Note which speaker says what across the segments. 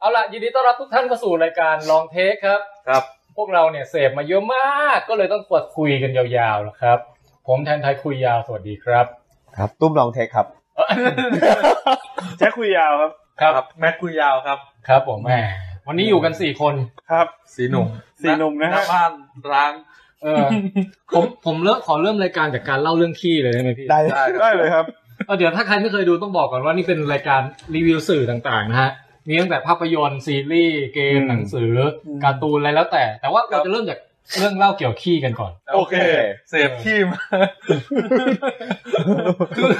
Speaker 1: เอาล่ะยินดีต้อนรับทุกท่านเข้าสู่รายการลองเทคครับ
Speaker 2: ครับ
Speaker 1: พวกเราเนี่ยเสพมาเยอะมาก ก็เลยต้องกดคุยกันยาวๆนะครับ ผมแทนไทยคุยยาวสวัสดี ครับ
Speaker 3: ครับตุ้มลองเทคครับ
Speaker 1: เอ้อ
Speaker 4: แจ็คคุยยาวครับ
Speaker 1: ครับ
Speaker 2: แม็กคุยยาวครับ
Speaker 1: ครับผมแหมวันนี้อยู่กันสี่คน
Speaker 4: ครับ
Speaker 2: สีหนุ่ม
Speaker 4: สี่หนุ่มนะ
Speaker 2: หา
Speaker 4: ฮะ
Speaker 2: บ้านร้าง
Speaker 1: เออ ผมผมเริ่มขอเริ่มรายการจากการเล่าเรื่องขี้เลยได้ไหมพี่
Speaker 3: ได้
Speaker 2: ได้ครับ
Speaker 4: ได้เลยครับ
Speaker 1: เออเดี๋ยวถ้าใครไม่เคยดูต้องบอกก่อนว่านี่เป็นรายการรีวิวสื่อต่างๆนะฮะมีตั้งแต่ภาพยนตร์ซีรีส์เกม
Speaker 4: อืม
Speaker 1: หนังสือการ์ตูนอะไรแล้วแต่ แต่ว่าเราจะเริ่มจากเรื่องเล่าเกี่ยวขี้กันก่อน
Speaker 2: โอเค เสพขี้มา
Speaker 1: คือ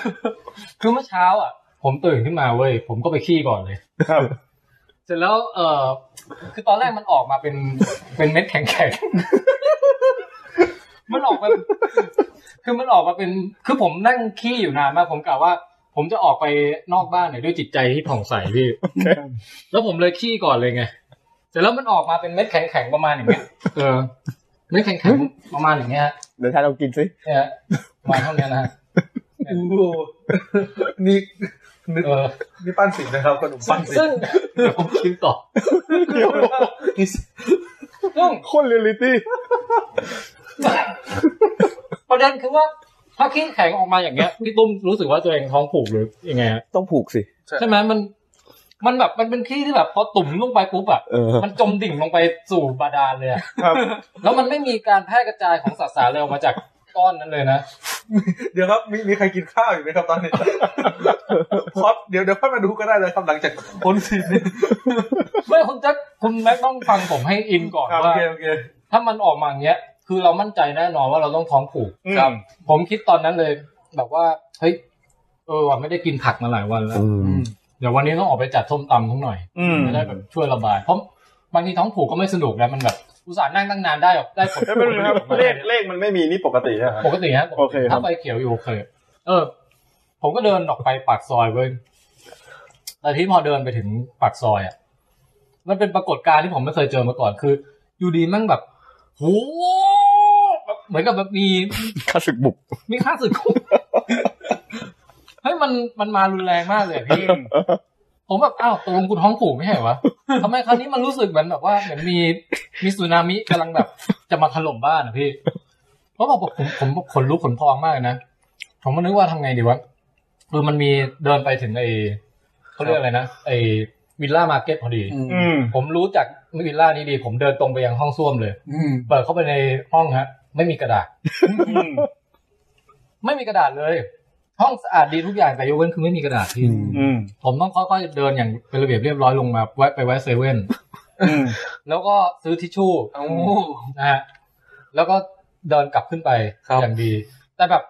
Speaker 1: คือเมื่อเช้าอ่ะ ผมตื่นขึ้นมาเว้ย ผมก็ไปขี้ก่อนเลย
Speaker 4: ครับ
Speaker 1: เสร็จแล้วเออคือตอนแรกมันออกมาเป็นเป็นเม็ดแข็งๆ มันออกมาคือมันออกมาเป็น คือผมนั่งขี้อยู่นานมากผมกะว่า ผมจะออกไปนอกบ้านหน่อยด้วยจิตใจที่ผ่องใสพี่ แล้วผมเลยขี้ก่อนเลยไงเสร็จแล้วมันออกมาเป็นเม็ดแข็งๆประมาณอย่างเงี้ยเออเม็ดแข็งๆประมาณอย่างเงี้ยฮะ
Speaker 3: เดี๋ยวท่านลองกินสิ
Speaker 1: เนี่ยประมาณเท่านี้นะฮะ
Speaker 2: นี่นึก
Speaker 1: เออ
Speaker 2: นี่ปั้นสินนะครับขนมปั้นสิ
Speaker 1: ซึ่
Speaker 2: น
Speaker 1: งเดี๋ยวผมคิดต่อ ซึ่ง
Speaker 4: โคนเรียลลิตี้
Speaker 1: ประเด็นคือว่าถ้าขี้แข็งออกมาอย่างเงี้ยพี่ตุ้มรู้สึกว่าตัวเองท้องผูกหรือยังไงฮะ
Speaker 3: ต้องผูกสิ
Speaker 1: ใช่ไหมมัน มันแบบมันเป็นขี้ที่แบบพอตุ่มลงไปปุ๊บอะ
Speaker 3: เออ
Speaker 1: มันจมดิ่งลงไปสู่บาดาลเลยอะ
Speaker 4: ครับ
Speaker 1: แล้วมันไม่มีการแพร่กระจายของสสารเลยออกมาจากก้อนนั้นเลยนะ
Speaker 2: เดี๋ยวครับมีมีใครกินข้าวอยู่ไหมครับตอนนี้พอดเดี๋ยวเดี๋ยวค่อยมาดูก็ได้เลยครับหลังจากพ้นสินนี่
Speaker 1: ไม่คุณแจ็คคุณแม็กต้องฟังผมให้อินก่อน
Speaker 2: ครับโอ
Speaker 1: ว่า
Speaker 2: เคโอเค
Speaker 1: ถ้ามันออกมาอย่างเงี้ย คือเรามั่นใจแน่นอนว่าเราต้องท้องผูก
Speaker 4: ครับ
Speaker 1: ผมคิดตอนนั้นเลย แบบว่าเฮ้ยเออว่ะไม่ได้กินผักมาหลายวันแล้ว
Speaker 3: อืม
Speaker 1: เดี๋ยววันนี้ต้องออกไปจัดส้มตำทั้งหน่อย
Speaker 4: อืม
Speaker 1: จะได้แบบช่วยระบายเพราะบางทีท้องผูกก็ไม่สนุกนะมันแบบอุตส่าห์นั่งตั้งนานได้แบบได้ผล
Speaker 4: แล้วเป็นไงครับ เลขเลขมันไม่มีนี่ปกติใช่ไหมครับ
Speaker 1: ปกติฮะ
Speaker 4: โอเคครับ
Speaker 1: ถ้าไฟเขียวอยู่โอเคเออ ผมก็เดินออกไปปากซอยเว้ยแต่ที่พอเดินไปถึงปากซอยอ่ะมันเป็นปรากฏการณ์ที่ผมไม่เคยเจอมาก่อนคือ อยู่ดีแมั่งแบบโหแบบเหมือนกับแบบมี
Speaker 3: ข้าศึกบุก
Speaker 1: มีค่าสึกคุกเฮ้ยมันมันมารุนแรงมากเลยอะพี่ ผมแบบอ้าวตกลงกูท้องผูกไม่ใช่เหรอ วะทำไมคราวนี้มันรู้สึกเหมือนแบบว่าเหมือนมีมีสึนามิกำลังแบบ จะมาถล่มบ้านอ่ะพี่เพราะบอกผมผมผมขนลุกขนพองมากนะผมก็นึกว่าทำไงดีวะคือมันมีเดินไปถึงไอ้เขาเรียกอะไรนะไอ้วิลล่ามาร์เก็ตพอดี
Speaker 4: อืม
Speaker 1: ผมรู้จักวิลล่านี้ดี ผมเดินตรงไปยังห้องส้วมเลย
Speaker 2: อืม
Speaker 1: เปิดเข้าไปในห้องฮะ ไม่มีกระดาษ
Speaker 4: อืม
Speaker 1: ไม่มีกระดาษเลย ห้องสะอาดดีทุกอย่างแต่ยกเว้นคือไม่มีกระดาษพี่
Speaker 4: อืม
Speaker 1: ผมต้องค่อยๆเดินอย่างเป็นระเบียบเรียบร้อยลงมาแวะไปแวะเซเว่น
Speaker 4: อืม
Speaker 1: แล้วก็ซื้อทิชชู่
Speaker 2: เอา
Speaker 1: นะฮะแล้วก็เดินกลับขึ้นไป
Speaker 2: ครับ
Speaker 1: อย่างดี แต่แบบ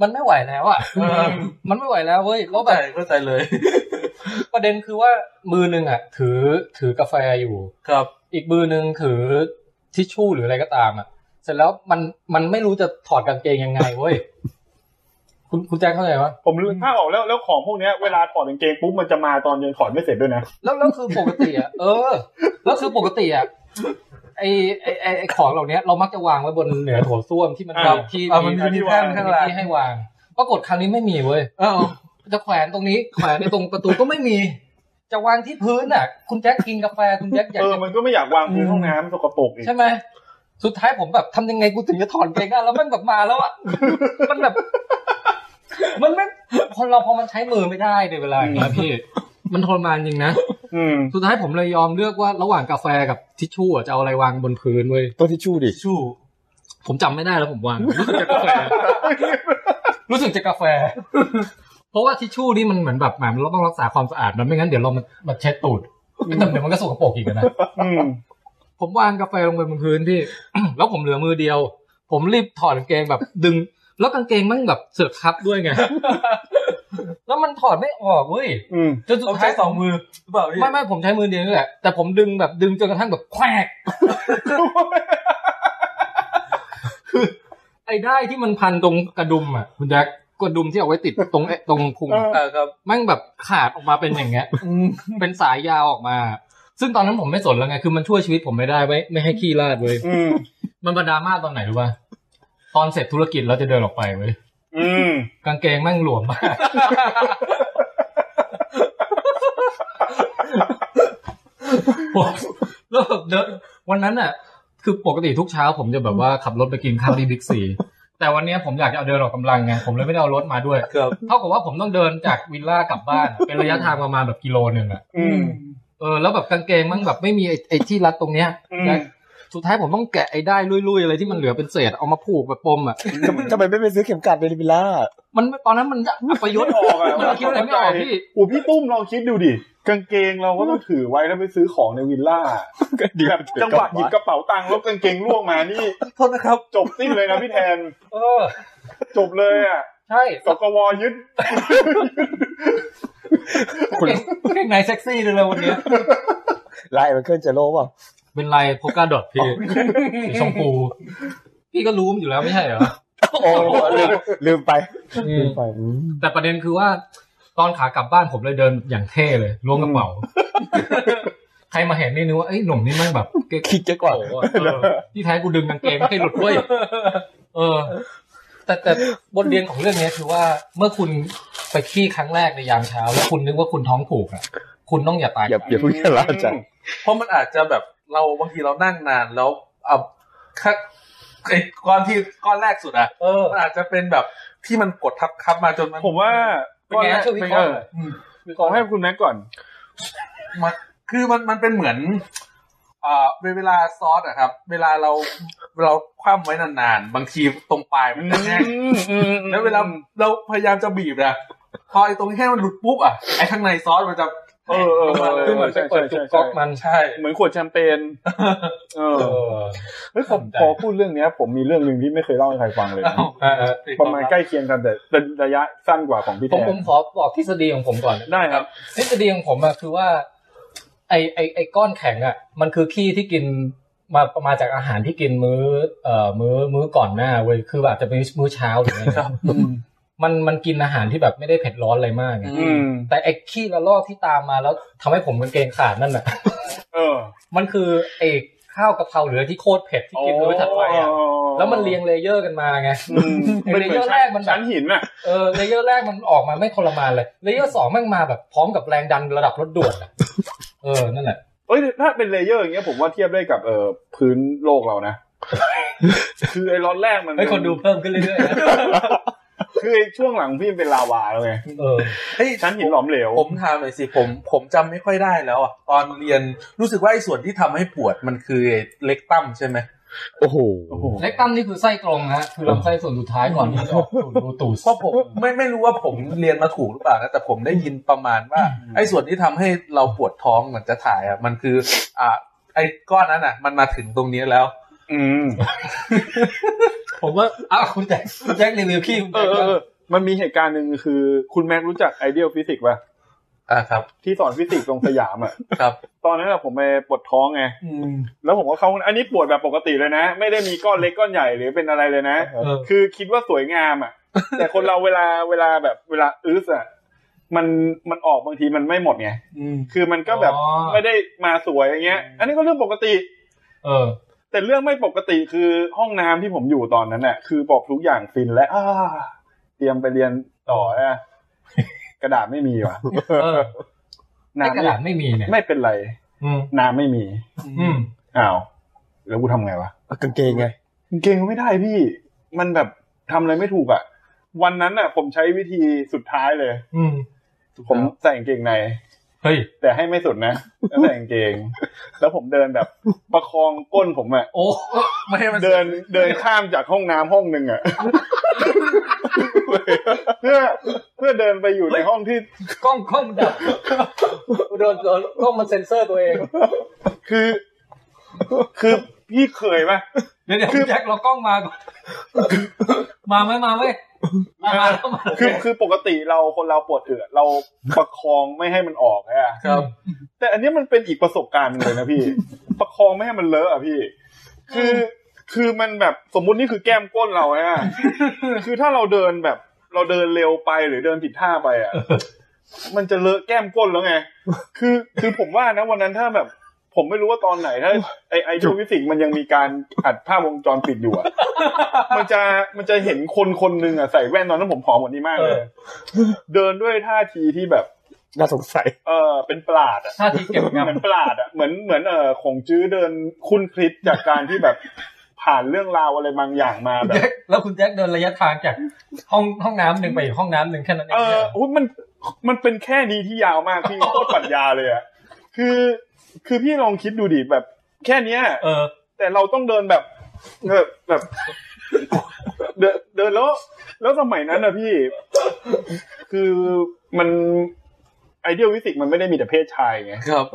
Speaker 1: มันไม่ไหวแล้วอ่ะ
Speaker 2: เออ
Speaker 1: มันไม่ไหวแล้วเว้ยแล้ว
Speaker 2: เข้า
Speaker 1: แบ
Speaker 2: ใจ
Speaker 1: บ
Speaker 2: เข้าใจเลย
Speaker 1: ประเด็นคือว่ามือหนึ่งอ่ะ ถือถือกาแฟอยู่
Speaker 2: ครับ
Speaker 1: อีกมือหนึ่งถือทิชชู่หรืออะไรก็ตามอ่ะ เสร็จแล้วมันมันไม่รู้จะถอดกางเกงยังไงเว้ยคุณคุณแจ้งเข้าใจปะ
Speaker 4: ผมลืมภาพออกแล้วแล้วของพวกเนี้ยเวลาถอดกางเกงปุ๊บมันจะมาตอนยังถอดไม่เสร็จด้วยนะ
Speaker 1: แล้วแล้วคือปกติอ่ะ เออ แล้วคือปกติอ่ะไอไอไอ้ไอของเหล่านี้เรามักจะวางไว้บนเหนือโถส้วมที่มัน
Speaker 4: อ่า
Speaker 1: มีที่
Speaker 2: เอามันมี
Speaker 1: มี
Speaker 2: ที่แท่นข้างหลัง
Speaker 1: ที่ให้วาง ปรากฏครั้งนี้ไม่มีเว้ย
Speaker 2: เอ้า
Speaker 1: จะแขวนตรงนี้แขวนในตรงประตูก็ไม่มี จะวางที่พื้นอ่ะ คุณแจ็คกินกาแฟคุณแจ็คอยาก
Speaker 4: เออ
Speaker 1: จะ
Speaker 4: มันก็ไม่อยากวางพื้นห้องน้ำสกปรกอีก
Speaker 1: ใช่ไหมสุดท้ายผมแบบทำยังไงกูถึงจะถอนเกงได้แล้วมันแบบมาแล้วอ่ะมันแบบ มันไม่คนเราพอมันใช้มือไม่ได้ในเวลาอย่างเงี้ยพี่มันทรมานจริงนะ
Speaker 4: อืม
Speaker 1: สุดท้ายผมเลยยอมเลือกว่าระหว่างกาแฟกับทิชชู่อะจะเอาอะไรวางบนพื้นเว้ย
Speaker 3: ต้องทิชชู่ดิ
Speaker 2: ทิชชู่
Speaker 1: ผมจำไม่ได้แล้วผมวาง รู้สึกจะกาแฟ รู้สึกจะกาแฟ เพราะว่าทิชชู่นี่มันเหมือนแบบแหมเราต้องรักษาความสะอาดมันไม่งั้นเดี๋ยวเรามันมันเช็ดตูดแต่เดี๋ยวมันก็สกปรกอีกอะนะ
Speaker 4: อืม
Speaker 1: ผมวางกาแฟลงไปบนพื้นพี่ แล้วผมเหลือมือเดียว ผมรีบถอดกางเกงแบบดึง แล้วกางเกงมันแบบเสือกทับด้วยไง แล้วมันถอดไม่ออกเว้ย
Speaker 4: อืม
Speaker 1: จนสุ
Speaker 2: ต้อ
Speaker 1: ด
Speaker 2: ง
Speaker 1: ท้า
Speaker 2: ใช้
Speaker 1: ย
Speaker 2: สองมือหรือเปล่าพี่
Speaker 1: ไม่ไม่ผมใช้มือเดียวนี่แหละแต่ผมดึงแบบดึงจนกระทั่งแบบแคว ก ไอ้ได้ายที่มันพันตรงกระดุมอ่ะคุณแจ็คกระดุมที่เอาไว้ติดตรงไอ้ตรงพุง
Speaker 4: เออ
Speaker 2: เอ่าครับ
Speaker 1: แม่งแบบขาดออกมาเป็นอย่างเงี้ย
Speaker 2: อืม
Speaker 1: เป็นสายยาวออกมา ซึ่งตอนนั้นผมไม่สนแล้วไง คือมันช่วยชีวิตผมไม่ได้ไว้ยไม่ให้ขี้ราดเว้ย
Speaker 4: อืม
Speaker 1: มันบรรดามาตอนไหนรู้ป่ะตอนเสร็จธุรกิจเราจะเดินออกไปเว้ย
Speaker 4: อืม
Speaker 1: กางเกงแม่งหลวมมาก
Speaker 4: อ
Speaker 1: ผมแล้วแบบเดินวันนั้นอ่ะ คือปกติทุกเช้าผมจะแบบว่าขับรถไปกินข้าวที่บิ๊กซี แต่วันเนี้ยผมอยากจะเอาเดินออกกำลังไง ผมเลยไม่ได้เอารถมาด้วย
Speaker 2: ครับ
Speaker 1: เท่ากับว่าผมต้องเดินจากวิลล่ากลับบ้านอะเป็นระยะทางประมาณแบบกิโลหนึ่งอ่ะ
Speaker 4: อืม
Speaker 1: เออแล้วแบบกางเกงมันแบบไม่มีไอ้ไอ้ที่รัดตรงเนี้ย
Speaker 4: อืม
Speaker 1: สุดท้ายผมต้องแกะไอ้ได้ลุยๆอะไรที่มันเหลือเป็นเศษเอามาผูกแบบปมอ่ะ
Speaker 3: ทำไมทำไมไม่ไปซื้อเข็มกลัดเดลิมิล่า
Speaker 1: มันตอนนั้นมันอัปยศ
Speaker 4: ไม่ออก อะ
Speaker 1: มันคิดอะไรไม่ออกพี่
Speaker 4: โอ้พี่ตุ้มลองคิดดูดิ กางเกงเราก็ต้องถือไว้แล้วไปซื้อของในวิลล่าแบบจังหวะหยิบกระเป๋าตังค์แล้วกางเกงล่วงมานี่
Speaker 2: โทษนะครับ
Speaker 4: จบสิ้นเลยนะพี่แทน
Speaker 1: เออ
Speaker 4: จบเลยอ่ะ
Speaker 1: ใช่
Speaker 4: สกวยึด
Speaker 3: คุณ
Speaker 1: เก่งเก่งในเซ็กซี่เลยเลยวันเนี้ย
Speaker 3: ไลน์มันเคลื่อนเจโร่เปล่า
Speaker 1: เป็นลายโพกาดอทพี่สีชมพูพี่ก็รู้มันอยู่แล้วไม่ใช่เหรอ
Speaker 3: โอ้ลืมลืมไป
Speaker 1: อื
Speaker 3: ลื
Speaker 1: ม
Speaker 3: มไปอืม
Speaker 1: แต่ประเด็นคือว่า ตอนขากลับบ้านผมเลยเดินอย่างเท่เลยล้วงกระเป๋า ใครมาเห็นนี่นึกว่าไอ้ยหนุ่มนี่แมันแบบเก๊ก
Speaker 3: คิดจะก่อน
Speaker 1: โอ้โหเออที่แท้กูดึงกางเกงไม่ให้หลุดเว้ย เออ แต่แต่บทเรียนของเรื่องนี้คือว่าเมื่อคุณไปขี้ครั้งแรกในยามเช้า แล้วคุณนึกว่าคุณท้องผูกอ่ะ คุณต้องอย่าตาย
Speaker 3: อย่าอย่าเพูดแค่ละจัง
Speaker 2: เพราะมันอาจจะแบบเราบางทีเรานั่งนานแล้วเอาข้าไอ้ก้อนที่ก้อนแรกสุดอะ
Speaker 1: เออ
Speaker 2: มันอาจจะเป็นแบบที่มันกดทับคับมาจนมัน
Speaker 4: ผมว่า
Speaker 1: เป็นไงนะช่วยวิเคราะห์หน่อย
Speaker 2: อืม
Speaker 4: ขอให้คุณแม็กก่อน
Speaker 2: มันคือมันมันเป็นเหมือนอ่าเวลาซอสอะครับ เวลาเราเราคว่ำไว้นานๆบางทีตรงปลายมันจะแห้งแล้วเวลาเราพยายามจะบีบนะพอไอ้ตรงแห้งมันหลุดปุ๊บอะไอ้ข้างในซอสมันจะ
Speaker 4: เออเออเออ
Speaker 1: คือเหมือนไปเปิดจุกก๊อกมัน
Speaker 2: ใช่
Speaker 4: เหมือนขวดแชมเปญ เออ
Speaker 1: เออ
Speaker 4: เฮ้ยผม
Speaker 1: เข้าใจ
Speaker 4: พอพูดเรื่องเนี้ย ผมมีเรื่องหนึ่งที่ไม่เคยเล่าให้ใครฟังเลย
Speaker 2: เอ้า
Speaker 1: เออเออ
Speaker 4: ประมาณใกล้เคียงกันแต่เป็นระยะสั้นกว่าของพี่
Speaker 1: ผ
Speaker 4: แท
Speaker 1: มผ
Speaker 4: น
Speaker 1: มขอบอกทฤษฎีของผมก่อน
Speaker 4: ได้ครับ
Speaker 1: ทฤษฎีของผมอะคือว่า ไอไอไอก้อนแข็งอะมันคือขี้ที่กินมามาจากอาหารที่กินมื้อ เอ่อมื้อมื้อก่อนหน้าเว้ยคืออาจจะเป็นมื้อเช้าหรืออะไรเงี้ยมันมันกินอาหารที่แบบไม่ได้เผ็ดร้อนอะไรมากไง
Speaker 4: อืม
Speaker 1: แต่ไอขี้ละลอกที่ตามมาแล้วทำให้ผมกางเกงขาดนั่นแหละ
Speaker 4: เออ
Speaker 1: มันคือไอข้าวกะเพราหรือที่โคตรเผ็ดที่กินมื้อถัดไปอะ
Speaker 4: อ๋อ
Speaker 1: แล้วมันเรียงเลเยอร์กันมาไง
Speaker 4: อืม
Speaker 1: เลเยอร์แรกมันแบบ
Speaker 4: ชั้นหินน่ะ
Speaker 1: เออเลเยอร์แรกมันออกมาไม่ทรมานเลยเลเยอร์สองแม่งมาแบบพร้อมกับแรงดันระดับรถด่วนอะเออนั่นแหละ
Speaker 4: เอ้ยถ้าเป็นเลเยอร์อย่างเงี้ยผมว่าเทียบได้กับเออพื้นโลกเรานะ คือไอ้ล็อตแรกมัน
Speaker 1: ให้คนดูเพิ่มขึ้นเรื่อยๆนะ
Speaker 4: คือไอ้ช่วงหลังพี่มันเป็นลาวาแล้วไง
Speaker 1: เออ
Speaker 2: เฮ้ย
Speaker 4: ชั้นหินหลอมเหลว
Speaker 2: ผมถามหน่อยสิผมผมจำไม่ค่อยได้แล้วอ่ะตอนเรียนรู้สึกว่าไอ้ส่วนที่ทำให้ปวดมันคือเล็กตั้มใช่ไหม
Speaker 3: โอ้โห
Speaker 4: โอ้โห
Speaker 1: เล็กตั้มนี่คือไส้ตรงนะฮะ คือลำไส้ส่วนสุดท้ายก่อนที่จะออกสู่รูตูส
Speaker 2: เพราะผมไม่ไม่รู้ว่าผมเรียนมาถูกหรือเปล่านะแต่ผมได้ยินประมาณว่า ไอ้ส่วนที่ทำให้เราปวดท้องเหมือนจะถ่ายอ่ะมันคือ อ่า ไอ้ก้อนนั้นอ่ะ มันมาถึงตรงนี้แล้ว
Speaker 4: อืม
Speaker 1: ผมว่าอ้าวคุณแจ็คคุณแจ็ครีวิวขี้คุณ
Speaker 4: เอ
Speaker 1: แจ็
Speaker 4: อ
Speaker 1: คว่า
Speaker 4: เออเออมันมีเหตุการณ์หนึ่งคือคุณแม็กรู้จักไอเดียฟิสิกส์ป่ะ
Speaker 2: อ่าครับ
Speaker 4: ที่สอนฟิสิกส์ตรงสยามอ่ะ
Speaker 2: ครับ
Speaker 4: ตอนนั้นอะผมไปปวดท้องไง
Speaker 2: อืม
Speaker 4: แล้วผมก็เข้าห้องอันนี้ปวดแบบปกติเลยนะ ไม่ได้มีก้อนเล็กก้อนใหญ่หรือเป็นอะไรเลยนะ
Speaker 1: เออ
Speaker 4: คือคิดว่าสวยงามอ่ะ แต่คนเราเวลาเวลาแบบเวลาอึสอ่ะมันมันออกบางทีมันไม่หมดไง
Speaker 2: อืม
Speaker 4: คือมันก็แบบ
Speaker 1: อ๋อ
Speaker 4: ไม่ได้มาสวยอย่างเงี้ย อันนี้ก็เรื่องปกติ
Speaker 1: เออ
Speaker 4: แต่เรื่องไม่ปกติคือห้องน้ำที่ผมอยู่ตอนนั้นน่ะคือบอกทุกอย่างฟินและอ้าเตรียมไปเรียนต่อ อะกระดาษไม่มีว่ะ
Speaker 1: เออไอ้กระ
Speaker 4: น้ำ
Speaker 1: ดาษไม่มีเนี่ย
Speaker 4: ไม่เป็นไร
Speaker 1: อืม
Speaker 4: น้ำไม่มี
Speaker 1: อืม
Speaker 4: อ้าวแล้วกูทำไงวะ
Speaker 3: กางเกงไง
Speaker 4: เก่งก็ไม่ได้พี่ มันแบบทำอะไรไม่ถูกอ่ะ วันนั้นน่ะ ผมใช้วิธีสุดท้ายเลย
Speaker 1: อืม
Speaker 4: ผมใส่กางเกงใน
Speaker 1: เฮ้ย
Speaker 4: แต่ให้ไม่สุดนะแล้วใส่กางเกง แล้วผมเดินแบบประคองก้นผมอ่ะ
Speaker 1: โอ้
Speaker 2: ไม่ให้มัน
Speaker 4: เดินเดินข้ามจากห้องน้ำห้องหนึ่งอ่ะ เพื่อเพื่อเดินไปอยู่ในห้องที่
Speaker 1: กล้องกล้องดั บโดนโดนกล้องมันเซ็นเซอร์ตัวเอง
Speaker 4: คือ คือพี่เคยปะ
Speaker 1: เดี๋ยวเดี๋ยวคุณแจ็คเรากล้องมา ก่อน มาไหมมาไหมมามาแล้วมา
Speaker 4: คือคือปกติเราคนเราปวดเอือเราประคองไม่ให้มันออกใช่ปะ
Speaker 2: ครับ
Speaker 4: แต่อันเนี้ยมันเป็นอีกประสบการณ์หนึ่งเลยนะพี่ ประคองไม่ให้มันเลอะอ่ะพี่ คือคือมันแบบสมมุตินี่คือแก้มก้นเราฮะคือถ้าเราเดินแบบ เราเดินเร็วไปหรือเดินผิดท่าไปอ่ะ มันจะเลอะแก้มก้นแล้วไง คือ คือผมว่านะวันนั้นถ้าแบบ ผมไม่รู้ว่าตอนไหนถ้าไอไอชูวิสิกมันยังมีการอัดภาพวงจรปิดอยู่อะมันจะมันจะเห็นคนคนหนึ่งอะใส่แว่นตอนนั้นผมผอมกว่านี้มากเลย เดินด้วยท่าทีที่แบบ
Speaker 3: น่าสงสัย
Speaker 4: เออเป็นประหลาดอ่ะ
Speaker 1: ท่าทีเก็บง
Speaker 4: เหมือนประหลาดอ่ะเหมือนเหมือนเออของจื้อเดินคุ้นคลิปจากการที่แบบ ผ่านเรื่องราวอะไรบางอย่างมา
Speaker 1: ำ
Speaker 4: แบบ
Speaker 1: แจ็ค แล้วคุณแจ็คเดินระยะทางจากห้องห้องน้ำหนึ่งไปอีกห้องน้ำหนึ่งแค่นั้นเอ
Speaker 4: เองอ
Speaker 1: เนี่ย
Speaker 4: โอ้ยมันมันเป็นแค่นี้ที่ยาวมากพี่ โคตรปรัญญาเลยอ่ะคือคือพี่ลองคิดดูดิแบบ แค่เนี้ย
Speaker 1: เออ
Speaker 4: แต่เราต้องเดินแบบแบบแบบ เดินเดินแล้ว แล้วสมัยนั้นนะพี่ คือมันไอเดียวิสิกมันไม่ได้มีแต่เพศชายไง
Speaker 2: ครับ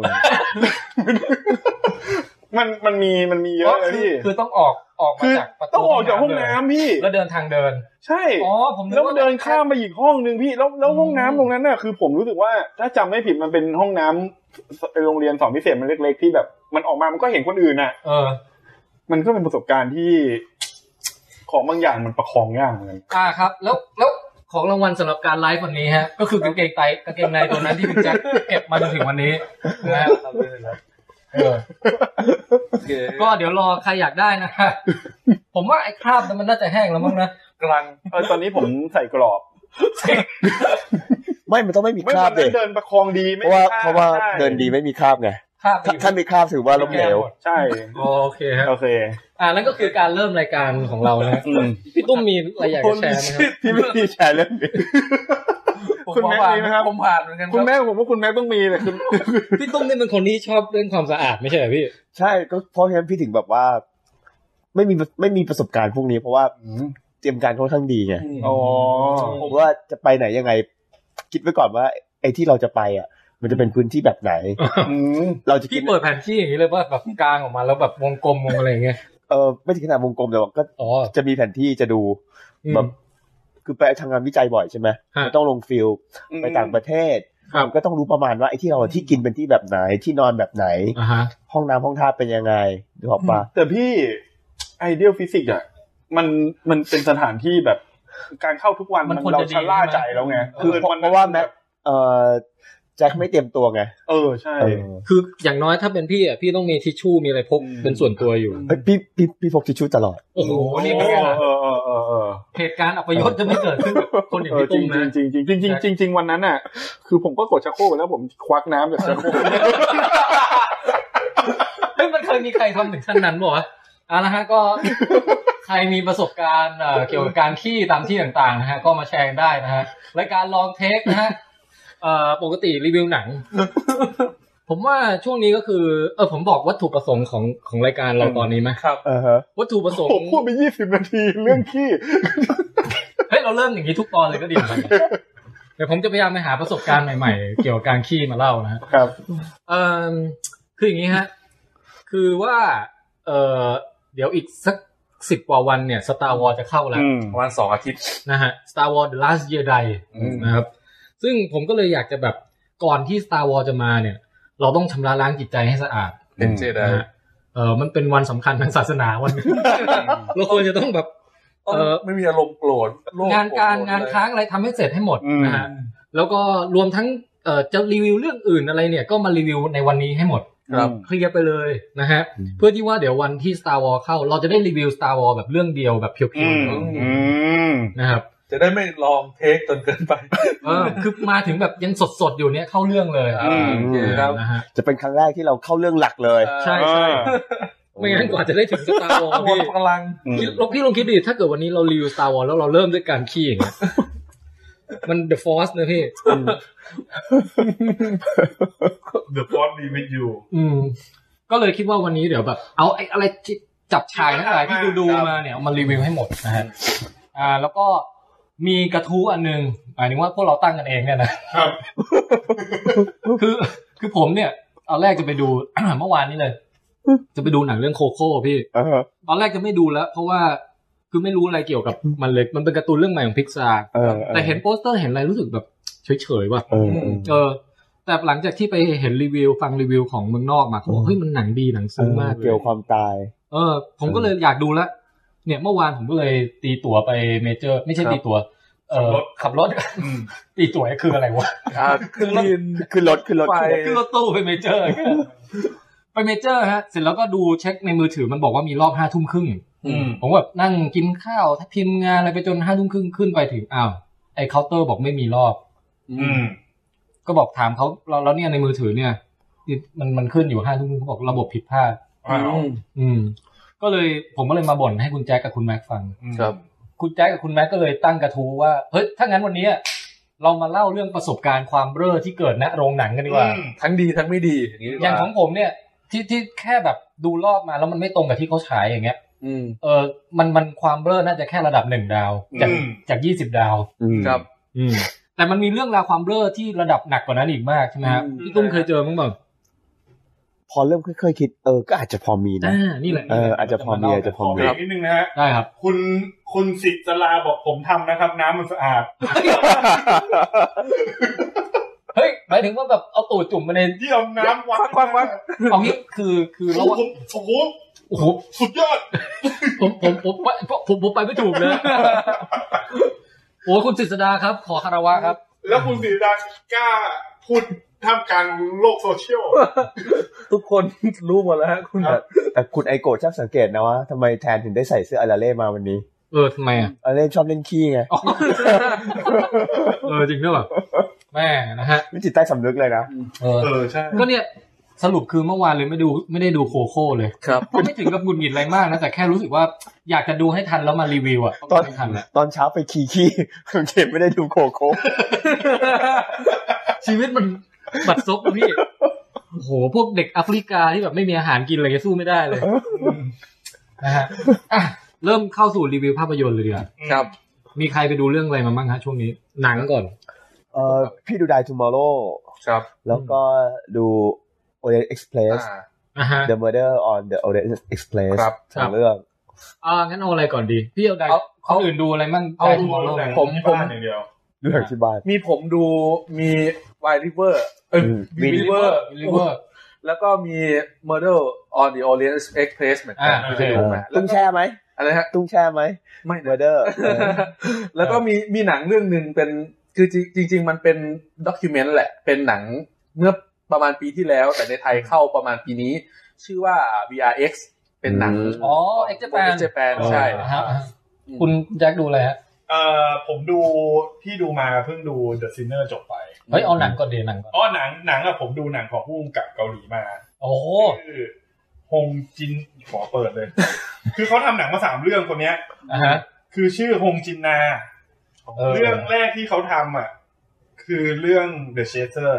Speaker 4: มันมันมีมันมีเย
Speaker 1: ก็
Speaker 4: อะ
Speaker 1: คือ
Speaker 4: เลยพี่
Speaker 1: คือต้องออกออกมา
Speaker 4: คือ
Speaker 1: จากประตู
Speaker 4: ต้องออกจากห้องน้ำพี่
Speaker 1: แล้วเดินทางเดิน
Speaker 4: ใช่
Speaker 1: อ๋อผมก
Speaker 4: แล้วเดินข้าม
Speaker 1: แค่
Speaker 4: ไปอีกห้องหนึ่งพี่แล้วแล้ว
Speaker 1: อืม
Speaker 4: ห้องน้ำตรงนั้นน่ะคือผมรู้สึกว่าถ้าจำไม่ผิดมันเป็นห้องน้ำโรงเรียนสอนพิเศษมันเล็ก ๆ ที่แบบ มันออกมามันก็เห็นคนอื่นน่ะ
Speaker 1: เออ
Speaker 4: มันก็เป็นประสบการณ์ที่ ของบางอย่างมันประคองยากเหมือนกัน
Speaker 1: อ่าครับ แล้วแล้วของรางวัลสำหรับการไลฟ์วันนี้ฮะ ก็คือกางเกงไตกางเกงในตัวนั้นที่คุณแจ็คเก็บมาจนถึงวันนี้นะฮะเออ
Speaker 2: โอเค
Speaker 1: ก็เดี๋ยวรอใครอยากได้นะฮะ ผมว่าไอ้คราบนั้นมันน่าจะแห้งแล้วมั้งนะ
Speaker 2: กลัง
Speaker 4: เออตอนนี้ผมใส่กรอบ
Speaker 3: ไม่มันต้องไม่มี
Speaker 4: ไม่
Speaker 3: ครา
Speaker 4: วั
Speaker 3: บ
Speaker 4: น
Speaker 3: เด็
Speaker 4: นั้นเดินประคองดี
Speaker 3: เพ
Speaker 4: ไม่
Speaker 3: ราะว่า
Speaker 4: มี
Speaker 3: เพราะว่า
Speaker 4: ใช่
Speaker 3: เดินดีไม่มีคราบไง
Speaker 1: คราบ
Speaker 3: ถ้าถ้ามีคราบถือว่าล้มเหลว
Speaker 4: ใช่
Speaker 1: อ๋อ โอเคฮะ
Speaker 4: โอเค
Speaker 1: อ่านั่นก็คือการเริ่มรายการของเรานะฮะ
Speaker 4: อืม
Speaker 1: พี่ตุ้มมีอะไรอยากจะแชร์ไหมครับ
Speaker 3: พี่ไม่ได้แชร์เรื่องนี้
Speaker 2: ผม
Speaker 4: คุณแม็ก
Speaker 2: ผ่าน
Speaker 4: มีไหมครับ
Speaker 2: ผมผ่านเหมือนกัน
Speaker 4: คุณ
Speaker 2: รับ
Speaker 4: แม็กผมว่าคุณแม็กต้องมีเลยคือ
Speaker 1: พี่ตุ้มนี่เป็นคนที่ชอบเรื่องความสะอาดไม่ใช่เหรอพี่
Speaker 3: ใช่ก็เพราะฉะนั้นพี่ถึงแบบว่า ไม่มีไม่มีประสบการณ์พวกนี้ เพราะว่าเตรียมการค่อนข้างดีไง
Speaker 4: อ๋อ
Speaker 3: ผมว่าจะไปไหนยังไง คิดไว้ก่อนว่า ไอ้ที่เราจะไปอ่ะ มันจะเป็นพื้นที่ แบบไหน
Speaker 4: อืม
Speaker 3: เราจะกิ
Speaker 1: พี่
Speaker 3: น
Speaker 1: เปิดแผนที่อย่างนี้เลยว่าแบบกลางออกมาแล้วแบบวงกลมวงอะไรอย่างเงี้ย
Speaker 3: เออไม่ถึงขนาดวงกลมแต่ว่าก็
Speaker 1: อ๋อ
Speaker 3: จะมีแผนที่จะดู
Speaker 1: อืม
Speaker 3: แบบ คือไปทำงานวิจัยบ่อยใช่ไหม
Speaker 1: ฮะ
Speaker 3: มันต้องลงฟิลไปต่างประเทศ
Speaker 1: ครับ
Speaker 3: มันก็ต้องรู้ประมาณว่าไอ้ที่เราที่กินเป็นที่แบบไหนที่นอนแบบไหน
Speaker 1: อ่าฮะ
Speaker 3: ห้องน้ำห้องท่าเป็นยังไงดูออกปะ
Speaker 4: แต่พี่ไอเดียฟิสิกส์อ่ะมันมันเป็นสถานที่แบบ การเข้าทุกวัน
Speaker 1: มั
Speaker 4: มัน น
Speaker 1: ควร
Speaker 4: เรา
Speaker 1: จะดี
Speaker 4: ชะล่า
Speaker 1: ใช่ไหม
Speaker 4: ใจแล้วไง
Speaker 3: คือเพราะ
Speaker 4: มัน
Speaker 3: เพราะว่าแม็กเออแจ็คไม่เตรียมตัวไง
Speaker 4: เออใช่
Speaker 3: เออ
Speaker 1: คืออย่างน้อยถ้าเป็นพี่อ่ะพี่ต้องมีทิชชู่มีอะไรพก
Speaker 4: อืม
Speaker 1: เป็นส่วนตัวอยู่
Speaker 3: เฮ้ยพี่พี่พี่พกทิชชู่ตลอด
Speaker 1: โอ้โหนี่เป็นไงล่ะ
Speaker 4: เออเออเออเออ
Speaker 1: เหตุการณ์อัปยศจะไม่เกิดขึ้นกับคนอย่าง
Speaker 4: เออ
Speaker 1: พี่
Speaker 4: จริ
Speaker 1: ตุ้ม
Speaker 4: ง
Speaker 1: นะ
Speaker 4: จริงจริงจริงจริงจริงจริงวันนั้นอ่ะ คือผมก็กดชักโครกแล้วผมควักน้ำจากชักโครก
Speaker 1: เฮ้ยมันเคยมีใครทำถึงขั้นนั้นบ่วะเอาละฮะก็ ใครมีประสบการณ์เอ่อเกี่ยวกับการขี้ตามที่ต่างๆนะฮะก็มาแชร์กันได้นะฮะรายการลองเทคนะฮะเอ่อปกติรีวิวหนัง ผมว่าช่วงนี้ก็คือ เออผมบอกวัตถุประสงค์ของของรายการเราตอนนี้ไหม
Speaker 3: เออฮะ
Speaker 1: วัตถุประสงค์
Speaker 4: ผมพูดไปยี่สิบนาทีเรื่องขี้
Speaker 1: เฮ้ยเราเริ่มอย่างนี้ทุกตอนเลยก็ดีเหมือนกันนะเดี๋ยวผมจะพยายามไปหาประสบการณ์ใหม่ๆ เกี่ยวกับการขี้มาเล่านะฮะ
Speaker 4: ครับ
Speaker 1: เออคืออย่างนี้ฮะ คือว่าเออเดี๋ยวอีกสักสิบกว่าวันเนี่ย Star Wars จะเข้าแล้ว
Speaker 4: อืม
Speaker 2: ประมาณสองอาทิตย์
Speaker 1: นะฮะ Star Wars The Last Jedi
Speaker 4: อืม
Speaker 1: นะครับ ซึ่งผมก็เลยอยากจะแบบก่อนที่ Star Wars จะมาเนี่ย เราต้องชำระล้างจิตใจให้สะอาด
Speaker 2: เป็นเจได
Speaker 1: นะฮะเออมันเป็นวันสำคัญทางศาสนาวันหนึงเราควรจะต้องแบบ เอ่อ
Speaker 2: ไม่มีอารมณ์โกรธโลภ
Speaker 1: งานการ
Speaker 2: โธ
Speaker 1: งานค้างอะไรทำให้เสร็จให้หมด
Speaker 4: อืม
Speaker 1: นะฮะแล้วก็รวมทั้งเอ่อจะรีวิวเรื่องอื่นอะไรเนี่ย ก็มารีวิวในวันนี้ให้หมด
Speaker 2: ครับ
Speaker 1: เคลียร์ไปเลยนะฮะ เพื่อที่ว่าเดี๋ยววันที่ Star Wars เข้า เราจะได้รีวิว Star Wars แบบเรื่องเดียวแบบเพีย
Speaker 4: อื
Speaker 1: ว
Speaker 4: มอืม
Speaker 1: ๆนะครับ
Speaker 2: จะได้ไม่ลองเทคจนเกินไป
Speaker 1: เออคือมาถึงแบบยังสดๆ อยู่เนี่ยเข้าเรื่องเลย
Speaker 2: อืม
Speaker 1: เออ
Speaker 2: ครับ
Speaker 1: นะฮะ
Speaker 3: จะเป็นครั้งแรกที่เราเข้าเรื่องหลักเลย
Speaker 1: ใช่
Speaker 4: เอ
Speaker 1: ใช่
Speaker 4: อ
Speaker 1: ไม่งั้นกว่าจะได้ถึง Star Wars
Speaker 2: หมด
Speaker 1: พี่
Speaker 2: พลัง
Speaker 1: คิดลองพี่ลองคิดดิถ้าเกิดวันนี้เรารีวิว Star Wars แล้วเราเริ่มด้วยการขี้อย่างเงี้ยมัน The Force นะพี่
Speaker 2: The Force be with you
Speaker 1: อืม ก็เลยคิดว่าวันนี้เดี๋ยวแบบ เอาไอ้อะไรที่จับฉายทั้งหลายที่ดูดูๆมาเนี่ยเอามารีวิวให้หมดนะฮะอ่า แล้วก็มีกระทู้อันหนึงหมายถึงว่าพวกเราตั้งกันเองเนี่ยนะครับ คือคือผมเนี่ยตอนแรกจะไปดู เมื่อวานนี้เลย จะไปดูหนังเรื่องโคโค่พี่
Speaker 3: เออฮะ
Speaker 1: ตอนแรกจะไม่ดูแล้ว เพราะว่าคือไม่รู้อะไรเกี่ยวกับมันเลยมันเป็นการ์ตูนเรื่องใหม่ของพิกซา
Speaker 3: เออออ
Speaker 1: แต่เห็นโปสเตอร์เห็นอะไรรู้สึกแบบเฉยๆว่ะ
Speaker 3: เออเออ
Speaker 1: เออ แต่หลังจากที่ไปเห็นรีวิวฟังรีวิวของเมืองนอกมาเขาบอ
Speaker 3: อื
Speaker 1: ก
Speaker 3: ม
Speaker 1: เฮ้ยมันหนังดีหนังซึ้งมากเล
Speaker 3: เกี่
Speaker 1: ย
Speaker 3: ยวความตาย
Speaker 1: เออ ผมก็เลยอยากดูละเนี่ยเมื่อวานผมก็เลยตีตั๋วไปเมเจอร์ ไม่ใช่
Speaker 2: ครับ
Speaker 1: ตีตั๋วเออขับรถ ตีตั๋วคืออะไรวะ
Speaker 2: อ่า
Speaker 1: คือ
Speaker 2: ลีน
Speaker 3: ขึ้นรถขึ้นรถ
Speaker 2: ไป
Speaker 3: ขึ้นรถ
Speaker 1: ขึ้นรถตู้ไปเมเจอร์ ไปเมเจอร์ฮะ เสร็จแล้วก็ดูเช็คในมือถือมันบอกว่ามีรอบห้าทุ่มครึ่ง
Speaker 2: อืม
Speaker 1: ผมแบบนั่งกินข้าวพิมพ์งานอะไรไปจนห้าทุ่มครึ่งขึ้นไปถึงอ้าวไอเคาน์เตอร์บอกไม่มีรอบ
Speaker 2: อืม
Speaker 1: ก็บอกถามเขาเราเราเนี่ยในมือถือเนี่ยมันมันขึ้นอยู่ห้าทุ่มเขาบอกระบบผิดพลาด
Speaker 4: อ้าว
Speaker 1: อืม ก็เลยผมก็เลยมาบ่นให้คุณแจ็คกับคุณแม็กฟัง
Speaker 2: ครับ
Speaker 1: คุณแจ็คกับคุณแม็กก็เลยตั้งกระทู้ว่า เฮ้ย ถ้างั้นวันนี้เรามาเล่าเรื่องประสบการณ์ความเบ้อที่เกิดณโรงหนังกันดีกว่า
Speaker 4: อืม
Speaker 2: ทั้งดีทั้งไม่ดีอย่างนี้ดีกว่
Speaker 1: อย่างของผมเนี่ย ที่ที่แค่แบบดูรอบมาแล้วมันไม่ตรงกับที่เขาฉายอย่างเงี้ย
Speaker 2: อืม
Speaker 1: เออ มันมันความเบ้อน่าจะแค่ระดับหนึ่งดาว จาก
Speaker 4: อืม
Speaker 1: จากยี่สิบดาว
Speaker 2: ครับ
Speaker 1: อืม แต่มันมีเรื่องราวความเบ้อที่ระดับหนักกว่านั้นอีกมากใช่ไหมครับ
Speaker 2: อืม
Speaker 1: พี่ตุ้มเคยเจอมั้างเปล่า
Speaker 3: พอเริ่มค่อยๆคิดเออก็อาจจะพอมีนะ
Speaker 1: อ่านี่แหละ
Speaker 3: เอออาจจะพอมีอาจจะพ
Speaker 4: ข
Speaker 3: อ
Speaker 4: อ
Speaker 3: มี
Speaker 4: เบรกนิดนึงนะฮะ
Speaker 1: ได้ครับ
Speaker 4: คุณคุณสิจลาบอกผมทำนะครับ น้ำมันสะอาด
Speaker 1: เฮ้ยหมายถึงว่าแบบเอาตูดจุ่มมาใน
Speaker 4: เยี่ยมน้ำวัด
Speaker 2: ควักควัก
Speaker 1: เอางี้คือคือ
Speaker 4: โอ้
Speaker 1: ระห
Speaker 4: โห
Speaker 1: ว่าง
Speaker 4: โอ้โห
Speaker 1: โอ้โห
Speaker 4: สุดยอด
Speaker 1: ผมผมผมไปผมผมไปไม่ถูกเลย โอ้คุณศิษดาครับ ขอคารวะครับ
Speaker 4: แล้วคุณสิดากล้าพูดท่ามกลางโลกโซเชียล
Speaker 2: ทุกคนรู้หมดแล้วฮะคุณ
Speaker 4: ครับ
Speaker 3: แต่คุณไอโกะชอบสังเกตนะว่าทำไมแทนถึงได้ใส่เสื้ออาราเล่มาวันนี้
Speaker 1: เออทำไมอ่ะ
Speaker 3: อาราเล่ชอบเล่นขี้ไง
Speaker 1: อ๋อเออจริงด้วยว่ะแม่นะฮะ
Speaker 3: ไม่จิตใต้สำนึกเลยนะ
Speaker 1: เออ
Speaker 4: เออ ใช่
Speaker 1: ก็เนี่ยสรุปคือเมื่อวานเลยไม่ดูไม่ได้ดูโคโค่เลย
Speaker 2: ครับ
Speaker 1: ก็ไม่ถึงกับหงุดหงิดอะไรมากนะ แต่แค่รู้สึกว่าอยากจะดูให้ทันแล้วมารีวิวอ่ะ
Speaker 3: ตอน
Speaker 1: ไม่ทันแล้ว
Speaker 3: ตอนเช้าไปขี่ขี้ สังเกตไม่ได้ดูโคโค่
Speaker 1: ชีวิตมันบัดซบนะพี่โอ้โหพวกเด็กแอฟริกาที่แบบไม่มีอาหารกินอะไรเงี้ยสู้ไม่ได้ เลยนะฮะอ่ะเริ่มเข้าสู่รีวิวภาพยนตร์เลยดีกว่า
Speaker 2: ครับ
Speaker 1: มีใครไปดูเรื่องอะไรมาบ้างฮะช่วงนี้ หนังก่อน
Speaker 3: เออพี่ดูไดทูมอร์โ w
Speaker 2: ครับ
Speaker 3: แล้วก็ดูโอเดนเอ็กซ์เพรส
Speaker 2: อ่า
Speaker 1: อ่ะฮะ
Speaker 3: The Murder on the Orient Express
Speaker 2: ครับ
Speaker 3: ทางเรื่อง
Speaker 1: อ่างั้นเอาอะไรก่อนดี พี่เอาใด
Speaker 2: เอา
Speaker 1: ค
Speaker 2: เอา
Speaker 1: นอื่นดูอะไรบ้าง
Speaker 2: เอา
Speaker 1: ใด
Speaker 4: ดู
Speaker 1: มอลโล
Speaker 4: หนัง
Speaker 2: ผม
Speaker 4: ที่
Speaker 2: ผม
Speaker 4: บ้านอย่างเดียว
Speaker 3: ดูหนังที่บ้าน
Speaker 2: มีผมดูมีวายริเวอร์เอ้ย
Speaker 3: อืม
Speaker 2: มีริเวอร์
Speaker 1: ลิเวอร์
Speaker 2: แล้วก็มี Murder on the Orient Express เหมือนกัน
Speaker 1: อ่าโอเค
Speaker 2: ที่
Speaker 3: เอ
Speaker 2: ดู
Speaker 3: อ
Speaker 2: มาแล้
Speaker 3: ตุ้
Speaker 2: ว
Speaker 3: ง
Speaker 2: ก็
Speaker 3: แช่ไหม
Speaker 2: อะไรฮะ
Speaker 3: ตุ้งแช่ไหม
Speaker 2: ไม่นะ
Speaker 3: Murder เออ
Speaker 2: แล้วก็มีมีหนังเรื่องหนึ่งเป็นคือจริงจริง ๆ มันเป็นด็อกิเมนต์แหละ เป็นหนังเมื่อประมาณปีที่แล้ว แต่ในไทยเข้าประมาณปีนี้ ชื่อว่า VRX เป็นหนัง
Speaker 1: อ๋อ X Japan
Speaker 2: เจแปนใช่
Speaker 1: อ่าฮะคุณแจ็คดูอะไรฮะ
Speaker 4: เอ่อผมดูที่ดูมาเพิ่งดู The Sinner จบไป
Speaker 1: เฮ้ย เอาหนังก่อนดีหนังก่อน
Speaker 4: อ๋อหนังหนังอะผมดูหนังของผู้กำกับเกาหลีมา
Speaker 1: โอ้โห
Speaker 4: คือฮงจินขอเปิดเลย คือเขาทำหนังมาสามเรื่องคนเนี้ย
Speaker 1: อ่ะฮะ
Speaker 4: คือชื่อฮงจินนา
Speaker 1: เออ
Speaker 4: เรื่องแรกที่เขาทำอ่ะ คือเรื่อง The Chaser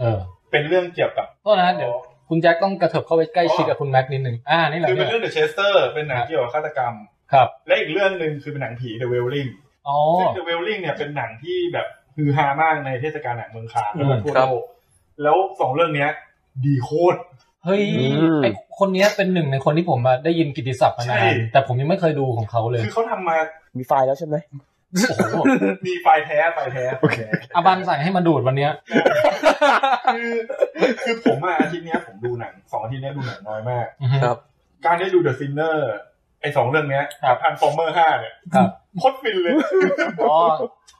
Speaker 1: เออ
Speaker 4: เป็นเรื่องเกี่ยวกับ
Speaker 1: ก็นะเดี๋ยว คุณแจ็คต้องกระเถิบเข้าไปใกล้ชิดกับคุณแม็กนิดนึง อ่า นี่แหละ
Speaker 4: คือเป็
Speaker 1: เนี่ย
Speaker 4: นเรื่อง The Chaser เป็นหนังเกี่ยวกับฆาตกรรม
Speaker 1: ครับ
Speaker 4: และอีกเรื่องหนึ่งคือเป็นหนังผี The Wailing
Speaker 1: อ๋อ
Speaker 4: ซึ่ง The Wailing เนี่ยเป็นหนังที่แบบฮือฮามากในเทศกาลหนังเมืองคาน
Speaker 1: อื
Speaker 4: แล้ว
Speaker 1: ม
Speaker 4: ก็ทั่ว
Speaker 2: ครับ
Speaker 4: โลกแล้วสองเรื่องเนี้ย ดีโคตร
Speaker 1: เฮ้ย ไอคนเนี้ยเป็นหนึ่งในคนที่ผมอะได้ยินกิตติศัพท์มานา
Speaker 4: ใช่
Speaker 1: นแต่ผมยังไม่เคยดูของเขาเลย
Speaker 4: คือเขาทำมา
Speaker 3: มีไฟล์แล้วใช่ไหม
Speaker 1: โอ้โห
Speaker 4: มีไฟล์แท้ไฟล์แท้ไฟล์แท้
Speaker 1: อาบันสั่งให้มาดูดวันเนี้ย
Speaker 4: คือคือผมอะอาทิตย์เนี้ยผมดูหนังสองอาทิตย์เนี้ยดูหนังน้อยมาก
Speaker 1: อือฮึ
Speaker 2: ครับ
Speaker 4: การได้ดู The Sinner ไอสองเรื่องเนี้ยกับ Transformer 5เนี่ย
Speaker 1: ครับ
Speaker 4: โคตรฟินเลย
Speaker 1: อ๋อ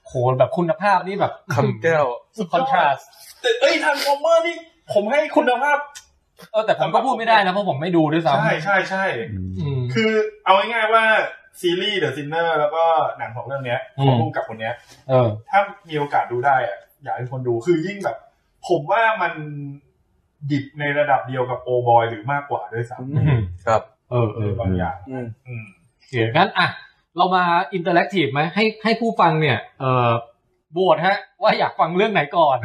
Speaker 1: โหแบบคุณภาพนี่แบบ
Speaker 2: คำแก้ว
Speaker 1: คอนทราสต์
Speaker 4: แต่เอ้ย Transformer นี่ผมให้คุณภาพ
Speaker 1: เออแต่ผมก็พูดไม่ได้นะ เพราะผมไม่ดูด้วยซ้ำ
Speaker 4: ใช่ใช่ใช่
Speaker 1: อืม
Speaker 4: คือเอาง่ายๆว่าซีรีส์ The Sinner แล้วก็หนังของเรื่องเนี้ย
Speaker 1: อื
Speaker 4: ข
Speaker 1: ม
Speaker 4: องร่วมกับคนเนี้ย
Speaker 1: เออ
Speaker 4: ถ้ามีโอกาสดูได้อะอยากให้คนดูคือยิ่งแบบ ผมว่ามันหยิบในระดับเดียวกับโอบอยหรือมากกว่าด้วยซ้
Speaker 2: อื
Speaker 1: อืม
Speaker 2: ครับ
Speaker 1: เออเออ
Speaker 4: ำบางอย่าง
Speaker 2: อืม
Speaker 4: อืม
Speaker 1: โอเคงั้นอ่ะ เรามาอินเตอร์แอคทีฟไหมให้ให้ผู้ฟังเนี่ย เออโหวตฮะ ว่าอยากฟังเรื่องไหนก่อน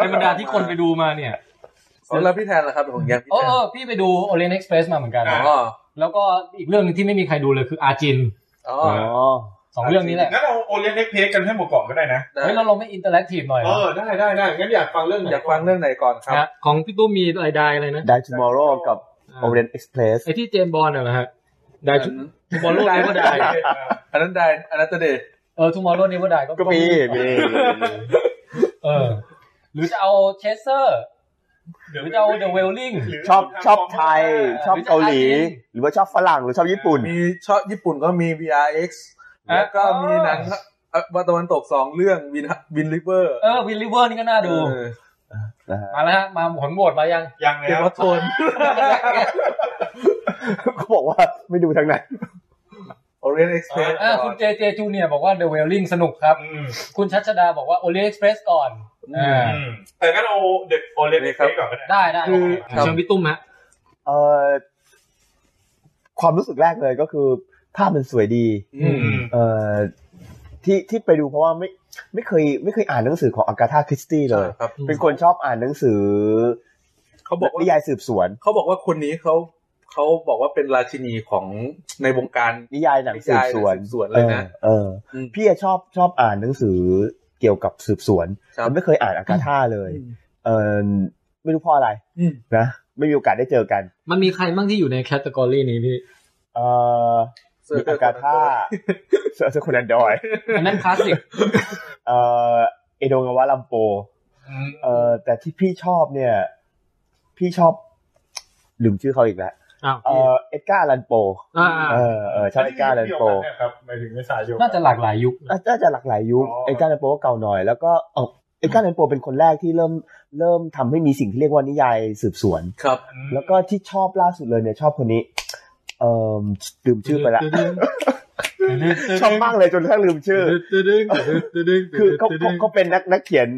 Speaker 1: ในบรรดาที่คนไปดูมาเนี่ย
Speaker 2: แล้วพี่แทนล่ะครับของยังพี่
Speaker 1: เออ
Speaker 2: แทน
Speaker 1: เออพี่ไปดู Orient Express มาเหมือนกัน
Speaker 2: อ๋อ
Speaker 1: แล้วก็อีกเรื่องหนึงที่ไม่มีใครดูเลยคืออาจิน
Speaker 2: อ๋อ
Speaker 3: อ๋อ
Speaker 1: สองเรื่องนี้แหละ
Speaker 4: งั้นเราโอเลียนเอ็กเพสกันให้หมดก่อนก็ได้นะ
Speaker 2: ได้
Speaker 1: เฮ้ยเราลองไม่อินเตอร์แอคทีฟหน่อยเหร
Speaker 4: เอ
Speaker 1: อ
Speaker 4: อ ได้ได้ได้งั้นอยากฟังเรื่องไหน
Speaker 2: อย ากฟังเรื่องไหนก่อนครับ
Speaker 1: ฮะของพี่ตู้มมีอะไรได้อะไรนะ
Speaker 3: Die Tomorrow กับ
Speaker 1: อ่า
Speaker 3: Orient Express
Speaker 1: ไอที่เจมส์บอลน่ะเหรอฮะได้ทุกบอลโลกเนว่าได้
Speaker 2: อันนั้นได้อันนั้นจะเดย์
Speaker 1: เออทูมอร์โลนี้ว่าได้ก็
Speaker 3: ก็มีมี
Speaker 1: เออ หรือจะเอาเชสเซอร์หรือจะเอาเดอะเวลลิง
Speaker 3: ชอบชอบไทย
Speaker 1: หรือ
Speaker 3: ชอบเกาหลี
Speaker 1: จะอาเซียน
Speaker 3: หรือว่าชอบฝรั่ง หรือชอบญี่ปุ่น
Speaker 2: มีชอบญี่ปุ่นก็มี VRX แล้วก็มีหนังเอ่อวันตะวันตกสองเรื่องวินวินลิเวอร์
Speaker 1: เออวิลลิเวอร์นี่ก็น่าดู
Speaker 2: เออ
Speaker 3: นะฮะ
Speaker 1: มาแล้วฮะ มาผลโหวตมา ยัง
Speaker 4: ยัง
Speaker 2: เก
Speaker 4: แล้
Speaker 2: ม
Speaker 4: ว
Speaker 2: วัตโทน
Speaker 3: ก็บอกว่าไม่ดูทางไหน
Speaker 2: Orient Express
Speaker 1: อ่าคุณเจเจจูเนียร์บอกว่าเดอะเวลลิงสนุกครับ
Speaker 4: อืม
Speaker 1: คุณชัชดาบอกว่าโอเลียเอ็กซ์เพรสก่อน เออ
Speaker 5: อืมเอองั้นเอาเด็กโอเล็กไปก่อนก็ได้
Speaker 1: ได้ได้
Speaker 6: คือ
Speaker 1: เชิญพี่ตุ้มฮะ
Speaker 6: เอ่อความรู้สึกแรกเลยก็คือภาพมันสวยดี
Speaker 5: อืม
Speaker 6: เอ่อที่ที่ไปดูเพราะว่าไม่ไม่เคยไม่เคยอ่านหนังสือของอากาธาคริสตี้เลย
Speaker 2: ครับ
Speaker 6: เป็นคนชอบอ่านหนังสือ
Speaker 2: เขาบอกว่า
Speaker 6: นิยายสืบสวน
Speaker 2: เขาบอกว่าคนนี้เขาเขาบอกว่าเป็นราชินีของในวงการ
Speaker 6: นิยายหนังสืบสวน
Speaker 2: นิยายหนังสืบสวนเลยนะ
Speaker 6: เออเอออ
Speaker 2: ม
Speaker 6: พี่อะชอบชอบอ่านหนังสือเกี่ยวกับสืบสวน
Speaker 2: ครับ
Speaker 6: แต่ไม่เคยอ่านอากาธาเลย เออไม่รู้เพราะอะไร
Speaker 2: อืม
Speaker 6: นะ ไม่มีโอกาสได้เจอกัน
Speaker 1: มันมีใครบ้างที่อยู่ในแคตตากรีนี้พี่
Speaker 6: เออมีอากาธาเซอร์เซอร์โคนันดอย
Speaker 1: อันนั้นคลาสสิก
Speaker 6: เออเอโดงาวะลัมโป เออแต่ที่พี่ชอบเนี่ย พี่ชอบลืมชื่อเขาอีกแล้ว
Speaker 1: อ้าว
Speaker 6: เออเอ็ดการ์ลันโป
Speaker 1: อ่า
Speaker 6: เออเออชอบเอ็ดการ์ลันโป
Speaker 4: เดียวกัเยครับหมายถึงไม่สายเดียวกั
Speaker 1: น่าจะหลากหลายยุคนะ
Speaker 6: น่าจะหลากหลายยุค
Speaker 4: อ๋อ
Speaker 6: เอ็ดการ์ลันโปก็เก่าหน่อย แล้วก็เออเอ็ดการ์ลันโปเป็นคนแรกที่เริ่มเริ่มทำให้มีสิ่งที่เรียกว่านิยายสืบสวน
Speaker 2: ครับ
Speaker 4: อืม
Speaker 6: แล้วก็ที่ชอบล่าสุดเลยเนี่ย ชอบคนนี้ เออลืมชื่อไปละชอบมากเลยจนแทบลืมชื่อ คือเขาเขาเขาเป็นนักนักเขียน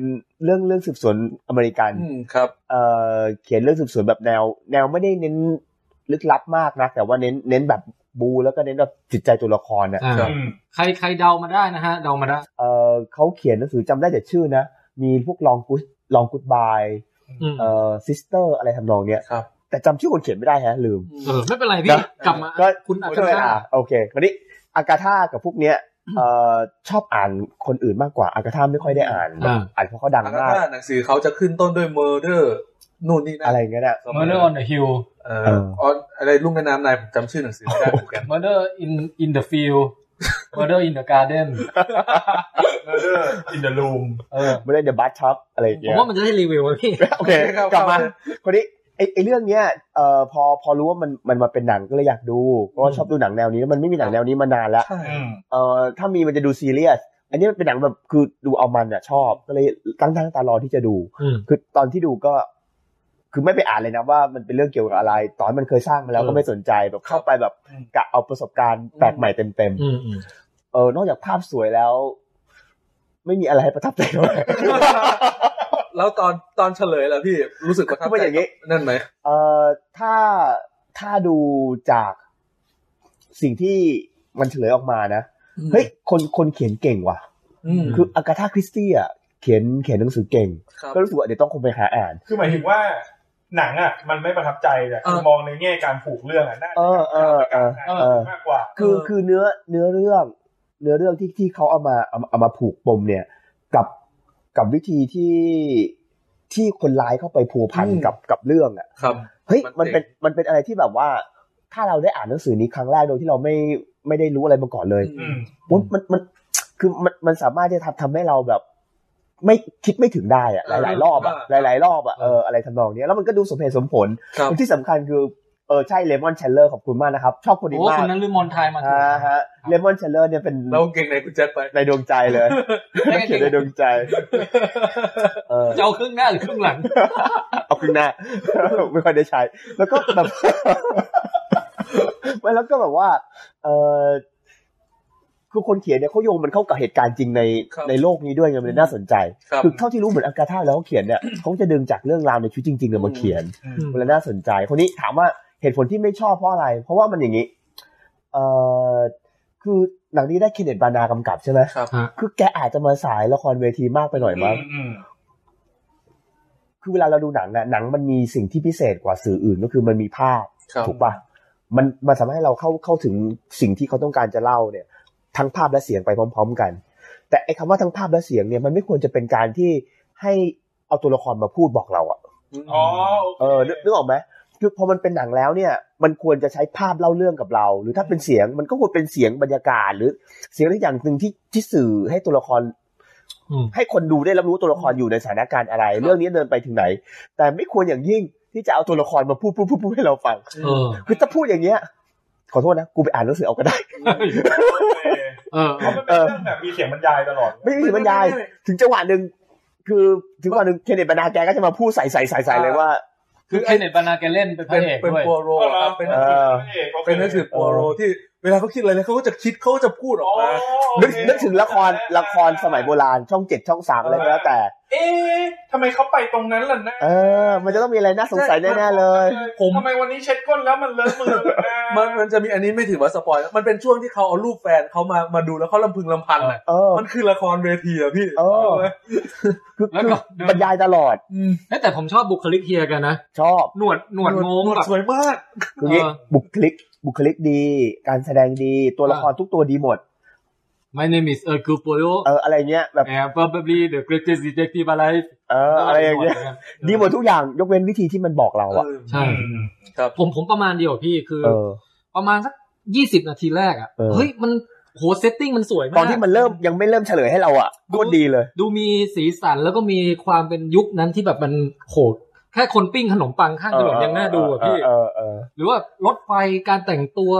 Speaker 6: เรื่องเรื่องสืบสวนอเมริกัน
Speaker 2: อืมครับ
Speaker 6: เอ่อเขียนเรื่องสืบสวนแบบแนว แนวไม่ได้เน้นลึกลับมากนะ แต่ว่าเน้นเน้นแบบบูแล้วก็เน้นแบบจิตใจตัวละครนะ
Speaker 1: อ่า
Speaker 2: ครับ
Speaker 4: อืม
Speaker 1: ใครใครเดามาได้นะฮะ เดามาได้
Speaker 6: เออเขาเขียนหนังสือจำได้แต่ชื่อนะ มีพวกลองกุลองกุดบาย
Speaker 1: อืม
Speaker 6: เอ่อซิสเตอร์อะไรทำนองเนี้ย
Speaker 2: ครับ
Speaker 6: แต่จำชื่อคนเขียนไม่ได้ฮะ ลืม
Speaker 1: เออไม่เป็นไรพี่
Speaker 6: นะ
Speaker 1: กลับมา
Speaker 6: ก็
Speaker 1: คุณอา
Speaker 6: ก็เลย
Speaker 1: คา
Speaker 6: อ่ะโอเคคราวนี้อากาธากับพวกเนี้ยเอ่อชอบอ่านคนอื่นมากกว่าอากาธาไม่ค่อยได้อ่านแบบอ่านเพราะเขาดัง
Speaker 2: อากาม
Speaker 6: าก
Speaker 2: ธาหนังสือเขาจะขึ้นต้นด้วย murder นู่นนี่นั่น
Speaker 6: อะไรอย่างเงี้ยนะ
Speaker 1: เมอร์เดอร์ออนเดอะฮิล
Speaker 2: เอ่อ
Speaker 6: เออ
Speaker 2: ออนอะไรลุ่มแม่น้ำนายผมจำชื่อหนังสือไม่ได้เหมือนกัน
Speaker 1: เมอร์เดอร์อินอินเดอะฟิลเมอร์เดอร์อินเดอะการ์เดน
Speaker 4: เอออินเดอะรูม
Speaker 1: เออ
Speaker 6: ไม่ได้เดอะบัตช็อปอะไรอย่าง
Speaker 1: ผ
Speaker 6: เงี้
Speaker 1: ม
Speaker 6: ย
Speaker 1: ว่ามันจะได้รีวิวอะพี่
Speaker 6: โอเคกลับมาคนนี้ไอ้ไอ้เรื่องเนี้ยเอ่อพอพอรู้ว่ามันมันมาเป็นหนังก็เลยอยากดูเพราะว่าชอบดูหนังแนวนี้แล้วมันไม่มีหนังแนวนี้มานานแล้ว
Speaker 2: ใช่
Speaker 4: อืม
Speaker 6: เอ่อถ้ามีมันจะดูซีเรียสอันนี้มันเป็นหนังแบบคือดูเอามันอ่ะชอบก็เลยตั้งตั้งตารอที่จะดู
Speaker 1: อืม
Speaker 6: คือตอนที่ดูก็ คือไม่ไปอ่านเลยนะว่ามันเป็นเรื่องเกี่ยวกับอะไร ตอนมันเคยสร้างมาแล้ว
Speaker 1: เออ
Speaker 6: ก็ไม่สนใจแบบเข้าไปแบบกะเอาประสบการณ์แปลกใหม่เต็ม
Speaker 1: อืมอืม
Speaker 6: ๆเออนอกจากภาพสวยแล้ว ไม่ มีอะไรให้ประทับใจเลย
Speaker 2: แล้วตอนตอนเฉลยแล้วพี่รู้สึกประทับ
Speaker 6: ก็เป็น
Speaker 2: ใจ
Speaker 6: อย่างนี้
Speaker 2: นั่นไหม
Speaker 6: เอ่อถ้าถ้าดูจากสิ่งที่มันเฉลยออกมานะ เฮ้ยคนคนเขียนเก่งว่ะ
Speaker 2: อืม
Speaker 6: คืออากาธาคริสตี้อ่ะเขียนเขียนหนังสือเก่ง
Speaker 2: ครับ
Speaker 6: ก็รู้สึกว่าเดี๋ยวต้องคงไปหาอ่าน
Speaker 4: คือหมายถึงว่าหนังอ่ะ มันไม่ประทับใจแต่คือ
Speaker 2: เออ
Speaker 4: มองในแง่การผูกเรื่องอ่ะน่า
Speaker 6: เอ
Speaker 4: จะ
Speaker 6: อเออเออ
Speaker 4: น่าจะมากกว่า
Speaker 6: คือ
Speaker 2: เออ
Speaker 6: คือเนื้อเนื้อเรื่อง เนื้อเรื่องที่ที่เขาเอามาเอามาเอามาผูกปมเนี่ย กับกับวิธีที่ที่คนร้ายเข้าไปพัวพันกับกับเรื่องอ่ะ
Speaker 2: ครับ
Speaker 6: เฮ้ย
Speaker 2: มั
Speaker 6: มัน
Speaker 2: นเป็
Speaker 6: เป็น
Speaker 2: น
Speaker 6: มันเป็นอะไรที่แบบว่า ถ้าเราได้อ่านหนังสือนี้ครั้งแรกโดยที่เราไม่ไม่ได้รู้อะไรมาก่อนเลย
Speaker 2: อืม
Speaker 4: อืม
Speaker 6: มันมันมันคือมันมันสามารถจะทำทำให้เราแบบ ไม่คิดไม่ถึงได้อะหลาย ๆ รอบอะหลาย ๆ รอบอะเอออะไรทำนองเนี้ยแล้วมันก็ดูสมเหตุสมผล
Speaker 2: ครับ
Speaker 6: นที่สำคัญคือเออใช่เลมอนเชลเลอร์ขอบคุณมากนะครับ ชอบคนนี้
Speaker 1: โอ้
Speaker 6: มา
Speaker 1: คุ
Speaker 6: ก
Speaker 1: ณนั้นลืมมอนไทยมาถูก
Speaker 6: อ่าฮะเลมอนเชลเลอร์เนี่ยเป็น
Speaker 2: เราเก่งในคุณแจ็คไป
Speaker 6: ในดวงใจเลยนักเขียนในดวงใจเออ
Speaker 1: จะเอาครึ่งหน้าหรือครึ่งหลัง
Speaker 6: เอาขึ้นหน้า ไม่ค่อยได้ใช้ แล้วก็แบบ ไม่แล้วก็แบบว่า เออคือคนเขียนเนี่ยเขาโยงมันเข้ากับเหตุการณ์จริงใน
Speaker 2: ครับ
Speaker 6: ในโลกนี้ด้วยไงมันเลยน่าสนใจ
Speaker 2: ครับ
Speaker 6: คือเท่าที่รู้เหมือนอังกาธาแล้วเขาเขียนเนี่ย เขาจะดึงจากเรื่องราวในชีวิตจริงๆเนี่ยมาเขียน
Speaker 4: อืม
Speaker 6: มันเลยน่าสนใจ คนนี้ถามว่าเหตุผลที่ไม่ชอบเพราะอะไร เพราะว่ามันอย่างนี้ เอ่อคือหนังนี้ได้เคนเนตบรานากำกับใช่ไหม
Speaker 2: ครับ
Speaker 6: คือแกอาจจะมาสายละครเวทีมากไปหน่อยมั้ง
Speaker 4: อือืม
Speaker 6: คือเวลาเราดูหนังน่ะหนังมันมีสิ่งที่พิเศษกว่าสื่ออื่นก็คือมันมีภาพ
Speaker 2: ครับ
Speaker 6: ถูกปะมันมันสามารถให้เราเข้าเข้าถึงสิ่งที่เขาต้องการจะเล่าเนี่ย ทั้งภาพและเสียงไปพร้อม ๆ กัน แต่ไอ้คำว่าทั้งภาพและเสียงเนี่ยมันไม่ควรจะเป็นการที่ให้เอาตัวละครมาพูดบอกเราอะ
Speaker 4: อ๋อโอเค
Speaker 6: เออนึกนึกออกไหมคือพอมันเป็นหนังแล้วเนี่ย มันควรจะใช้ภาพเล่าเรื่องกับเรา หรือถ้าเป็นเสียงมันก็ควรเป็นเสียงบรรยากาศ หรือเสียงอะไรอย่างหนึ่งที่ที่สื่อให้ตัวละคร
Speaker 1: อืม
Speaker 6: ให้คนดูได้รับรู้ตัวละครอยู่ในสถานการณ์อะไร เรื่องนี้เดินไปถึงไหน แต่ไม่ควรอย่างยิ่งที่จะเอาตัวละครมาพูดพูดพูดพูดให้เราฟัง
Speaker 1: เออ
Speaker 6: คือถ้าพูดอย่างเงี้ย ขอโทษนะ กูไปอ่านหนังสือเอาก็ได้
Speaker 4: โอเค
Speaker 1: เออ
Speaker 4: เพราะมันเป็นเรื่องแบบมีเสียงบรรยายตลอด
Speaker 6: ไม่มีบรรยาย ถึงจังหวะหนึ่งคือถึงจังหวะหนึ่งเคนเนตบรรณาแกก็จะมาพูดใส่ใส่ใส่ใส่เลยว่า
Speaker 1: คือไอ้เน็ตบานาแกเล่นเป็นพ
Speaker 2: เป็
Speaker 1: ระ
Speaker 2: น
Speaker 1: เอก
Speaker 2: เป็น
Speaker 1: ด้วย
Speaker 2: ปัวโร
Speaker 4: อ๋อเหรอ
Speaker 2: ครับเป็น
Speaker 6: เออ
Speaker 4: พระกโอค
Speaker 2: เป็นหนังสือปัวโรที่ เวลาเขาคิดอะไรเนี่ยเขาก็จะคิดเขาก็จะพูดออกมา
Speaker 6: นึกนึกถึงละครละครสมัยโบราณช่องเจ็ดช่องสามอะไรก็แล้วแต่
Speaker 4: เอ๊ะทำไมเขาไปตรงนั้นล่ะนะ
Speaker 6: เออ มันจะต้องมีอะไรน่าสงสัยแน่ๆเลย
Speaker 2: ผม
Speaker 4: ทำไมวันนี้เช็ดก้นแล้วมันเลอะมือล่ะะ
Speaker 2: มันมันจะมีอันนี้ไม่ถือว่าสปอยล์นะมันเป็นช่วงที่เขาเอารูปแฟนเขามามาดูแล้วเขาลำพึงลำพันอะ
Speaker 6: เออ
Speaker 2: มันคือละครเวทีอะพี่
Speaker 6: เออ
Speaker 2: าไว้
Speaker 6: คือ
Speaker 1: แล้ว
Speaker 6: คือ
Speaker 1: ก็
Speaker 6: บรรยายตลอด
Speaker 2: ม
Speaker 1: เอ้ยแต่ผมชอบบุคลิกเฮียกันนะ
Speaker 6: ชอบ
Speaker 1: หนวดหนวดงง
Speaker 2: หนวด
Speaker 1: แบบ
Speaker 2: สวยมาก
Speaker 6: คืองี้
Speaker 1: เออ
Speaker 6: บุคลิกบุคลิกดี การแสดงดีตัวละครทุกตัวดีหมด
Speaker 1: My name is El Cupoyo
Speaker 6: เอออะไรเงี้ยแบบ
Speaker 1: and probably the greatest detective alive
Speaker 6: เอออะไรอย่างเงี้ยดีหมดทุกอย่างยกเว้นวิธีที่มันบอกเราอะ
Speaker 1: ใช่
Speaker 2: ครับ
Speaker 1: ผมผมประมาณเดียวกับพี่คือ
Speaker 6: เออ
Speaker 1: ประมาณสักยี่สิบนาทีแรกอ่ะ
Speaker 6: เออ
Speaker 1: เฮ้ย มันโหเซตติ้งมันสวยมาก
Speaker 6: ตอนที่มันเริ่มยังไม่เริ่มเฉลยให้เราอะ
Speaker 1: ดู
Speaker 6: โคตรดีเลย
Speaker 1: ดูมีสีสันแล้วก็มีความเป็นยุคนั้นที่แบบมันโหดแค่คนปิ้งขนมปังข้างถนนยังน่าดูอ่ะพี่
Speaker 6: เออเออเออ
Speaker 1: หรือว่ารถไฟการแต่งตัว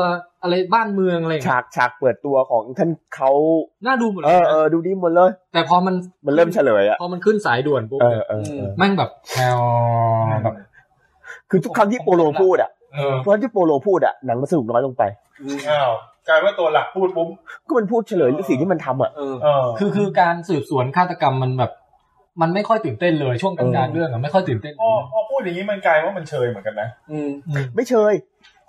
Speaker 1: อะไรบ้านเมืองอะไรอย่าง
Speaker 6: ฉา
Speaker 1: เงี้ย
Speaker 6: กฉากเปิดตัวของท่านเขา
Speaker 1: น่าดูหมดเล
Speaker 6: เอย อ
Speaker 1: นะ
Speaker 6: เออดูดีหมดเลย
Speaker 1: แต่พอมัน
Speaker 6: มันเริ่มเฉลยอะ
Speaker 1: พอมันขึ้นสายด่วนปุ๊บ
Speaker 6: เอ
Speaker 1: เนี่
Speaker 6: อย เออเออ
Speaker 1: แม่งแบบแถวแบบ
Speaker 6: คือทุกครั้งที่โปโลพูดอะ
Speaker 4: เออ
Speaker 6: ทุกครั้งที่โปโลพูดอะหนังมันสนุกน้อยลงไป
Speaker 4: อ้าวกลายว่าตัวหลักพูดปุ๊บ
Speaker 6: ก็มันพูดเฉลยสิ่งที่มันทำอะ
Speaker 2: เออ
Speaker 4: เออ
Speaker 1: คือคือการสืบสวนฆาตกรรมมันแบบ มันไม่ค่อยตื่นเต้นเลยช่วงกลางๆเรื่องอะไม่ค่อยตื่นเต้น
Speaker 4: พอพอพูดอย่างนี้มันกลายว่ามันเชยเหมือนกันนะ
Speaker 2: อืม
Speaker 6: ไม่เชย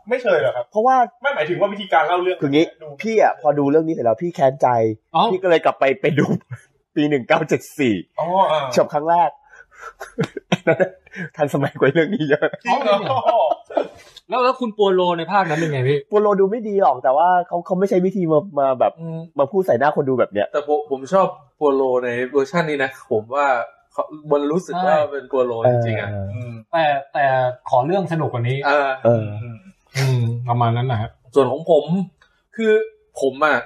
Speaker 4: ไม่เชยเหรอครับ
Speaker 6: เพราะว่า
Speaker 4: ไม่หมายถึงว่าวิธีการเล่าเรื่อง
Speaker 6: คืองี้
Speaker 4: ดู
Speaker 6: พี่อ่ะพอดูเรื่องนี้เสร็จแล้วพี่แค้นใจ
Speaker 1: เอ๋อ
Speaker 6: พี่ก็เลยกลับไปไปดู ปีหนึ่งเก้าเจ็ดสี่
Speaker 4: อ๋ออ่า
Speaker 6: ฉบับครั้งแรก ทันสมัยกว่าเรื่องนี้เยอะ
Speaker 4: จริงเหรอ
Speaker 1: แล้วแล้วคุณโปโลในภาคนั้นเป็นไงพี่
Speaker 6: โปโลดูไม่ดีหรอกแต่ว่าเขาเขาไม่ใช่วิธีมามาแบบ
Speaker 2: อืม
Speaker 6: มาพูดใส่หน้าคนดูแบบเนี้ย
Speaker 2: แต่ผมผมชอบโปโลในเวอร์ชันนี้นะ ผมว่าเขามันรู้สึก
Speaker 1: ใช่
Speaker 2: ว่าเป็นโปโลจริงๆอ่ะ
Speaker 6: เออ
Speaker 4: อืม
Speaker 1: แต่แต่ขอเรื่องสนุกกว่านี้
Speaker 2: เออ
Speaker 6: เออ
Speaker 4: อืม
Speaker 1: อืมประมาณนั้นนะครับ
Speaker 2: ส่วนของผมคือผมอ่ะ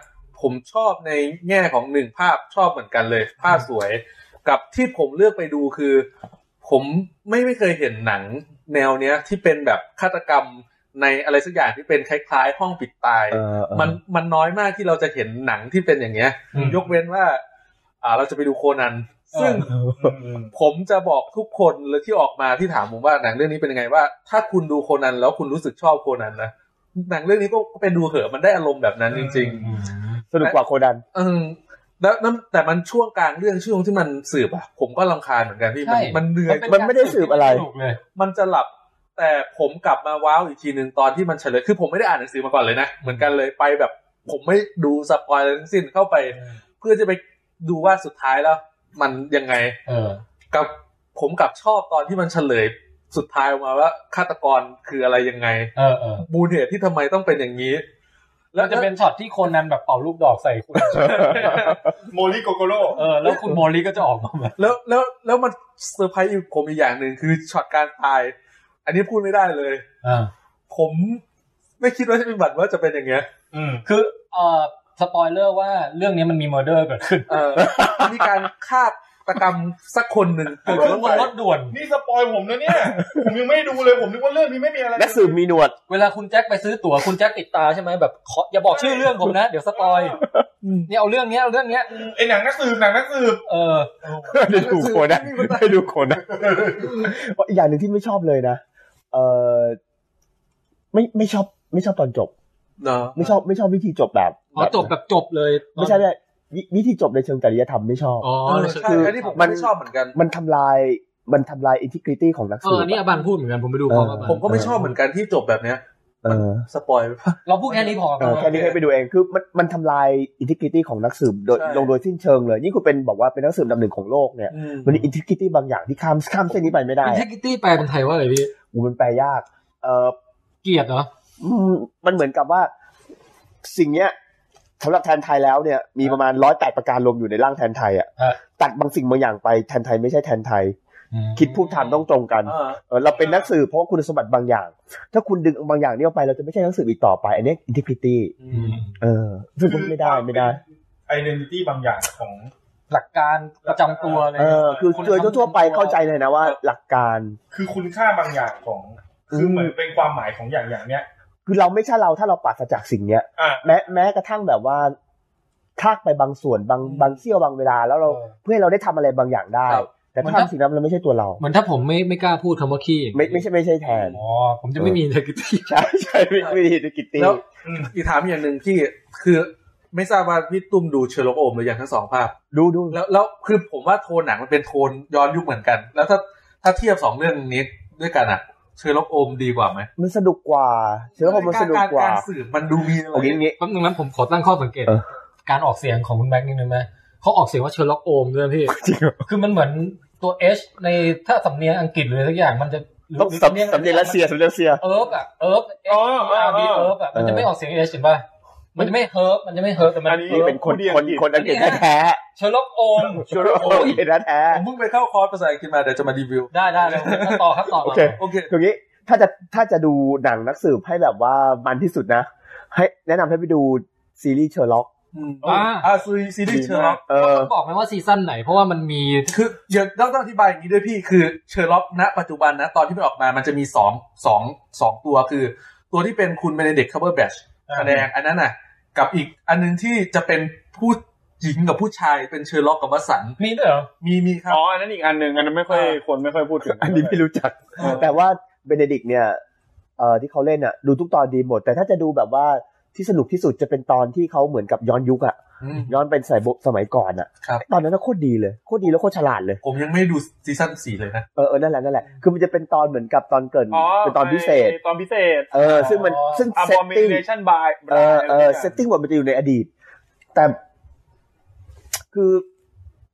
Speaker 2: ผมชอบในแง่ของหนึ่งภาพชอบเหมือนกันเลย ภาพสวย กับที่ผมเลือกไปดูคือ ผมไม่ไม่เคยเห็นหนังแนวเนี้ย ที่เป็นแบบฆาตกรรมในอะไรสักอย่างที่เป็นคล้ายๆ ห้องปิดตาย
Speaker 6: เออเออ
Speaker 2: มันมันน้อยมากที่เราจะเห็นหนังที่เป็นอย่างเงี้ย
Speaker 1: อืม
Speaker 2: ยกเว้นว่า อ่าเราจะไปดูโคนัน ซึ่ง
Speaker 1: เอ
Speaker 4: อืม
Speaker 2: ผมจะบอกทุกคนเลยที่ออกมาที่ถามผมว่าหนังเรื่องนี้เป็นยังไงว่า ถ้าคุณดูโคนันแล้วคุณรู้สึกชอบโคนันนะหนังเรื่องนี้ก็เป็นดูเหอะมันได้อารมณ์แบบนั้นจริง
Speaker 1: อืม
Speaker 6: สนุกกว่าโคดัน
Speaker 2: ๆ เออแล้วแล้วแต่มันช่วงกลางเรื่องช่วงที่มันสืบอะผมก็ลำคาญเหมือนกันพี่มัน
Speaker 1: ใช่
Speaker 2: มันเหนื่อย
Speaker 6: มันไม่ได้สืบอะไร
Speaker 1: สนุกเลย
Speaker 2: มันจะหลับ แต่ผมกลับมาว้าวอีกทีหนึ่งตอนที่มันเฉลยคือผมไม่ได้อ่านหนังสือมาก่อนเลยนะเหมือนกันเลยไปแบบ ผมไม่ดูสปอยอะไรทั้งสิ้นเข้าไป เพื่อจะไปดูว่าสุดท้ายแล้ว มันยังไง
Speaker 1: เออ
Speaker 2: กับผมกลับชอบตอนที่มันเฉลยสุดท้ายออกมาว่าฆาตกรคืออะไรยังไง
Speaker 1: เออเออ
Speaker 2: มูลเหตุที่ทำไมต้องเป็นอย่างนี้
Speaker 1: แล้
Speaker 2: แล้
Speaker 1: ว ว
Speaker 2: จะ
Speaker 1: จะ
Speaker 2: เป็
Speaker 1: เป็น นช็อตที่โคนนั้นแบบเป่าลูกดอกใส่คุณ
Speaker 4: โมริโกโกโร
Speaker 1: เออ แล้วคุณโมลีก็จะออกมาแบบ
Speaker 2: แล้วแล้วแล้วมันเซอร์ไพรส์อีกผมอีกอย่างหนึ่งคือช็อตการตาย อันนี้พูดไม่ได้เลย
Speaker 1: อ่า
Speaker 2: ผมไม่คิดว่าจะเป็นบัตรว่าจะเป็นอย่างเงี้ย
Speaker 4: อืม
Speaker 1: คือเออสปอยเลอร์ว่าเรื่องนี้มันมีมอร์เดอร์เกิดขึ้น
Speaker 2: เออ มีการฆาตกรรมสักคนหนึ่ง
Speaker 1: เกิดขึ้นบนรถด่วน
Speaker 4: นี่สปอยผมนะเนี่ย ผมยังไม่ดูเลยผมนึกว่าเรื่องนี้ไม่มีอะไร
Speaker 6: และสืบมีหนวด
Speaker 1: เวลาคุณแจ็คไปซื้อตั๋วคุณแจ็คติดตาใช่ไหมแบบขออย่าบอกชื่อเรื่องผม นะ เดี๋ยวสปอยเนี่ยเอาเรื่องเนี้ยเอาเรื่องเนี้ย
Speaker 4: ไอหนังนักสืบหนังนักสืบ
Speaker 1: เออ
Speaker 6: ได้ดูโคดันได้ดูโคดันอีกอย่างหนึ่งที่ไม่ชอบเลยนะเออไม่ไม่ชอบ ไม่ชอบตอนจบ
Speaker 2: เนาะ
Speaker 6: ไม่ชอบไม่ชอบวิธีจบแบบ
Speaker 1: อ๋อจบแบบจบเลย
Speaker 6: ไม่ใช่เลยวิวิธีจบในเชิงจริยธรรมไม่ชอบ
Speaker 1: อ๋อ
Speaker 2: เออใช่
Speaker 1: คือ
Speaker 2: อันนี้ผม
Speaker 6: มัน
Speaker 2: ไม่ชอบเหมือนกัน
Speaker 6: มันทำลายมันทำลายอินทิกริตี้ของนัก
Speaker 1: เอ
Speaker 6: สื
Speaker 1: อบ เนี่ย
Speaker 6: อะ
Speaker 1: บันพูดเหมือนกันผมไปดูพร้อมกับบัน
Speaker 2: ผมก็ไม่ชอบเหมือนกันที่จบแบบเนี้ย
Speaker 6: เออ
Speaker 2: สปอยล์
Speaker 1: เราพูดแค่นี้พอ
Speaker 6: เออแค่นี้ให้ไปดูเองคือมันมันทำลายอินทิกริตี้ของนักสืบโดย
Speaker 2: ใช่
Speaker 6: ลงโดยสิ้นเชิงเลยนี่คุณเป็นบอกว่าเป็นนักสืบลำหนึ่งของโลกเนี่ย
Speaker 2: อืม
Speaker 6: มันอินทิกริตี้บางอย่างที่ข้ามข้ามเส้นนี้ไปไม่ได้
Speaker 1: อินเท
Speaker 6: อะ
Speaker 1: กริตี้แปลเป็นไทยว่าอะไรพี่
Speaker 6: โอ้มันแปลยาก เออ
Speaker 1: เกียรติเหรอ
Speaker 6: อืมมันเหมือนกับว่าสิ่งเนี้ยสำหรับแทนไทยแล้วเนี่ย มีประมาณร้อยแปดประการรวมอยู่ในร่างแทนไทยอ่ะ
Speaker 1: ฮะ
Speaker 6: ตัดบางสิ่งบางอย่างไปแทนไทยไม่ใช่แทนไทย คิดพูดทำต้องตรงกัน
Speaker 2: อ่า
Speaker 6: เออเราเป็นนักสืบเพราะว่าคุณสมบัติบางอย่าง ถ้าคุณดึงบางอย่างนี้ออกไปเราจะไม่ใช่นักสืบอีกต่อไปอันนี้ integrity
Speaker 1: อืม
Speaker 6: เออซึ่งไม่ได้ไม่ได้
Speaker 4: ไอเดนิตี้บางอย่างของ
Speaker 1: หลักการประจำตัวอะไร
Speaker 6: เออ คือโดยทั่วๆไปเข้าใจเลยนะว่า
Speaker 4: ครับ
Speaker 6: หลักการ
Speaker 4: คือคุณค่าบางอย่างของ คือเหมือนเป็นความหมายของอย่างอย่างเนี้ย
Speaker 6: คือเราไม่ใช่เราถ้าเราปราศจากสิ่งเนี้ย
Speaker 4: อ่ะ
Speaker 6: แม้แม้กระทั่งแบบว่าทากไปบางส่วนบางบางเสี้ยวบางเวลาแล้วเราเพื่อให้เราได้ทำอะไรบางอย่างได้
Speaker 2: ครับ
Speaker 6: แต่ถ้าทำสิ่งนั้นมันไม่ใช่ตัวเรา
Speaker 1: เหมือนถ้าผมไม่ไม่กล้าพูดคำว่าขี้
Speaker 6: ไม่ไม่ใช่ไม่ใช่แทน
Speaker 1: อ๋อผมจะไม่มีเลยที่
Speaker 6: ใช่ใช่ไม่ไม่ดีกิตตี้
Speaker 2: แล้วอีกถามอย่างหนึ่งที่คือไม่ทราบว่าพี่ตุ้มดูเชอร์ล็อกโอมหรือยังทั้งสองภาพ
Speaker 6: ดูดู
Speaker 2: แล้วแล้วคือผมว่าโทนหนังมันเป็นโทนย้อนยุคเหมือนกัน แล้วถ้าถ้าเทียบสองเรื่องนี้ด้วยกันอะเชอร์ล็อกโอมดีกว่าไหม
Speaker 6: มันสนุกกว่า เชื้อผมมันสนุกกว่า
Speaker 2: การสืบมันดูมีอะไร
Speaker 6: โอเคงี้
Speaker 1: แป๊บนึงนั้นผมขอตั้งข้อสังเกต
Speaker 6: เออ
Speaker 1: การออกเสียงของคุณแบงค์นิดนึงไหมเขาออกเสียงว่าเชอร์ล็อกโอมด้วยพี่
Speaker 6: จริงเหรอ
Speaker 1: คือมันเหมือนตัวเอชในถ้าสำเนียงอังกฤษหรืออะไรสักอย่างมันจะหรือ
Speaker 6: ต้องสำเนียงสำเนียงรัสเซียสำเนียงรัสเซีย
Speaker 1: เอิร์ฟอะเอิร์ฟเอ
Speaker 4: อ๋อ
Speaker 1: ฟ
Speaker 4: อ๋อ
Speaker 1: อาร์บี
Speaker 4: อ๋อ
Speaker 1: เอิร์ฟอะมันจะไม่ออกเสียงเอชเห็นป่ะมันจะไม่เฮิร์ฟมันจะไม่เฮิร์ฟแต่มัน
Speaker 4: อันนี้
Speaker 6: นี่เป็นคนคนคนอังกฤษแท้
Speaker 1: เชอร์ล็อกโอม
Speaker 6: ๆโอเคนะแท้
Speaker 2: ผมเพิ่งไปเข้าคอร์สภาษาอังกฤษมาเดี๋ยวจะมารีวิว
Speaker 1: ได้ได้เลยต่อครับต่อ
Speaker 6: โอเค
Speaker 2: โอเค
Speaker 6: ตรงนี้ถ้าจะถ้าจะดูหนังนักสืบให้แบบว่ามันที่สุดนะ ให้แนะนำให้ไปดูซีรีส์เชอร์ล็อก
Speaker 2: อืม
Speaker 1: อ่า
Speaker 2: อ่าซีซีรีส์เชอร์ล็อก
Speaker 6: เออ
Speaker 1: บอกไหมว่าซีซั่นไหน เพราะว่ามันมี
Speaker 2: คืออย่าต้องต้องอธิบายอย่างนี้ด้วยพี่คือเชอร์ล็อกณปัจจุบันนะ ตอนที่มันออกมามันจะมีสองสองสองตัวคือ ตัวที่เป็นคุณเบเนเด็กคัพเบอร์แบชแสดงอันนั้นน่ะ กับอีกอันนึงที่จะเป็นผู้หญิงกับผู้ชายเป็นเชอร์ล็อกกับวัสัน
Speaker 1: มีด้วยเหรอ
Speaker 2: มีมีครับ
Speaker 4: อ๋ออันนั้นอีกอันหนึ่งอันนั้นไม่ค่อย
Speaker 2: อ่า
Speaker 4: คนไม่ค่อยพูดถึง
Speaker 6: อันนี้ไม่รู้จัก
Speaker 2: เออ
Speaker 6: แต่ว่าเบเนดิกต์เนี่ยเอ่อที่เขาเล่นอ่ะ ดูทุกตอนดีหมด แต่ถ้าจะดูแบบว่าที่สนุกที่สุดจะเป็นตอนที่เขาเหมือนกับย้อนยุคอะ
Speaker 2: อืม
Speaker 6: ย้อนเป็นสายโบสมัยก่อนอะ
Speaker 2: ครับ
Speaker 6: ตอนนั้นน่ะโคตรดีเลยโคตรดีแล้วโคตรฉลาดเลย
Speaker 2: ผมยังไม่ดูซีซั่นสี่เลยนะ
Speaker 6: เออเออนั่นแหละนั่นแหละคือมันจะเป็นตอนเหมือนกับตอนเกริน
Speaker 4: อ๋อ
Speaker 6: เป็นตอนพิเศษ
Speaker 4: ไอ้ตอนพิเศษ
Speaker 6: เออซึ่งมันซึ่งเซตติ้ง
Speaker 4: abomination by
Speaker 6: เออเออเซตติ้งหมดมันจะอยู่ในอดีต แต่ คือ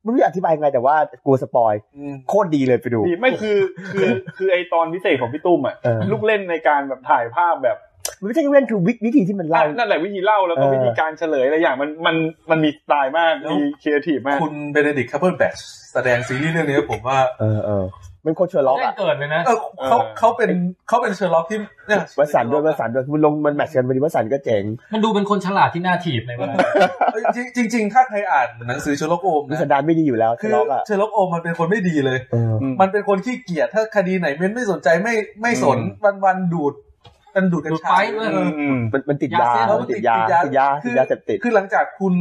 Speaker 6: ไม่รู้จะอธิบายยังไงแต่ว่ากลัวสปอย
Speaker 2: อืม
Speaker 6: โคตรดีเลยไปดู
Speaker 4: ดีไม่คือคือคือไอตอนพิเศษของพี่ตุ้มอ่ะ
Speaker 6: เออ
Speaker 4: ลูกเล่นในการแบบถ่ายภาพแบบ
Speaker 6: มันไม่ใช่แค่เล่นคือวิวิธีที่มันเล่า
Speaker 4: นั่นแหละวิธีเล่าแล้วก็
Speaker 6: เออ
Speaker 4: วิธีการเฉลยอะไรอย่างมันมันมันมีสไตล์มาก
Speaker 2: แล้ว
Speaker 4: มีครีเอทีฟมาก
Speaker 2: คุณเบเนเด็กคัพเบอร์แบชแสดงซีรีส์เรื่องนี้ผมว่า
Speaker 6: เออเออมันโคตรเชอร์ล็อก
Speaker 1: ได้
Speaker 6: อะ
Speaker 1: เกิดเลยนะ
Speaker 2: เออเขา
Speaker 4: เออ
Speaker 2: เขาเป็นเขาเป็นเชอร์ล็อกที่เนี่ยว
Speaker 6: สันต์ด้วยวสันต์ด้วยคุณลงมันแมทช์กันวันนี้วสันต์ก็เจ๋ง
Speaker 1: มันดูเป็นคนฉลาดที่น่าถีบในวันนั้น
Speaker 2: เอ้ยจริงจริง ๆ ถ้าใครอ่านหนังสือเชอร์ล็อกโอม
Speaker 6: นิ
Speaker 2: นะ
Speaker 6: สันดานไม่ดีอยู่แล้ว
Speaker 2: คื
Speaker 6: ทะ
Speaker 2: อ
Speaker 6: เลาะอ่ะ
Speaker 2: เชอร์ล็อกโอมมันเป็นคนไม่ดีเลย
Speaker 6: เออ
Speaker 4: อืม
Speaker 2: มันเป็นคนขี้เกียจถ้าคดีไหนมันไม่สนใจไม่ไม่สน
Speaker 4: อืม
Speaker 2: วันวันๆดูดมันดูดกัญ
Speaker 1: ดูด
Speaker 2: ชา
Speaker 1: ไปเว้ย
Speaker 2: เออ
Speaker 4: อืม
Speaker 6: มันมันติดยาย
Speaker 1: าเสพติด
Speaker 6: มันติดยา
Speaker 2: ติ
Speaker 6: ติ
Speaker 2: ดยาย
Speaker 6: ดา
Speaker 2: คือ
Speaker 6: ติดยาเสพติด
Speaker 2: คือหลังจากคุณ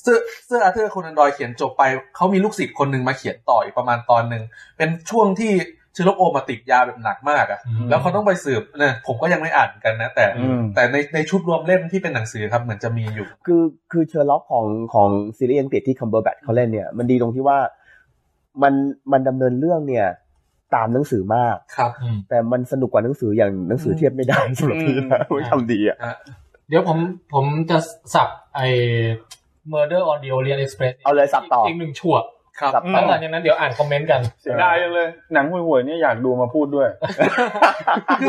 Speaker 2: เซอร์เซอร์อาร์เธอร์โคนันดอยเขียนจบไป เขามีลูกศิษย์คนหนึ่งมาเขียนต่ออีกประมาณตอนหนึ่ง เป็นช่วงที่เชอร์ล็อกโอมมาติดยาแบบหนักมากอะ
Speaker 1: อืม
Speaker 2: แล้วเขาต้องไปสืบนะผมก็ยังไม่อ่านกันนะ แต่
Speaker 4: อืม
Speaker 2: แต่ในในชุดรวมเล่มที่เป็นหนังสือครับเหมือนจะมีอยู่
Speaker 6: คือคือเชอร์ล็อกของของซีรีส์อังกฤษที่คัมเบอร์แบทเขาเล่นเนี่ย มันดีตรงที่ว่ามันมันดำเนินเรื่องเนี่ย ตามหนังสือมาก
Speaker 2: ครับ
Speaker 1: อืม
Speaker 6: แต่มันสนุกกว่าหนังสืออย่างหนังสือเทียบไม่ได้สำหรับพี่นะ ไม่ทำดีอ่ะ
Speaker 1: เดี๋ยวผมผมจะสับไอ้ Murder on the Orient Express
Speaker 6: เอาเลยสับต่อ
Speaker 1: อีกหนึ่งชั่ว
Speaker 2: ครับ
Speaker 6: สับต่
Speaker 1: แล้
Speaker 6: อ
Speaker 1: วหลังจากนั้นเดี๋ยวอ่านคอมเมนต์กัน
Speaker 4: เสียดายจังเลย หนังห่วยๆเนี่ยอยากดูมาพูดด้วย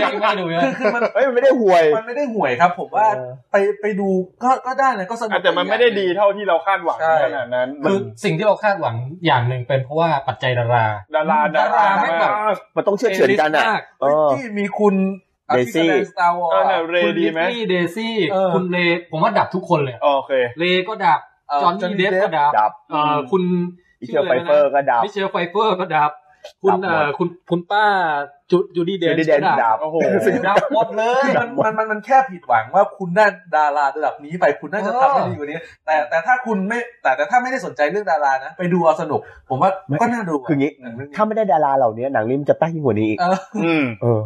Speaker 1: ยังไม่ดูนะ
Speaker 2: คือคือมัน
Speaker 6: เอ้ยมันไม่ได้ห่วย
Speaker 2: มันไม่ได้ห่วยครับ ผมว่า
Speaker 6: เออ
Speaker 2: ไปไปดูก็ก็ได้นะก็สนุก
Speaker 4: แต่มันไม่ได้ดีเท่าที่เราคาดหวัง
Speaker 2: ใช่
Speaker 4: ขนาดนั้น
Speaker 1: คือสิ่งที่เราคาดหวังอย่างหนึ่งเป็นเพราะว่าปัจจัยดารา
Speaker 4: ดาราดา
Speaker 1: ดา
Speaker 4: รา
Speaker 1: ราแม่งแบบ
Speaker 4: มาก
Speaker 6: มันต้องเชื่อเฉือนกันอ่ะเออ
Speaker 2: ที่มีคุณอ่ะที่แสดง
Speaker 6: Daisy
Speaker 2: Star Wars
Speaker 4: เออเนี่ย Ray
Speaker 1: คุณ
Speaker 4: ดี
Speaker 1: ดิ
Speaker 4: ไหม
Speaker 1: ซี่เดซี่
Speaker 2: เออ
Speaker 1: คุณเลผมว่าดับทุกคนเลย
Speaker 4: โอเค
Speaker 1: เลก็ดับ
Speaker 2: เอ่อ
Speaker 1: จอห์น
Speaker 2: Johnny
Speaker 1: นี่เดฟ
Speaker 2: Depp
Speaker 1: ก็ดับ
Speaker 6: ดับ
Speaker 1: เอ่อคุณ
Speaker 6: อีเชียไฟเฟอร์ก็ดับ
Speaker 1: มิเชลไฟเฟอร์ก็ดับ คุณ
Speaker 6: ดับหมด
Speaker 1: เอ่อคุณคุณป้าจุจูดี้เดน
Speaker 6: Judy
Speaker 1: ก็
Speaker 6: Dench ดับ
Speaker 4: โอ้โห
Speaker 1: ดับหมดเลย
Speaker 2: คือมันมันมันมันแค่ผิดหวังว่าคุณได้ดาราระดับนี้ไปคุณน่าจะ
Speaker 1: เออ
Speaker 2: ทำได้ดีกว่านี้ แต่แต่ถ้าคุณไม่แต่แต่ถ้าไม่ได้สนใจเรื่องดารานะ ไปดูเอาสนุก ผมว่าก็น่าดูะ
Speaker 6: คืองี้
Speaker 2: หนัเรื่นี้
Speaker 6: ถ้าไม่ได้ดาราเหล่านี้หนังนี้มันจะแป้งยิ่งกว่านี้อีก
Speaker 2: เออ
Speaker 4: อืม
Speaker 6: เออ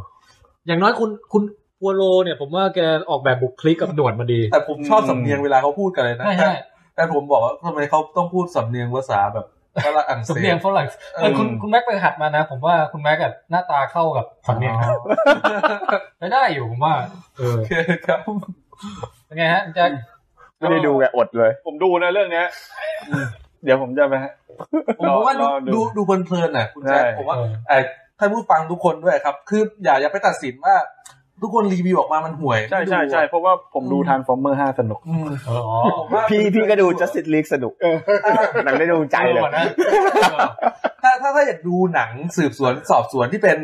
Speaker 1: อย่างน้อยคุณคุณพัวโลเนี่ยผมว่าแกออกแบบบุคลิกกับหนวดมาดี
Speaker 2: แต่ผมชอบ
Speaker 4: อืม
Speaker 2: สำเนียงเวลาเขาพูดกันเลยนะ
Speaker 1: ใช่
Speaker 2: แต่
Speaker 1: ใช่
Speaker 2: แต่ผมบอกว่าทำไมเขาต้องพูดสำเนียงภาษาแบบฝรั่งเศ
Speaker 1: สำเนีย
Speaker 2: ส
Speaker 1: งฝรั่งเออคุณ
Speaker 4: อืม
Speaker 1: คุณแม็กไปหัดมานะ ผมว่าคุณแม็กอะหน้าตาเข้ากับสำเนียงเขาได้ได้อยู่ผมว่า เออ
Speaker 2: โอเค ครับ
Speaker 1: เป็นไงฮะแจ็ค
Speaker 6: ไม่ได้ดูไงอดเลย
Speaker 4: ผมดูนะเรื่องเนี้ยเดี๋ยวผมจะไป
Speaker 2: ผมว่าดู
Speaker 4: รอดู
Speaker 2: ดูดูเพลินๆน่ะคุณแจ็ค
Speaker 4: ใช่
Speaker 2: ผมว่า
Speaker 1: เออ
Speaker 2: ไอ้ท่านผู้ฟังทุกคนด้วยครับ คืออย่าอย่าไปตัดสินว่า ทุกคนรีวิวออกมามันห่วย
Speaker 4: ใช่ใช่ใช่เพราะว่าผมดู Transformer 5 สนุก
Speaker 2: อืม
Speaker 1: เอออ๋อ
Speaker 2: ผมว่า
Speaker 6: พี่พี่ก็ดู Justice League สนุกหนังได้ดวงใจเลย
Speaker 1: ออนะเออ
Speaker 2: ถ้าถ้าถ้าอยากดูหนังสืบสวนสอบสวนที่เป็น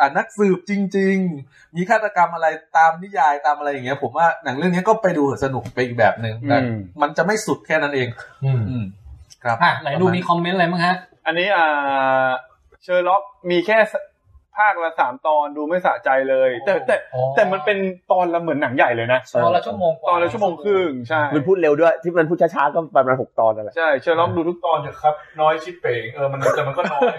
Speaker 2: อ่านักสืบจริง ๆ มีฆาตกรรมอะไรตามนิยายตามอะไรอย่างเงี้ย ผมว่าหนังเรื่องนี้ก็ไปดูเถอะสนุกไปอีกแบบหนึ่งแต่
Speaker 4: อืม
Speaker 2: มันจะไม่สุดแค่นั้นเอง
Speaker 1: อืม
Speaker 2: อืม ครับ
Speaker 1: อ่ะไหนดูมีคอมเมนต์อะไรบ้างฮะ
Speaker 4: อันนี้อ่าเชอร์ล็อกมีแค่
Speaker 7: ภาคละสามตอนดูไม่สะใจเลย แต่แต่
Speaker 1: อ๋อ
Speaker 7: แต่มันเป็นตอนละเหมือนหนังใหญ่เลยนะ
Speaker 1: ตอนละชั่วโมงกว่า
Speaker 7: ตอนละชั่วโมงครึ่งใช่
Speaker 6: มันพูดเร็วด้วย ที่มันพูดช้าๆก็ประมาณหกตอนนั่นแหละ
Speaker 7: ใช่เชอร์ล็อกดูทุก
Speaker 4: ตอนเถอะครับ น้อยชิดเป๋งเออมันแต่มันก็น้อย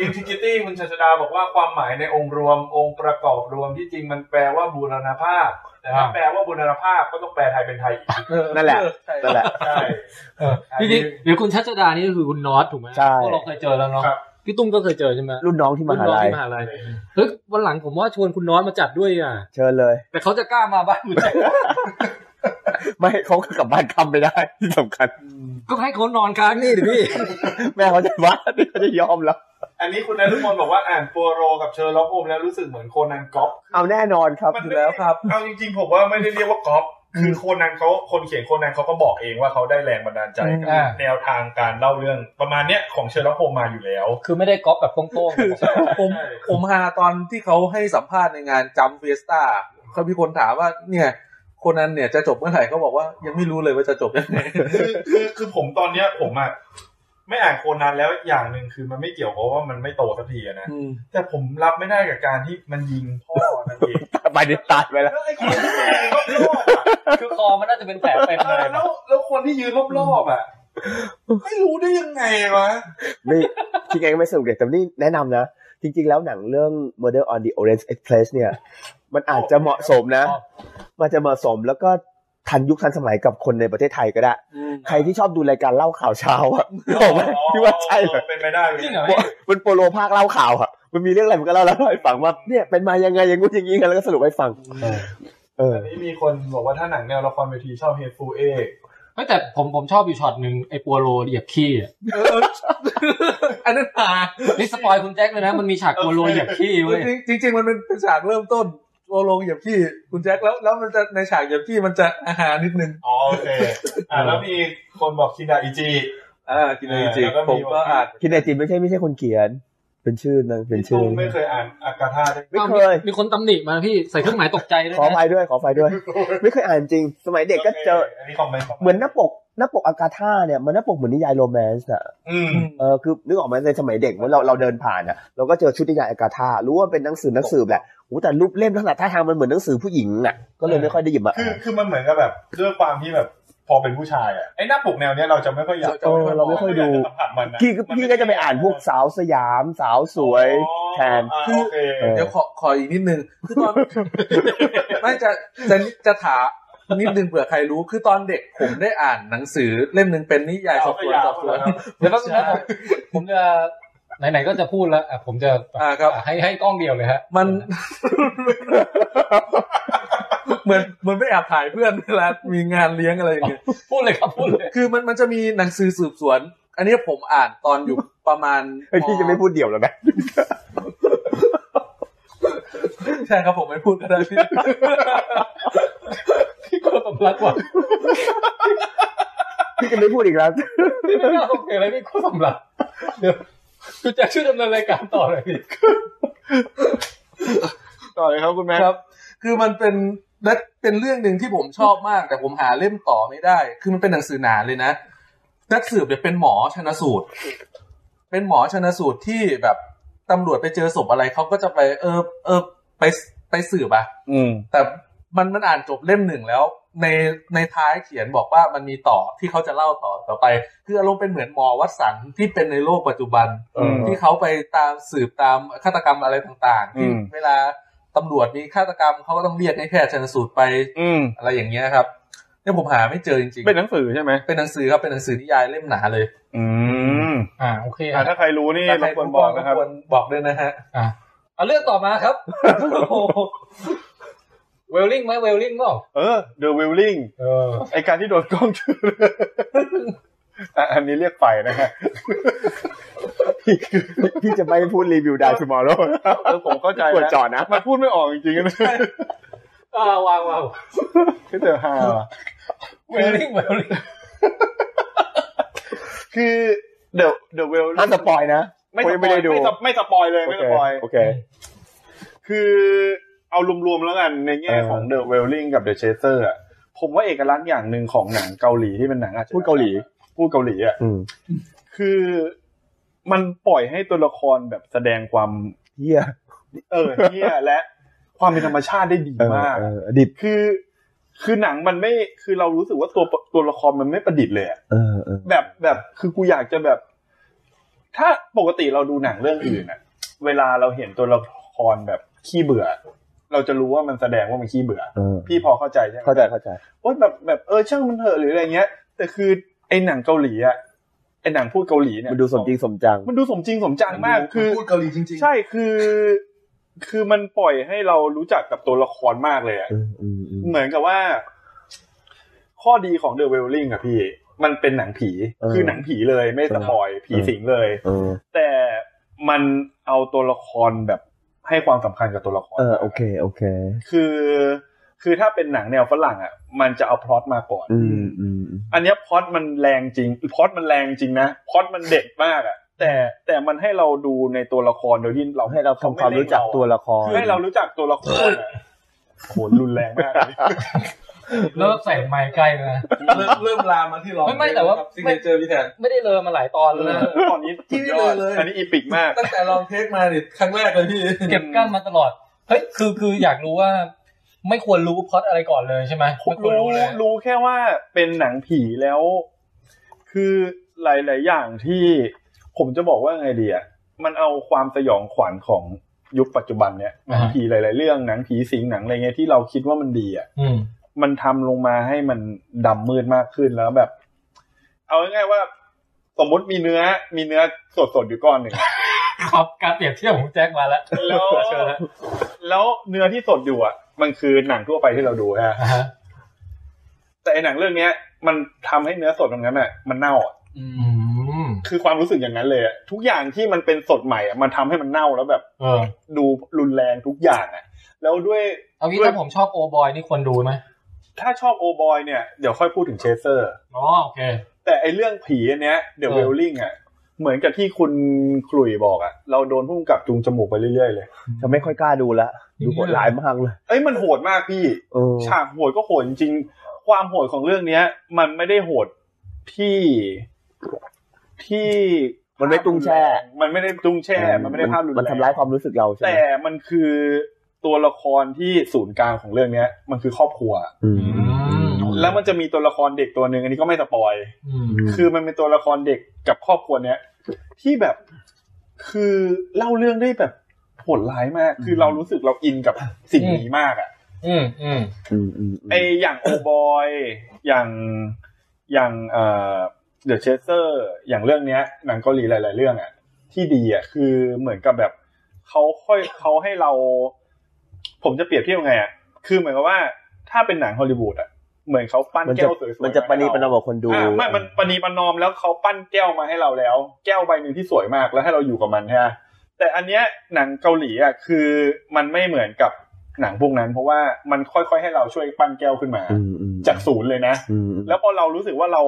Speaker 4: อินทิกิตี้คุณชัชดาบอกว่าความหมายในองค์รวมองค์ประกอบรวมที่จริงมันแปลว่าบูรณภาพ แต่ถ้าแปลว่าบูรณภาพก็ต้องแปลไทยเป็นไทยอีก
Speaker 6: นั่นแหละ
Speaker 2: ใช่
Speaker 6: นั่นแหละ
Speaker 4: ใช่
Speaker 1: เออนี่นี่หรือคุณชัชดานี่คือคุณนอตถูกไหม
Speaker 6: ใช่
Speaker 1: พวกเราเคยเจอแล้วเนาะ
Speaker 4: ครับ
Speaker 1: พี่ตุ้มก็เคยเจอใช่ไหม
Speaker 6: รุ่นน้องที่ม
Speaker 1: รุ่น
Speaker 6: หา
Speaker 1: น้อง
Speaker 6: ลัย
Speaker 1: ที่มหาลัยเฮ้ยวันหลังผมว่าชวนคุณนอตมาจัดด้วยอ่ะ
Speaker 6: เชิญเลย
Speaker 1: แต่เขาจะกล้ามาบ้านคุณจัด
Speaker 6: ไม่เขาก็กลับบ้านคำไม่ได้ ที่สำคัญ
Speaker 1: ก็ให้เขานอนค้างนี่ดิพี่
Speaker 6: แม่เขาจะว่า ที่เขาจะยอมแล้ว
Speaker 4: อันนี้คุณนรุมนบอกว่าอ่านปัวโรกับเชอร์ล็อกโฮมแล้วรู้สึกเหมือนโคนันก๊อป
Speaker 6: เอาแน่นอนครับ
Speaker 4: ไม่ได้เอาจริงๆผมว่าไม่ได้เรียกว่าก๊อปคือโคนันเขาคนเขียนโคนันเขาก็บอกเองว่าเขาได้แรงบันดาลใจกับ
Speaker 1: อ่า
Speaker 4: แนวทางการเล่าเรื่องประมาณเนี้ยของเชอร์ล็อกโฮมมาอยู่แล้ว
Speaker 1: คือไม่ได้ก๊อปแบบโต้งๆนะ
Speaker 2: ผมผมหาตอนที่เขาให้สัมภาษณ์ในงานจำเฟสตาเขามีคนถามว่าเนี่ยคนนั้นเนี่ยจะจบเมื่อไหร่เขาบอกว่ายังไม่รู้เลยว่าจะจบยังไง
Speaker 4: คือคือคือผมตอนเนี้ยผมอะไม่อ่านโคนันแล้วอย่างหนึ่งคือมันไม่เกี่ยวเพราะว่ามันไม่โตสักทีอะนะแต่ผมรับไม่ได้กับการที่มันยิงพ่อนั่นเอง
Speaker 6: ไปเด็ดตายไปแล้ว
Speaker 4: แล้วไอ้คนที่ยืนรอบๆอะ
Speaker 1: คือคอมันน่าจะเป็นแผลเป็น
Speaker 4: เอ
Speaker 1: เล
Speaker 4: อย แล้วแล้วคนที่ยืนรอบๆอะไม่รู้ได้ยังไงวะ
Speaker 6: นี่จริงๆก็ไม่สนุกเด็กแต่นี่แนะนำนะ จริง ๆ แล้วหนังเรื่อง Murder on the Orange Express เนี่ย มันอาจจะเหมาะสมนะ มันจะเหมาะสมแล้วก็ทันยุคทันสมัยกับคนในประเทศไทยก็ได้ ใครที่ชอบดูรายการเล่าข่าวเช้าอะบอกไหมพี่ว่าใช่เหรอ
Speaker 4: เป็นไปได้เลย
Speaker 1: จริงเหรอ
Speaker 6: ว่ามันโปโลภาคเล่าข่าวอะมันมีเรื่องอะไรมันก็เล่าแล้วให้ฟังว่าเนี่ยเป็นมายังไงอย่างงู้นอย่างงี้กันแล้วก็สรุปให้ฟัง เออ
Speaker 4: อันนี้มีคนบอกว่าถ้าหนังแนวละครเวทีชอบเฮฟูเอก
Speaker 1: ไม่แต่ผมผมชอบอยู่ช็อตหนึ่งไอ้ปัวโรเหยียบขี้อะ
Speaker 2: อันนั้นหา
Speaker 1: นี่สปอยคุณแจ็คเลยนะ มันมีฉากปัวโรเหยียบขี้เว้ย
Speaker 2: จริงจริง ๆ มันเป็นเป็นฉากเริ่มต้นโอลงเหยียบขี้คุณแจ็คแล้วแล้วมันจะในฉากเหยียบขี้มันจะอาหารนิดนึง
Speaker 4: อ๋อโอเคอ่าแล้วมีคนบอกคินดาอิจิ
Speaker 2: อ่ากินเลยจริง
Speaker 4: แล้วก็มี
Speaker 2: ผมก็อ่าน
Speaker 6: คิดในจินไม่ใช่ไม่ใช่คนเขียน เป็นชื่อนะเป็นชื่อ
Speaker 4: ตุ้มไม่เคยอ่านอากาธาได้
Speaker 6: ไม่เคย
Speaker 1: มีคนตำหนิมาพี่ใส่เครื่องหมายตกใจด้วย
Speaker 6: ขออ
Speaker 1: นะ
Speaker 6: ภัยด้วยขออภัยด้วย ไม่เคยอ่านจริง สมัยเด็กก็เจอ
Speaker 4: นนี้คอมเมนต์
Speaker 6: เหมือนหน้าปกหน้าปกอากาธาเนี่ยมันหน้าปกเหมือนนิยายโรแมนต์อะ
Speaker 4: อืม
Speaker 6: เออคือนึกออกไหมในสมัยเด็กเมื่อเราเราเดินผ่านอะเราก็เจอชุดนิยายอากาธารู้ว่าเป็นหนังสือหนังสือแหละโอ้แต่รูปเล่มลักษณะท่าทางมันเหมือนหนังสือผู้หญิงอะก็เลยไม่ค่อยได้หยิบมา
Speaker 4: คื
Speaker 6: อ่า
Speaker 4: อน คือมันเหมือนกับแบบด้วยความที่แบบพอเป็นผู้ชายอ่ะไอ้หน้าปกแนวเนี้ยเราจะไม่ค่อยอยาก
Speaker 6: เออเราไม่ค่อยดู
Speaker 4: าจะสัมผัสมันนะ
Speaker 6: พี่ก็พี่ก็จะไปอ่านพวกสาวสยามสาวสวย
Speaker 4: อ๋อ
Speaker 6: แทน
Speaker 4: อ่าโอเค
Speaker 2: เดี๋ยวขอขออีกนิดนึงคือตอน ไม่จะจะจะถามนิดนึงเผื่อใครรู้คือตอนเด็กผมได้อ่านหนังสือเล่มหนึ่งเป็นนิยายสอบสวนสอบสวน
Speaker 1: เดี๋ยวแป๊บนึงนะผมผมจะไหนๆก็จะพูดแล้วอ่ะผมจะ
Speaker 2: อ่าครับ
Speaker 1: อ่ะให้ให้กล้องเดียวเลยฮะ
Speaker 2: มัน เหมือนเหมือนไปแอบถ่ายเพื่อนเวลามีงานเลี้ยงอะไรอย่างเงี้ย
Speaker 1: พูดเลยครับพูดเลย
Speaker 2: คือมันมันจะมีหนังสือสืบสวน อันนี้ผมอ่านตอนอยู่ประมาณ
Speaker 6: เฮ้ยพี่จะไม่พูดเดี่ยวแล้วนะ
Speaker 2: ใช่ครับผมไม่พูดก็ได้พี่
Speaker 1: พี่ก็สมรักว่ะ
Speaker 6: พี่จะไม่พูดอีกแล้ว
Speaker 1: พี่ไม่กล้าโอเคเลยพี่ก็สมรักเดี๋ยวคุณแจ็คช่วยดำเนินรายการต่อเลยพี่
Speaker 7: ต่อเลยครับคุณแม่
Speaker 2: ครับ คือมันเป็นและเป็นเรื่องหนึ่งที่ผมชอบมาก แต่ผมหาเล่มต่อไม่ได้ คือมันเป็นหนังสือหนาเลยนะนักสืบเนี่ยเป็นหมอชนสูตร เป็นหมอชนสูตรที่แบบตำรวจไปเจอศพอะไรเขาก็จะไป เออเออไปไปสืบอะ
Speaker 7: อืม
Speaker 2: แต่มันมันอ่านจบเล่มหนึ่งแล้ว ในในท้ายเขียนบอกว่ามันมีต่อที่เขาจะเล่าต่อต่อไป คืออารมณ์เป็นเหมือนหมอวัดสันที่เป็นในโลกปัจจุบัน
Speaker 7: อืม
Speaker 2: ที่เขาไปตามสืบตามฆาตกรรมอะไรต่างๆที่
Speaker 7: อืม
Speaker 2: เวลาตำรวจมีฆาตกรรมเขาก็ต้องเรียกให้แพทย์ชันสูตรไป
Speaker 7: อืม
Speaker 2: อะไรอย่างเงี้ยครับเนี่ยผมหาไม่เจอจริงๆ
Speaker 7: เป็นหนังสือใช่ไหม
Speaker 2: เป็นหนังสือครับเป็นหนังสือนิยายเล่มหนาเลย
Speaker 7: อืม
Speaker 1: อ่าโอเค
Speaker 7: อ่า
Speaker 1: อ่ะ
Speaker 7: ถ้าใครรู้นี่รบกวนบอกนะครับ
Speaker 2: วบอกด้วยนะฮะ
Speaker 1: อ่ะเอาเรื่องต่อมา ครับเวลลิงไหมเวลลิงเปล่า
Speaker 7: เออ The Willing
Speaker 1: เออ
Speaker 7: ไอการที่โดนกล้องชื่อ อ่ะอันนี้เรียกไฟนะฮะ
Speaker 6: พี่จะไม่พูดรีวิวดาวทูมอร์โร
Speaker 7: เออผมเข้าใจ
Speaker 6: ปวด
Speaker 7: แล้ว
Speaker 6: จอนะ
Speaker 7: มันพูดไม่ออกจริงๆนะ
Speaker 1: อ่าวางวาง
Speaker 7: ก็แต่ฮาว่ะ
Speaker 1: เวลลิงเวลลิง
Speaker 7: คือเดอะเดอะเวล
Speaker 6: ห้ามสปอยนะ
Speaker 7: ไม่
Speaker 6: ผม
Speaker 7: ส
Speaker 6: ยัง
Speaker 7: ป
Speaker 6: ไม่
Speaker 7: อย
Speaker 6: ได้ดู
Speaker 7: ไม่สปไม่สปอยเลย
Speaker 6: โอ
Speaker 7: ไม่
Speaker 6: เค
Speaker 7: สปอย
Speaker 6: โอเค
Speaker 7: คือเอารวมๆแล้วกันในแง่
Speaker 6: เออ
Speaker 7: ของเดอะเวลลิงกับเดอะเชเซอร์อะผมว่าเอกลักษณ์อย่างหนึ่งของหนังเกาหลีที่เป็นหนังอาชญ
Speaker 6: พูดเกาหลี
Speaker 7: พูดเกาหลีอะ
Speaker 6: อืม
Speaker 7: คือมันปล่อยให้ตัวละครแบบแสดงความ
Speaker 3: เฮีย
Speaker 4: เออเนี่ยและความเป็นธรรมชาติได้ดี
Speaker 3: เออ
Speaker 4: มาก
Speaker 3: เออดิบ
Speaker 4: คือ คือหนังมันไม่คือเรารู้สึกว่าตัวตัวละครมันไม่ประดิษฐ์เลยอะ
Speaker 3: เออเออ
Speaker 4: แบบแบบคือกูอยากจะแบบ ถ้าปกติเราดูหนังเรื่องอื่นอะเวลาเราเห็นตัวละครแบบขี้เบื่อ เราจะรู้ว่ามันแสดงว่ามันขี้เบื่อ
Speaker 3: เออ
Speaker 4: พี่พอเข้าใจใช่ไหม
Speaker 3: เข้าใจเข้าใจ
Speaker 4: ว่าแบบแบบเออช่างมันเถอะหรืออะไรเงี้ย แต่คือไอ้หนังเกาหลีอะไอ้หนังพูดเกาหลีเนี่ย
Speaker 3: มันดูสมจริงสมจัง
Speaker 4: มันดูสมจริงสมจังมากคือ
Speaker 8: พูดเกาหลีจริงๆ
Speaker 4: ใช่คือ คือมันปล่อยให้เรารู้จักกับตัวละครมากเลยอะ
Speaker 3: อืมอืมอืม
Speaker 4: เหมือนกับว่า ข้อดีของเดอะเวลลิงอะพี่ มันเป็นหนังผี คือหนังผีเลยไม่สปอยผีสิงเลย
Speaker 3: เออ
Speaker 4: แต่มันเอาตัวละครแบบให้ความสำคัญกับตัวละคร
Speaker 3: เออโอเคโอเค
Speaker 4: คือคือถ้าเป็นหนังแนวฝรั่งอ่ะ มันจะเอาพล็อตมาก่อน
Speaker 3: อืมอืมอืม
Speaker 4: อันเนี้ยพล็อตมันแรงจริงพล็อตมันแรงจริงนะพล็อตมันเด็ดมากอ่ะ แต่แต่มันให้เราดูในตัวละครโดยที่เรา
Speaker 3: ให้เราทำความรู้จักตัวละคร
Speaker 4: คือให้เรารู้จักตัวละครอะโหรุนแรงมากเลย
Speaker 1: เริ่มใส่ไมค์ใกล้เลยนะ
Speaker 2: เริ่มเริ่มลามมาที่ร้อง
Speaker 1: ไม่ไม่แต่ว่า
Speaker 2: ซิงเกิลเจอพี่แทน
Speaker 1: ไม่ได้เลอมาหลายตอนแล้วนะ
Speaker 4: ตอนนี้สุดยอด
Speaker 2: ที่ไม่เลยเลย
Speaker 4: อันนี้อีปิกมาก
Speaker 2: ตั้งแต่ลองเทคมาเนี่ยครั้งแรกเลยพี่
Speaker 1: เก็บกั้นมาตลอดเฮ้ยคือคืออยากรู้ว่า ไม่ควรรู้พล็อดอะไรก่อนเลยใช่ไหมไม่ควร
Speaker 4: รู้
Speaker 1: รู้เลย
Speaker 4: รู้แค่ว่าเป็นหนังผีแล้ว คือหลาย ๆ อย่างที่ผมจะบอกว่าไงดีอ่ะมันเอาความสยองขวัญของยุคปัจจุบันเนี่ยหนัง
Speaker 1: อ่า
Speaker 4: ผีหลาย ๆ เรื่องหนังผีสิงหนังอะไรเงี้ยที่เราคิดว่ามันดีอ่ะ
Speaker 1: อืม
Speaker 4: มันทำลงมาให้มันดำมืดมากขึ้นแล้วแบบ เอาง่ายๆว่า สมมติมีเนื้อ มีเนื้อสด ๆ อยู่ก้อนหนึ่ง
Speaker 1: ครับการเปรียบเทียบของแจ็คมาแล้ว
Speaker 4: แล้ว
Speaker 1: เชิญแล้ว
Speaker 4: แล้วเนื้อที่สดอยู่อ่ะ มันคือหนังทั่วไปที่เราดูฮะ
Speaker 1: อ่าฮะ
Speaker 4: แต่ไอ้หนังเรื่องเนี้ย มันทำให้เนื้อสดตรงนั้นอ่ะมันเน่าอะ
Speaker 1: อืม
Speaker 4: คือความรู้สึกอย่างนั้นเลยอะทุกอย่างที่มันเป็นสดใหม่อะมันทำให้มันเน่าแล้วแบบ
Speaker 1: เออ
Speaker 4: ดูรุนแรงทุกอย่างอะแล้วด้วย
Speaker 1: เอางี้ถ้าผมชอบโอบอยนี่ควรดูไหม
Speaker 4: ถ้าชอบโอบอยเนี่ยเดี๋ยวค่อยพูดถึงเชเซอร์
Speaker 1: อ๋อโอเค
Speaker 4: แต่ไอเรื่องผีอันเนี้ยเดอะ
Speaker 1: เอ
Speaker 4: เว
Speaker 1: อ
Speaker 4: ลลิงอะเหมือนกับที่คุณขลุ่ยบอกอะเราโดนพุ่งกับจูงจมูกไปเรื่อยๆเลย
Speaker 3: ฉันไม่ค่อยกล้าดูละดูโหดร้ายมากเลย
Speaker 4: เอ้ยมันโหดมากพี่
Speaker 3: เออ
Speaker 4: ฉากโหดก็โหดจริงๆความโหดของเรื่องเนี้ย มันไม่ได้โหดที่ที่
Speaker 3: มันไม่ตุงแช่
Speaker 4: มันไม่ได้จุงแช่มันไม่ได้ภาพรุนแรง
Speaker 3: มันทำร้ายความรู้สึกเราใช่ไหม
Speaker 4: แต่มันคือตัวละครที่ศูนย์กลางของเรื่องเนี้ย มันคือครอบครัว
Speaker 3: อืมอืม
Speaker 1: อื
Speaker 4: แล้วมันจะมีตัวละครเด็กตัวหนึ่งอันนี้ก็ไม่สปอย
Speaker 1: อืม
Speaker 4: คือมันเป็นตัวละครเด็กกับครอบครัวเนี้ยที่แบบคือเล่าเรื่องได้แบบโหดร้ายมาก คือเรารู้สึกเราอินกับสิ่งนี้มากอ่ะ
Speaker 1: อืมอืม
Speaker 3: อืมอืม
Speaker 4: ไออย่างโอบอยอย่างอย่างเอ่อเดอะเชสเตอร์อย่างเรื่องเนี้ยหนังเกาหลีหลาย ๆ เรื่องอ่ะที่ดีอ่ะคือเหมือนกับแบบ เขาค่อยเขาให้เรา ผมจะเปรียบเทียบยังไงอ่ะคือเหมือนกับว่าถ้าเป็นหนังฮอลลีวูดอ่ะเหมือนเขาปั้น
Speaker 3: มัน
Speaker 4: แก้
Speaker 3: จะ
Speaker 4: วสวยๆ
Speaker 3: มันจะปณีประนอม
Speaker 4: ม
Speaker 3: กับคนดู
Speaker 4: อ่าไม่มันปณีประนอมแล้วเขาปั้นแก้วมาให้เราแล้ว แก้วใบหนึ่งที่สวยมากแล้วให้เราอยู่กับมันใช่ไหมแต่อันเนี้ยหนังเกาหลีอ่ะคือมันไม่เหมือนกับหนังพวกนั้น เพราะว่ามันค่อยๆให้เราช่วยปั้นแก้วขึ้นมา
Speaker 3: อืมอืม
Speaker 4: จากศูนย์เลยนะ
Speaker 3: อืมอืม
Speaker 4: แล้วพอเรารู้สึกว่าเรา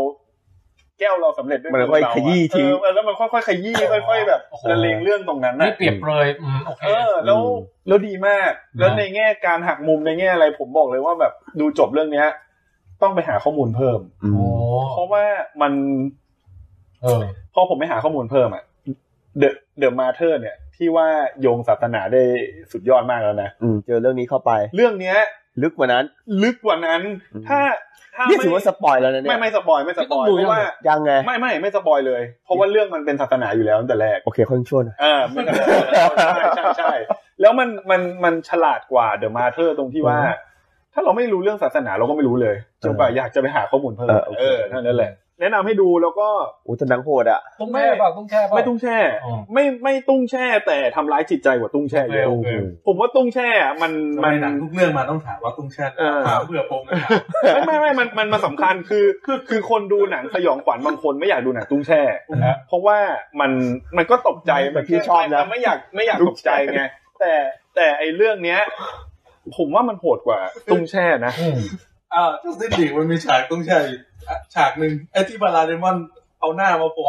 Speaker 4: แก้วเราสำเร็จด้วย
Speaker 3: มันค่อย
Speaker 4: เราะ
Speaker 3: ขยี้ทิ้ง
Speaker 4: เออแล้วมันค่อยๆขยี้ค่อยๆแบบละเลงเรื่องตรงนั้น
Speaker 1: ไม่
Speaker 4: น่ะ
Speaker 1: เปรียบเลยอืมโอเค
Speaker 4: เออแล้วแล้วดีมาก แล้ว
Speaker 1: นะ
Speaker 4: ในแง่การหักมุมในแง่อะไรผมบอกเลยว่าแบบดูจบเรื่องเนี้ย ต้องไปหาข้อมูลเพิ่ม
Speaker 3: อืม
Speaker 1: โอ้
Speaker 4: เพราะว่ามัน
Speaker 1: เออ
Speaker 4: พอผมไปหาข้อมูลเพิ่มอะเดอะเดอะมาเธอร์เนี่ย ที่ว่าโยงศาสนาได้สุดยอดมากแล้วนะ
Speaker 3: อืมเจอเรื่องนี้เข้าไป
Speaker 4: เรื่องเนี้ย
Speaker 3: ลึกกว่านั้น
Speaker 4: ลึกกว่านั้น
Speaker 3: อืม
Speaker 4: ถ้าถ้า
Speaker 3: นี่ถือว่าสปอยแล้วนะเนี่
Speaker 4: ไม่
Speaker 3: ย
Speaker 4: ไม่สปอยไม่สปอย
Speaker 1: ไม่ต้องดู
Speaker 4: เพราะว่า
Speaker 1: ยังเหรอ
Speaker 3: ยังไง
Speaker 4: ไม่ไม่ไม่สปอยเลย เพราะว่าเรื่องมันเป็นศาสนาอยู่แล้วตั้งแต่แรก
Speaker 3: โอเคค่อยชั่วหน่อย
Speaker 4: เออมันใช่ใช่ใช่แล้วมันมันมันฉลาดกว่าเดอะมาเธอร์ตรงที่ว่า ถ้าเราไม่รู้เรื่องศาสนาเราก็ไม่รู้เลยจนกว่าอยากจะไปหาข้อมูลเพิ่มเออเท่านั้นแหละ แนะนำให้ดูแล้วก็
Speaker 3: โอ้แต่หนังโหดอ่ะ
Speaker 1: ตุ้งแค่เปล่าตุ้งแค่เปล่า
Speaker 4: ไม่ตุ้งแช่
Speaker 1: อ๋อ
Speaker 4: ไม่ไม่ตุ้งแช่ แต่ทำร้ายจิตใจกว่าตุ้งแช่เยอะ
Speaker 1: โอเค
Speaker 4: ผมว่าตุ้งแช่อะมัน
Speaker 2: ทำ
Speaker 4: มั
Speaker 2: ไมัน หนังทุกเรื่องมาต้องถามว่าตุ้งแช่
Speaker 4: เออ
Speaker 2: ถามเบื่อปมเลยครับ
Speaker 4: ไม่ไม่ไม่มันมันมาสำคัญคือคือคือคนดูหนังสยองขวัญบางคนไม่อยากดูหนังตุ้งแช่นะเพราะว่ามันมันก็ตกใจ
Speaker 3: แต่พี่ชอบนะ
Speaker 4: ไม่อยากไม่อยากตกใจไงแต่แต่ไอเรื่องเนี้ย ผมว่ามันโหดกว่าตุ้งแช่นะ
Speaker 1: อืม
Speaker 2: อ่าเจ้าซิดดิกมันมีฉากตุ้งแช่อีกอ่ะฉากหนึ่งไอ้ที่บาราเดมอนเอาหน้ามาโผล่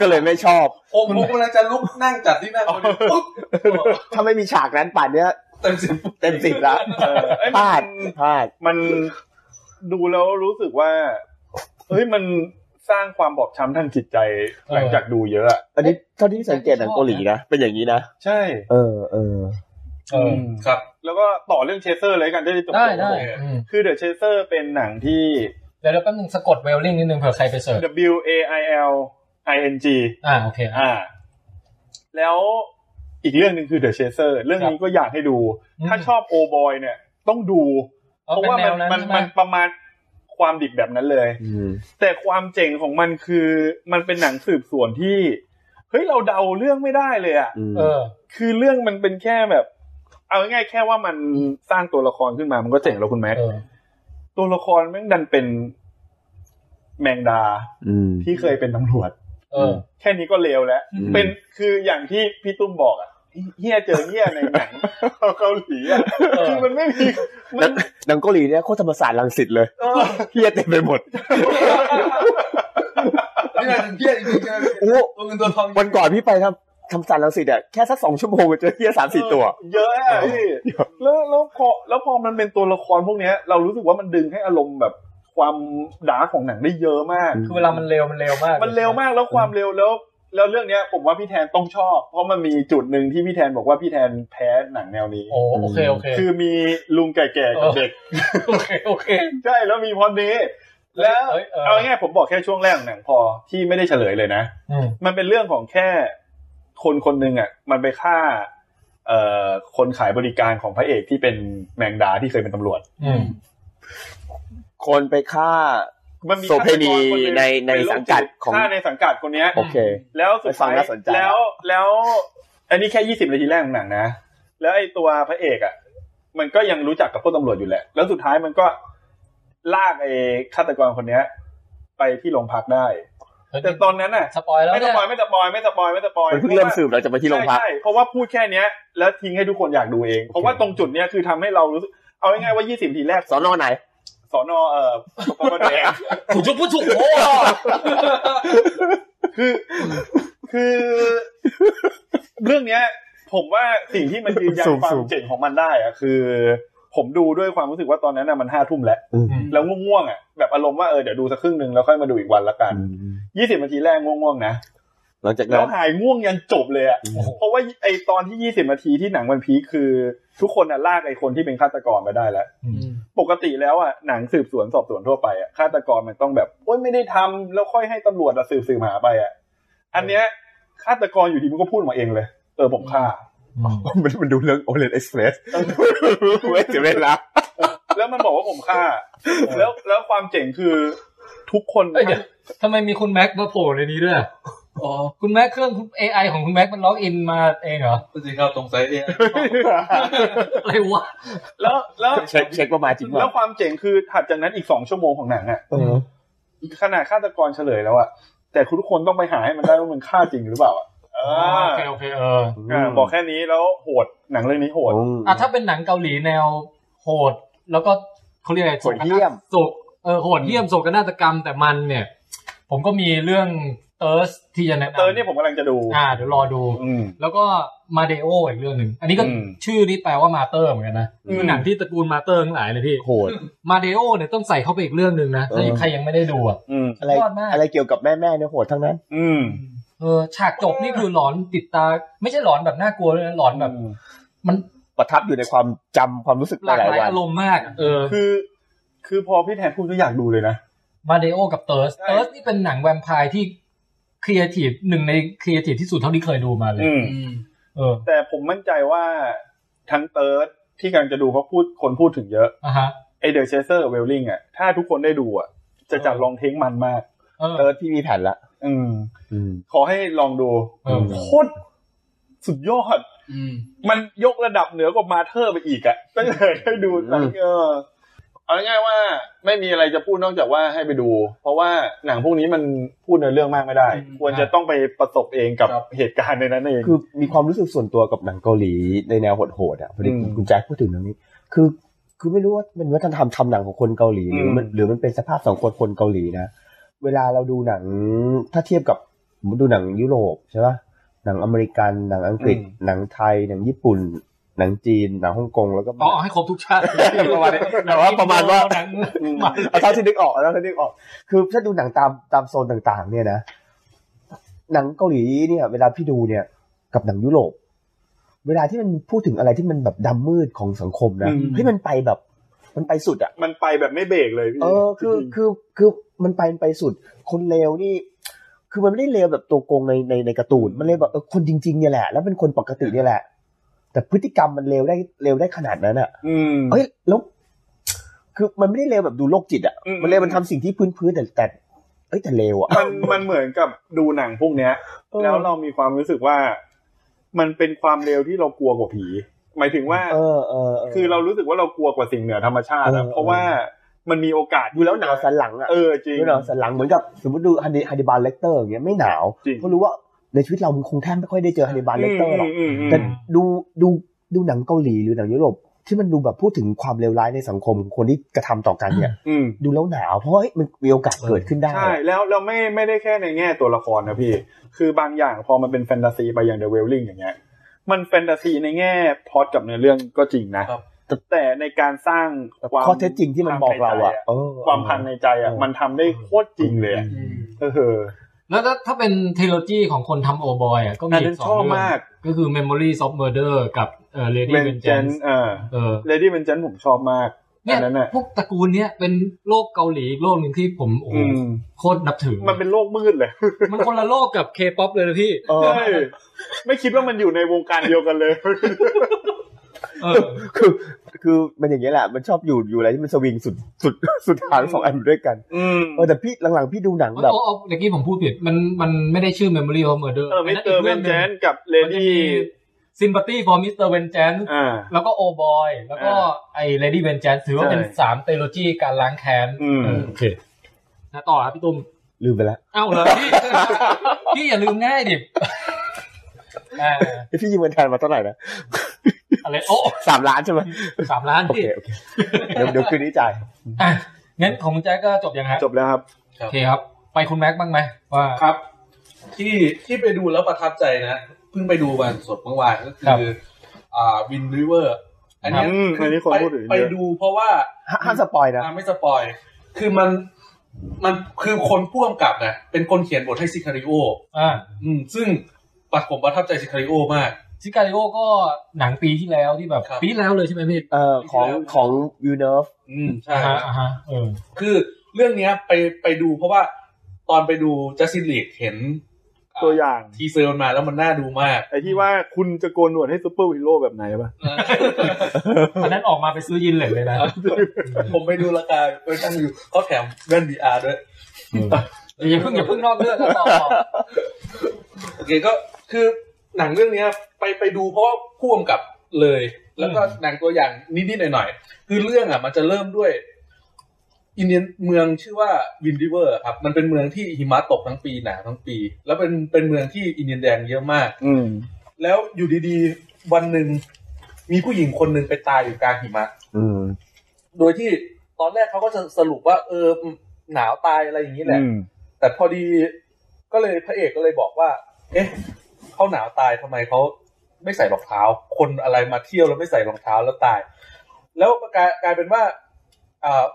Speaker 3: ก็เลยไม่ชอบ
Speaker 2: ผมผมกำลังจะลุกนั่งจัดที่นั่งพอดีปุ๊บ
Speaker 3: ถ้าไม่มีฉากนั้นป่านเนี้ย
Speaker 2: เต็มสิบ
Speaker 3: เต็มสิบละ
Speaker 4: เออเอ้ย
Speaker 3: พ
Speaker 4: มัน
Speaker 3: ลาดพลาด
Speaker 4: มันดูแล้วรู้สึกว่าเฮ้ยมันแส สร้างความบอบช้ำทางจิตใจหลังจากดูเยอะอะ
Speaker 6: อันนี้เท่าที่สังเกตหนังเกาหลีนะเป็นอย่างนี้นะ
Speaker 4: ใช่
Speaker 6: เออเออ
Speaker 1: เออ
Speaker 2: ครับ
Speaker 4: แล้วก็ต่อเรื่องเชเซอร์เลยกันได้จบ
Speaker 1: ได้ได้อืม
Speaker 4: คือเดอะเชเซอร์เป็นหนังที่
Speaker 1: เดี๋ยวเดี๋ยวแป๊บนึงสะกดเวลลิงนิดนึงเผื่อใครไปเสิร์ช
Speaker 4: W A I L I N G
Speaker 1: อ่าโอเคอ่ะ
Speaker 4: อ่า แล้วอีกเรื่องหนึ่งคือ The Chaser เรื่องนี้ก็อยากให้ดู
Speaker 1: อืม
Speaker 4: ถ้าชอบโอบอยเนี่ย ต้องดู
Speaker 1: อ
Speaker 4: เพราะ
Speaker 1: ป็
Speaker 4: ว่า
Speaker 1: แน
Speaker 4: มัน
Speaker 1: นั้น
Speaker 4: มัน
Speaker 1: ใช่ไห
Speaker 4: มันประมาณความดิบแบบนั้นเลย
Speaker 6: อืม
Speaker 4: แต่ความเจ๋งของมันคือมันเป็นหนังสืบสวนที่ เฮ้ย เราเดาเรื่องไม่ได้เลยอะ
Speaker 6: อืม
Speaker 1: เออ
Speaker 4: คือเรื่องมันเป็นแค่แบบ เอาง่ายๆแค่ว่ามันสร้างตัวละครขึ้นมามันก็เจ๋งแล้วคุณแม็ก
Speaker 1: เออ
Speaker 4: ตัวละครแม่งดันเป็นแมงดา
Speaker 6: อืม
Speaker 4: ที่เคยเป็นตำรวจ
Speaker 1: เออ
Speaker 4: แค่นี้ก็เลวแล้ว
Speaker 6: อืม
Speaker 4: เป็นคืออย่างที่พี่ตุ้มบอกอ่ะเฮียเจอเฮียในหนัง เกาหลีอ่ะ
Speaker 1: เออ
Speaker 4: คือมันไม่มีมั
Speaker 6: หนั
Speaker 4: น
Speaker 6: งหนังเกาหลีเนี่ยโคตรธรรมศาสตร์รังสิตเลย
Speaker 4: เออ
Speaker 6: เฮียเต็มไปหมด
Speaker 2: นี่แหละเพี้ยจริงๆนะ
Speaker 6: โอ้
Speaker 2: ตัวเงินตัวทอง
Speaker 6: วันก่อนพี่ไปทำธรรมศาสตร์รังสิตอะแค่สักสองชั่วโมงเจอเฮียสามสี่ตัว
Speaker 4: เยอะอ่ะพี่แล้วแล้วพอแล้วพอมันเป็นตัวละครพวกเนี้ย เรารู้สึกว่ามันดึงให้อารมณ์แบบความดาร์กของหนังได้เยอะมาก
Speaker 1: คือเวลามันเร็วมันเร็วมาก
Speaker 4: มันเร็วมากแล้วความเร็วแล้ว แล้วเรื่องเนี้ย ผมว่าพี่แทนต้องชอบ เพราะมันมีจุดหนึ่งที่พี่แทนบอกว่าพี่แทนแพ้หนังแนวนี้
Speaker 1: โอ้โอเคโอเค
Speaker 4: คือมีลุงแก่ๆกับเด็ก
Speaker 1: โอเคโอเค
Speaker 4: ใช่แล้วมีพอดนี้ แล้ว
Speaker 1: เอ้ยเออ
Speaker 4: เอาง่ายๆผมบอกแค่ช่วงแรกของหนังพอที่ไม่ได้เฉลยเลยนะ
Speaker 1: อืม
Speaker 4: มันเป็นเรื่องของแค่คนคนหนึ่งอ่ะ มันไปฆ่า เอ่อคนขายบริการของพระเอกที่เป็นแมงดาที่เคยเป็นตำรวจ
Speaker 1: อืม
Speaker 6: คนไปฆ่า
Speaker 4: มันมี
Speaker 6: โสเภณี
Speaker 4: ฆาตกรคหง
Speaker 6: ในใน
Speaker 4: เป็โรคจิต
Speaker 6: สังกัดของ
Speaker 4: ฆ่าในสังกัดคนเนี้ย
Speaker 6: โอเค
Speaker 4: แล้วสุด
Speaker 6: ฟัง
Speaker 4: ท้าย
Speaker 6: น่าสนใจ
Speaker 4: แล้วแล้ว อันนี้แค่ยี่สิบนาทีแรกของหนังนะ แล้วไอ้ตัวพระเอกอ่ะ มันก็ยังรู้จักกับพวกตำรวจอยู่แหละ แล้วสุดท้ายมันก็ลากไอ้ฆาตกรคนเนี้ย ไปที่โรงพักได้ แต่ตอนนั้นน่ะ
Speaker 1: สปอยแล้ว
Speaker 4: ไม่ส
Speaker 1: เนี่ย
Speaker 4: ปอยไม่สปอยไม่สปอยไม่สปอย
Speaker 6: มันเพิ่งเริ่มสืบเราจะไปที่โรงพัก
Speaker 4: ใช่ใช่เพราะว่าพูดแค่เนี้ย แล้วทิ้งให้ทุกคนอยากดูเอง เพราะว่าตรงจุดเนี้ยคือทำให้เรารู้สึกเอาง่ายๆว่า 20ทีแรก
Speaker 6: สอนอไหน
Speaker 4: สอนอเอ่อปปแดง
Speaker 1: ถูกจุดพูดถูกโอ้
Speaker 4: คือคือ เรื่องเนี้ย ผมว่าสิ่งที่มันยืนยัน
Speaker 6: สูง
Speaker 4: ควา
Speaker 6: สู
Speaker 4: ม
Speaker 6: ง
Speaker 4: เจ๋งของมันได้อะคือ ผมดูด้วยความรู้สึกว่าตอนนั้นน่ะมันห้าทุ่มแล้ว แล้วง่วงๆอ่ะแบบอารมณ์ว่าเออเดี๋ยวดูสักครึ่งหนึ่งแล้วค่อยมาดูอีกวันละกันยี่สิบนาทีแรกง่วงๆนะ
Speaker 6: หลังจาก
Speaker 4: แล้
Speaker 6: นั้
Speaker 4: วน หายง่วงยันจบเลยอ่ะ เพราะว่าไอตอนที่ 20 นาทีที่หนังมันพีคคือ ทุกคนน่ะลากไอคนที่เป็นฆาตกรมาได้แล้ว ปกติแล้วอ่ะหนังสืบสวนสอบสวนทั่วไปอ่ะฆาตกรมันต้องแบบโอ๊ยไม่ได้ทำแล้วค่อยให้ตำรวจอะสืบสืบหาไปอ่ะ อันเนี้ยฆาตกรอยู่ดีมันก็พูดมาเองเลย เออผมฆ่า
Speaker 6: มันมันดูเรื่องโอเลนเอ็กซ์เพรสเว้ยเสียเวลา
Speaker 4: แล้วมันบอกว่าผมฆ่า แล้วแล้วความเจ๋งคือทุกคน
Speaker 1: เอ้ยเดี๋ยวทำไมมีคุณแม็กมาโผล่ในนี้ด้วย
Speaker 2: อ๋อ
Speaker 1: คุณแม็กเครื่อง AI ของคุณแม็กมันล็อกอินมาเองเหรอ
Speaker 2: จริงๆครับสงสัยเอง
Speaker 1: อะไรวะ
Speaker 4: แล้วแล้ว
Speaker 6: เช็คเช็คว่ามาจริงเป
Speaker 4: แล้
Speaker 6: ล่าว
Speaker 4: ความเจ๋งคือถัดจากนั้นอีกสองชั่วโมงของหนังอ่ะ
Speaker 6: เออ
Speaker 4: ขนาดฆาตกรเฉลยแล้วอะแต่ทุกคนต้องไปหาให้มันได้ว่ามันฆ่าจริงหรือเปล่าอะเออ
Speaker 1: โอเคโอเคเออ
Speaker 4: อ่าบอกแค่นี้แล้วโหดหนังเรื่องนี้โหด
Speaker 1: อ่ะถ้าเป็นหนังเกาหลีแนวโหด แล้วก็เขาเรียกอะไร
Speaker 6: โหดเยี่ยม
Speaker 1: โศกเออโหดเยี่ยมโศกนาฏกรรมแต่มันเนี่ย ผมก็มีเรื่องเติร์สที่จะแนะนำ
Speaker 4: เตอร์เนี่ยผมกำลังจะดู
Speaker 1: อ่าเดี๋ยวรอดู
Speaker 4: อืม
Speaker 1: แล้วก็มาเดโออีกเรื่องหนึ่ง อันนี้ก็
Speaker 4: อืม
Speaker 1: ชื่อนี้แปลว่ามาเตอร์เหมือนกันนะ
Speaker 6: อืม
Speaker 1: คือหนังที่ตระกูลมาเตอร์ทั้งหลายเลยพี่
Speaker 6: โหด
Speaker 1: มาเดโอเนี่ยต้องใส่เข้าไปอีกเรื่องหนึ่งนะ
Speaker 6: เออ
Speaker 1: ถ้าใครยังไม่ได้ดูอ่ะ
Speaker 4: อืม
Speaker 6: อะไร
Speaker 1: ยอดมาก
Speaker 6: อะไรเกี่ยวกับแม่แม่ๆเนี่ยโหดทั้งนั้น
Speaker 4: อืม
Speaker 1: เออฉากจบนี่คือหลอนติดตา ไม่ใช่หลอนแบบน่ากลัวเลยนะหลอนแบบ มัน
Speaker 6: ประทับอยู่ในความจำความรู้สึก
Speaker 1: หลาก
Speaker 6: หลาย
Speaker 1: หลาย
Speaker 6: วัน
Speaker 1: อารมณ์มาก เออ
Speaker 4: คือ คือพอพี่แทนพูดก็อยากดูเลยนะ
Speaker 1: มาเดโอกับเติร์ส
Speaker 4: ใช่
Speaker 1: เติร์สนี่เป็นหนังแวมไพร์ที่ครีเอทีฟหนึ่งในครีเอทีฟที่สุดเท่าที่เคยดูมาเลย
Speaker 4: อืม
Speaker 1: เออ
Speaker 4: แต่ผมมั่นใจว่าทั้งเติร์ดที่กำลังจะดูเขาพูดคนพูดถึงเยอะ
Speaker 1: อ่ะฮะ
Speaker 4: ไอเดอะเชเซอร์เวลลิงอะถ้าทุกคนได้ดูอะจะจัดลองเทงมันมาก
Speaker 1: เออ
Speaker 6: เออที่มีแผนละ
Speaker 4: อืม
Speaker 6: อืม
Speaker 4: ขอให้ลองดู
Speaker 1: เออ
Speaker 4: โคตรสุดยอด
Speaker 2: อืม
Speaker 4: มันยกระดับเหนือกว่ามาเธอร์ไปอีกอะตั้งแต่ได้ดูหนัง
Speaker 6: อืม
Speaker 4: เออเอาง่ายๆว่า ไม่มีอะไรจะพูดนอกจากว่าให้ไปดู เพราะว่าหนังพวกนี้มันพูดในเรื่องมากไม่ได้
Speaker 2: อืม
Speaker 4: ควรจะต้องไปประสบเองกับ
Speaker 2: ครับ
Speaker 4: เหตุการณ์ในนั้นเอง
Speaker 6: คือมีความรู้สึกส่วนตัวกับหนังเกาหลีในแนวโหดๆอ่ะพอดี
Speaker 4: อืม
Speaker 6: คุณแจ็คพูดถึงเรื่องนี้ คือ คือไม่รู้ว่ามันวัฒนธรรมทำหนังของคนเกาหลีหรือมัน
Speaker 4: อืม
Speaker 6: หรือมันเป็นสภาพสังคมคนเกาหลีนะ เวลาเราดูหนังถ้าเทียบกับผมดูหนังยุโรปใช่ปะหนังอเมริกันหนังอังกฤษ หนังไทยหนังญี่ปุ่น หนังจีนหนังฮ่องกงแล้วก็
Speaker 1: อ๋อให้ครบทุกชาติ
Speaker 6: ประมาณนี้แต่ว่าประมาณว่า
Speaker 1: หนัง
Speaker 6: อืมเอาเท่าที่นึกออกเอาเท่าที่นึกออก คือถ้าดูหนังตามตามโซนต่างๆ เนี่ยนะ หนังเกาหลีเนี่ย เวลาพี่ดูเนี่ย กับหนังยุโรป เวลาที่มันพูดถึงอะไรที่มันแบบดำมืดของสังคมนะ
Speaker 4: อืม
Speaker 6: เฮ้ยมันไปแบบ มันไปสุดอ่ะ
Speaker 4: มันไปแบบไม่เบรกเลยพี่
Speaker 6: เออ คือคือคือมันไปมันไปสุด คนเลวนี่ คือมันไม่ได้เลวแบบตัวโกงในในในการ์ตูน มันเลวแบบเออคนจริงๆเนี่ยแหละ แล้วเป็นคนปกติเนี่ยแหละ แต่พฤติกรรมมันเลวได้เลวได้ขนาดนั้นอ่ะ
Speaker 4: อืม
Speaker 6: เฮ้ยแล้วคือมันไม่ได้เลวแบบดูโรคจิตอ่ะ
Speaker 4: อืม
Speaker 6: มันเลวมันทำสิ่งที่พื้นพื้นๆแต่แต่เอ้ยแต่เลวอ่ะ
Speaker 4: มันมันเหมือนกับดูหนังพวกเนี้ย
Speaker 6: เออ
Speaker 4: แล้วเรามีความรู้สึกว่า มันเป็นความเร็วที่เรากลัวกว่าผี หมายถึงว่า
Speaker 6: เออเออ
Speaker 4: คือเรารู้สึกว่าเรากลัวกว่าสิ่งเหนือธรรมชาติอะ
Speaker 6: เออ
Speaker 4: เพราะว่ามันมีโอกาส
Speaker 6: ดูแล้วหนาวสันหลังอ่ะ
Speaker 4: เออจริง
Speaker 6: ดูหนาวสันหลังเหมือนกับสมมติดูฮันดิฮันดิบาลเลกเตอร์อย่างเงี้ยไม่หนาว
Speaker 4: จริง
Speaker 6: เพราะรู้ว่าในชีวิตเรามันคงแทบไม่ค่อยได้เจอฮันดิบาลเลกเตอร์หรอก
Speaker 4: มม
Speaker 6: แต่
Speaker 4: ม
Speaker 6: ดูดูดูหนังเกาหลีหรือหนังยุโรปที่มันดูแบบพูดถึงความเลวร้ายในสังคมของคนที่กระทำต่อกันเนี่ย
Speaker 4: อืม
Speaker 6: ดูแล้วหนาวเพราะว่าเฮ้ยมันมีโอกาสเกิดขึ้นได้
Speaker 4: ใช่แล้วเราไม่ไม่ได้แค่ในแง่ตัวละครนะพี่ คือบางอย่างพอมันเป็นแฟนตาซีไปอย่างเดอะเวลลิงอย่างเงี้ย มันแฟนตาซีในแง่พล็อดกับในอเรื่องก็จริงนะ
Speaker 2: ครับ
Speaker 4: แต่แต่ในการสร้างความ
Speaker 6: ข้อเท็จจริงที่มันบอกเราอ่ะเออ
Speaker 4: ความพันในใจอ่ะ
Speaker 6: เออ
Speaker 4: มันทำได้โคตรจริงเลยอะเออ
Speaker 1: แล้วถ้าถ้าเป็นเทโลจีของคนทำโอบอยอ่ะก็มี
Speaker 4: อันนั้
Speaker 1: อีก
Speaker 4: น
Speaker 1: สอ
Speaker 4: ช
Speaker 1: ง
Speaker 4: อบ
Speaker 1: เรื่อง
Speaker 4: มาก
Speaker 1: ก็คือ Memory of Murder กับเอ่อ Lady
Speaker 4: เ e นเจน
Speaker 1: Vengeance
Speaker 4: เออ
Speaker 1: เออ
Speaker 4: เลดี้เนเจนผมชอบมาก
Speaker 1: เนี่ย
Speaker 4: อันนั้นอ่ะ
Speaker 1: พวกตระกูลเนี้ยเป็นโลกเกาหลีอีกโลกหนึ่งที่ผมโอ้โห
Speaker 4: อืม
Speaker 1: โคตรนับถือ
Speaker 4: มันเป็นโลกมืดเลย
Speaker 1: มันคนละโลกกับเคป๊อปเลยนะพี่
Speaker 6: เออ
Speaker 4: ใช่ไม่คิดว่ามันอยู่ในวงการเดียวกันเลย
Speaker 1: เออ
Speaker 6: คือคือมันอย่างเงี้ยแหละ มันชอบอยู่อยู่อะไรที่มันสวิงสุดสุดสุดทางสองอันอยู่ด้วยกัน
Speaker 4: อืม
Speaker 6: เออแต่พี่หลังๆพี่ดูหนัง
Speaker 1: โอ้
Speaker 6: แบบ
Speaker 1: โอ้เมื่อกี้ผมพูดผิด มันมันไม่ได้ชื่อ Memory of Murder
Speaker 4: เออมิสเตอร์เวนเจนกับเล
Speaker 1: มันจะมี
Speaker 4: ดี้
Speaker 1: Sympathy for Mr. Vengeance
Speaker 4: อ่า
Speaker 1: แล้วก็โอบอยแล้วก็ไอ้ Lady Vengeance ถือว่าเป็น
Speaker 4: ใช่
Speaker 1: สามเทโลจีการล้างแค้น
Speaker 4: อืม
Speaker 1: เออโอเคนะต่อครับพี่ตุ้ม
Speaker 6: ลืมไปแล้ว
Speaker 1: เอ้า เหรอพี่ พี่อย่าลืมง่ายดิ เอ่อ
Speaker 6: ไอ้พี่ยืมเงินทานมาเท่าไหร่นะ
Speaker 1: อะไรโอ้
Speaker 6: สามล้านใช่ไหม
Speaker 1: สามล้าน
Speaker 6: โอ
Speaker 1: พี่
Speaker 6: เคโอเคเดี๋ยวเดี๋ยวคืนนี้จ่าย
Speaker 1: อ่ะงั้นของแจ็คก็จบยังฮะ
Speaker 4: จบแล้วครับ
Speaker 1: โอเคครับ ไปคุณแม็กซ์บ้างไหมว่า
Speaker 2: ครับ ที่ที่ไปดูแล้วประทับใจนะเพิ่งไปดูวันสดเมื่อวานก็
Speaker 1: ครับ
Speaker 2: คืออ่าวินริเวอร์อันเนี้ย
Speaker 4: อืมอันนี้คน
Speaker 2: ไป
Speaker 4: พูดถึงเยอะ
Speaker 2: ไปดูเพราะว่า
Speaker 6: ห้าห้ามสปอยนะ
Speaker 2: อ่ะไม่สปอย คือมัน มันคือคนพ่วงกับนะเป็นคนเขียนบทให้ซิคาริโอ
Speaker 1: อ่า
Speaker 2: อืม ซึ่งปัดผมประทับใจซิคาริโอมาก
Speaker 1: ซิการิโอก็หนังปีที่แล้วที่แบบ
Speaker 2: ครับ
Speaker 1: ปีที่แล้วเลยใช่ไหมพี่
Speaker 6: เอ่อของของยูเนิร์ฟ
Speaker 2: อืม ใช่
Speaker 1: อ่าฮะอ่าฮะเออ
Speaker 2: คือเรื่องเนี้ยไปไปดูเพราะว่าตอนไปดูจัสซินลีกเห็น
Speaker 4: ตัวอย่าง
Speaker 2: ทีเซอร์มันมาแล้วมันน่าดูมาก
Speaker 4: ไอ้ที่ว่าคุณจะโกนหนวดให้ซูเปอร์ฮีโร่แบบไหนป่ะ
Speaker 2: นะ
Speaker 1: อันนั้นออกมาไปซื้อยินเหล็กเลยนะ
Speaker 2: ผมไปดูและกายไปตั้งอยู่เขาแถมแว่น VR ด้วย
Speaker 1: อย่าเพิ่งอย่าเพิ่งนอกเรื่อง แล้วต่อ
Speaker 2: โอเคก็คือหนังเรื่องเนี้ยไปไปดูเพราะว่าพ่วงกับเลย แล้วก็หนังตัวอย่างนิดๆหน่อยๆคือเรื่องอ่ะมันจะเริ่มด้วย อินเดียนเมืองชื่อว่าวินดิเวอร์ครับ มันเป็นเมืองที่หิมะตกทั้งปีหนาวทั้งปี แล้วเป็นเป็นเมืองที่อินเดียนแดงเยอะมาก
Speaker 4: อืม
Speaker 2: แล้วอยู่ดีๆวันหนึ่งมีผู้หญิงคนหนึ่งไปตายอยู่กลางหิมะ
Speaker 6: อืม
Speaker 2: โดยที่ตอนแรกเขาก็จะสรุปว่า เออหนาวตายอะไรอย่างนี้แหละ
Speaker 4: อืม
Speaker 2: แต่พอดีก็เลยพระเอกก็เลยบอกว่า เอ๊ะเขาหนาวตายทำไมเขาไม่ใส่รองเท้า คนอะไรมาเที่ยวแล้วไม่ใส่รองเท้าแล้วตาย แล้วกลายกลายเป็นว่าอ่า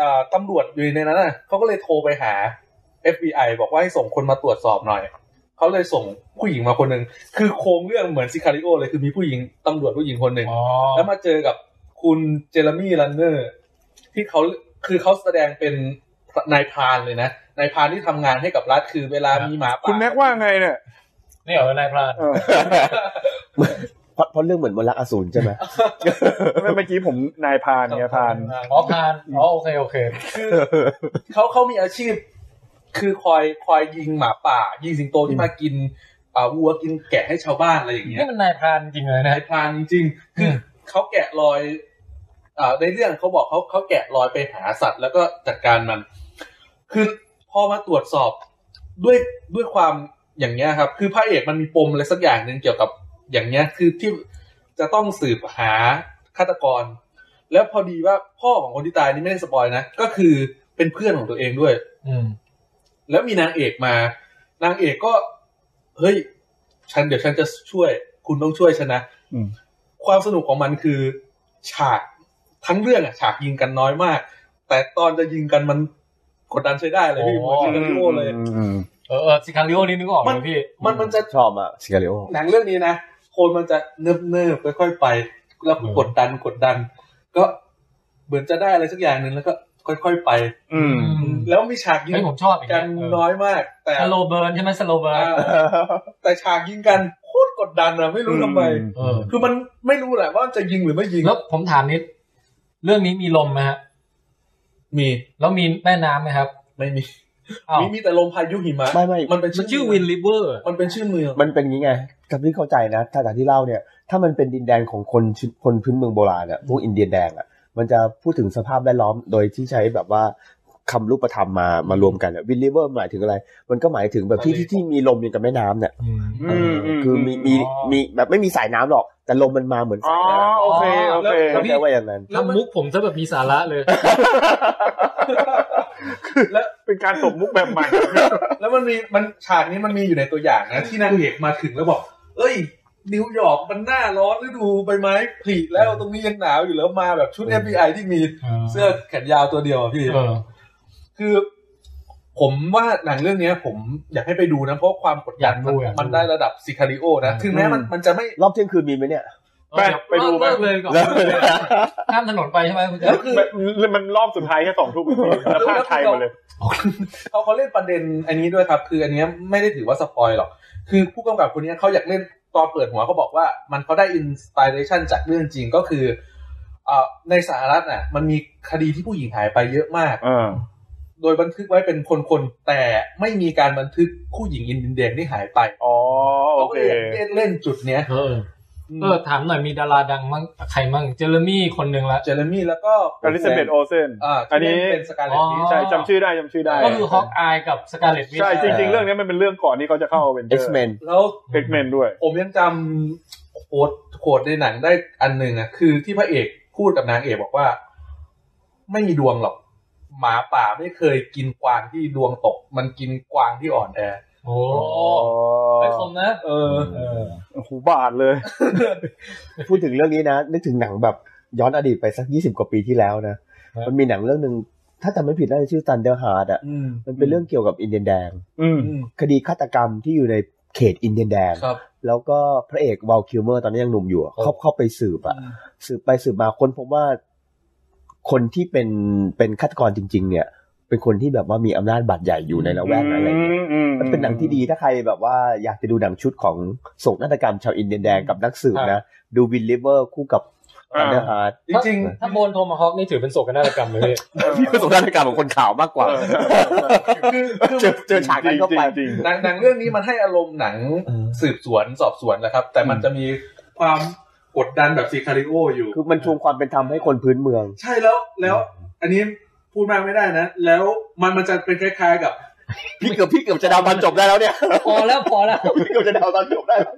Speaker 2: อ่าตำรวจอยู่ในนั้นน่ะเขาก็เลยโทรไปหา FBI บอกว่าให้ส่งคนมาตรวจสอบหน่อย เขาเลยส่งผู้หญิงมาคนหนึ่งคือโครงเรื่องเหมือนซิคาริโอเลยคือมีผู้หญิงตำรวจผู้หญิงคนหนึ่ง
Speaker 1: อ๋อ
Speaker 2: แล้วมาเจอกับคุณเจเรมี่รันเนอร์ ที่เขาคือเขาแสดงเป็นนายพรานเลยนะนายพรานที่ทำงานให้กับรัฐคือเวลามีหมาป่า
Speaker 4: คุณแม็กว่าไงเนี่ย
Speaker 1: นี่เหรอนายพราน
Speaker 4: เออ
Speaker 6: เพราะเพราะเรื่องเหมือนมนต์รักอสูรใช่ไหม
Speaker 4: ไม่เมื่อกี้ผมนายพานเนี่ยพาน
Speaker 1: อ๋อพรานอ๋อโอเคโอเค
Speaker 2: เขาเขามีอาชีพ คือคอยคอยยิงหมาป่า ยิงสิงโตที่มากินอ่าวัวกินแกะให้ชาวบ้านอะไรอย่างเงี้ย
Speaker 1: นี่มันนายพรานจริงเลยนะ
Speaker 2: นายพรานจริงๆคือ
Speaker 1: ม
Speaker 2: เขาแกะรอยเอ่อในเรื่องเขาบอกเขาเขาแกะรอยไปหาสัตว์ แล้วก็จัดการมัน คือพอมาตรวจสอบด้วยด้วยความอย่างเงี้ยครับ คือพระเอกมันมีปมอะไรสักอย่างหนึ่งเกี่ยวกับอย่างเงี้ย คือที่จะต้องสืบหาฆาตกร แล้วพอดีว่าพ่อของคนที่ตายนี่ไม่ได้สปอยนะ ก็คือเป็นเพื่อนของตัวเองด้วย
Speaker 1: อืม
Speaker 2: แล้วมีนางเอกมา นางเอกก็ เฮ้ย ฉันเดี๋ยวฉันจะช่วย คุณต้องช่วยฉันนะ
Speaker 4: อืม
Speaker 2: ความสนุกของมันคือ ฉากทั้งเรื่องอะฉากยิงกันน้อยมาก แต่ตอนจะยิงกันมันกดดันใช้ได้เลยพี่
Speaker 1: โอ้
Speaker 2: เหมือนซินาริโอเลย
Speaker 1: เออเออซิคาริโอนี่นึกออกเลยพี่
Speaker 2: มันมันจะ
Speaker 6: ชอบอ่ะซิกาเรโอ
Speaker 2: หนังเรื่องนี้นะคนมันจะเนิบเนิบๆค่อยๆไป แล้วกดดันกดดัน ก็เหมือนจะได้อะไรสักอย่างหนึ่งแล้วก็ค่อยๆไป
Speaker 4: อืม
Speaker 2: แล้วมีฉากยิง
Speaker 1: เฮ้ยผมชอบอย่าง
Speaker 2: กั
Speaker 1: เงี้
Speaker 2: น
Speaker 1: ย
Speaker 2: น้อยมาก แต่
Speaker 1: สโลเบิร์นใช่ไหมสโลเบิร์น
Speaker 2: อ่าแต่ฉากยิงกันโคตรกดดันอะไม่รู้ทำไม
Speaker 1: เออ
Speaker 2: คือมันไม่รู้แหละว่าจะยิงหรือไม่ยิง
Speaker 1: แล้วผมถามนิด เรื่องนี้มีลมไหมฮะ
Speaker 2: มี
Speaker 1: แล้วมีแม่น้ำไหมครับ
Speaker 2: ไม่มี
Speaker 1: อ้าว
Speaker 2: มีมีแต่ลมพายุหิมะ
Speaker 6: ไม่ไม่
Speaker 2: มันเป็น
Speaker 1: มันชื่อวินริเวอร์
Speaker 2: มันเป็นชื่อเมือง
Speaker 6: มันเป็นงี้ไงจำที่เข้าใจนะถ้าจากที่เล่าเนี่ย ถ้ามันเป็นดินแดนของคนชนคนพื้นเมืองโบราณอ่ะพวกอินเดียนแดงอ่ะ มันจะพูดถึงสภาพแวดล้อมโดยที่ใช้แบบว่าคำรูปธรรมมามารวมกันวินลิเวอร์หมายถึงอะไร มันก็หมายถึงแบบที่ที่ที่มีลมอย่างกับแม่น้ำเนี่ยเอออ
Speaker 4: ม
Speaker 6: คือมีมี
Speaker 1: อ๋อ
Speaker 6: มีแบบไม่มีสายน้ำหรอก แต่ลมมันมาเหมือน
Speaker 4: อ๋
Speaker 6: สา
Speaker 4: อย
Speaker 6: น้ำ
Speaker 4: โอเคโอเค
Speaker 6: เข้าใจว่าอย่างนั้น
Speaker 1: ทำมุกผมซะแบบมีสาระเลย
Speaker 2: แล้ว
Speaker 4: เป็นการตบมุกแบบใหม่
Speaker 2: แล้วมันมีมันฉากนี้มันมีอยู่ในตัวอย่างนะที่นางเอกมาถึงแล้วบอก เอ้ย นิวยอร์กมันหน้าร้อนฤดูใบไม้ผลิแล้วตรงนี้ยังหนาวอยู่แล้วมาแบบชุด
Speaker 1: อืม
Speaker 2: FBI ที่มีเสื้อแขนยาวตัวเดียวอะพี่
Speaker 1: เออ
Speaker 2: คือ ผมว่าหนังเรื่องเนี้ย ผมอยากให้ไปดูนะเพราะความกดดันมัน
Speaker 1: อยากดูอยากดู
Speaker 2: มันได้ระดับซิคาริโอนะ
Speaker 1: อืม
Speaker 2: ถึงแม้มันมันจะไม่
Speaker 6: รอบเที่ยงคืนมีไหมเนี่ย
Speaker 4: ไปไปดูไหม
Speaker 1: เลิกเลยก่อนข้ามถนนไปใช่ไหมคุณ
Speaker 2: แล้ว
Speaker 1: เจ๊ะ
Speaker 2: คือ
Speaker 4: มันมันรอบสุดท้ายแค่สองทุ่มพี่แล้วพาคไทยหมดเลย
Speaker 2: เขาเขาเล่นประเด็นอันนี้ด้วยครับ คืออันเนี้ยไม่ได้ถือว่าสปอยหรอก คือผู้กำกับคนเนี้ยเขาอยากเล่นตอนเปิดหัวเขาบอกว่า มันเขาได้อินสปิเรชันจากเรื่องจริงก็คือเอ่อในสหรัฐน่ะ มันมีคดีที่ผู้หญิงหายไปเยอะมาก
Speaker 4: เออ
Speaker 2: โดยบันทึกไว้เป็นคนๆแต่ไม่มีการบันทึกผู้หญิงอินเดียนที่หายไป
Speaker 4: อ๋อโอ
Speaker 2: เขาก็
Speaker 4: เค
Speaker 2: เลยอยากเล่นเล่นจุดเนี้ย
Speaker 1: เออ เออ ถามหน่อยมีดาราดังมั่งใครมั่งเจอร์มี่คนหนึ่งละ
Speaker 2: เจเรมี่แล้วก็
Speaker 4: อลิซาเบธโอเซน
Speaker 2: อ่า
Speaker 4: อันนี้
Speaker 2: ที่เล่เป็นสการ์เล็ต
Speaker 1: อ๋อ
Speaker 2: นี้
Speaker 4: ใช่จำชื่อได้จำชื่อได้
Speaker 1: ก็คือฮอกอายกับสกาเลตวิท
Speaker 4: ใช่จริง
Speaker 6: เออ
Speaker 4: ๆ เรื่องนี้มันเป็นเรื่องก่อนที่เขาจะเข้าเวนเจอร์
Speaker 6: X-Men
Speaker 2: แล้ว
Speaker 4: เอ็กเมนด้วย
Speaker 2: ผมยังจำโคดโคดในหนังได้อันหนึ่งอะคือที่พระเอกพูดกับนางเอกบอกว่า ไม่มีดวงหรอก หมาป่าไม่เคยกินกวางที่ดวงตก มันกินกวางที่อ่อนแอ
Speaker 1: โอ้
Speaker 4: อ๋อ
Speaker 1: ไม่คมนะ
Speaker 2: เออ
Speaker 4: โอ้โหูบาดเลย
Speaker 6: พูดถึงเรื่องนี้นะ นึกถึงหนังแบบย้อนอดีตไปสักยี่สิบกว่าปีที่แล้วนะ
Speaker 1: ครับ
Speaker 6: มันมีหนังเรื่องหนึ่งถ้าจำไม่ผิดน่าจะชื่อ Thunderheart อ่ะ
Speaker 2: อืม
Speaker 6: มันเป็นเรื่องเกี่ยวกับอินเดียนแดง
Speaker 4: อืม
Speaker 2: อืม
Speaker 6: คดีฆาตกรรมที่อยู่ในเขตอินเดียนแดง
Speaker 2: ครับ
Speaker 6: แล้วก็พระเอกวาลคิวเมอร์ตอนนี้ยังหนุ่มอยู่อะเขาเข้าไปสืบอ่ะ สืบไปสืบมาค้นพบว่า คนที่เป็นเป็นฆาตกรจริง ๆ เนี่ย เป็นคนที่แบบว่ามีอำนาจบาดใหญ่อยู่ในละแวกนั้นอะไรอย่างเงี้ย มันเป็นหนังที่ดีถ้าใครแบบว่าอยากจะดูหนังชุดของโศกนาฏกรรมชาวอินเดียนแดงกับนักสืบนะ ดูวินลิเวอร์คู่กับ
Speaker 4: อ่า
Speaker 6: อันเดอร์ฮาร์ด
Speaker 2: จริง
Speaker 1: ถ้าโบนโทมาฮอกนี่ถือเป็นโศกนาฏกรรมเลยพี่
Speaker 6: พี่เป็นโศกนาฏกรรมของคนขาวมากกว่า
Speaker 4: เออ
Speaker 2: ๆคือคือ
Speaker 6: เจอเจอฉากนั้นเข้าไป
Speaker 4: จริง
Speaker 2: หนังหนังเรื่องนี้มันให้อารมณ์หนัง
Speaker 6: เออ
Speaker 2: สืบสวนสอบสวนแหละครับ แต่มันจะมีความกดดันแบบซิคาริโออยู่
Speaker 6: คือมันทวงความเป็นธรรมให้คนพื้นเมือง
Speaker 2: ใช่แล้วแล้ว อันนี้พูดมากไม่ได้นะ แล้วมันมันจะเป็นคล้ายๆกับ
Speaker 6: พี่เกือบพี่เกือบจะเดาวตอนจบได้ แล้วเนี่ย
Speaker 1: พอแล้วพอแล้ว
Speaker 6: พี่เกือบจะเดาวตอนจบได้แล้ว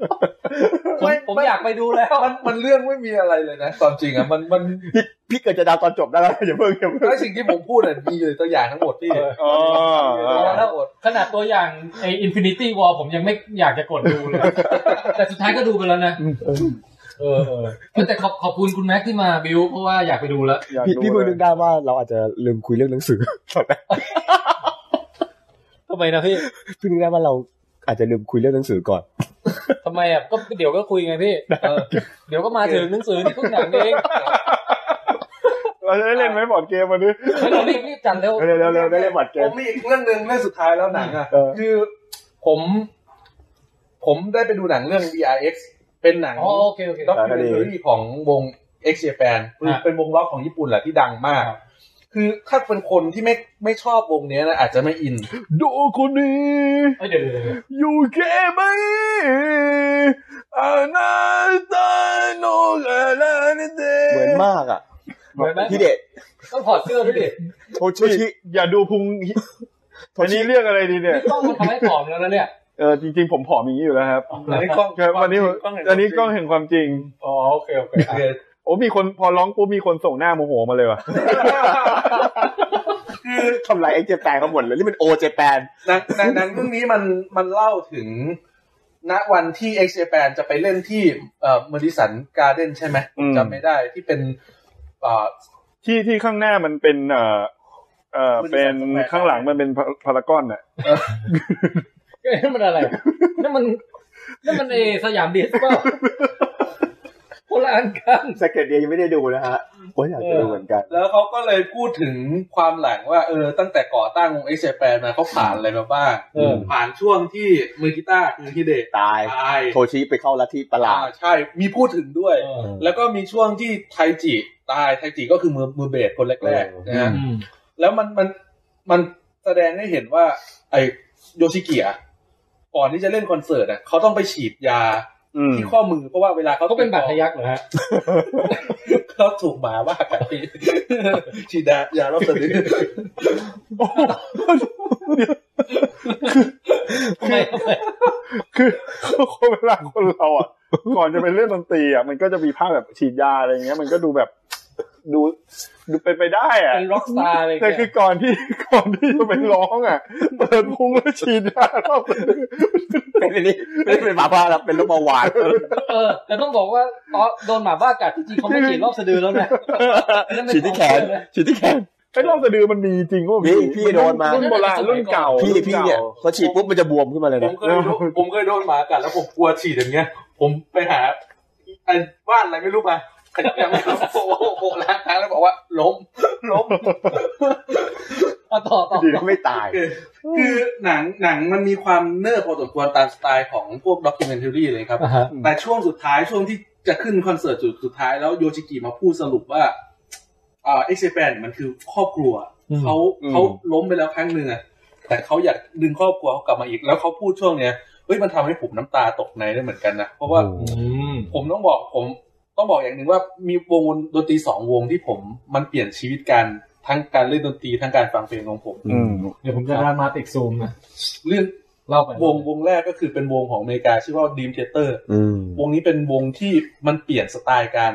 Speaker 1: ผมผมอยากไปดูแล้ว
Speaker 2: มันมันเรื่องไม่มีอะไรเลยนะความจริงอ่ะมันมัน
Speaker 6: พี่พี่เกือบจะเดาวตอนจบได้แล้วอย่าเพิ่งอย่าเพิ่ง
Speaker 2: ไอสิ่งที่ผมพูดอ่ะมีอยู่ในตัวอย่างทั้งหมดพี่
Speaker 1: เออ
Speaker 4: ๆอ๋อ
Speaker 2: มีอยู่ในตัวอ
Speaker 4: เออย่าง
Speaker 2: ทั้งหมด
Speaker 1: ขนาดตัวอย่างไออินฟินิตี้วอลผมยังไม่อยากจะกดดูเลย แต่สุดท้ายก็ดูไปแล้วนะ เออเออเออแต่ขอบขอบคุณคุณแม็กที่มาบิวเพราะว่าอยากไปดูแล้ว
Speaker 4: อยาก
Speaker 6: พี่
Speaker 4: ดู
Speaker 6: พี่เพิ่งนึก
Speaker 4: เลย
Speaker 6: ได้ว่าเราอาจจะลืมคุยเรื่องห นังสือตอนแรก
Speaker 1: ทำไมนะพี่
Speaker 6: เพิ่งนึกได้ว่าเราอาจจะลืมคุยเรื่องหนังสือก่ อน
Speaker 1: ทำไมอ่ะ ก็เดี๋ยวก็คุยไงพี่
Speaker 2: เออ
Speaker 1: เดี๋ยวก็มาถึงหนังสือที่เพิ่งหนังเอง
Speaker 4: เราจะได้เล่นไหมบอร์ดเกมวันนี้
Speaker 1: เฮ้ยเรารีบรีบจัดเร็ว
Speaker 6: เร็วเร็วเร็วได้เล่นบอร์ดเก
Speaker 2: ผม มมีอีกเรื่องหนึ่งเรื่องสุดท้ายแล้วหนังอ่ะ
Speaker 6: เออ
Speaker 2: คือผม ผมได้ไปดูหนังเรื่อง DRX เป็นหนัง
Speaker 1: อ๋อโอเคโอเค
Speaker 2: ด็อก m ิ n t a r y ของวง X Japan คือ
Speaker 1: ฮะ
Speaker 2: เป็นวงล็อกของญี่ปุ่นแหละที่ดังมาก
Speaker 1: ครับ
Speaker 2: คือถ้าเป็นคนที่ไม่ไม่ชอบวงเนี้ยนะอาจจะไม่อิน
Speaker 4: ดูคนนี้
Speaker 1: เอ้ยเดี๋ยวเดี๋ยวเดี๋ยว
Speaker 4: อยู่แค่ไหมอานาตาโนกาลาเนเต
Speaker 6: เหมือนมากอ่ะ
Speaker 1: เหมือนไหม
Speaker 6: พี่เดช
Speaker 1: ต้องถอดเสื้อด้วยดิ
Speaker 6: โทชิ
Speaker 4: อย่าดูพุงอันนี้เรียกอะไรดีเนี่ย
Speaker 1: นี่ต้องมันทำให้ผอมแล้วนะเนี่ย
Speaker 4: เออจริงๆผมผอมอย่างนี้อยู่แล้วครับ
Speaker 2: อันนี้กล้อง
Speaker 4: ครับวันนี้
Speaker 2: กล้องเห็น
Speaker 4: อันนี้กล้องเห็นความจริง
Speaker 1: อ๋อโอเคโอเค
Speaker 2: โอเค
Speaker 4: โอ้มีคนพอร้องปุ๊บมีคนส่งหน้าโมโหมาเลยว่ะ
Speaker 6: ทำลายเอ็กเจแปนเขาหมดเลย นี่เป็นโอเจแปน
Speaker 2: หนังหนังหนังเรื่องนี้มันมันเล่าถึง ณวันที่เอ็กซ์เจแปนจะไปเล่นที่เอ่อมอริสันการ์เด้นใช่ไหม
Speaker 4: อืม
Speaker 2: จำไม่ได้ที่เป็นเอ่อ
Speaker 4: ที่ที่ข้างหน้ามันเป็นเอ่อเอ่อเป็นข้างหลังมันเป็นพาพารากอนน่ะ
Speaker 1: เอ้ยนั่นมันอะไรนั่นมันนั่นมันเอสยามดิสเปล่าคนละอันกัน
Speaker 3: สเก็ตเดียยังไม่ได้ดูนะฮะโอ้ยอยากจะดูเหมือนกัน
Speaker 2: แล้วเขาก็เลยพูดถึงความหลังว่าเออตั้งแต่ก่อตั้งวงเอ็กซ์เจแปนมาเขาผ่านอะไรมาบ้าง
Speaker 3: เออ
Speaker 2: ผ่านช่วงที่มือกีตาร์คือฮิเดะ
Speaker 3: ตาย
Speaker 2: ตาย
Speaker 3: โทชิไปเข้าลัทธิประหลาด
Speaker 2: อ่าใช่มีพูดถึงด้วย แล้วก็มีช่วงที่ไทจิตายไทจิก็คือมือมือเบสคนแรกๆนะฮะ
Speaker 3: อื
Speaker 1: ม
Speaker 2: แล้วมันมันมันแสดงให้เห็นว่า ไอโยชิเกียก่อนที่จะเล่นคอนเสิร์ตอ่ะเขาต้องไปฉีดยา
Speaker 4: อืม
Speaker 2: ที่ข้อมือเพราะว่าเวลาเขา
Speaker 1: เขาเป็นบาดทะยักเหรอฮะ
Speaker 2: เขาถูกหมาว่ากันพี่ ฉีดยายาแล้วสนิท
Speaker 1: ทำไมทำไม
Speaker 4: คือ คนเวลาคนเราอ่ะ ก่อนจะไปเล่นดนตรีอ่ะมันก็จะมีภาพแบบฉีดยาอะไรอย่างเงี้ย มันก็ดูแบบดูดูเป็นไปได้อ่ะ
Speaker 1: เป็นร็อกสตาร์อะไร
Speaker 4: แต่
Speaker 1: เงี้
Speaker 4: คือย ก่อนที่ ก่อนที่จะไปร้องอ่ะเปิดพุงแล้วฉีดยารอบนึง
Speaker 3: เป็นอันนี้ไม่ได้เป็นหมาบ้าแล้วเป็นโรคเบาหวาน
Speaker 1: เออแต่ต้องบอกว่าตอนโดนหมาบ้ากัดจริงๆเขาไม่ฉีดรอบสะดือแล้วนะ
Speaker 3: ฉีดที่แขนฉีดที่แขน
Speaker 4: ไอ้รอบสะดือมันมีจริงว่า
Speaker 3: พี่พี่โดนมา
Speaker 4: รุ่นโบราณรุ่นเก่า
Speaker 3: พี่พี่เนี่ยพอฉีดปุ๊บมันจะบวมขึ้นมาเลย
Speaker 2: ผ
Speaker 3: นะ
Speaker 2: มเคยโดนผมเคยโดนหมากัดแล้วผมกลัวฉี่อย่างเงี้ย ผมไปหาไอ้บ้านอะไรไม่รู้มา ขยับยังไม่รู้โอ้โหล้างทางแล้วบอกว่าล้ม ล้ม
Speaker 1: เอาต่อต่อ
Speaker 3: ดีก็ไม่ตาย
Speaker 2: คือคือหนังหนังมันมีความเนิร์พอสมควรตามสไตล์ของพวกด็อกิเมนท r รีเลยครับ
Speaker 1: อ่าฮะ
Speaker 2: แต่ช่วงสุดท้ายช่วงที่จะขึ้นคอนเสิร์ตจุดสุดท้ายแล้วโยชิกิมาพูดสรุปว่าเอ่อเอ็กซ์แปนมันคือครอบครัว เขาเขาล้มไปแล้วครั้งหนึ่งอะแต่เขาอยากดึงครอบครัวเขากลับมาอีก แล้วเขาพูดช่วงเนี้ยเฮ้ยมันทำให้ผมน้ำตาตกในได้เหมือนกันนะ เพราะว่า
Speaker 3: โอ้
Speaker 1: อืม
Speaker 2: ผมต้องบอกผมต้องบอกอย่างหนึ่งว่ามีวงดนตรีสองวงที่ผมมันเปลี่ยนชีวิตการทั้งการเล่นดนตรีทั้งการฟังเพลงของผม
Speaker 4: อืม
Speaker 1: เดี๋ยวผมจะร่างมาติกซูมนะ
Speaker 2: เรื่อง
Speaker 1: เล่าไป
Speaker 2: วงวงแรกก็คือเป็นวงของอเมริกาชื่อว่า Dream Theater
Speaker 3: อืม
Speaker 2: วงนี้เป็นวงที่มันเปลี่ยนสไตล์การ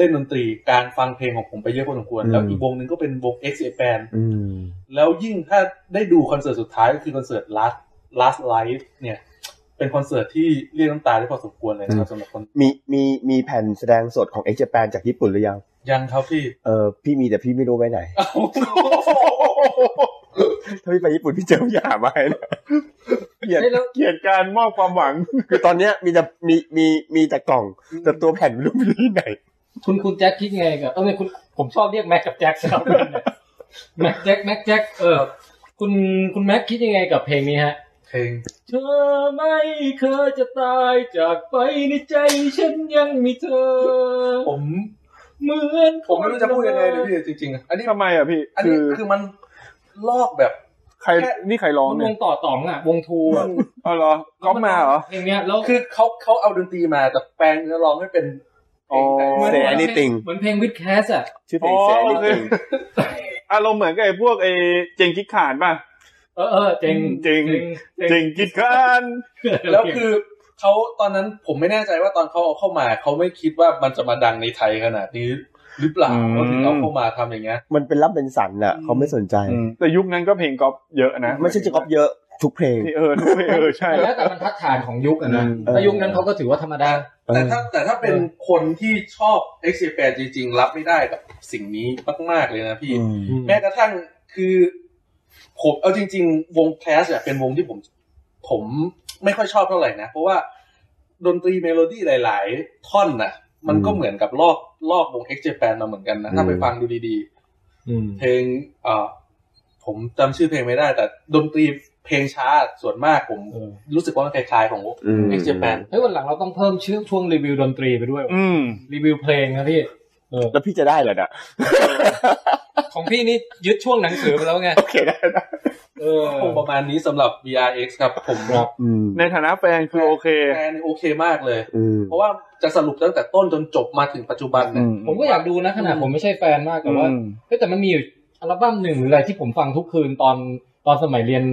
Speaker 2: เล่นดนตรีการฟังเพลงของผมไปเยอะพอสมควรแล้วอีกวงหนึ่งก็เป็นวง X Japan
Speaker 3: อืม
Speaker 2: แล้วยิ่งถ้าได้ดูคอนเสิร์ตสุดท้ายก็คือคอนเสิร์ต last last live เนี่ย เป็นคอนเสิร์ตที่เรียกน้ำตาได้พอสมควรเลยนะครับสำหรับคน
Speaker 3: มีมีมีแผ่นแสดงสดของเอ็กซ์แปนจากญี่ปุ่นหรือยัง
Speaker 2: ยังครับพี่
Speaker 3: เออพี่มีแต่พี่ไม่รู้ไว้ ไหน ถ้าพี่ไปญี่ปุ่นพี่เจอพี่หามาให้ นะเกลียด
Speaker 1: เฮ้ยแล้ว
Speaker 4: เกลียดการมอบความหวัง
Speaker 3: คือตอนเนี้ยมีแต่มีมีมีแต่กล่อง แต่ตัวแผ่นไม่รู้ไปที่ไหน
Speaker 1: คุณคุณแจ็คคิดไงกับเออเนี่ยคุณผมชอบเรียกแม็กกับแจ็คสลับกันเนี่ยแม็กแจ็คแม็กแจ็คเออคุณคุณแม็กคิดยังไงกับเพลงนี้ฮะ
Speaker 2: เพลง
Speaker 1: เธอไม่เคยจะตายจากไปในใจฉันยังมีเธอ
Speaker 2: ผม
Speaker 1: เหมือน
Speaker 2: ผมไม่รู้จะพูดยังไงเลยพี่จริงๆอะอันนี้
Speaker 4: ทำไมอ่ะพี่
Speaker 2: อัน
Speaker 4: คื
Speaker 2: นี้
Speaker 4: อ
Speaker 2: คือมันลอกแบบ
Speaker 4: ใครนี่ใครร้อง
Speaker 1: มัน
Speaker 4: เนี่
Speaker 1: วย งต่อต๋องอ่ะ วงทูอ่ะ
Speaker 4: อ๋อเหรอก๊อฟมาเหรอ
Speaker 1: เพลงเนี้ยแล้ว
Speaker 2: คือเขาเขาเอาดนตรีมาแต่แปลงเนื้อร้องให้เป็นเพลงแต่ง
Speaker 4: อ๋อ
Speaker 1: เหมือน
Speaker 3: Say
Speaker 1: เหมือน
Speaker 3: anything
Speaker 1: เหมือนเพลงวิดแคสอ่ะ
Speaker 3: ชื่อเพลงแสนนิดนึง
Speaker 4: อารมณ์เหมือนกับไอ้พวกไอ้เจงคิดขานป่ะ
Speaker 1: เออเออเจ๋ง
Speaker 4: จริง
Speaker 1: เจ๋ง
Speaker 4: เจงคิดขาน
Speaker 2: แล้วคือเขาตอนนั้นผมไม่แน่ใจว่าตอนเขาเอาเข้ามาเขาไม่คิดว่ามันจะมาดังในไทยขนาดนี้หรือเปล่าเขาถึงเอาเข้ามาทำอย่างเงี้ย
Speaker 3: มันเป็นรับเป็นสันน่ะเขาไม่สนใจ
Speaker 4: อืมแต่ยุคนั้นก็เพลงก๊อฟเยอะนะ
Speaker 3: ไม่ใช่จะก๊อปเยอะทุกเพลง
Speaker 4: ที่เออทุกเพลงเออใช่
Speaker 1: แล้วแต่บรรทัดฐานของยุคอะนะ
Speaker 4: อืม
Speaker 1: แต่ยุคนั้นเขาก็ถือว่าธรรมดา
Speaker 2: แต่ถ้าแต่ถ้าเป็นคนที่ชอบ x อ p a n จริง ๆ รับไม่ได้กับสิ่งนี้มากๆเลยนะพี่ แม้กระทั่งคือผมเอาจริง ๆ วงแคสเนี่ยเป็นวงที่ผม ผมไม่ค่อยชอบเท่าไหร่นะ เพราะว่าดนตรีเมโลดี้หลาย ๆ ท่อนน่ะ มันก็
Speaker 3: อืม
Speaker 2: เหมือนกับลอกลอกวง x อ p a n มาเหมือนกันนะ ถ้า
Speaker 3: อืม
Speaker 2: ไปฟังดูดีๆ เพลงเอ่อผมจำชื่อเพลงไม่ได้ แต่ดนตรีเพลงช้าส่วนมากผม
Speaker 1: เออ
Speaker 2: รู้สึกว่ามันคล้ายๆของ
Speaker 3: อืม
Speaker 2: x อ p a n
Speaker 1: เฮ้ยวันหลังเราต้องเพิ่มชื่อช่วงรีวิวดนตรีไปด้วยว่ะ
Speaker 4: อืม
Speaker 1: รีวิวเพลงนะพี่เออ
Speaker 3: แล้วพี่จะได้เหรอเนี่ย
Speaker 1: ของพี่นี่ยึดช่วงหนังสือไปแล้วไง
Speaker 3: โอเคได้ได้
Speaker 1: เออ
Speaker 2: คงประมาณนี้สำหรับ VRX ครับ ผม
Speaker 1: ครับ
Speaker 3: อืม
Speaker 4: ในฐานะแฟนคือโอเค
Speaker 2: แฟนโอเคมากเลย
Speaker 3: อืม
Speaker 2: เพราะว่าจะสรุปตั้งแต่ต้นจนจบมาถึงปัจจุบันเนี่ย
Speaker 1: ผมก็อยากดูนะขนาดผมไม่ใช่แฟนมากแต่ว่า เอ้ยแต่มันมีอยู่อัลบั้มหนึ่งหรืออะไรที่ผมฟังทุกคืนตอนตอนสมัยเรียน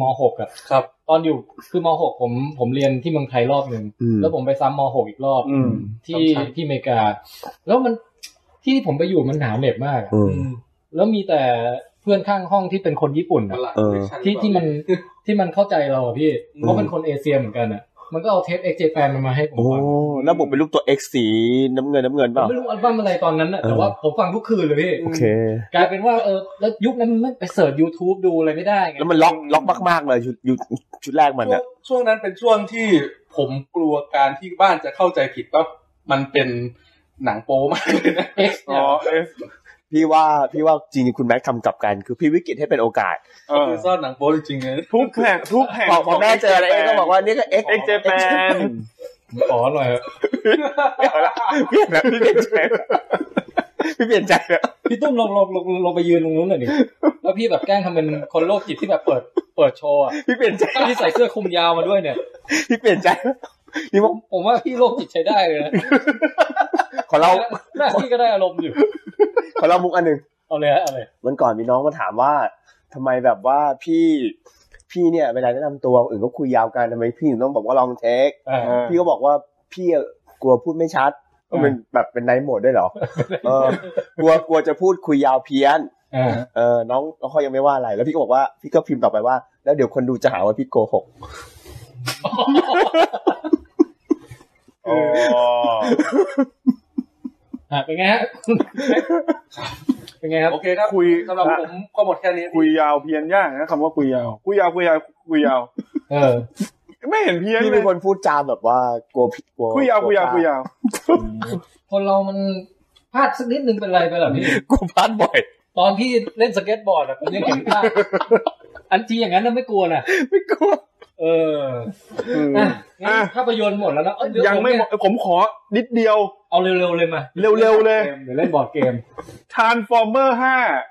Speaker 1: มหกอะ
Speaker 2: ครับ
Speaker 1: ตอนอยู่คือมหกผมผมเรียนที่เมืองไทยรอบหนึ่ง
Speaker 3: อืม
Speaker 1: แล้วผมไปซ้ำมหกอีกรอบ
Speaker 4: อืม
Speaker 1: ที่
Speaker 2: ซ้ำๆ
Speaker 1: ที่อเมริกา แล้วมันที่ผมไปอยู่มันหนาวเหน็บมากอะ
Speaker 3: อืม
Speaker 1: แล้วมีแต่เพื่อนข้างห้องที่เป็นคนญี่ปุ่น
Speaker 2: ป
Speaker 1: อะ
Speaker 2: ระหลาด
Speaker 3: เออ
Speaker 2: เวอร์ชัหรือเป
Speaker 1: ที่
Speaker 2: ล่า
Speaker 1: ที่มันที่มันเข้าใจเราอะพี่เพราะเป็นคนเอเชียเหมือนกันอะ มันก็เอาเทปเอ็กเจแปนมาให้ผม
Speaker 6: โอ้
Speaker 1: ฟัง
Speaker 6: แล้วผมเป็นรูปตัว X สีน้ำเงินน้ำเงิน
Speaker 1: ผ
Speaker 6: เป
Speaker 1: ม
Speaker 6: ล่า
Speaker 1: ไม่รู้อัลบั้มอะไรตอนนั้นน่ะแต่ว่าผมฟังทุกคืนเลยพี่
Speaker 6: โอเค
Speaker 1: กลายเป็นว่าเออแล้วยุคนั้นมันไปเสิร์ช YouTube ดูอะไรไม่ได้ไง
Speaker 6: แล้วมันล็อกล็อกมากๆเลยชุดยุดชุดแรกมัน
Speaker 2: ช่ว
Speaker 6: อะ
Speaker 2: งช่วงนั้นเป็นช่วงที่ผมกลัวการที่บ้านจะเข้าใจผิดว่ามันเป็นหนังโป๊มากเลยนะ
Speaker 1: เอ็กซ์
Speaker 4: อ๋อเอส
Speaker 6: พี่ว่าพี่ว่าจริงๆคุณแม็กซ์ทำกลับกัน คือพี่วิกฤตให้เป็นโอกาส
Speaker 4: เออ
Speaker 2: คือซ่อนหนังโป๊จริงๆเลย
Speaker 4: ทุกแผงทุกแผง
Speaker 6: พอพอแม่เจออะไรเอ็กซ์ก็บอกว่านี่ก็ X
Speaker 4: เอ็กเจแปน
Speaker 1: ขอหน่อย
Speaker 6: เอาละเปลี่ยนแล้วพี่เปลี่ยนใจแล้วพี่เปลี่ยนใจแล้ว
Speaker 1: พี่ตุ้มลงลงลงลงไปยืนตรงนู้นหน่อยดิแล้วพี่แบบแกล้งทำเป็นคนโรคจิตที่แบบเปิดเปิดโชว์อะ
Speaker 6: พี่เปลี่ยนใจ
Speaker 1: พี่ใส่เสื้อคลุมยาวมาด้วยเนี่ย
Speaker 6: พี่เปลี่ยนใจแล้วนี่
Speaker 1: ผ
Speaker 6: ผม
Speaker 1: มผมว่าพี่โรคจิตใช้ได้เลยนะ
Speaker 6: ขอเรา
Speaker 1: หน้าพี่ก็ได้อารมณ์อยู่
Speaker 6: ขอเรามุกอันหนึ่ง
Speaker 1: เอาเลยฮะเอาเลย
Speaker 6: วันก่อนมีน้องมาถามว่าทำไมแบบว่าพี่พี่เนี่ยเวลาแนะนำตัวอื่นก็คุยยาวกันทำไมพี่ถึงต้องบอกว่าลองเทค
Speaker 1: อ่า
Speaker 6: พี่ก็บอกว่าพี่อะกลัวพูดไม่ชัดมันแบบเป็นไนท์โหมดด้วยเหรอเออกลัวกลัวจะพูดคุยยาวเพี้ยน
Speaker 1: อ่า
Speaker 6: เออน้องน้องเขายังไม่ว่าอะไร แล้วพี่ก็บอกว่าพี่ก็พิมพ์ต่อไปว่า แล้วเดี๋ยวคนดูจะหาว่าพี่โกหก
Speaker 4: อ๋อ
Speaker 1: อ่ะเป็นไงฮะ เป็นไงครับ
Speaker 2: โอเคครับ
Speaker 4: คุย
Speaker 2: สำหรับผมก็หมดแค่นี้
Speaker 4: คุยยาวเพี้ยนยากนะคำว่าคุยยาวคุยยาวคุยยาวคุยยาว
Speaker 1: เออ
Speaker 4: ไม่เห็นเพี้ยน
Speaker 6: พี่
Speaker 4: เล
Speaker 6: เป็
Speaker 4: ย
Speaker 6: นคนพูดจามแบบว่ากลัวผิดกลัว
Speaker 4: คุยยาวคุยยาว
Speaker 6: กลั
Speaker 4: คุยยาว
Speaker 1: คนเรามันพลาดสักนิดนึงเป็นไรไปเหรอพี่
Speaker 6: กลัวพลาดบ่อย
Speaker 1: ตอนพี่เล่นสเก็ตบอร์ดอะผมยังเห็นภาพอันทีอย่างนั้นน่ะไม่กลัวนะ
Speaker 6: ไม่กลัว
Speaker 1: เออ
Speaker 4: อืม
Speaker 1: อ่ะงั้น
Speaker 4: อ่ะ
Speaker 1: ภาพยนตร์หมดแล้วนะเอ้เดี๋ว
Speaker 4: ยังไม่หมดผมขอนิดเดียว
Speaker 1: เอาเร็วๆเลยมา
Speaker 4: เร็วๆเลย
Speaker 1: เดี๋ยวเล่นบอร์ดเกม
Speaker 4: Transformer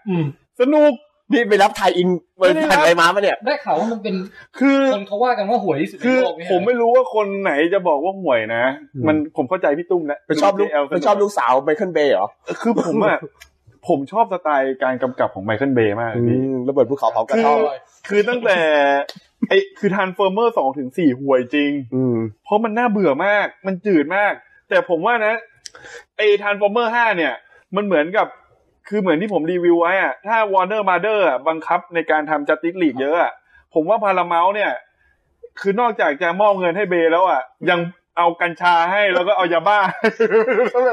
Speaker 1: อืม
Speaker 4: 5 สนุก
Speaker 6: นี่ไปรับไทยอินไป
Speaker 4: ไม่ได้รับ
Speaker 6: ผ่านอะไรมาปะเนี่ย
Speaker 1: ได้ข่าวว่ามันเป็น
Speaker 4: คือ
Speaker 1: คนเขาว่ากันว่าหวยที่สุดใน
Speaker 4: คือ
Speaker 1: โลกเนี่ย
Speaker 4: ผมไม่รู้ว่าคนไหนจะบอกว่าห่วยนะ
Speaker 6: อืม
Speaker 4: มันผมเข้าใจพี่ตุ้มแล้ว
Speaker 6: ไปชอบลูก
Speaker 4: เส
Speaker 6: ไป
Speaker 4: นุ
Speaker 6: ชอบลูกสาวไมเคิลเบย์เหรอ
Speaker 4: คือผมอะผมชอบสไตล์การกำกับของไมเคิลเบย์มากเล
Speaker 6: อื
Speaker 4: ยพี่
Speaker 6: มระเบิดภูเขาเผากระท่อม
Speaker 4: อ คือตั้งแต่ไอคือ Transformer 2ถึง4ห่วยจริง
Speaker 6: อืม
Speaker 4: เพราะมันน่าเบื่อมาก มันจืดมาก แต่ผมว่านะไอ้ Transformer 5 เนี่ย มันเหมือนกับ คือเหมือนที่ผมรีวิวไว้อะถ้า Warner Mother อะบังคับในการทำจั t i c e League เยอะอะ ผมว่าพาราเม u เนี่ย คือนอกจากจะมอบเงินให้เบย์แล้วอะยังเอากัญชาให้แล้วก็เอายา บ้า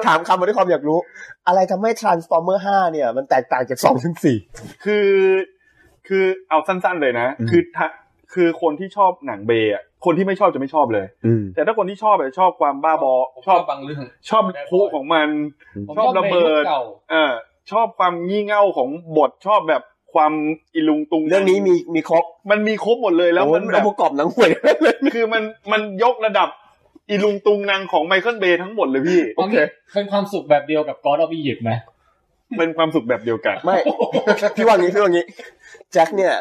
Speaker 6: ถามคำมาด้วยความอยากรู้ อะไรทำให้ Transformer 5 เนี่ย มันแตกต่างจาก2ถึง
Speaker 4: คือคือเอาสั้นๆเลยนะ คือถ้าคือคนที่ชอบหนังเบย์อะคนที่ไม่ชอบจะไม่ชอบเลย
Speaker 6: 4อืม
Speaker 4: แต่ถ้าคนที่ชอบอะจะชอบความบ้าบอ
Speaker 2: ผมชอบบางเรื่อง
Speaker 4: ชอบคุของมัน
Speaker 1: ผม
Speaker 4: ชอบระเบิด
Speaker 1: พลงเก่า
Speaker 4: เออชอบความงี่เง่าของบทชอบแบบความอิลุงตุง
Speaker 6: เรื่องนี้มีมีครบ
Speaker 4: มันมีครบหมดเลยแล้ว
Speaker 6: โอ้ย
Speaker 4: มันแบ
Speaker 6: เอา
Speaker 4: บ
Speaker 6: ประกอบหนังหวยเลย
Speaker 4: คือมันมันยกระดับอิลุงตุงนางของไมเคิลเบย์ทั้งหมดเลยพี่
Speaker 1: เอางี้เป็นความสุขแบบเดียวกับ God of Egypt ไหม
Speaker 4: เป็นความสุขแบบเดียวกัน
Speaker 6: ไม่ พี่ว่างี้พี่ว่างี้แจ็คเนี่ย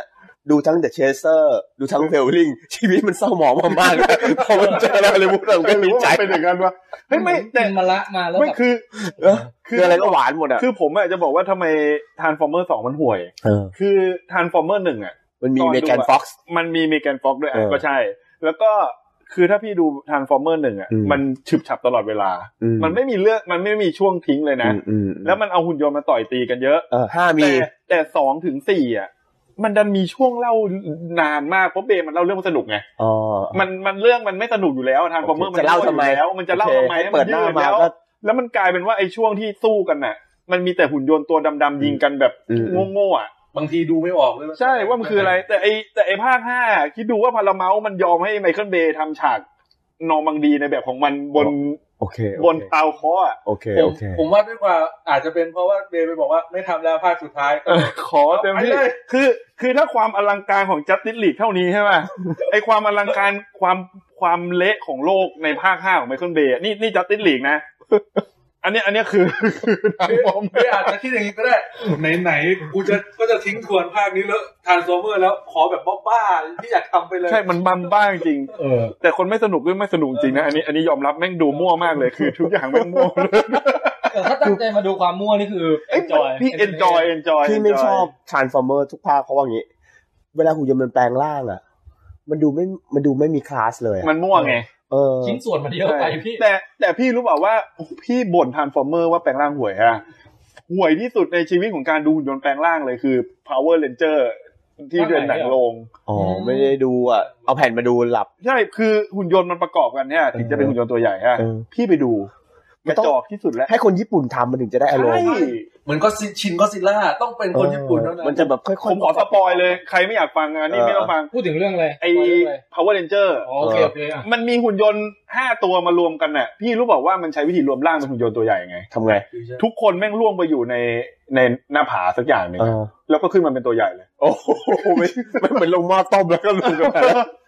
Speaker 6: ดูทั้งเดอะเชเซอร์ ดูทั้งเฟลลิงชีวิตมันเศร้าหมองมามากเลยพอมันเจออะไรมาเลยพวกเราก็ดีใจ
Speaker 4: เป็นอย่างนั้นวะเฮ้ยไม่แต่
Speaker 1: กินมาละมาแล้ว
Speaker 4: ไม่
Speaker 1: แบบ
Speaker 4: คือ
Speaker 6: เออคืออะไรก็หวานหมดอ่ะ
Speaker 4: คือผมอะจะบอกว่าทำไมทานฟอร์เมอร์สองมันห่วย
Speaker 6: เออ
Speaker 4: คือทานฟอร์เมอร์หนึ่งอะ
Speaker 6: มันมี
Speaker 4: ตอนดู
Speaker 6: เม
Speaker 4: อะ
Speaker 6: แกนฟ็อกซ์
Speaker 4: มันมีเมแกนฟ็อกด้วย
Speaker 6: เอ
Speaker 4: อ่ะ
Speaker 6: อ
Speaker 4: ก็ใช่ แล้วก็คือถ้าพี่ดูทานฟอร์เมอร์หนึ่งอะ
Speaker 6: อืม
Speaker 4: มันฉึบฉับตลอดเวลา มันไม่มีเรื่องมันไม่มีช่วงทิ้งเลยนะ แล้วมันเอาหุ่นยนต์มาต่อยตีกันเยอะ
Speaker 6: เออห้ามี
Speaker 4: แต่แต่สองถึงสี่อ่ะ มันดันมีช่วงเล่านานมากเพราะเบย์มันเล่าเรื่องมันสนุกไง
Speaker 6: อ๋อ
Speaker 4: มันมันเรื่องมันไม่สนุกอยู่แล้วทางคอมเมอร์
Speaker 6: โค
Speaker 4: มัน
Speaker 6: จะเล่าทำไม
Speaker 4: อยู่แล้ว มันจะเล่า
Speaker 6: โอค
Speaker 4: ทำไม
Speaker 6: ให้เปิดหน้ามา
Speaker 4: แล้ว
Speaker 6: ก็
Speaker 4: แล้วมันกลายเป็นว่าไอ้ช่วงที่สู้กันน่ะ มันมีแต่หุ่นยนต์ตัวดำๆยิงกันแบบ
Speaker 6: อืม
Speaker 4: โง่ๆอ่ะ
Speaker 2: บางทีดูไม่ออกเลย
Speaker 4: ใช่ว่ามันคืออะไร แต่ไอแต่ไอภาคห้าคิดดูว่าพาราเมาส์มันยอมให้ไมเคิลเบย์ทำฉากนอร์มังดีในแบบของมันบน
Speaker 6: โอเค
Speaker 4: บนเตาเคาะอ่ะ
Speaker 6: โอเค
Speaker 2: ผม
Speaker 6: โอเค
Speaker 2: ผมว่าด้วยความอาจจะเป็นเพราะว่าเบย์ไปบอกว่าไม่ทำแล้วภาคสุดท้ายก็
Speaker 4: ขอเต็มที่
Speaker 2: ไปเลย
Speaker 4: คือคือถ้าความอลังการของจัสติสลีกเท่านี้ใช่ไหม ไอความอลังการความความเละของโลกในภาคห้าของไมเคิลเบย์อะนี่นี่จัสติสลีกนะ อันเนี้ยอันเนี้ยคือ
Speaker 2: ผมไม่อาจจะคิดอย่างนี้ก็ได้ ไหนๆ กูจะก็จะทิ้งทวนภาคนี้แล้วทานโซเมอร์แล้วขอแบบบ้าๆที่อยากทำไปเลย
Speaker 4: ใช่มันบัมบ้างจริง
Speaker 1: เออ
Speaker 4: แต่คนไม่สนุกก็ไม่สนุกจริงนะ อันนี้อันนี้ยอมรับแม่งดูมั่วมากเลยคือทุกอย่างแม่งมั่ว
Speaker 1: แต่ถ้าตั้งใจมาดูความมั่วนี่คือ
Speaker 4: เอ้ย
Speaker 1: enjoy
Speaker 4: พี่เอนจอยเอนจอย
Speaker 6: พี่ไม่ชอบทรานส์ฟอร์เมอร์ทุกภาคเพราะว่าอย่างงี้ เวลาหุ่นยนต์มันแปลงร่างอ่ะ มันดูไม่มันดูไม่มีคลาสเลยอะ
Speaker 4: มันมั่วไง
Speaker 6: เออ
Speaker 1: ชิ้นส่วนมันเยอะไปพี่
Speaker 4: แต่แต่พี่รู้เปล่าว่าพี่บ่นทานฟอร์เมอร์ว่าแปลงร่างห่วยอะห่วยที่สุดในชีวิตของการดูหุ่นยนต์แปลงร่างเลยคือ Power Ranger ที่เดือนหนังโรง
Speaker 6: อ๋อไม่ได้ดูอ่ะ เอาแผ่นมาดูหลับ
Speaker 4: ใช่ คือหุ่นยนต์มันประกอบกันเนี่ยถึงจะเป็นหุ่นยนต์ตัวใหญ่ฮะ
Speaker 6: เออ
Speaker 4: พี่ไปดูก
Speaker 6: มัน
Speaker 4: ระ
Speaker 6: ต้อง
Speaker 4: จอกที่สุดแล้ว
Speaker 6: ให้คนญี่ปุ่นทำมันถึงจะได้อารมณ์
Speaker 4: ใช่
Speaker 2: เหมือนก็ซิชินก็ซิลล่าต้องเป็นคนญี่ปุ่นเท่า
Speaker 6: เอ
Speaker 2: นั้
Speaker 6: อน มันจะแบบค่
Speaker 4: ผ
Speaker 6: อย
Speaker 4: ม
Speaker 6: ๆ
Speaker 4: ขอสปอยเลย ใครไม่อยากฟังอันนี้
Speaker 6: เออ
Speaker 4: ไม่ต้องฟัง
Speaker 1: พูดถึงเรื่องอะไร
Speaker 4: ไอ
Speaker 1: เรื่องะไร
Speaker 4: power ranger
Speaker 1: อ๋อโอเคโอเคอ่ะ
Speaker 4: มันมีหุ่นยนต์ห้าตัวมารวมกันน่ะ พี่รู้บอกว่ามันใช้วิธีรวมร่างเป็นหุ่นยนต์ตัวใหญ่ยังไง
Speaker 6: ทำไง
Speaker 4: ทุกคนแม่งล่วงไปอยู่ในในหน้าผาสักอย่างหนึ่ง
Speaker 6: เออ
Speaker 4: แล้วก็ขึ้นมาเป็นตัวใหญ่เลย
Speaker 6: โอ้โหไม่ไม่เหมือนลงหม้อต้มแล้วก็ลงกัน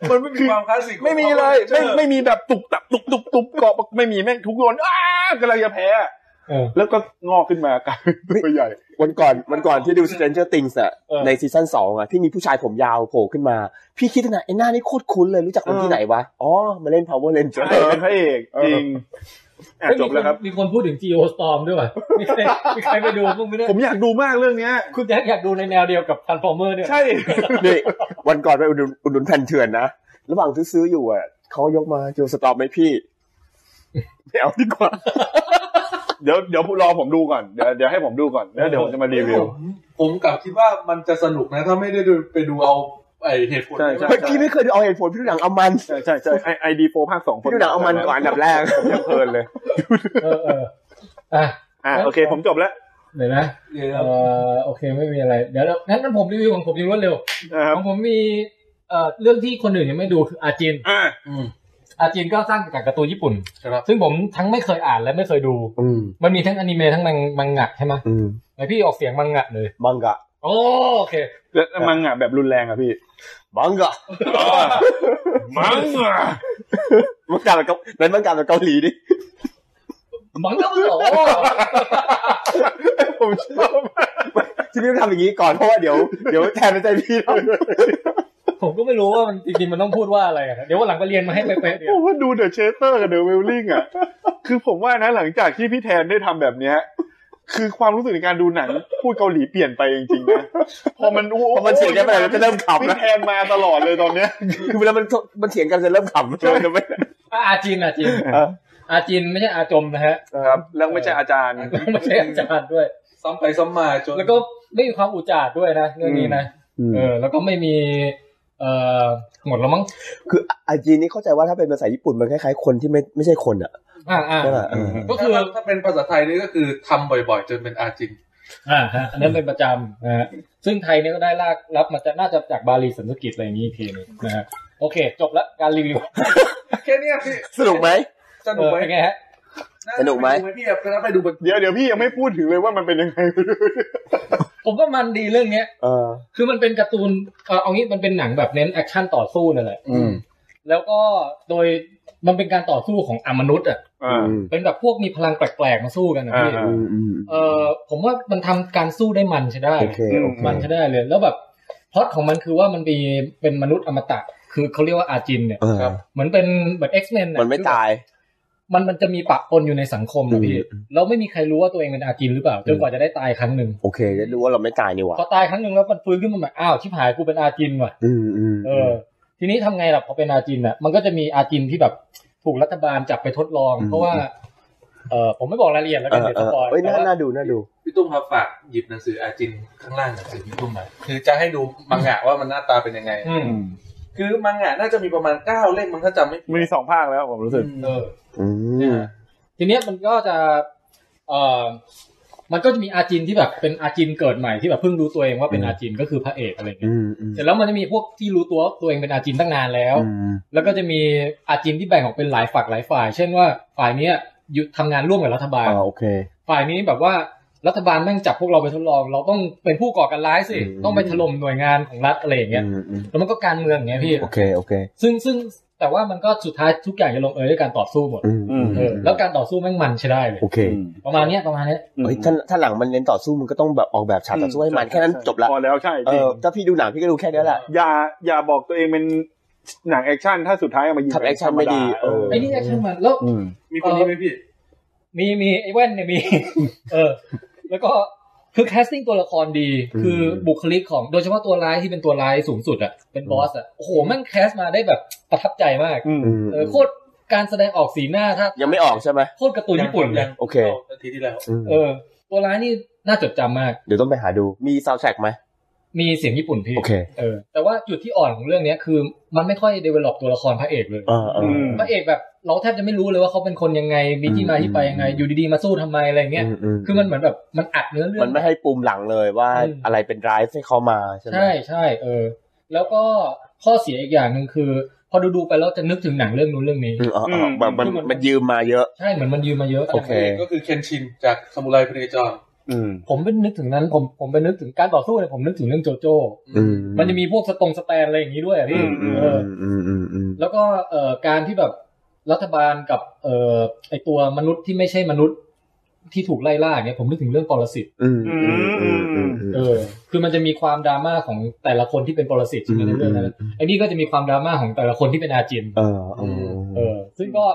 Speaker 2: มันไม่มีความคลาสสิก
Speaker 4: ไม่มีเลยไม่ไม่มีแบบตุบตับตุบตุบตุบเกาะไม่มีแม่งทุกคนอ้ากำลังจะแพ้
Speaker 1: เออ
Speaker 4: แล้วก็งอกขึ้นมากลายเป็นตัวใหญ่
Speaker 6: วันก่อนวันก่อนที่ดู Stranger Things อะ
Speaker 1: เออ
Speaker 6: ในซีซั่นสองอะที่มีผู้ชายผมยาวโผล่ขึ้นมา พี่คิดนะไอ้หน้านี่โคตรคุ้นเลยรู้จักคนที่ไหนวะ อ๋อ มาเล่น Power
Speaker 4: ใช่
Speaker 6: Ranger
Speaker 4: เป็นพระเอกจริงอ่ะจบแล้วครับ
Speaker 1: มีนมีคนพูดถึง Geo Storm ด้วยว่ะมีใครมีใครไปดูบ้างไหมเนี่ย
Speaker 4: ผมอยากดูมากเรื่องเนี้ย
Speaker 1: คุณแจ็คอยากดูในแนวเดียวกับ Transformer เนี่ย
Speaker 4: ใช่
Speaker 6: นี่วันก่อนไปอุดหนุนอุดหนุนแผ่นเถื่อนนะ ระหว่างที่ซื้ออยู่อ่ะเขายกมาเจอสตอปไหมพี่ ไม่เอาดีกว่า
Speaker 4: เดี๋ยวเดี๋ยวรอผมดูก่อน เดี๋ยวเดี๋ยวให้ผมดูก่อน แล้วเดี๋ยวผมจะมารีวิว
Speaker 2: ผมผมกลับคิดว่ามันจะสนุกนะ ถ้าไม่ได้ดูไปดูเอาไอเหตุผล
Speaker 4: ใช่ใช่
Speaker 6: เฮ้ยพี่ไม่เคยดูเอาเหตุผลพี่ดูหนังเอามัน
Speaker 4: ใช่ใช่ใช่ไอไอดีโฟภาคสอง
Speaker 6: พี่ดูหนังเอามันก่อนอันดับแรก
Speaker 4: ผมยังเพลินเลย
Speaker 1: เออเอออ่ะ
Speaker 4: อ่ะโอเค ผมจบแล้ว
Speaker 1: เดี๋ยวนะ
Speaker 2: เดี๋ยว
Speaker 1: เออโอเคไม่มีอะไร เดี๋ยวเดี๋ยวงั้นงั้นผมรีวิวของผมยังรวดเร็ว
Speaker 4: นะครับ
Speaker 1: ของผมมีเอ่อเรื่องที่คนอื่นยังไม่ดูคืออาจิน
Speaker 4: อ่ะ
Speaker 2: อืม
Speaker 1: อาจินก็สร้างจากการ์ตูนญี่ปุ่น
Speaker 2: ครับ
Speaker 1: ซึ่งผมทั้งไม่เคยอ่านและไม่เคยดู
Speaker 6: อืม
Speaker 1: มันมีทั้งอนิเมะทั้งมังมังงะใช่ไหม
Speaker 6: อืม
Speaker 1: ไอพี่ออกเสียงมังงะเลย
Speaker 6: บังกะ
Speaker 1: โอเค
Speaker 4: แล้วมังงะแบบรุนแรงอ่ะพี่
Speaker 6: บังกะ
Speaker 4: มังงะ
Speaker 6: บังกะแบบเกานั้นบังกะแบบเกาหลีดิ
Speaker 1: มังงะมังงะโอ้
Speaker 4: ผมชอบ
Speaker 6: ที่พี่ต้องทำอย่างนี้ก่อนเพราะว่าเดี๋ยวเดี๋ยวแทนใจพี่ ด้วย
Speaker 1: ผมก็ไม่รู้ว่ามันจริงๆมันต้องพูดว่าอะไรอะเดี๋ยววันหลังไปเรียนมาให้เป๊ะๆเดี๋ย
Speaker 4: ผ
Speaker 1: ว
Speaker 4: มว่าดูเดอะเชสเตอร์กับเดอะเวลลิงอ่ะ คือผมว่านะหลังจากที่พี่แทนได้ทำแบบเนี้ย คือความรู้สึกในการดูหนังพูดเกาหลีเปลี่ยนไปจริงๆนะพอมันอู้
Speaker 6: พอมันเสียงกันไปแล้วจะเริ่มขำ
Speaker 4: พี่
Speaker 6: นะ
Speaker 4: แทนมาตลอดเลยตอนเนี้ย
Speaker 6: คือเวลามันมันเถียงกันจะเริ่มขำจะไม่
Speaker 1: อ่ะอาจินอาจิน
Speaker 6: อ่ะ
Speaker 1: อาจินไม่ใช่อาจมนะฮะ
Speaker 4: ครับแล้วไม่ใช่อาจารย์
Speaker 1: ไม่ใช่อาจารย์ด้วย
Speaker 2: ซ้ำไปซ้ำมาจน
Speaker 1: แล้วก็ไม่มีความอุจจาร์ด้วยนะเรื่องนี้นะ
Speaker 6: อืม
Speaker 1: เออ แล้วก็ไม่มีเอ่อหมดแล้วมั้ง
Speaker 6: คืออาจีนนี่เข้าใจว่าถ้าเป็นภาษาญี่ปุ่นมันคล้ายๆคนที่ไม่ไม่ใช่คนอ่ะ
Speaker 1: อ่าอ่า
Speaker 6: ใช่ป่ะเออ
Speaker 1: ก็คือ
Speaker 2: ถ้าถ้าเป็นภาษาไทยนี่ก็คือทำบ่อยๆ จนเป็นอาจิน
Speaker 1: อ่าฮะอันนั้นเป็นประจำนะฮะซึ่งไทยเนี่ยก็ได้ลากรับมาจะน่าจะจากบาลีสันสกฤตอะไรอย่างนี้อีกทีหนึงนะฮะโอเค จบละการรีวิว
Speaker 2: แค่เนี้ยพี่
Speaker 6: สนุกไหม
Speaker 2: ส
Speaker 1: เอ
Speaker 2: นุก
Speaker 1: อ
Speaker 2: ไหม
Speaker 1: เป็นไงฮะ
Speaker 2: า
Speaker 6: สนุกไหม
Speaker 2: พี่อะถ้าไปดูมัน
Speaker 4: เดี๋ยวเดี๋ยวพี่ยังไม่พูดถึงเลยว่ามันเป็นยังไง
Speaker 1: ผมว่ามันดีเรื่องเนี้ย
Speaker 6: เออ
Speaker 1: คือมันเป็นการ์ตูนเออเอางี้มันเป็นหนังแบบเน้นแอคชั่นต่อสู้นั่นแหละ
Speaker 6: อืม
Speaker 1: แล้วก็โดยมันเป็นการต่อสู้ของอมนุษย์อ่ะ
Speaker 4: อ่า
Speaker 6: อืม
Speaker 1: เป็นแบบพวกมีพลังแปลกๆมาสู้กันนะพี่
Speaker 4: อ่า
Speaker 6: อืมอืม
Speaker 1: เออผมว่ามันทำการสู้ได้มันใช่ได้
Speaker 6: โอเคโอเค
Speaker 1: มันใช่ได้เลย แล้วแบบพล็อตของมันคือว่ามันมีเป็นมนุษย์อมตะ คือเขาเรียกว่าอาจินเนี่ย
Speaker 6: เออ
Speaker 1: เหมือนเป็นเหมือน X-Men ะ
Speaker 6: มันไม่ตาย
Speaker 1: มันมันจะมีปะปนอยู่ในสังคมนะพี่
Speaker 6: อืม
Speaker 1: แล้วไม่มีใครรู้ว่าตัวเองเป็นอาจินหรือเปล่าจนกว่าจะได้ตายครั้งหนึ่ง
Speaker 6: โอเคจะรู้ว่าเราไม่ตายนี่หว่า
Speaker 1: พอตายครั้งหนึ่งแล้วมันฟื้นขึ้นมาใหม่อ้าวชิบหายกูเป็นอาจินว่ะ
Speaker 6: อืมอืม
Speaker 1: เอออ ทีนี้ทำไงล่ะพอเป็นอาจินอ่ะ มันก็จะมีอาจินที่แบบถูกรัฐบาลจับไปทดลอง เพราะว่าเออผมไม่บอกรายละเอียดแล้ว
Speaker 6: เอ
Speaker 1: กัน
Speaker 6: อ
Speaker 1: เดี๋ยว
Speaker 6: เอ
Speaker 1: ส
Speaker 6: อ
Speaker 1: ปอย
Speaker 6: เอ้ย
Speaker 1: แต่
Speaker 6: น่า
Speaker 1: ว่า
Speaker 6: น่าดูน่าดู
Speaker 2: พี่ตุ้มครับฝากหยิบหนังสืออาจินข้างล่างหนังสือพี่ตุ้มหน่อยคือจะให้ดูมังงะว่ามันหน้าตาเป็นยังไง
Speaker 1: อืม
Speaker 2: คือมังงะน่าจะมีประมาณเก้าเล่มมั้งถ้าจำไม่ผิด
Speaker 4: มีสองภาคแล้วผมรู้สึก
Speaker 1: เออ
Speaker 6: อืม
Speaker 1: ทีเนี้ยมันก็จะเออมันก็จะมีอาจินที่แบบเป็นอาจินเกิดใหม่ที่แบบเพิ่งรู้ตัวเองว่าเป็นอาจินก็คือพระเอกอะไรเงี้ย
Speaker 6: อืมอืม
Speaker 1: เสร็จแล้วมันจะมีพวกที่รู้ตัวว่าตัวเองเป็นอาจินตั้งนานแล้ว
Speaker 6: อืม
Speaker 1: แล้วก็จะมีอาจินที่แบ่งออกเป็นหลายฝักหลายฝ่าย เช่นว่าฝ่ายเนี้ยอยู่ทำงานร่วมกับรัฐบาล
Speaker 6: อ่าโอเค
Speaker 1: ฝ่ายนี้แบบว่ารัฐบาลแม่งจับพวกเราไปทดลอง เราต้องเป็นผู้ก่อการร้ายสิ
Speaker 6: อืม
Speaker 1: ต้องไปถล่มหน่วยงานของรัฐอะไรอย่างเงี้ย
Speaker 6: อืมอืม
Speaker 1: แล้วมันก็การเมืองอย่างเงี้ยพี่
Speaker 6: โอเคโอเค
Speaker 1: ซึ่งซึ่งแต่ว่ามันก็สุดท้ายทุกอย่างจะลงเอยด้วยการต่อสู้หมด
Speaker 6: อืมอืม
Speaker 1: เออ แล้วการต่อสู้แม่งมันใช้ได้เลย
Speaker 6: โอเค
Speaker 1: ประมาณเนี้ยประมาณเนี้ย
Speaker 6: เฮ้ยถ้าถ้าหลังมันเน้นต่อสู้มันก็ต้องแบบออกแบบฉากต่อสู้ให้มันแค่นั้นจบละ
Speaker 4: พอแล้วใช่
Speaker 6: เอ
Speaker 4: จริง
Speaker 6: อถ้าพี่ดูหนังพี่ก็ดูแค่นี้แหละ
Speaker 4: อย่าอย่าบอกตัวเองเป็นหนังแอคชั่นถ้าสุดท้ายเอามายิง
Speaker 6: ทำแอคชั่นไม่ดี
Speaker 4: เออ
Speaker 1: ไอ้นี่แอคชั่นมันแล้ว
Speaker 4: อืม
Speaker 2: มีคนนี้ไหมพี่
Speaker 1: มีมีไอ้แว่นเนี่ย มี เออ แล้วก็คือแคสติ้งตัวละครดี
Speaker 6: อืม
Speaker 1: คือบุคลิกของโดยเฉพาะตัวร้ายที่เป็นตัวร้ายสูงสุดอะเป็นบอสอะโอ้โหแม่งแคสมาได้แบบประทับใจมาก
Speaker 4: อืม
Speaker 6: อืม
Speaker 1: เออโคตรการแสดงออกสีหน้าถ้า
Speaker 6: ยังไม่ออกใช่ไหม
Speaker 1: โคตรการ์ตูนญี่ปุ่นเลย
Speaker 6: โอเค
Speaker 2: อาทีที่แล้ว
Speaker 6: อืม
Speaker 1: เออ ตัวร้ายนี่น่าจดจำมาก
Speaker 6: เดี๋ยวต้องไปหาดูมีซาวแทร็กไหม
Speaker 1: มีเสียงญี่ปุ่นพี่
Speaker 6: โอเค
Speaker 1: เออแต่ว่าจุดที่อ่อนของเรื่องเนี้ยคือ มันไม่ค่อยเดเวล็อปตัวละครพระเอกเลย
Speaker 6: อ่าอ่า
Speaker 4: อืม
Speaker 1: พระเอกแบบเราแทบจะไม่รู้เลยว่าเขาเป็นคนยังไงมีที่มา
Speaker 6: อืม
Speaker 1: ที่ไปยังไง อยู่ดีๆมาสู้ทำไมอะไรเงี้ย
Speaker 6: อืม
Speaker 1: คือมันเหมือนแบบมันอัดเนื้อเรื่อง
Speaker 6: มันไม่ให้ปุ่มหลังเลยว่า
Speaker 1: อืม
Speaker 6: อะไรเป็นไรฟ์ให้เขามาใช่ไหม
Speaker 1: ใช่ใช่เออ แล้วก็ข้อเสียอีกอย่างหนึ่งคือ พอดูดูๆไปแล้วจะนึกถึงหนังเรื่องนู้นเรื่องนี้
Speaker 6: อืมอ๋ออ๋อแบบมัน
Speaker 1: คือมัน
Speaker 6: มันยืมมาเยอะ
Speaker 1: ใช่เหมือนมันยืมมาเยอะ
Speaker 6: โอเค
Speaker 2: ก็คือเคนชินจากซามูไรพเนจร
Speaker 6: อืม
Speaker 1: ผมเป็นนึกถึงนั้นผมผมเป็นนึกถึงการต่อสู้เนี่ยผมนึกถึงเรื่องโจโจ้
Speaker 6: อืม
Speaker 1: มันจะมีพวกสตงสแตนอะไรอย่างนี้ด้วยอะพี่
Speaker 4: อืม
Speaker 6: อืม
Speaker 1: เออ
Speaker 6: อืมอืมอืม
Speaker 1: แล้วก็เอ่อการที่แบบรัฐบาลกับเอ่อไอตัวมนุษย์ที่ไม่ใช่มนุษย์ที่ถูกไล่ล่าเนี่ยผมนึกถึงเรื่องปรสิต
Speaker 6: อืมอืมอืมอืม
Speaker 1: เออ คือมันจะมีความดราม่าของแต่ละคนที่เป็นปรสิตใช่ไหมในเรื่องนั้นไอ้นี่ก็จะมีความดราม่าของแต่ละคนที่เป็นอาจิน
Speaker 6: เออเออ
Speaker 1: เออ ซึ่งก็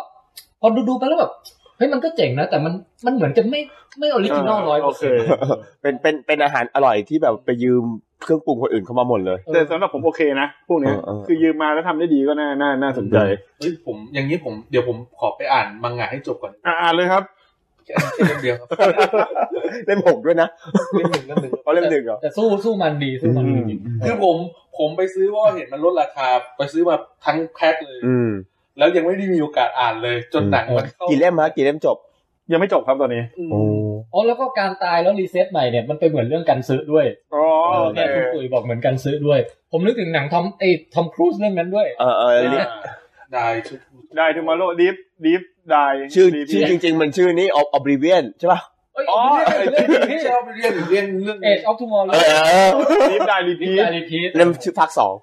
Speaker 1: พอดูๆไปแล้วแบบเฮ้ยมันก็เจ๋งนะ แต่มันมันเหมือนจะไม่ไม่ออริจินอลร้อยเป
Speaker 4: โอ
Speaker 1: อร์
Speaker 4: เค
Speaker 1: เซ็นต์
Speaker 6: เป็นเป็นเป็นอาหารอร่อยที่แบบไปยืมเครื่องปรุงคนอื่นเข้ามาหมดเลย
Speaker 4: แต่สำหรับผมโอเคนะ พวกเนี้ย
Speaker 6: เออเออ
Speaker 4: คือยืมมาแล้วทำได้ดีก็น่าน่าน่าสนใจ
Speaker 2: เฮ้ยผมอย่างนี้ผมเดี๋ยวผมขอไปอ่านมังงะให้จบก่อน
Speaker 4: อ่ะอ่านเลยครับ
Speaker 2: แค่แค่เล่มเดียวครับ
Speaker 6: เล่มหกด้วยนะ
Speaker 2: เล่มหนึ่งเล่มหนึ่ง
Speaker 6: เพราะเล่มหนึ่งเหรอ
Speaker 1: แต่สู้สู้มันดีสู้มันดีจริง
Speaker 2: คือผมผมไปซื้อเพราะว่าเห็นมันลดราคา ไปซื้อมาทั้งแพ็คเลย
Speaker 6: อืม
Speaker 2: แล้วยังไม่ได้มีโอกาสอ่านเลย จนหนังมันเข้า
Speaker 6: กี่เล่มฮะกี่เล่มจบ
Speaker 4: ยังไม่จบครับตอนนี้
Speaker 2: อืม
Speaker 6: โอ้
Speaker 1: อ๋อแล้วก็การตายแล้วรีเซ็ตใหม่เนี่ยมันเป็นเหมือนเรื่องการซื้อด้วย
Speaker 4: อ๋อโอเค
Speaker 1: เนี่ยคุณปุ๋ยบอกเหมือนกันซื้อด้วย ผมนึกถึงหนังทอมไอ้ทอมครูซเรื่องนั้นด้วย
Speaker 6: เออเออลิ
Speaker 2: ได้ชุด
Speaker 4: ได้ทูมาโลดิฟดิฟได้
Speaker 6: ชื่อชื่อจริง ๆ มันชื่อนี้ออ b r i v i o n ใช่ป่ะ
Speaker 1: เอ้ยเรื่องนี้
Speaker 2: ไม่ชอบเรียนเรียนเรื่อง
Speaker 1: เอชออฟทูมอร์
Speaker 6: เออ
Speaker 4: ดิฟได้
Speaker 1: ลิ
Speaker 4: รีพี
Speaker 1: ป
Speaker 4: ท
Speaker 1: อาริพีท
Speaker 6: เล่มชื่อภาคสอง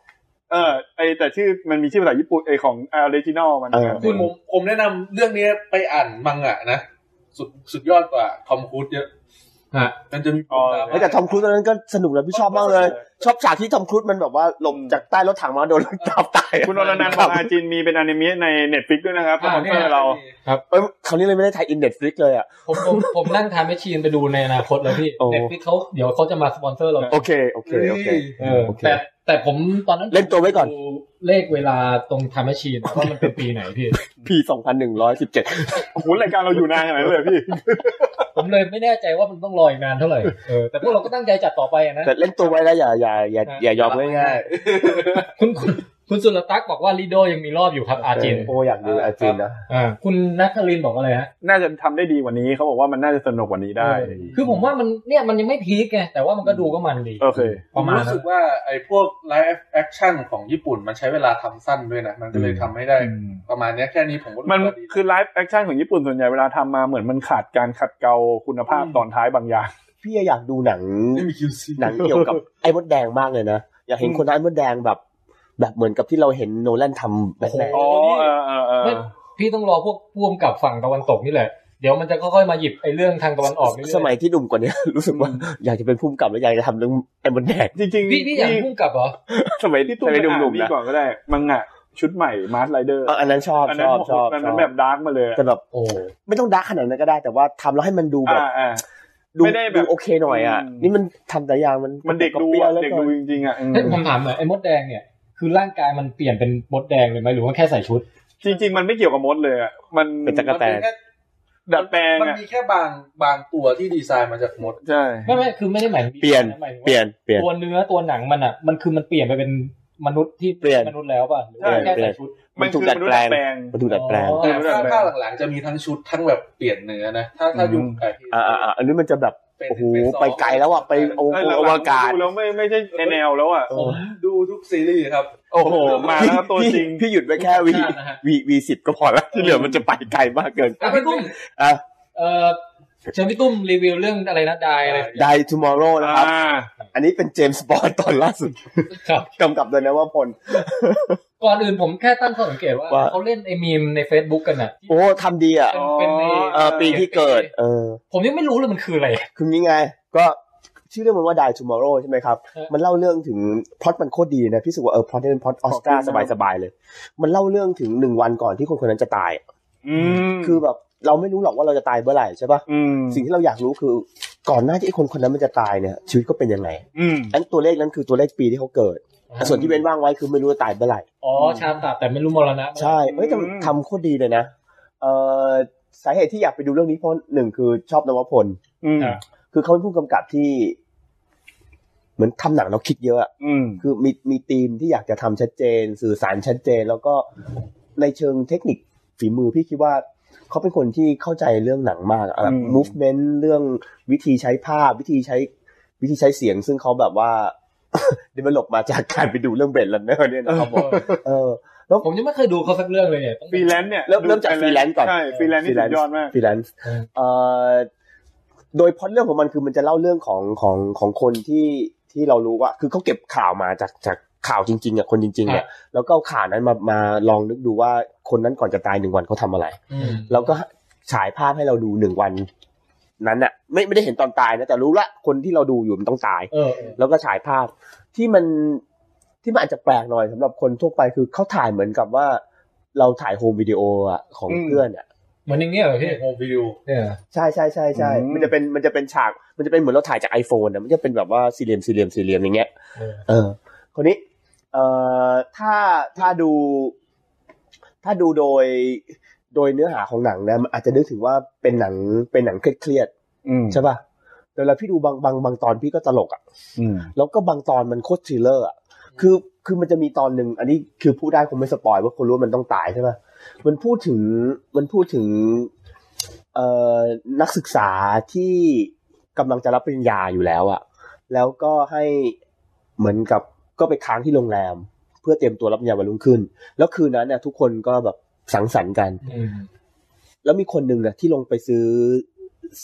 Speaker 4: เออไอแต่ชื่อมันมีชื่อภาษาญี่ปุ่นไอของออริจินอลมัน
Speaker 6: เออ
Speaker 2: คือผมผมแนะนำเรื่องนี้ไปอ่านมังงะนะสุดสุดยอดกว่าทอมครูซเยอะ
Speaker 1: ฮะ
Speaker 2: มันจะมีปมดรา
Speaker 6: เฮ้ย
Speaker 2: ม่า
Speaker 6: แต่ทอมครูซตอนนั้นก็สนุกนะพี่ชอบมากเลย ชอบฉากที่ทอมครูซมันแบบว่าหลบจากใต้รถถังมาโดนร ถทับตาย
Speaker 4: คุณอรนันต์บอกอาจินมีเป็นอนิเมะในเน็ตฟิกด้วยนะครับสปอนเซอร์เรา
Speaker 6: เอ้ยคราวนี้เลยไม่ได้ถ่ายอินเน็ตฟลิกเลยอ่ะ
Speaker 1: ผมผมผมนั่งทานแมชชีนไปดูในอนาคตแล้วพี่
Speaker 6: โอ้
Speaker 1: เน็ตฟิกเขาเดี๋ยวเขาจะมาสปอนเซอร์เรา
Speaker 6: โอเคโอเคโอเค
Speaker 1: เออ
Speaker 6: โอเค
Speaker 1: แต่แต่ผมตอนนั้น
Speaker 6: เล่นตัวไว้ก่อน
Speaker 1: ดูเลขเวลาตรงทานแมชชีนว่ามันเป็นปีไหนพี่
Speaker 6: พีสองพันหนึ่งร้อยสิบเจ็ด
Speaker 4: โอ้โหรายการเราอยู่นานขนาดนั้นเลยพี่
Speaker 1: ผมเลยไม่แน่ใจว่ามันต้องรออีกนานเท่าไหร่เออแต่พวกเราก็ตั้งใจจัดต่อไปอะนะ
Speaker 6: แต่เล่นตัวไว้แล้วอย่าอย่าอย่าอย่ายอมง่าย
Speaker 1: คุณคุณคุณสุรตักษ์บอกว่าลีโดยังมีรอบอยู่ครับอาจิน
Speaker 6: โอ้อยากดูอาจินนะ
Speaker 1: อ่าคุณนัทลินบอกอะไรฮะ
Speaker 4: น่าจะทำได้ดีกว่านี้เขาบอกว่ามันน่าจะสนุกกว่านี้ได้
Speaker 1: เออคือผมว่ามันเนี่ยมันยังไม่พีคไงแต่ว่ามันก็ดูก็มันดี
Speaker 4: โอเค
Speaker 2: ผ
Speaker 1: ป
Speaker 2: ม
Speaker 1: ระมาณ
Speaker 2: รู้
Speaker 1: นั้
Speaker 2: สึ
Speaker 1: น
Speaker 2: กว่าไอ้พวกไลฟ์แอคชั่นของญี่ปุ่นมันใช้เวลาทำสั้นด้วยนะ มันก็เลยทำไม่ได้ ประมาณเนี้ยแค่นี้ผมก็รู้สึก
Speaker 4: มัน
Speaker 2: ว่าดี
Speaker 4: คือไลฟ์แอคชั่นของญี่ปุ่นส่วนใหญ่เวลาทำมาเหมือนมันขาดการขัดเกลาคุณภาพตอนท้ายบางอย่าง
Speaker 6: พี่อยากดูหนัง
Speaker 2: ไม่มี QC
Speaker 6: หนังเกี่ยวกับไอ้มดแดงมากเลยนะ อยากเห็นคนทำไอ้มดแดงแบบ แบบเหมือนกับที่เราเห็นโนแลนทำแบทแมน
Speaker 1: โอ้
Speaker 4: อ๋อ
Speaker 1: โหนี่
Speaker 4: เออเออเออ
Speaker 1: ไม่พี่ต้องรอพวกพ่วงกับฝั่งตะวันตกนี่แหละ เดี๋ยวมันจะค่อยๆมาหยิบไอ้เรื่องทางตะวันออกเรื่อยๆ
Speaker 6: สมัยที่หนุ่มกว่านี้ รู้สึกว่าอยากจะเป็นผู้กำกับแล้วอยากจะทำเรื่องไอ้มดแดง
Speaker 4: จริงๆ
Speaker 1: พี่พี่อยาก
Speaker 4: ที่
Speaker 1: พ่วงกับเหรอ
Speaker 6: สมัย
Speaker 4: ที่
Speaker 6: ที่
Speaker 4: ตุ้
Speaker 6: ส
Speaker 4: ม
Speaker 6: มัยห
Speaker 4: ไปอ่า
Speaker 6: นุ่ม
Speaker 4: น
Speaker 6: ๆ
Speaker 4: นี่
Speaker 6: นะ
Speaker 4: ก่อนก็ได้ มังงะชุดใหม่มาร์ r ไรเดอร์
Speaker 6: เอออันนั้นชอบ
Speaker 4: อัน
Speaker 6: ช
Speaker 4: นั้น
Speaker 6: อบ
Speaker 4: โอ้โห
Speaker 6: ชอบ
Speaker 4: อัน
Speaker 6: ช
Speaker 4: นั้
Speaker 6: อนบ
Speaker 4: แบบดาร์กมาเลย
Speaker 6: แต่แบบ
Speaker 1: โอ้
Speaker 6: ไม่ต้องดักขนาดนั้นก็ได้ แต่ว่าทำแล้วให้มันดูแบบ
Speaker 4: อ่าอ่า
Speaker 6: ดู
Speaker 4: ไม่ได้แบบ
Speaker 6: ดูโอเคหน่อยอ่ะ
Speaker 4: อืม
Speaker 6: นี่มันทำแต่อย่างมัน
Speaker 4: มันเด็กดู
Speaker 6: ปี้ย
Speaker 4: อะ
Speaker 6: วหลือ
Speaker 4: เด็ก
Speaker 6: น
Speaker 4: ดูจริงๆอ่ะอืม
Speaker 1: เฮ้ยผมถามหน่อยไอ้มดแดงเนี่ย คือร่างกายมันเปลี่ยนเป็นมดแดงเลยไหมหรือว่าแค่ใส่ชุด
Speaker 4: จริง ๆ มันไม่เกี่ยวกับมดเลยอ่ะมัน
Speaker 6: เป็นจัก
Speaker 2: มั
Speaker 6: ร
Speaker 2: นมีแค่
Speaker 4: ดัดแปลง
Speaker 2: มัน
Speaker 4: อ่ะ
Speaker 2: มีแค่บางบางตัวที่ดีไซน์มาจากมด
Speaker 4: ใช่
Speaker 1: ไม่ไม่คือไม่ได้หมายถึง
Speaker 6: เปลี่ยน
Speaker 1: ะหมายถึงว่า
Speaker 6: เปลี่ยนเปลี่ยน
Speaker 1: ตัวเนื้อตัวหนังมันอ่ะมันคือมันเปลี่ยนไปเป็นมนุษย์ที่
Speaker 6: เปลี่ยน
Speaker 1: มนุษย์แล้วป่ะหรือว่าแค่
Speaker 6: เปลี่
Speaker 1: ใส่
Speaker 6: ยน
Speaker 1: ชุด
Speaker 6: มันถูกดัด
Speaker 4: ษ
Speaker 6: แปลง
Speaker 4: ย์
Speaker 6: มันถูกดัดแปลง
Speaker 1: อ๋อ
Speaker 2: แต่ถ้าภาคหลังๆจะมีทั้งชุดทั้งแบบเปลี่ยนเนื้อนะ ถ้าถ้ายุคไก่ที่
Speaker 6: อ่าอ่าอ่าอันนี้มันจะแบบ
Speaker 2: เป็น
Speaker 6: โอ้โห
Speaker 2: เป็นซส
Speaker 6: ไปไกลแล้วอ่ะ ไปโอ
Speaker 4: เออ
Speaker 6: โอ
Speaker 4: ห
Speaker 6: อ
Speaker 4: ลังๆ
Speaker 6: วกาศ
Speaker 4: ดูแล้วไม่ไม่ใช่แนวแล้วอ่ะ
Speaker 2: ผมดูทุกซีรีส์ครับ
Speaker 4: โอ้โห มาแล้วครับตัวจริง
Speaker 6: พี่พี่หยุดไว้แค่วี
Speaker 1: ชาตินะฮะ
Speaker 6: วีวีสิบก็พอแล้วที่เหลือมันจะไปไกลมากเกิน
Speaker 1: อ่ะพี่ตุ้ม
Speaker 6: อ่ะ
Speaker 1: เออเชิญพี่ตุ้มรีวิวเรื่องอะไรนะดายอะไร
Speaker 6: d ด tomorrow นะครับ
Speaker 4: อ่า
Speaker 6: อันนี้เป็นเจมส์บอ d ตอนล่าสุด
Speaker 1: ครับ
Speaker 6: กำกับโดยนวพล
Speaker 1: ก่อนอื่นผมแค่ตั้งข้อสังเกตว่า
Speaker 6: ว่า
Speaker 1: เขาเล่นไอ้มีมใน Facebook กันอ่ะที่
Speaker 6: โอ้ทำดีอ่ะ
Speaker 1: เป็นเป็นใน
Speaker 6: เออปีที่เกิด เออ
Speaker 1: ผมยังไม่รู้เลยมันคืออะไร
Speaker 6: คืองี้ไง ก็ชื่อเรื่องมันว่า Die Tomorrow ใช่ไหมครับ
Speaker 1: ครับ
Speaker 6: มันเล่าเรื่องถึงพล็อตมันโคตรดีนะ พี่รู้สึกว่าเออพล็อตนี่เป็นพล็อตออสการ์
Speaker 4: ขอบคุณครับ
Speaker 6: สบายๆเลย มันเล่าเรื่องถึงหนึ่งวันก่อนที่คนคนนั้นจะตาย
Speaker 4: อืม
Speaker 6: คือแบบเราไม่รู้หรอกว่าเราจะตายเมื่อไหร่ใช่ปะ
Speaker 4: อืม
Speaker 6: สิ่งที่เราอยากรู้คือก่อนหน้าที่ไอ้คนคนนั้นมันจะตายเนี่ยชีวิตก็เป็นยังไง
Speaker 4: อืม
Speaker 6: อันตัวเลขนั้นคือตัวเลขปีที่เขาเกิดแต่ส่วนที่เว้นว่างไว้คือไม่รู้จะตายเมื่อไหร่
Speaker 1: อ๋อชามตัดแต่ไม่รู้มรณะ
Speaker 6: ใช่เอ้ยแต่
Speaker 4: อืม
Speaker 6: ทำโคตรดีเลยนะเอ่อสาเหตุที่อยากไปดูเรื่องนี้เพราะหนึ่งคือชอบนวพล
Speaker 4: อืม
Speaker 6: คือเขาเป็นผู้กำกับที่ เหมือนทำหนังเราคิดเยอะอะ
Speaker 4: อืม
Speaker 6: คือมีมีธีมที่อยากจะทำชัดเจน สื่อสารชัดเจน แล้วก็ในเชิงเทคนิคฝีมือพี่คิดว่าเขาเป็นคนที่เข้าใจเรื่องหนังมากอะแบบ
Speaker 4: อืม
Speaker 6: movement เรื่องวิธีใช้ภาพ วิธีใช้วิธีใช้เสียง ซึ่งเขาแบบว่า develop มาจากการไปดูเรื่องเบรดลันเนอร์เนี่ยนะครับผมเออ
Speaker 1: ผมยังไม่เคยดูเขาสักเรื่องเลยเนี่ยต้อง
Speaker 4: ฟรีแลนซ์เนี่ย
Speaker 6: เริ่มเริ่มจาก
Speaker 4: ดู
Speaker 6: freelance ก่อน
Speaker 4: ใช่ฟรีแลนซ์นี่สุดยอดมาก
Speaker 6: ฟรีแลนซ์
Speaker 1: เออ
Speaker 6: เอ่อโดยพล็อดเรื่องของมันคือมันจะเล่าเรื่องของของของคนที่ที่เรารู้ว่า คือเขาเก็บข่าวมาจากจากข่าวจริงๆอ่ะคนจริงๆเนี่ยแล้วก็เอาข่าวนั้นมามาลองนึกดูว่าคนนั้นก่อนจะตายหนึ่งวันเขาทำอะไร
Speaker 1: อืม
Speaker 6: แล้วก็ฉายภาพให้เราดูหนึ่งวัน นั้นอ่ะ ไม่ไม่ได้เห็นตอนตายนะแต่รู้ละคนที่เราดูอยู่มันต้องตาย
Speaker 1: เออเออ
Speaker 6: แล้วก็ฉายภาพที่มันที่มันอาจจะแปลกหน่อยสำหรับคนทั่วไปคือเขาถ่ายเหมือนกับว่า เราถ่ายโฮมวิดีโออ่ะของ
Speaker 4: อืม
Speaker 6: เพื่อนอ่ะ
Speaker 1: เหมือนอย่างเงี้ยเหรอพี่
Speaker 2: โฮมวิดีโอ
Speaker 1: เนี่ย
Speaker 6: ใช่ใช่ใช่ใช่
Speaker 4: อืม
Speaker 6: มันจะเป็นมันจะเป็นฉาก มันจะเป็นเหมือนเราถ่ายจาก iPhone นะมันจะเป็นแบบว่าสี่เหลี่ยมสี่เหลี่ยมสี่เหลี่ยมอย่างเงี้ย
Speaker 1: เออ
Speaker 6: เออ คนนี้ เอ่อ ถ้าถ้าดู ถ้าดูโดย โดยเนื้อหาของหนังนะมันอาจจะนึกถึงว่าเป็นหนังเป็นหนังเครียด
Speaker 4: อืม
Speaker 6: ๆใช่ป่ะแต่เวลาพี่ดูบางบางบางตอนพี่ก็ตลกอ่ะ
Speaker 4: อืม
Speaker 6: แล้วก็บางตอนมันโคตรทริลเลอร์อะคือ คือมันจะมีตอนหนึ่ง อันนี้คือพูดได้คงไม่สปอยว่าคนรู้ว่ามันต้องตายใช่ไหมมันพูดถึง มันพูดถึง เอ่อ นักศึกษาที่กำลังจะรับปริญญาอยู่แล้วอะแล้วก็ให้เหมือนกับก็ไปค้างที่โรงแรม เพื่อเตรียมตัวรับปริญญาวันรุ่งขึ้น แล้วคืนนั้นเนี่ยทุกคนก็แบบสังสรรค์กัน
Speaker 1: อืม
Speaker 6: แล้วมีคนหนึ่งนะที่ลงไปซื้อ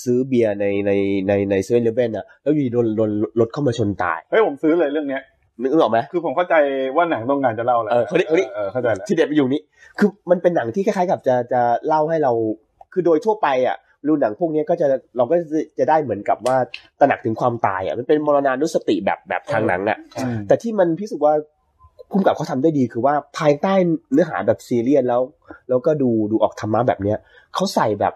Speaker 6: ซื้อเบียร์ในในในในเซเว่นเลเว่นอะแล้วอยู่ดีโดนโดนรถเข้ามาชนตาย
Speaker 4: เฮ้ยผมซื้อเลยเรื่องเนี้ย
Speaker 6: นึกออกไหม
Speaker 4: คือผมเข้าใจว่าหนังต้องการจะเล่าอะไร
Speaker 6: เออคนนี้คนนี้
Speaker 4: เออเข้าใจแล้ว
Speaker 6: ที่เด็ดไปอยู่นี้ คือมันเป็นหนังที่คล้ายๆกับจะจะเล่าให้เรา คือโดยทั่วไปอ่ะรูหนังพวกเนี้ยก็จะเราก็จะได้เหมือนกับว่าตระหนักถึงความตายอ่ะ มันเป็นมรณานุสติแบบแบบทางหนังอ่ะ แต่ที่มันพิสูจน์ว่าคุ้มกับเขาทำได้ดีคือว่าภายใต้เนื้อหาแบบซีเรียสแล้ว แล้วก็ดูดูออกธรรมะแบบเนี้ยเขาใส่แบบ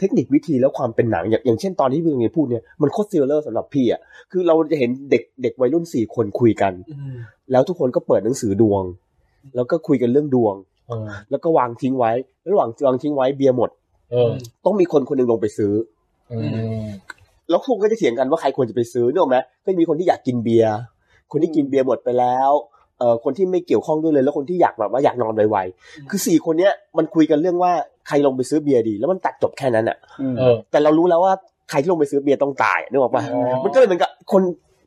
Speaker 6: เทคนิควิธีแล้วความเป็นหนัง อย่างอย่างเช่นตอนที่พี่เงยพูดเนี่ยมันโคตรซีเรียสสำหรับพี่อ่ะคือเราจะเห็นเด็กเด็กวัยรุ่นสี่คนคุยกัน
Speaker 1: อืม
Speaker 6: แล้วทุกคนก็เปิดหนังสือดวง แล้วก็คุยกันเรื่องดวง
Speaker 1: เออ
Speaker 6: แล้วก็วางทิ้งไว้ ระหว่างวางทิ้งไว้เบียร์หมด
Speaker 1: เออ
Speaker 6: ต้องมีคนคนหนึงลงไปซื้อ
Speaker 1: อืม
Speaker 6: แล้วพวกก็จะเถียงกันว่าใครควรจะไปซื้อเนกอะไหมก็จะมีคนที่อยากกินเบียร์ คนที่กินเบียร์หมดไปแล้วเอ่อคนที่ไม่เกี่ยวข้องด้วยเลย แล้วคนที่อยากแบบว่าอยากนอนไวๆ คือสี่คนเนี้ยมันคุยกันเรื่องว่าใครลงไปซื้อเบียร์ดี แล้วมันตัดจบแค่นั้นอ่ะ
Speaker 1: เออ
Speaker 6: แต่เรารู้แล้วว่าใครที่ลงไปซื้อเบียร์ต้องตายนึกออกปะ
Speaker 1: อ๋อ
Speaker 6: มันก็เลยเหมือนกับคน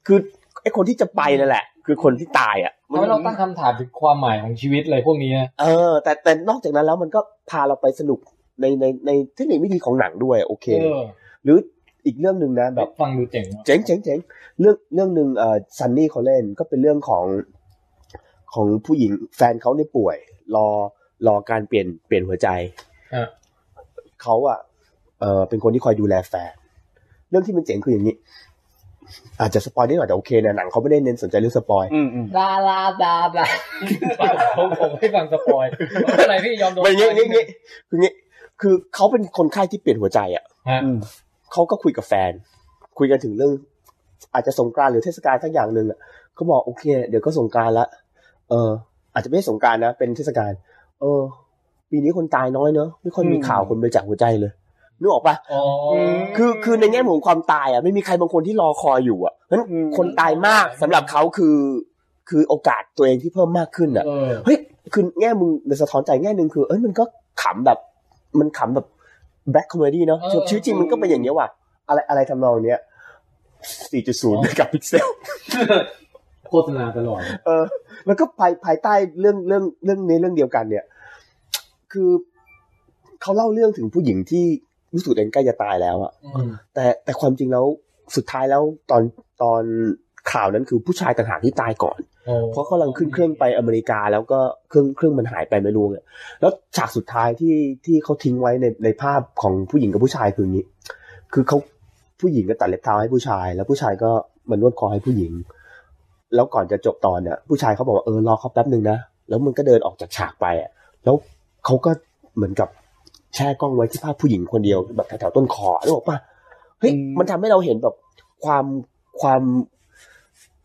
Speaker 6: คือไอ้คนที่จะไปนั่นแหละ คือคนที่ตายอ่ะ
Speaker 1: ทำให้เราตั้งคำถามถึงความหมายของชีวิตอะไรพวกนี้นะ
Speaker 6: เออแต่แต่นอกจากนั้นแล้วมันก็พาเราไปสนุกในในในเทคนิควิธีของหนังด้วย โอเค
Speaker 1: เออ
Speaker 6: หรืออีกเรื่องหนึ่งนะ
Speaker 1: แบ
Speaker 6: แบบ บ
Speaker 1: ฟังดูเจ๋งว่ะ
Speaker 6: เจ๋งเจ๋งเจ๋งเรื่องเรื่องหนึ่งเอ่อซันนี่เขาเล่นก็เป็นเรื่องของของผู้หญิงแฟนเขาเนี่ยป่วย รอรอการเปลี่ยนเปลี่ยนหัวใจ
Speaker 1: อ่ะ
Speaker 6: เขาอะเออเป็นคนที่คอยดูแลแฟน เรื่องที่มันเจ๋งคืออย่างนี้ อาจจะสปอยนิดหน่อยแต่โอเคนะหนังเขาไม่ได้เน้นสนใจเรื่องสปอย
Speaker 4: อืมอืม
Speaker 1: ลาลาลาลาผมผมให้ฟังสปอยไม่เป็นไรพี่ยอมโดน
Speaker 6: ไม่งี้งี้งี้คืองี้คือเขาเป็นคนไข้ที่เปลี่ยนหัวใจอ่ะ
Speaker 4: อืม
Speaker 6: เขาก็คุยกับแฟน คุยกันถึงเรื่อง อาจจะสงกรานต์หรือเทศกาลสักอย่างหนึ่งอ่ะเขาบอกโอเค เดี๋ยวก็สงกรานต์ละเออ อาจจะไม่ใช่สงกรานต์นะ เป็นเทศกาลเออ ปีนี้คนตายน้อยเนอะไม่ค่อยมีข่าวคนไปจากหัวใจเลยนึกออกปะ
Speaker 1: อ๋อ
Speaker 6: คือคือในแง่มุมของความตายอ่ะไม่มีใครบางคนที่รอคอยอยู่อ่ะเพราะฉะนั้นคนตายมากสำหรับเขาคือ คือโอกาสตัวเองที่เพิ่มมากขึ้นอ่ะ
Speaker 1: เออ
Speaker 6: เฮ้ย คือแง่มึงมันสะท้อนใจแง่หนึ่งคือ เอ้ย มันก็ขำแบบ มันขำแบบแบล็คคอมเมดี้เนาะ
Speaker 1: เออ
Speaker 6: ชีวิตจริงมันก็เป็นอย่างเงี้ยว่ะ อะไรอะไรทำนองเนี้ย 4.0 กับพิกเซล
Speaker 1: โฆษณาตลอด
Speaker 6: เออ แล้วก็ภายภายใต้เรื่องเรื่องเรื่องในเรื่องเดียวกันเนี่ย คือเขาเล่าเรื่องถึงผู้หญิงที่รู้สึกตัวเองใกล้จะตายแล้วอะ
Speaker 1: อืม
Speaker 6: แต่แต่ความจริงแล้วสุดท้ายแล้วตอนตอนข่าวนั้นคือผู้ชายต่างหากที่ตายก่อน
Speaker 1: โอ้
Speaker 6: เพราะกำลังขึ้นเครื่องไปอเมริกาแล้วก็เครื่องเครื่องมันหายไปไม่รู้เนี่ยแล้วฉากสุดท้ายที่ที่เขาทิ้งไว้ในในภาพของผู้หญิงกับผู้ชายคืออย่างนี้ คือเขาผู้หญิงก็ตัดเล็บเท้าให้ผู้ชาย แล้วผู้ชายก็มานวดคอให้ผู้หญิง แล้วก่อนจะจบตอนเนี่ยผู้ชายเขาบอกว่าเออรอเขาแป๊บหนึ่งนะแล้วมันก็เดินออกจากฉากไปอะแล้วเขาก็เหมือนกับแช่กล้องไว้ที่ภาพผู้หญิงคนเดียวแบบแถวๆต้นคอแล้วบอกว่าเฮ้ยมันทำให้เราเห็นแบบความความ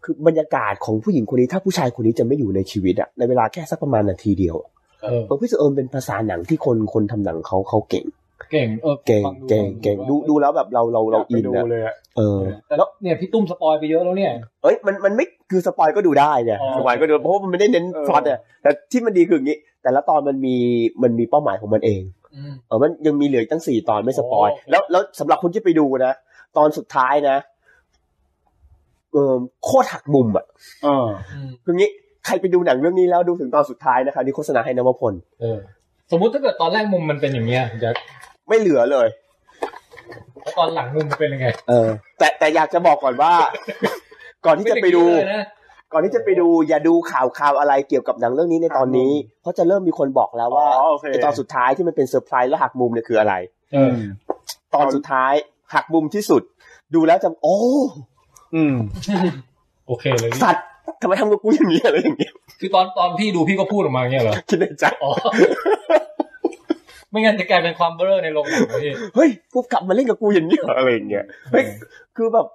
Speaker 6: คือบรรยากาศของผู้หญิงคนนี้ถ้าผู้ชายคนนี้จะไม่อยู่ในชีวิตอะในเวลาแค่สักประมาณนาทีเดียวอะ
Speaker 1: เออ
Speaker 6: เออพี่สุเอิมเป็นภาษาหนังที่คนคนทำหนังเขาเขาเก่ง
Speaker 1: เก่งเออ
Speaker 6: เก่ง
Speaker 1: ฟัดู
Speaker 6: เก่งเก่งดูดูแล้วแบบเราเราเรา
Speaker 4: ยกไป
Speaker 6: อิน
Speaker 4: ดู
Speaker 6: อะ
Speaker 4: เลยอะ
Speaker 6: เออ
Speaker 1: แต่
Speaker 6: แล้ว
Speaker 1: เนี่ยพี่ตุ้มสปอยไปเยอะแล้วเนี่ย
Speaker 6: เอ้ยมันมันไม่คือสปอยก็ดูได้ไง
Speaker 1: อ๋อ
Speaker 6: สปอยก็ดูเพราะว่ามันไม่ได้เน้นพล็อตเนี่ยแต่ที่มันดีคืออย่างนี้ แต่ละตอนมันมีมันมีเป้าหมายของมันเอง
Speaker 1: อืม
Speaker 6: เออมันยังมีเหลืออีกตั้งสี่ตอนไม่สปอย
Speaker 1: โอ้โห
Speaker 6: แล้วแล้วสำหรับคนที่ไปดูนะ ตอนสุดท้ายนะเออโคตรหักมุมอ่ะ
Speaker 4: เออ
Speaker 1: อืม
Speaker 6: คืองี้ใครไปดูหนังเรื่องนี้แล้วดูถึงตอนสุดท้ายนะคะนี่โฆษณาให้นวพล
Speaker 1: เออ สมมุติถ้าเกิดตอนแรกมุมมันเป็นอย่างเงี้ยเดี๋ยว
Speaker 6: ไม่เหลือเลย
Speaker 1: แล้วตอนหลังมุมมันเป็นยังไง
Speaker 6: เออ แต่แต่อยากจะบอกก่อนว่า ก่อนที่จะไปดู
Speaker 1: ม่เลยนะ
Speaker 6: ก่อนที่จะไปดูอย่าดูข่าวข่าวอะไรเกี่ยวกับหนังเรื่องนี้ในตอนนี้ เพราะจะเริ่มมีคนบอกแล้วว่า
Speaker 4: อ๋อโอเค
Speaker 6: ไอ้ตอนสุดท้ายที่มันเป็นเซอร์ไพรส์และหักมุมเนี่ยคืออะไร
Speaker 1: เออ
Speaker 6: ตอนสุดท้ายหักมุมที่สุด ดูแล้วจะโอ้
Speaker 4: อืม
Speaker 1: โอเคเลยพี่
Speaker 6: สัตว์ทำไมทำกับกูอย่างนี้อะไรอย่างเงี้ย
Speaker 1: คือตอนตอนพี่ดูพี่ก็พูดออกมาอย่างเงี้ยเหรอ
Speaker 6: คิดในใจ
Speaker 1: อ๋อ ไม่งั้นจะกลายเป็นความเบลอในโรงหนังนะพี่
Speaker 6: เฮ้ยกูกลับมาเล่นกับกูอย่างนี้เหรออะไรอย่างเงี้ย เฮ้ย คือแบบ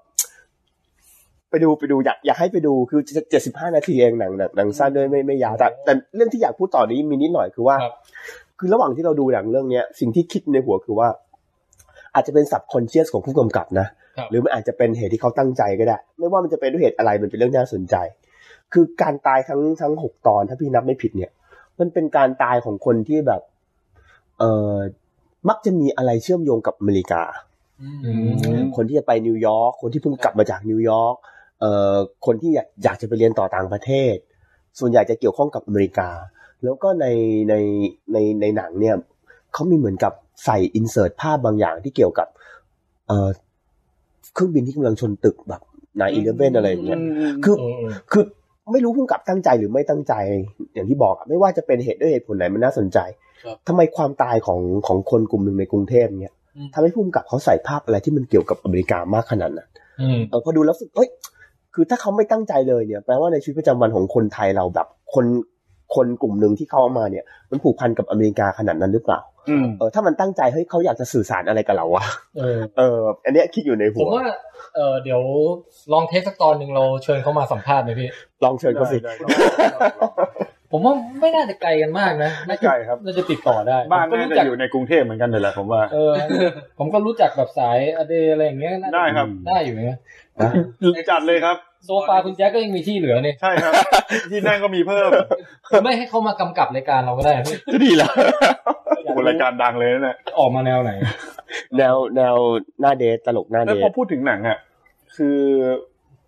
Speaker 6: ไปดูไปดูอยากอยากให้ไปดูคือเจ็ดสิบห้านาทีเองหนังหนังหนังสั้นด้วยไม่ไม่ยาวแต่แต่เรื่องที่อยากพูดต่อนี้มีนิดหน่อยคือว่า คือระหว่างที่เราดูหนังเรื่องเนี้ย สิ่งที่คิดในหัวคือว่า อาจจะเป็นสับคอนเชียสของผู้กำกับนะ หรือมันอาจจะเป็นเหตุที่เขาตั้งใจก็ได้ ไม่ว่ามันจะเป็นด้วยเหตุอะไรมันเป็นเรื่องน่าสนใจ คือการตายทั้งทั้งหกตอนถ้าพี่นับไม่ผิดเนี่ย มันเป็นการตายของคนที่แบบ เออมักจะมีอะไรเชื่อมโยงกับอเมริกา
Speaker 1: อืม
Speaker 6: คนที่จะไปนิวยอร์กคนที่เพิ่งกลับมาจากนิวยอร์กเอ่อคนที่อยากอยากจะไปเรียนต่อต่างประเทศ ส่วนใหญ่จะเกี่ยวข้องกับอเมริกา แล้วก็ในในในในหนังเนี่ยเขามีเหมือนกับใส่อินเสิร์ตภาพบางอย่างที่เกี่ยวกับเอ่อเครื่องบินที่กำลังชนตึกแบบนายอีเลเวนอะไรอย่างเงี้ยคือ
Speaker 1: เออ
Speaker 6: คือไม่รู้พุ่งกับตั้งใจหรือไม่ตั้งใจ อย่างที่บอกอะไม่ว่าจะเป็นเหตุด้วยเหตุผลไหนมันน่าสนใจ
Speaker 1: ครับ
Speaker 6: ทำไมความตายของของคนกลุ่มหนึ่งในกรุงเทพเนี่ย
Speaker 1: อืม
Speaker 6: ทำให้พุ่มกับเขาใส่ภาพอะไรที่มันเกี่ยวกับอเมริกามากขนาดนั้น
Speaker 1: อืม
Speaker 6: เออพอดูแล้วรู้สึกเอ้ยคือถ้าเขาไม่ตั้งใจเลยเนี่ยแปลว่าในชีวิตประจำวันของคนไทยเราแบบคนคนกลุ่มหนึ่งที่เขาเอามาเนี่ย มันผูกพันกับอเมริกาขนาดนั้นหรือเปล่า
Speaker 4: อืม
Speaker 6: เออถ้ามันตั้งใจเฮ้ยเขาอยากจะสื่อสารอะไรกับเราวะ
Speaker 1: เออ
Speaker 6: เออ อันเนี้ยคิดอยู่ใน
Speaker 1: ผ
Speaker 6: หั
Speaker 1: ม
Speaker 6: ว
Speaker 1: ว่า เออเดี๋ยวลองเทสสักตอนหนึ่งเราเชิญเขามาสัมภาษณ์ไหมพี่
Speaker 6: ลองเชิญเขาสิ
Speaker 4: ได้ได้
Speaker 1: ผมว่าไม่น่าจะไกลกันมากนะน่าจะ
Speaker 4: ไม่ไกลครับ
Speaker 1: น่าจะติดต่อได้
Speaker 4: บ้าน
Speaker 1: ผมก็
Speaker 4: น่า
Speaker 1: รู้
Speaker 4: จะ
Speaker 1: จัก
Speaker 4: อยู่ในกรุงเทพเหมือนกันเลยแหละผมว่า
Speaker 1: เออ ผมก็รู้จักแบบสายอเดอะไรอย่างเงี้ยน่าจะ
Speaker 4: ได้ครับ
Speaker 1: ได้อยู่นะ
Speaker 4: จัดเลยครับ
Speaker 1: โซฟาคุณแจ็คก็ยังมีที่เหลือเนี่ย
Speaker 4: ใช่ครับ ที่นั่งก็มีเพิ่ม
Speaker 1: ไม่ให้เขามากำกับรายการเราก็ได้พี่
Speaker 6: จะ ดีเหรอ
Speaker 4: โอ้โหรายการดังเลยนะเนี่ย
Speaker 1: ออกมาแนวไหน
Speaker 6: แนวแนวหน้าเดทตลกหน้า
Speaker 4: แล้ว
Speaker 6: เด
Speaker 4: พอ
Speaker 6: ท
Speaker 4: พูดถึงหนังอ่ะ คือ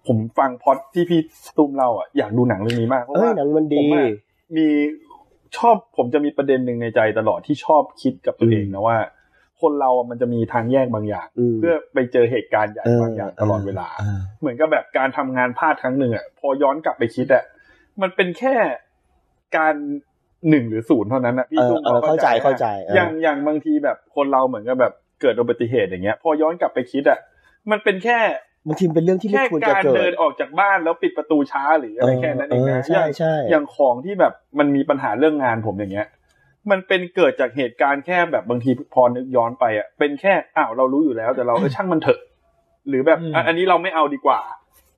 Speaker 4: ผมฟังพอดที่พี่ตุ้มเราอ่ะอยากดูหนังเรื่องนี้มากเพราะ
Speaker 6: เอ้ย
Speaker 4: ว่า
Speaker 6: หนังมัน
Speaker 4: ผ
Speaker 6: ดี
Speaker 4: มอะมีชอบผมจะมีประเด็นหนึ่งในใจตลอดที่ชอบคิดกับตัวเองนะว่า คนเราอะมันจะมีทางแยกบางอย่าง
Speaker 6: อืม
Speaker 4: เพื่อไปเจอเหตุการณ์ใหญ่
Speaker 6: เออบ
Speaker 4: างอย่างตลอดเวลา
Speaker 6: เออ
Speaker 4: เหมือนกับแบบการทำงานพลาดครั้งหนึ่งอ่ะพอย้อนกลับไปคิดอ่ะมันเป็นแค่การหนึ่งหรือศูนย์เท่านั้นนะพี่
Speaker 6: เออ
Speaker 4: ตุ้ม
Speaker 6: เออเข้าใจเข้าใจ
Speaker 4: นะ
Speaker 6: เอออ
Speaker 4: ย่างอย่างบางทีแบบคนเราเหมือนกับแบบเกิดอุบัติเหตุอย่างเงี้ย พอย้อนกลับไปคิดอ่ะมันเป็นแค่
Speaker 6: บางทีมันเป็นเรื่องที่ไม่
Speaker 4: แค่
Speaker 6: ควรจะ
Speaker 4: การ
Speaker 6: เกิ
Speaker 4: เดิ
Speaker 6: ด
Speaker 4: นออกจากบ้านแล้วปิดประตูช้าหรืออะไรแค่นั้นเองนะ
Speaker 6: ใช่
Speaker 4: ย่าง
Speaker 6: ใช่
Speaker 4: อย่างของที่แบบมันมีปัญหาเรื่องงานผมอย่างเงี้ย มันเป็นเกิดจากเหตุการณ์แค่แบบบางทีพอนึกย้อนไปอ่ะเป็นแค่อ้าวเรารู้อยู่แล้วแต่เราเออช่างมันเถอะ หรือแบบ
Speaker 1: อืม
Speaker 4: อ่ะอันนี้เราไม่เอาดีกว่า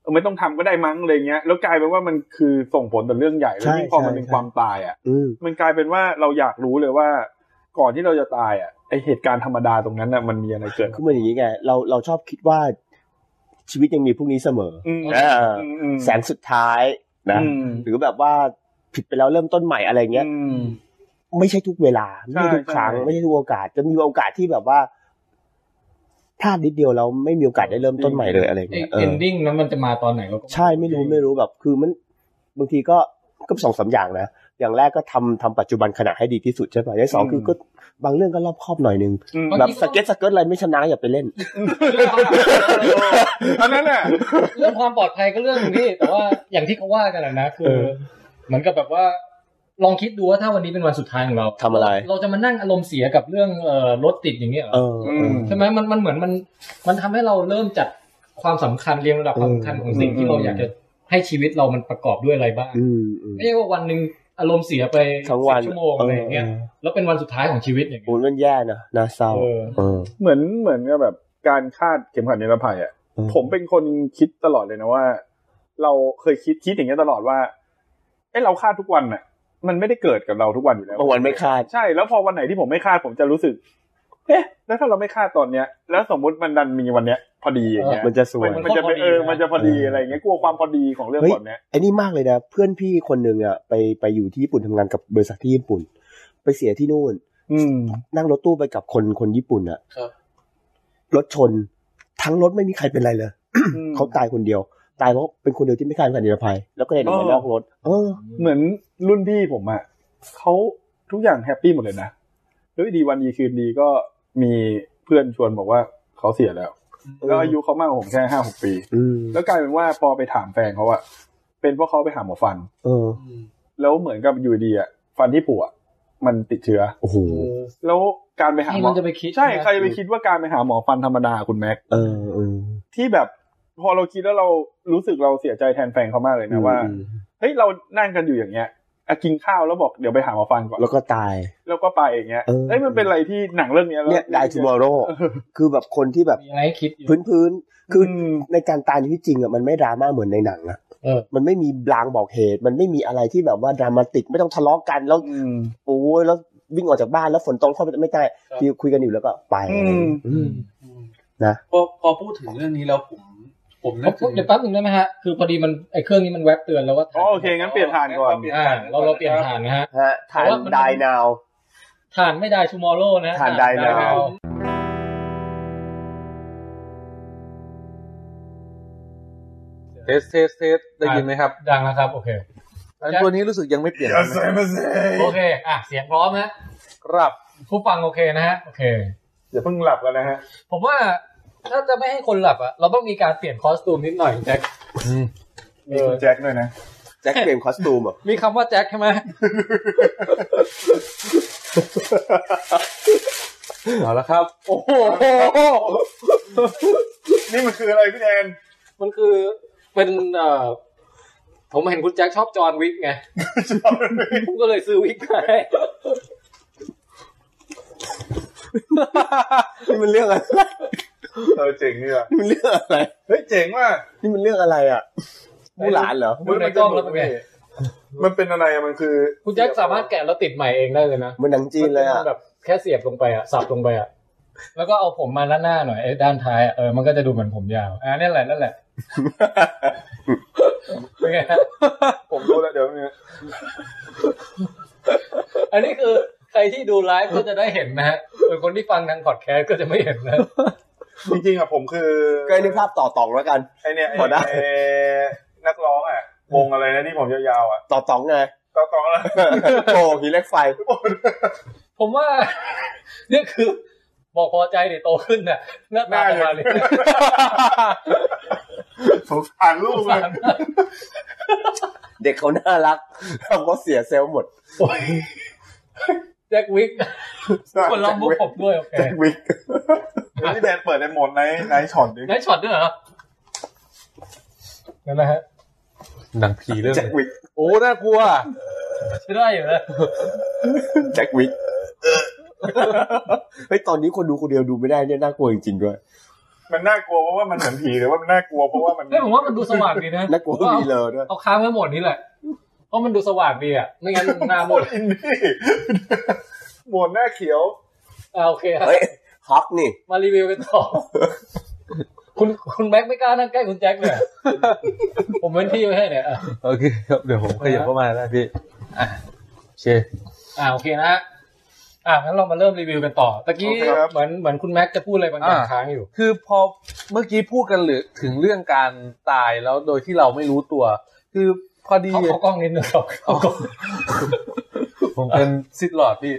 Speaker 4: เออไม่ต้องทำก็ได้มั้งอะไรเงี้ย แล้วกลายเป็นว่ามันคือส่งผลต่อเรื่องใหญ่แล้วยิ่งพอมันเป็นความตายอ่ะ
Speaker 6: อืม
Speaker 4: มันกลายเป็นว่าเราอยากรู้เลยว่า ก่อนที่เราจะตายอ่ะไอเหตุการณ์ธรรมดาตรงนั้นน่ะมันมีอะไรเกิด
Speaker 6: คือ
Speaker 4: ขึ้
Speaker 6: น มันอย่างนี้ไงเราเราชอบคิดว่าชีวิตยังมีพรุ่งนี้เสมอ
Speaker 4: อืม
Speaker 6: เออ
Speaker 4: อืมอืม
Speaker 6: แสงสุดท้ายนะ
Speaker 4: อืม
Speaker 6: หรือแบบว่าผิดไปแล้วเริ่มต้นใหม่อะไรเงี้ย
Speaker 4: อืม
Speaker 6: ไม่ใช่ทุกเวลา ไม่ใช่ทุก
Speaker 4: ใช่
Speaker 6: ครั้ง
Speaker 4: ใช่
Speaker 6: ไม่ใช่ทุกโอกาส จะมีโอกาสที่แบบว่าพลาดนิดเดียวแล้วไม่มีโอกาสได้เริ่มต้นใหม่เลยอะไร
Speaker 1: ไอ้
Speaker 6: เงี้ยเอ
Speaker 1: เอ
Speaker 6: อ
Speaker 1: นดิ้งนั้นมันจะมาตอนไหนเราก็
Speaker 6: ใช่ไม่รู้ไม่รู้แบบคือมันบางทีก็ก็สองสามอย่างนะ อย่างแรกก็ทำทำปัจจุบันขณะให้ดีที่สุดใช่ป่ะอย่างที่สอง
Speaker 4: อืม
Speaker 6: คือก็บางเรื่องก็รอบคอบหน่อยนึง
Speaker 4: อืม
Speaker 6: แบบสเก็ตสเก็ตอะไรไม่ชนะอย่าไปเล่น
Speaker 4: อันนั้นแหละ
Speaker 1: เรื่องความปลอดภัยก็เรื่องหนึ่งพี่แต่ว่าอย่างที่เขาว่ากันอะนะคือ
Speaker 6: เออ
Speaker 1: เหมือนกับแบบว่า ลองคิดดูว่าถ้าวันนี้เป็นวันสุดท้ายของเรา
Speaker 6: ทำอะไร
Speaker 1: เราจะมานั่งอารมณ์เสียกับเรื่องเอ่อรถติดอย่างเงี้ยเหรอ
Speaker 6: เออเออ
Speaker 4: ม
Speaker 1: ใช่ไหมมันมันเหมือนมันมันทำให้เราเริ่มจัดความสำคัญเรียงลำดับความสำคัญของสิ่งที่
Speaker 4: อืม
Speaker 1: เราอยากจะให้ชีวิตเรามันประกอบด้วยอะไรบ้าง
Speaker 6: อืมอืม
Speaker 1: ไม่ใช่ว่าวันหนึ่งอารมณ์เสียไป
Speaker 6: ทั้งวัน
Speaker 1: สิบชั่วโมงอะไรอย่างเงี้ย
Speaker 6: เออ
Speaker 1: แล้วเป็นวันสุดท้ายของชีวิตอย่างเงี้
Speaker 6: คุ
Speaker 1: ย
Speaker 6: ณมันแย่นะน่าเศร้า
Speaker 1: เออ
Speaker 6: เออ
Speaker 4: เหมือนเหมือนกับแบบการคาดเข็มขัดนิรภัยอ่ะ
Speaker 6: เออ
Speaker 4: ผมเป็นคนคิดตลอดเลยนะว่า เราเคยคิดคิดอย่างเงี้ยตลอดว่าเอ้เราคาดทุกวันน่ะ มันไม่ได้เกิดกับเราทุกวันอยู่แล้ว
Speaker 6: บางวันไม่คาด
Speaker 4: ใช่แล้วพอวันไหนที่ผมไม่คาดผมจะรู้สึก เอ๊ะแล้วถ้าเราไม่ฆ่าตอนเนี้ย แล้วสมมุติมันดันมีวันเนี้ย พอดีอย่างเงี้ย
Speaker 6: มันจะสวย
Speaker 4: มันจะเป็นเออมันจะพอดีอะไรเงี้ยกลัวความพอดีของเรื่อง
Speaker 6: เฮ้ย
Speaker 4: ก่อนเนี้ย
Speaker 6: ไอ้นี่มากเลยนะ เพื่อนพี่คนหนึ่งอ่ะไปไปอยู่ที่ญี่ปุ่นทำงานกับบริษัทที่ญี่ปุ่น ไปเสียที่นู่น
Speaker 4: อืม
Speaker 6: นั่งรถตู้ไปกับคนคนญี่ปุ่นอ่ะ
Speaker 1: ครับ
Speaker 6: รถชน ทั้งรถไม่มีใครเป็นไรเลย เขาตายคนเดียว ตายเพราะเป็นคนเดียวที่ไม่คาดการณ์นิรภัย แล้วก็เลยหนีมานอกรถ เออ
Speaker 4: เหมือนรุ่นพี่ผมอ่ะเขาทุกอย่างแฮปปี้หมดเลยนะแล้วอยู่ดีวันดีคืนดีก็มีเพื่อนชวนบอกว่าเขาเสียแล้ว แล้วอายุเขามากกว่าผมแค่ห้าหกปี
Speaker 6: อืม
Speaker 4: แล้วกลายเป็นว่าพอไปถามแฟนเขาอะเป็นเพราะเขาไปหาหมอฟัน
Speaker 6: เออ
Speaker 4: แล้วเหมือนกับอยู่ดีอะฟันที่ผุอะมันติดเชื้อ
Speaker 6: โอ้โห
Speaker 4: แล้วการไปหาหม
Speaker 1: มั
Speaker 4: อน
Speaker 1: จะไปคิด
Speaker 4: ใช่ใครจะไปคิดว่าการไปหาหมอฟันธรรมดาคุณแม็ก
Speaker 6: เออเออ
Speaker 4: ที่แบบพอเราคิดแล้วเรารู้สึกเราเสียใจแทนแฟนเขามากเลยนะว่า
Speaker 6: อืม
Speaker 4: เฮ้ยเรานั่งกันอยู่อย่างเงี้ยอะกินข้าวแล้วบอกเดี๋ยวไปหาหมอฟันก่อน
Speaker 6: แล้วก็ตาย
Speaker 4: แล้วก็ไปอย่างเงี้ย
Speaker 6: เออ
Speaker 4: เอ้ยมันเป็นอะไรที่หนังเรื่องเนี้ย
Speaker 6: เนี่ย
Speaker 4: ได้
Speaker 6: ดายทูมอโรคือแบบคนที่แบบ
Speaker 1: มีอะไรให้คิดอยู่
Speaker 6: พื้นพื้นๆคืออในการตายในชีวิตจริงอ่ะมันไม่ดราม่าเหมือนในหนังอ่ะ
Speaker 1: เออ
Speaker 6: มันไม่มีลางบอกเหตุ มันไม่มีอะไรที่แบบว่าดรามาติกไม่ต้องทะเลาะกันแล้ว
Speaker 4: อืม
Speaker 6: โอ้ยแล้ววิ่งออกจากบ้านแล้วฝนตกเข้าไปไม่ได้ที่คุยกันอยู่แล้วก็ไป
Speaker 4: อืม
Speaker 6: อืม
Speaker 9: พอพอพูดถึงเรื่องนี้แล้วผมผมนึกถึง
Speaker 1: เดี๋ยวแป๊บหนึ่งได้ไหมฮะ คือพอดีมันไอ้เครื่องนี้มันแวบเตือนแล้วว่า
Speaker 4: อ๋อโอเคงั้นเปลี่ยนผ่านก่อน
Speaker 1: อ่าเราเราเปลี่ยนฐานนะฮะ
Speaker 6: ฮะทาน
Speaker 1: แต่ว่ามัน
Speaker 6: ดายนาว
Speaker 1: ฐานไม่ได้ชูมอโร่นะ
Speaker 6: ฐานได้แล้ว
Speaker 1: แล้ว
Speaker 2: เทสเทสเทสได้ยินไหมครับ
Speaker 1: ดังแล้วครับ โอเค
Speaker 2: อันตัวนี้รู้สึกยังไม่เปลี่ยนใช่ไหม
Speaker 1: โอเค อ่ะ เสียงพร้อมนะครับ ผู้ฟังโอเคนะฮะ โอเค
Speaker 4: อย่าเพิ่งหลับกันนะฮะ
Speaker 1: ผมว่าถ้าจะไม่ให้คนหลับอ่ะ เราต้องมีการเปลี่ยนคอสตูมนิดหน่อยแจ็ค
Speaker 4: มีคุณแจ็คด้วยนะ
Speaker 6: แจ็คเปลี่ยนคอสตูมเหรอ่ะ
Speaker 1: มีคำว่าแจ็คใช่ไหม
Speaker 2: เอาละครับ
Speaker 4: โอ้โห นี่มันคืออะไรพี่แอน
Speaker 1: มันคือเป็นเอ่อผมเห็นคุณแจ็คชอบจอห์นวิกไง ผมก็เลยซื้อวิกมาให้
Speaker 6: นี่มันเรื่องอะไร
Speaker 4: เออเจ๋งนี่ว่ะ
Speaker 6: นี่มันเรื่องอะไร
Speaker 4: เฮ้ยเจ๋งว่ะ
Speaker 6: นี่มันเรื่องอะไรอ่ะมู่หลานเหรอ
Speaker 1: ดูในกล้องแล้วเป็นไง
Speaker 4: มันเป็นอะไรอะมันคือ
Speaker 1: คุณแจ็คสามารถแกะแล้วติดใหม่เองได้เลยนะ
Speaker 6: มันหนังจีนเลยอ่ะ
Speaker 1: มัแบบแค่เสียบลงไปอ่ะสับลงไปอ่ะแล้วก็เอาผมมาด้านหน้าหน่อยไอ้ด้านท้ายอะเออมันก็จะดูเหมือนผมยาวอ่านี่นแหละนั่นแหละ เป็นไงฮะ
Speaker 4: ผมรู้แล้วเดี๋ยวนี้
Speaker 1: อันนี้คือใครที่ดูไลฟ์ก็จะได้เห็นนะฮะส่วนคนที่ฟังทางพอดแคสต์ก็จะไม่เห็นนะ
Speaker 4: จริงๆอะผมคือ
Speaker 6: ก็นึกภาพต่อตองแล้วกัน
Speaker 4: ไอเนี่ยไอ้
Speaker 6: พอได้
Speaker 4: ไอ้นักร้องอะวงอะไรนะที่ผมยาวๆอะ
Speaker 6: ต่อตองไง
Speaker 4: ต่อตอง แล้ว
Speaker 6: โอ้หีเหล็กไฟ
Speaker 1: ผมว่า นี่คือ บอกพอใจเดี๋ยวโตขึ้นน่ะหน้าตาประมาณนี้
Speaker 4: สงสารลูกเลย
Speaker 6: เด็กเขาน่ารักทำก็เสียเซลล์หมด
Speaker 1: โอ้ยแจ็ควิกคนร้องบุกผมด้วยโอเค
Speaker 6: แจ็ควิก
Speaker 4: พี่แดนเปิดในโหมดในในช็อตดิ
Speaker 1: ได้ช็อตด้วยเหรอนั่นนะฮะ
Speaker 2: หนังผีเรื่อง
Speaker 6: แจ็ควิก
Speaker 2: โอ้ น่ากลัว
Speaker 1: ใช่ได้อยู่นะ
Speaker 6: แจ็ควิกเฮ้ยตอนนี้คนดูคนเดียวดูไม่ได้เนี่ยน่ากลัวจริงๆด้วย
Speaker 4: มันน่ากลัวเพราะว่ามันเหมือนผีหรือว่ามันน่ากลัวเพราะว่ามัน
Speaker 1: เฮ้ยผมว่ามันดูสว่างดีนะ
Speaker 6: น่ากลัว
Speaker 1: เอา
Speaker 6: มีเลอด้วย
Speaker 1: เอาค้างไว้หมดนี้แหละ เพราะมันดูสว่างดีอ่ะ ไม่งั้นหน้า
Speaker 4: โห
Speaker 1: ห
Speaker 4: ม
Speaker 1: มด
Speaker 4: ดอินดี้ โหมดหน้าเขียว
Speaker 1: อ่าโอเคครับ
Speaker 6: เฮ้ยฮอกนี่
Speaker 1: มารีวิวกันต่อ คุณคุณแม็กไม่กล้านั่งใกล้คุณแจ็คเลยอะผมเว้นที่ไว้ให้เนี่ยอ่ะ
Speaker 2: โอเค ครับ เดี๋ยวผมขยับเข้ามาได้พี่ อ่ะโอเค
Speaker 1: อ่าโอเคนะฮะอ่างั้นเรามาเริ่มรีวิวกันต่อตะกี้
Speaker 4: โอเคครับ
Speaker 1: เหมือนเหมือนคุณแม็กจะพูดอะไรบางอย่าง
Speaker 2: อ่า
Speaker 1: ค้างอยู่
Speaker 2: คือพอเมื่อกี้พูดกันหรือถึงเรื่องการตายแล้วโดยที่เราไม่รู้ตัว คือพอดี
Speaker 1: เขาเขากล้องนิดนึงเขาเขากล้อง
Speaker 2: ผมเป็น ซิดหลอดพี่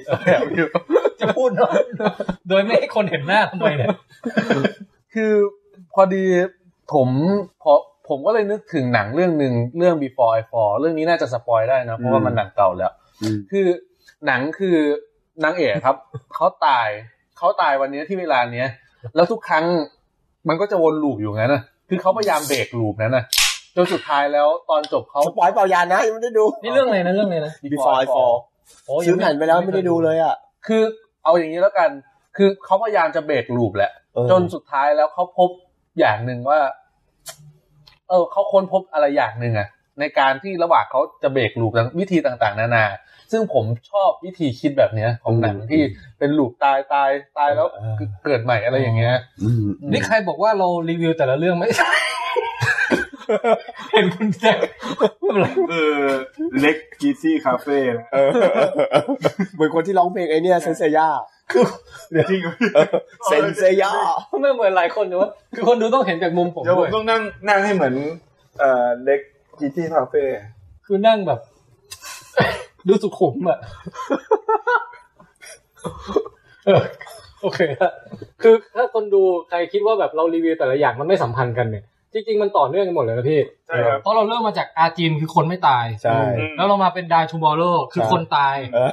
Speaker 1: จะพูดเนอะโดยไม่ให้คนเห็นหน้าทำไมเนี่ย
Speaker 2: คือพอดีผมพอผมก็เลยนึกถึงหนังเรื่องหนึ่งเรื่อง Before I Fall เรื่องนี้น่าจะสปอยได้นะ เพราะว่ามันหนังเก่าแล้ว
Speaker 6: อืม
Speaker 2: คือหนังคือนางเอกครับ เขาตายเขาตายวันนี้ที่เวลาเนี้ย แล้วทุกครั้งมันก็จะวนลูปอยู่งั้นนะคือเขาพยายามเบรกลูปนั้นนะจนสุดท้ายแล้วตอนจบเขา
Speaker 6: สปอยเปล่ายานะยังไม่ได้ดู
Speaker 1: นี่เรื่องอะไรนะเรื่องอะไรนะ
Speaker 6: Before I Fall
Speaker 1: โอ้
Speaker 6: ซื้อผ่านไปแล้วไม่ได้ดูเลยอ่ะ
Speaker 2: คือเอาอย่างนี้แล้วกัน คือเขาพยายามจะเบรกลูปแหละ
Speaker 6: เออ
Speaker 2: จนสุดท้ายแล้วเขาพบอย่างหนึ่งว่า เออเขาค้นพบอะไรอย่างหนึ่งอะ ในการที่ระหว่างเขาจะเบรกลูปต่างวิธีต่างๆ นานา ซึ่งผมชอบวิธีคิดแบบเนี้ยของหนัง
Speaker 3: อืม
Speaker 2: ที่เป็นลูปตายตายตายแล้วเกิดใหม่อะไรอย่างเงี้ย
Speaker 3: อืม
Speaker 1: นี่ใครบอกว่าเรารีวิวแต่ละเรื่อง ไม่ เห็นคุณแจ็คไม่เป็นไร
Speaker 4: คือเล็กกีซี่คาเฟ่นะ
Speaker 3: เออเหมือนคนที่ร้องเพลงไอเนี่ยเซนเซย่า
Speaker 4: จริง
Speaker 3: เซนเซย่า
Speaker 1: ไม่เหมือนหลายคนแต่ว่าคือคนดูต้องเห็นจากมุมผม
Speaker 4: เดี๋ยวผ
Speaker 1: ด้ว
Speaker 4: ม
Speaker 1: ย
Speaker 4: ต้องนั่งนั่งให้เหมือนเอ่อเล็กกีซี่คาเฟ่
Speaker 1: คือนั่งแบบ ดูสุขุมอ่ะ เออโอเคฮะคือถ้าคนดูใครคิดว่าแบบเรารีวิวแต่ละอย่างมันไม่สัมพันธ์กันเนี่ย จริง ๆ มันต่อเนื่องกันหมดเลยนะพี่
Speaker 4: ใช่ครับ
Speaker 1: เพราะเราเริ่มมาจากอาจีนคือคนไม่ตาย
Speaker 3: ใช่
Speaker 1: แล้วเรามาเป็นดายทูบอโลคือ
Speaker 3: ใช่
Speaker 1: คนตาย
Speaker 3: เออ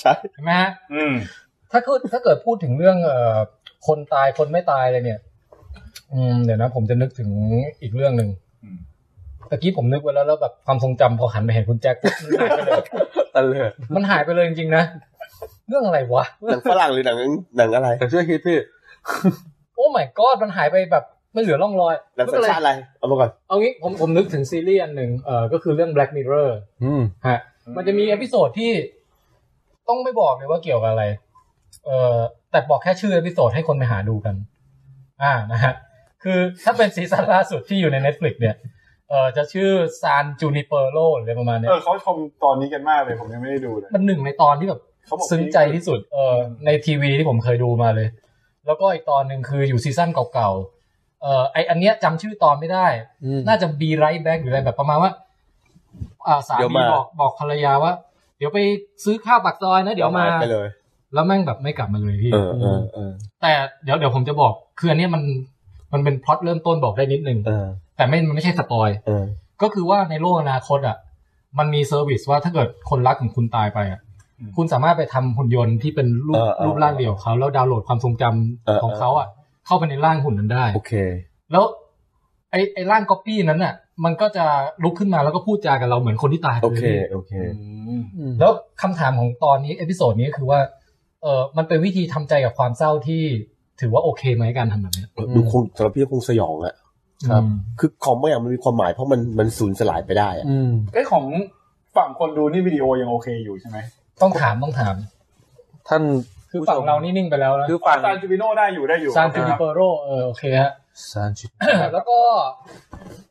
Speaker 3: ใช่
Speaker 1: เห็นไหมฮะ
Speaker 4: อืม
Speaker 1: ถ้าคือถ้าเกิดพูดถึงเรื่องเอ่อคนตายคนไม่ตายอะไรเนี่ย อืมเดี๋ยวนะ ผมจะนึกถึงอีกเรื่องหนึ่ง
Speaker 4: อืม
Speaker 1: ตะกี้ผมนึกไว้แล้วแล้วแบบความทรงจำพอหันไปเห็นคุณแจ็คปุ๊บมันหายไปเลย
Speaker 3: ตะเลิด
Speaker 1: มันหายไปเลยจริงๆนะ เรื่องอะไรวะ
Speaker 3: หนังฝรั่งหรือหนังหนังอะไร
Speaker 2: แต่ช่วยคิดพี่
Speaker 1: โอ้ my god มันหายไปแบบไม่เหลือร่องรอย
Speaker 3: หนังสัญชาติ
Speaker 1: ก็เลย
Speaker 3: อะไร เอามาก่อน
Speaker 1: เอางี้ผมผมนึกถึงซีรีส์อันหนึ่งเอ่อก็คือเรื่อง Black Mirror
Speaker 2: อืม
Speaker 1: ฮะ มันจะมีเอพิโซดที่ต้องไม่บอกเลยว่าเกี่ยวกับอะไร เอ่อ แต่บอกแค่ชื่อเอพิโซดให้คนไปหาดูกัน อ่า นะฮะ คือถ้าเป็นซีซั่นล่าสุดที่อยู่ใน Netflix เนี่ย เอ่อ จะชื่อซานจูนิเปอโรหรืออะไรประมาณเนี้
Speaker 4: เอย อเขาชมตอนนี้กันมากเลยผมยังไม่ได้ดูเลย
Speaker 1: มันหนึ่งในตอนที่แบบ
Speaker 4: เขาบอก
Speaker 1: ซึ้งใจที่สุด เอ่อ ในทีวีที่ผมเคยดูมาเลย แล้วก็อีกตอนหนึ่งคืออยู่ซีซั่นเก่าๆ เอ่อ ไออันเนี้ยจำชื่อตอนไม่ได้ น่าจะ be right back หรืออะไรแบบประมาณว่าอ่าสา
Speaker 3: เดี๋ยว
Speaker 1: มี
Speaker 3: มา
Speaker 1: บอกบอกภรรยาว่า เดี๋ยวไปซื้อข้าวปากซอยนะ เดี๋ยวมา
Speaker 3: ไปเลย
Speaker 1: แล้วแม่งแบบไม่กลับมาเลยพี่
Speaker 3: เออเออเออ
Speaker 1: แต่เดี๋ยวเดี๋ยวผมจะบอกคืออันเนี้ยมันมันเป็นพล็อตเริ่มต้นบอกได้นิดนึง
Speaker 3: เออ
Speaker 1: แต่ไม่มันไม่ใช่สปอย
Speaker 3: เออ
Speaker 1: ก็คือว่าในโลกอนาคตอ่ะ มันมีเซอร์วิสว่าถ้าเกิดคนรักของคุณตายไปอ่ะ คุณสามารถไปทำหุ่นยนต์ที่เป็นรูปรูปร่างเดียวกับเขาแล้วดาวน์โหลดความทรงจำของเขาอ่ะ เข้าไปในร่างหุ่นนั้นได้
Speaker 3: โอเค
Speaker 1: แล้วไอ้ไอ้ร่างก๊อปปี้นั้นน่ะ มันก็จะลุกขึ้นมาแล้วก็พูดจากับเราเหมือนคนที่ตายไป
Speaker 3: โอเค
Speaker 1: ลย
Speaker 3: โอเค
Speaker 1: แล้วคำถามของตอนนี้เอพิโซดนี้ก็คือว่า เออมันเป็นวิธีทำใจกับความเศร้าที่ถือว่าโอเคไหมการทำแบบเนี้ย
Speaker 3: ดูคงสำหรับพี่คงสยองอะ
Speaker 2: ครับ
Speaker 1: อืม
Speaker 3: คือของบางอย่างมันมีความหมายเพราะมันมันสูญสลายไปได้อะ
Speaker 2: อืม
Speaker 4: ไอยของฝั่งคนดูนี่วิดีโอยังโอเคอยู่ใช่ไหม
Speaker 1: ต้องถามต้องถาม
Speaker 2: ท่าน
Speaker 1: คือฝั่งเรานี่นิ่งไปแล้วนะ
Speaker 2: คือฝั่ง
Speaker 4: ซานจูบิโน่ได้อยู่ได้อยู่
Speaker 1: ซานตินิเปโรเออโอเคฮะ
Speaker 2: ซานจิ
Speaker 1: แล้วก็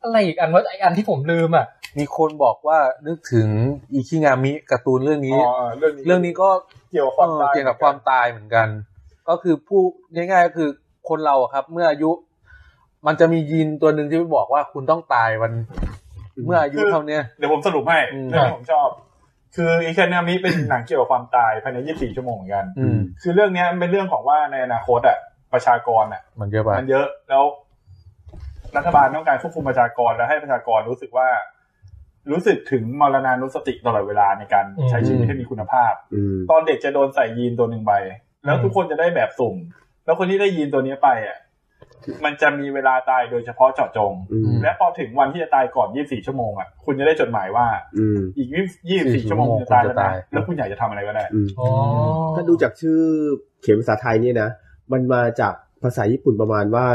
Speaker 1: อะไรอีกอันว่าไออันที่ผมลืมอ่ะ
Speaker 2: มีคนบอกว่านึกถึงอิคิงามิการ์ตูนเรื่อง
Speaker 4: อ๋
Speaker 2: นี้
Speaker 4: อเออเรื่องนี้
Speaker 2: เรื่องนี้ก็
Speaker 4: เกี่ยวกับความตาย
Speaker 2: เกี่ยวกับความตายเหมือนกัน ก็คือผู้ง่ายๆก็คือคนเราอะครับ เมื่ออายุ มันจะมียีนตัวหนึ่งที่บอกว่าคุณต้องตายวัน เมื่ออายุเท่าเนี้ย
Speaker 4: เดี๋ยวผมสรุปให้
Speaker 2: อืม
Speaker 4: เรื่องที่ผมชอบ คืออีแคนามิเป็นหนังเกี่ยวกับความตายภายใน 24 ชั่วโมงเหมือนกัน
Speaker 2: อืม
Speaker 4: คือเรื่องเนี้ยมันเป็นเรื่องของว่าในอนาคตอ่ะประชากรอ่ะ
Speaker 2: มันเยอะไป
Speaker 4: มันเยอะแล้ว รัฐบาลต้องการควบคุมประชากรและให้ประชากรรู้สึกว่า รู้สึกถึงมรณานุสติตลอดเวลาในการ
Speaker 1: อืม
Speaker 4: ใช้ชีวิตให้มีคุณภาพ
Speaker 3: อืม
Speaker 4: ตอนเด็กจะโดนใส่ยีนตัวหนึ่งไปแล้วทุกคนจะได้แบบสุ่ม แล้วคนที่ได้ยีนตัวนี้ไปอ่ะมันจะมีเวลาตายโดยเฉพาะเจาะจง
Speaker 3: อืม
Speaker 4: และพอถึงวันที่จะตายก่อน 24 ชั่วโมงอ่ะคุณจะได้จดหมายว่า
Speaker 3: อืม
Speaker 4: อีก 24 ชั่วโมงคุณจะตายแล้ว
Speaker 2: คุณจะตา
Speaker 4: นะ
Speaker 2: ย
Speaker 4: แล้วคุณอยากจะทำอะไรก็ได้
Speaker 3: อืม
Speaker 1: อ๋อ
Speaker 3: ถ้าดูจากชื่อเขียนภาษาไทยเนี่ยนะ มันมาจากภาษาญี่ปุ่นประมาณว่า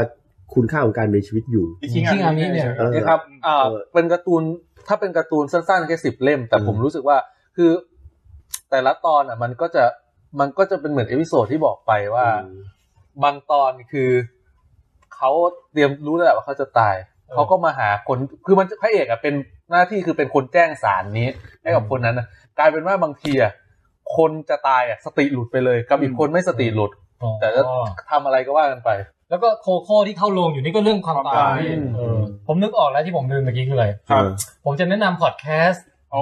Speaker 3: คุณค่าของการมีชีวิตอยู่
Speaker 4: อีก
Speaker 1: ที่งานนี้เนี่ย
Speaker 4: ใช่ไหม
Speaker 3: เออ
Speaker 2: นะครับเอ่อ
Speaker 3: เออ
Speaker 2: เป็นการ์ตูน ถ้าเป็นการ์ตูนสั้นๆแค่สิบเล่ม แต่
Speaker 3: อืม
Speaker 2: ผมรู้สึกว่า คือ แต่ละตอนอ่ะ มันก็จะ มันก็จะเป็นเหมือนเอพิโซดที่บอกไปว่า บางตอนคือ เขาเตรียมรู้แล้วแหละว่าเขาจะตาย
Speaker 1: เออ
Speaker 2: เขาก็มาหาคน คือมันพระเอกอ่ะเป็นหน้าที่คือเป็นคนแจ้งสารนี้ ให้กับคนนั้นนะกลายเป็นว่าบางทีอ่ะ คนจะตายอ่ะสติหลุดไปเลย กับอีกคนไม่สติหลุด
Speaker 1: อ๋อ
Speaker 2: แต่จะทำอะไรก็ว่ากันไป
Speaker 1: แล้วก็โคโค่ที่เข้าโรงอยู่นี่ก็เรื่องความตา
Speaker 4: ควา
Speaker 1: ย
Speaker 4: มตาย
Speaker 1: พี่เออผมนึกออกแล้วที่ผมลืมเมื่อกี้คืออะไร
Speaker 4: ครับ
Speaker 1: ผมจะแนะนำพอดแคสต์
Speaker 4: อ๋อ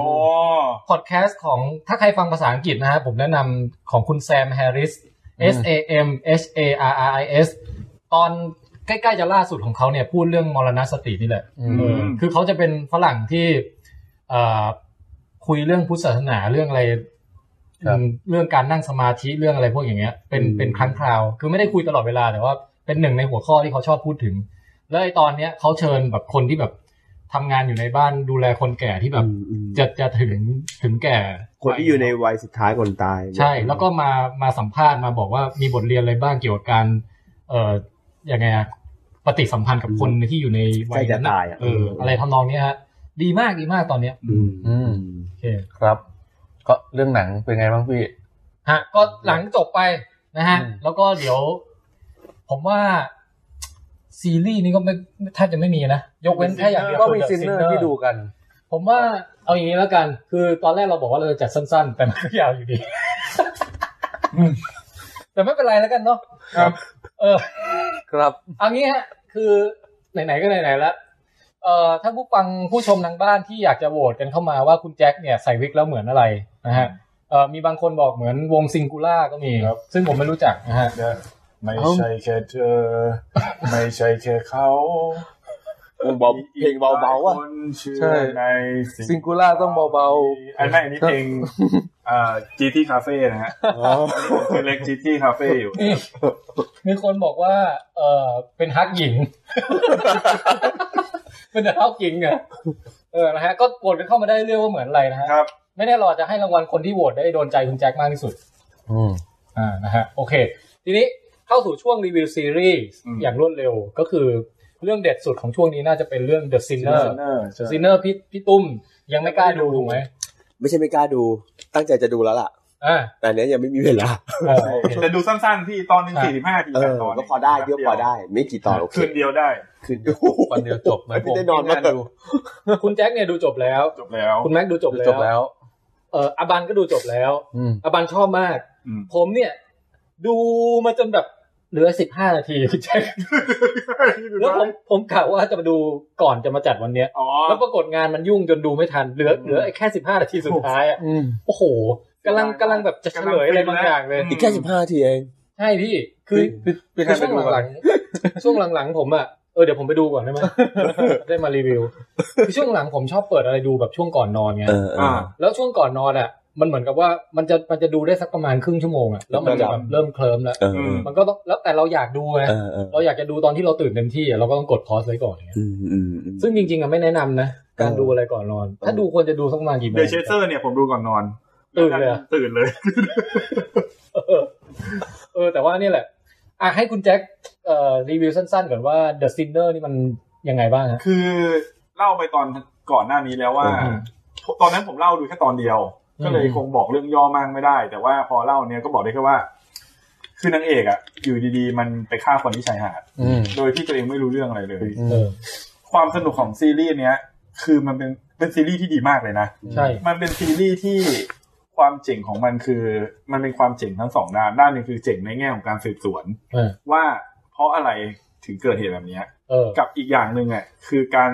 Speaker 1: พอดแคสต์ของถ้าใครฟังภาษาอังกฤษนะฮะผมแนะนำของคุณแซมแฮร์ริส S A M H A R R I S ตอนใกล้ๆจะล่าสุดของเขาเนี่ยพูดเรื่องมรณสตินี่แหละ
Speaker 2: อืม
Speaker 1: เออคือเขาจะเป็นฝรั่งที่เอ่อคุยเรื่องพุทธศาสนาเรื่องอะไร
Speaker 2: ครับ
Speaker 1: เรื่องการนั่งสมาธิเรื่องอะไรพวกอย่างเงี้ย เป็น
Speaker 3: อืม
Speaker 1: เป็นครั้งคราว คือไม่ได้คุยตลอดเวลาแต่ว่าเป็นหนึ่งในหัวข้อที่เขาชอบพูดถึง แล้วไอ้ตอนเนี้ยเขาเชิญแบบคนที่แบบทำงานอยู่ในบ้านดูแลคนแก่ที่แบบ จะจะถึงถึงแก่
Speaker 3: คนที่อยู่ในวัยสุดท้ายก่อนตาย
Speaker 1: ใช่ แล้วก็มามาสัมภาษณ์มาบอกว่ามีบทเรียนอะไรบ้างเกี่ยวกับการ เอ่อยังไงอะปฏิสัมพันธ์กับคนที่อยู่ในวั
Speaker 3: ใกล้
Speaker 1: ย
Speaker 3: จะ
Speaker 1: นั้นน่ะ
Speaker 3: ตายอ่ะ
Speaker 1: เออ อะไรทำนองเนี้ยฮะ ดีมากดีมากตอนเนี้ย
Speaker 10: อืม
Speaker 1: อืม
Speaker 10: ม
Speaker 1: โอเค
Speaker 2: ครับ ก็เรื่องหนังเป็นไงบ้างพี่
Speaker 1: ฮะก็หลังจบไปนะฮะ
Speaker 2: อืม
Speaker 1: แล้วก็เดี๋ยว ผมว่า ซีรีส์นี้ก็ไม่แทบจะไม่มีนะ ยกเว้นแค่อย่างเดียว
Speaker 2: ก็มี
Speaker 1: คือ The
Speaker 2: ซินเนอร์
Speaker 1: Sinner
Speaker 2: ที่ดูกัน
Speaker 1: ผมว่าเอาอย่างนี้แล้วกัน คือตอนแรกเราบอกว่าเราจะจัดสั้นๆ แต่มันก็ยาวอยู่ดี แต่ไม่เป็นไรแล้วกันเนาะ
Speaker 2: ครับ
Speaker 1: เออ
Speaker 2: ครับ
Speaker 1: เอางี้ฮะ คือไหนๆก็ไหนๆแล้ว เอ่อถ้าผู้ฟังผู้ชมทางบ้านที่อยากจะโหวตกันเข้ามาว่าคุณแจ็คเนี่ยใส่วิกแล้วเหมือนอะไรนะฮะ เอ่อมีบางคนบอกเหมือนวงซิงคูล่าก็มี
Speaker 4: ครับ
Speaker 1: ซึ่งผมไม่รู้จักนะฮะ
Speaker 4: ไม่ใช่แค่เธอ ไม่ใช่แค่เขา
Speaker 10: เบาเพลงเบาๆอ่ะ
Speaker 4: อีกหลยคนเชื่อ
Speaker 2: ใช่
Speaker 4: ใน
Speaker 2: ซิงคูล่าต้องเบาๆ
Speaker 4: อันนั้นอันนี้เพลงเอ่อ GT Cafe นะฮะเป็นเล็ก GT Cafe อยู่
Speaker 1: นี่มีคนบอกว่า เออเป็นฮักหญิง เป็นฮักหญิงอ่ะเออนะฮะ ก็โหวตกันเข้ามาได้เรื่อยว่าเหมือนอะไรนะฮะ
Speaker 4: ครับ
Speaker 1: ไม่แน่เราอาจจะให้รางวัลคนที่โหวตได้โดนใจคุณแจ็คมากที่สุด
Speaker 2: อืม
Speaker 1: อ่านะฮะโอเค ทีนี้เข้าสู่ช่วงรีวิวซีรีส์
Speaker 4: อืม
Speaker 1: อย่างรวดเร็วก็คือเรื่องเด็ดสุดของช่วงนี้น่าจะเป็นเรื่อง The Sinner
Speaker 4: เนอร์
Speaker 1: The
Speaker 4: ใช่
Speaker 1: Sinner พี่พี่ตุ้มยังไม่กล้าดูถูกไหม
Speaker 6: ไม่ใช่ไม่กล้าดู ตั้งใจจะดูแล้วล่ะ
Speaker 1: อ่า
Speaker 6: แต่อันเนี้ยยังไม่มีเวลา
Speaker 1: เออ โอเค
Speaker 4: แต่ดูสั้นๆพี่ตอนหนึ่ง
Speaker 1: อ่ะ
Speaker 4: สี่สิบห้าที
Speaker 6: เอ
Speaker 4: แป
Speaker 6: อ
Speaker 4: ดตอน
Speaker 6: ก็พอได้เยอะพอได้ ไม่กี่ตอนโอเค
Speaker 4: คืนเดียวได้
Speaker 6: คืน
Speaker 2: วันเดียวจบเหมือนผม
Speaker 6: ไม่ได้นอนมาก
Speaker 2: ที่งานดู
Speaker 1: คุณแจ็คเนี่ยดูจบแล้ว
Speaker 4: จบแล้ว
Speaker 1: คุณแม็กดูจบแล้ว
Speaker 2: จบแล้ว
Speaker 1: เอออบันก็ดูจบแล้ว
Speaker 2: อืม
Speaker 1: อบันชอบมาก
Speaker 4: อืม
Speaker 1: ผมเนี่ย ดูมาจนแบบเหลือสิบห้านาที คุณแจ็คแล้วผมผมกะว่าจะมาดูก่อนจะมาจัดวันเนี้ย
Speaker 4: อ๋อ
Speaker 1: แล้วปรากฏงานมันยุ่งจนดูไม่ทันเหลือเหลือไอ้แค่สิบห้านาทีสุดท้ายอะ
Speaker 2: อืม
Speaker 1: โอ้โหกำลังกำลังแบบจะเฉลยอะไรบางอย่างเลย
Speaker 6: อีกแค่สิบห้าทีเอง
Speaker 1: ใช่พี่ คือ
Speaker 2: พี่พี่ใคร
Speaker 1: คือ
Speaker 2: ไป
Speaker 1: ช่วง
Speaker 2: ดู
Speaker 1: ห
Speaker 2: กั
Speaker 1: ลั
Speaker 2: น
Speaker 1: งๆช่วงหลังๆผมอ่ะ เออเดี๋ยวผมไปดูก่อนได้ไหม ได้มารีวิว คือช่วงหลังผมชอบเปิดอะไรดูแบบช่วงก่อนนอนไง
Speaker 6: เออเอ
Speaker 4: อ่า
Speaker 6: อ
Speaker 1: แล้วช่วงก่อนนอนอ่ะ มันเหมือนกับว่ามันจะมันจะดูได้สักประมาณครึ่งชั่วโมงอ่ะ แล้วมันจะแบบเริ่มเคลิ้มแล้ว
Speaker 6: เออ
Speaker 4: ม
Speaker 1: มันก็ต้องแล้วแต่เราอยากดูไง
Speaker 6: เออเออ
Speaker 1: เราอยากจะดูตอนที่เราตื่นเต็มที่อะเราก็ต้องกดพอสไว้ก่อนอย่างเงี้ย
Speaker 6: อืมอืมอืม
Speaker 1: ซึ่งจริงๆอะไม่แนะนำนะ การดูอะไรก่อนนอน ถ้าดูควรจะดูสักประมาณกี่โมง
Speaker 4: เดอะเชเซอร์เนี่ยผมดูก่อนนอน
Speaker 1: ตื่นเลยอะ
Speaker 4: ตื่นเลย
Speaker 1: เออเออแต่ว่านี่แหละ อ่ะให้คุณแจ็คเอ่อรีวิวสั้นๆก่อนว่า The Sinner นี่มันยังไงบ้างฮะ
Speaker 4: คือเล่าไปตอนก่อนหน้านี้แล้วว่า
Speaker 1: อืม
Speaker 4: ตอนนั้นผมเล่าดูแค่ตอนเดียว
Speaker 1: อืม
Speaker 4: ก็เลยคงบอกเรื่องย่อมากไม่ได้ แต่ว่าพอเล่าเนี่ยก็บอกได้แค่ว่า คือนางเอกอะอยู่ดีๆ มันไปฆ่าคนที่ชายหาด
Speaker 2: อืม
Speaker 4: โดยที่ตัวเองไม่รู้เรื่องอะไรเลย
Speaker 1: เออ
Speaker 4: ความสนุกของซีรีส์เนี้ย คือมันเป็นเป็นซีรีส์ที่ดีมากเลยนะ
Speaker 1: ใช่
Speaker 4: มันเป็นซีรีส์ที่ความเจ๋งของมันคือมันเป็นความเจ๋งทั้งสองด้านด้านหนึ่งคือเจ๋งในแง่ของการสืบสวน
Speaker 1: เออ
Speaker 4: ว่าเพราะอะไรถึงเกิดเหตุแบบเนี้ย
Speaker 1: เออ
Speaker 4: กับอีกอย่างหนึ่งอ่ะคือการ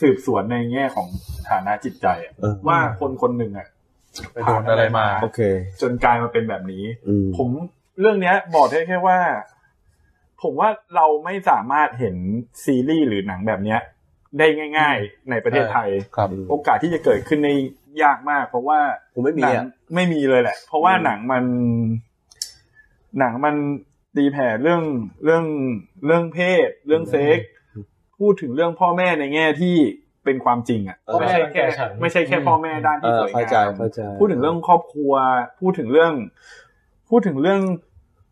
Speaker 4: สืบสวนในแง่ของฐานะจิตใจอะ
Speaker 6: เออ
Speaker 4: ว่าคนคนหนึ่งอ่ะ
Speaker 2: ไปโดนอะไรมา
Speaker 6: โอเค
Speaker 4: จนกลายมาเป็นแบบนี้
Speaker 6: อืม
Speaker 4: ผมเรื่องเนี้ย บอกได้แค่ว่า ผมว่าเราไม่สามารถเห็นซีรีส์หรือหนังแบบเนี้ย ได้ง่าย ๆ ในประเทศไทย
Speaker 2: ครับ
Speaker 4: โอกาสที่จะเกิดขึ้นในยากมาก เพราะว่า
Speaker 6: ผมไม่มี
Speaker 4: หนัง
Speaker 6: อ่ะ
Speaker 4: ไม่มีเลยแหละ เพราะว่า
Speaker 6: อืม
Speaker 4: หนังมัน หนังมันตีแผ่เรื่องเรื่องเรื่องเพศ เรื่องเซ็กซ์พูดถึงเรื่องพ่อแม่ในแง่ที่เป็นความจริงอ่ะ
Speaker 6: เออ
Speaker 4: ไม่ใช่แค่
Speaker 1: เข้าใจ
Speaker 4: ไม่ใช่แค่พ่อแม่ด้าน
Speaker 6: เอ
Speaker 4: ที่
Speaker 6: อ
Speaker 4: สวย
Speaker 6: เข้าใจ
Speaker 4: งาม
Speaker 6: เข้าใจ
Speaker 4: พูดถึงเรื่องครอบครัว พูดถึงเรื่อง พูดถึงเรื่อง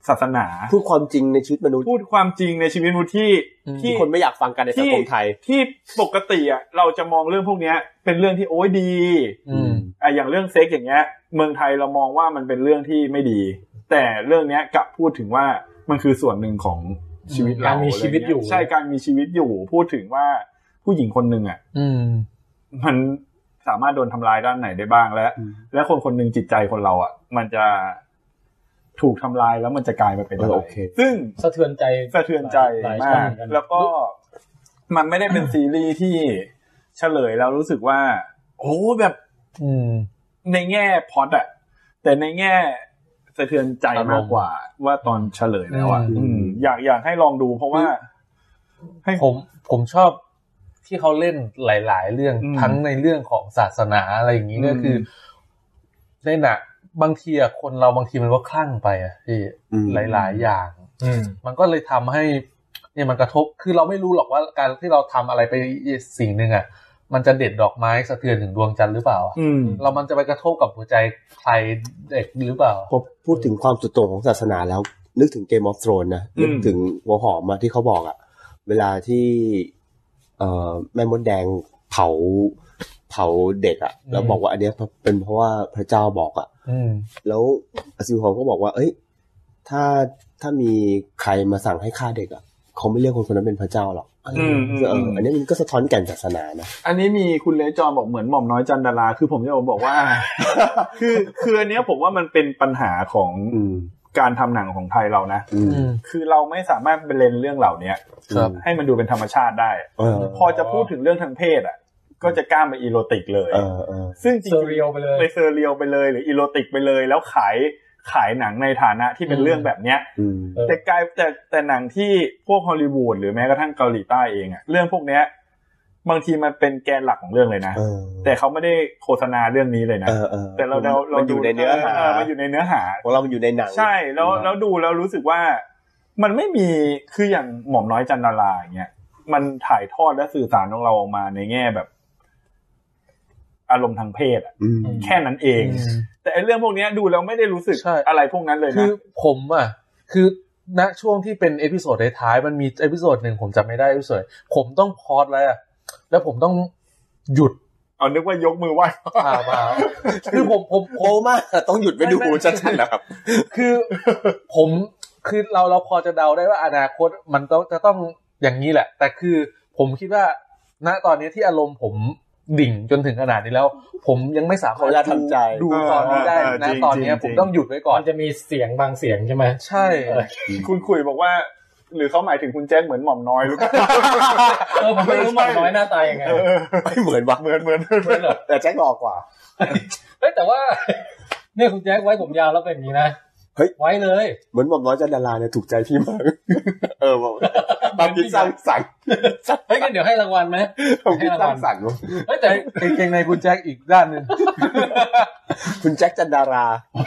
Speaker 4: ศาสนา
Speaker 6: พูดความจริงในชีวิตมนุษย์
Speaker 4: พูดความจริงในชีวิตมนุษย์ที่
Speaker 2: อืม
Speaker 6: ที่
Speaker 4: ที่
Speaker 6: คนไม่อยากฟังกันในสังคมไทย
Speaker 4: ที่ปกติอ่ะเราจะมองเรื่องพวกเนี้ย เป็นเรื่องที่โอ้ยดี
Speaker 2: อืม
Speaker 4: อ่ะอย่างเรื่องเซ็กอย่างเงี้ย เมืองไทยเรามองว่ามันเป็นเรื่องที่ไม่ดี แต่เรื่องเนี้ยกลับพูดถึงว่ามันคือส่วนหนึ่งของชีวิตเรา
Speaker 1: การมีชีวิตอยู่
Speaker 4: ใช่การมีชีวิตอยู่ พูดถึงว่าผู้หญิงคนหนึ่งอ่ะ
Speaker 2: อืม
Speaker 4: มันสามารถโดนทำลายด้านไหนได้บ้างและ
Speaker 6: อืม
Speaker 4: และคนคนหนึ่งจิตใจคนเราอ่ะ มันจะถูกทำลายแล้วมันจะกลายมาเป็นอะ
Speaker 6: เอ
Speaker 4: ไร
Speaker 6: อโอเค
Speaker 4: ซึ่ง
Speaker 1: สะเทือนใจ
Speaker 4: สะเทือนใจ
Speaker 1: หลาย
Speaker 4: มา
Speaker 1: ช่องเห
Speaker 4: ก
Speaker 1: มือนกัน
Speaker 4: แล้วก็มันไม่ได้เป็นซีรีส์ที่เฉลยแล้วรู้สึกว่า โอ้แบบ
Speaker 2: อืม
Speaker 4: ในแง่พล็อดอะแต่ในแง่สะเทือนใจมากกว่า ว่าตอนเฉลยแล้วอะ
Speaker 2: อืม
Speaker 4: อืมอยากอยากให้ลองดูเพราะว่า ให้
Speaker 2: ผมผมชอบที่เขาเล่นหลาย ๆ เรื่อง
Speaker 4: อืม
Speaker 2: ทั้งในเรื่องของศาสนาอะไรอย่างนี้
Speaker 4: อืม
Speaker 2: ก็คือในหนักบางทีอะคนเราบางทีมันก็คลั่งไปอะพี่
Speaker 6: อืม
Speaker 2: หลาย ๆ อย่าง
Speaker 1: อืม
Speaker 2: มันก็เลยทำให้เนี่ยมันกระทบคือเราไม่รู้หรอกว่าการที่เราทำอะไรไปสิ่งหนึ่งอะมันจะเด็ดดอกไม้สะเทือนถึงดวงจันทร์หรือเปล่าอะ
Speaker 4: อืม
Speaker 2: เรามันจะไปกระทบกับหัวใจใครเด็กหรือเปล่า
Speaker 6: พอพูดถึงความสุดโต่งของศาสนาแล้ว นึกถึงเกมออฟ r o n นนะ
Speaker 4: อืม
Speaker 6: นึกถึงหัวหอมอะที่เขาบอกอะเวลาที่เอ่อแม่มดแดงเผา เผาเด็กอะแล้วบอกว่าอันเนี้ยเป็นเพราะว่าพระเจ้าบอกอะ
Speaker 1: อืม
Speaker 6: แล้วอซิวฮองก็บอกว่า เอ้ย ถ้าถ้ามีใครมาสั่งให้ฆ่าเด็กอะเขาไม่เรียกคนคนนั้นเป็นพระเจ้าหรอก
Speaker 11: อืมอืม
Speaker 6: เอออันนี้มันก็สะท้อนแก่นศาสนานะ
Speaker 4: อันนี้มีคุณเลจอมบอกเหมือนหม่อมน้อยจันดารา คือผมจะบอกว่า คือคืออันเนี้ยผมว่ามันเป็นปัญหาของ
Speaker 6: อืม
Speaker 4: การทำหนังของไทยเรานะ
Speaker 6: อืม
Speaker 1: อืม
Speaker 4: คือเราไม่สามารถไปเลนเรื่องเหล่าเนี้ย
Speaker 1: ครับ
Speaker 4: ให้มันดูเป็นธรรมชาติได้
Speaker 6: เออ
Speaker 4: พอจะพูดถึงเรื่องทางเพศอ่ะ ก็จะกล้ามไปอีโรติกเลย
Speaker 6: เออเออ
Speaker 4: ซึ่งจริง
Speaker 1: เซ
Speaker 4: ๆ
Speaker 1: เรียลไปเลย
Speaker 4: ไปเซอร์เรียลไปเลยหรืออีโรติกไปเลยแล้วขายขายหนังในฐานะที่เป็น
Speaker 1: อืม
Speaker 4: เรื่องแบบเนี้ย
Speaker 6: อืม
Speaker 1: เออ
Speaker 4: แต่กลายแต่แต่หนังที่พวกฮอลลีวูดหรือแม้กระทั่งเกาหลีใต้เองอะเรื่องพวกเนี้ย บางทีมันเป็นแกนหลักของเรื่องเลยนะ
Speaker 6: เออ
Speaker 4: แต่เขาไม่ได้โฆษณาเรื่องนี้เลยนะ
Speaker 6: เออเออ
Speaker 4: แต่เราเราเรา
Speaker 6: นอยู่ในเนื้อหา
Speaker 4: มันอยู่ในเนื้อหา
Speaker 6: ของเรามันอยู่ในหนัง
Speaker 4: ใช่แล้วแล้วดูแล้วรู้สึกว่ามันไม่มีคืออย่างหม่อมน้อยจันดาราอย่างเงี้ยมันถ่ายทอดและสื่อสารของเราออกมาในแง่แบบ อารมณ์ทางเพศอะ
Speaker 6: อืม
Speaker 4: แค่นั้นเอง แต่ไอ้เรื่องพวกเนี้ยดูแล้วไม่ได้รู้สึก
Speaker 2: ใช่
Speaker 4: อะไรพวกนั้นเลย
Speaker 2: คื
Speaker 4: นะ
Speaker 2: อผมอ่ะ คือณช่วงที่เป็นเอพิโซดท้ายๆมันมีเอพิโซดหนึ่งผมจำไม่ได้เอพิโซดผมต้องพอดไว้อะแล้วผมต้องหยุด
Speaker 4: เอานึกว่ายกมือไหว้
Speaker 2: ข่าวมาคือผมผมผ
Speaker 6: โอ้
Speaker 2: ม
Speaker 6: มากต้องหยุดไปดู
Speaker 2: ไม่ไม่
Speaker 6: ชัดๆนะครับ
Speaker 2: คือผมคือเราเราพอจะเดาได้ว่าอนาคตมันต้องจะต้องอย่างนี้แหละ แต่คือผมคิดว่า ณตอนนี้ที่อารมณ์ผมดิ่งจนถึงขนาดนี้แล้ว ผมยังไม่สามารถ
Speaker 6: ขออนุญาตทำใจ
Speaker 2: ดูดูตอนนี้ได้นะตอนเนี้ยผมต้องหยุดไว้ก่อน
Speaker 1: มันจะมีเสียงบางเสียงใช่ไหม
Speaker 2: ใช่
Speaker 1: เออ
Speaker 4: คุณคุยบอกว่า หรือเขาหมายถึงคุณแจ้งเหมือนหม่อมน้อยหรือเปล่า
Speaker 1: เออผมไม่รู้หมอนน้อยหน้าตายังไง
Speaker 6: ไม่เหมือนวะ
Speaker 4: เหมือนเหมือน
Speaker 1: ไม่หรอก
Speaker 6: แต่แจ็คหล่อกว่า
Speaker 1: เฮ้ยแต่ว่า เนี่ยคุณแจ็คไว้ผมยาวแล้วเป็นอย่างนี้นะ
Speaker 6: เฮ้ย
Speaker 1: ไว้เลย
Speaker 6: เหมือนหม่อมน้อยจันดาราเนี่ยถูกใจพี่มาก เออบอกความคิดสร้างสรรค์
Speaker 1: เฮ้ยงั้นเดี๋ยวให้รางวัลไหม
Speaker 6: ความคิดสร้างสรรค์วะ
Speaker 1: เฮ้ยแต่
Speaker 2: กางเกงในคุณแจ็คอีกด้านหนึ่ง
Speaker 6: คุณแจ็คจันดารา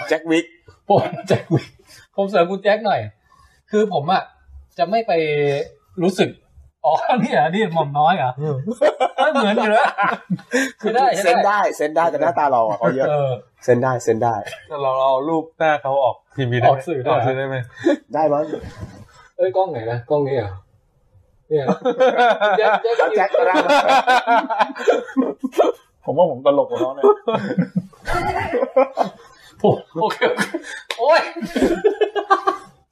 Speaker 6: แจ็ควิก
Speaker 1: ผมแจ็คผมเสริมคุณแจ็คหน่อย คือผมอ่ะจะไม่ไปรู้สึกอ๋อเนี่ยนี่หม่อมน้อยเหรอเฮ้ยเหมือนอยู่แล้วคือได้
Speaker 6: เซนได้เซนได้แต่หน้าตาเราอ่ะเขาเยอะ
Speaker 1: เออ
Speaker 6: เซนได้เซนได้
Speaker 2: เราเอารูปหน้าเขาออกทีวีได้
Speaker 1: ออกสื่อได้
Speaker 2: ออกสื่อได้ ไหม
Speaker 6: ได้มั้ง
Speaker 1: เอ้ยกล้องไหนนะกล้องนี้เหรอเนี่ยแจ็คแจ็ค
Speaker 6: เอาแจ็คก็ได้มั้ย
Speaker 4: ผมว่าผมตลกกว่าเขาเลย
Speaker 1: ผมโอเคโอ้ย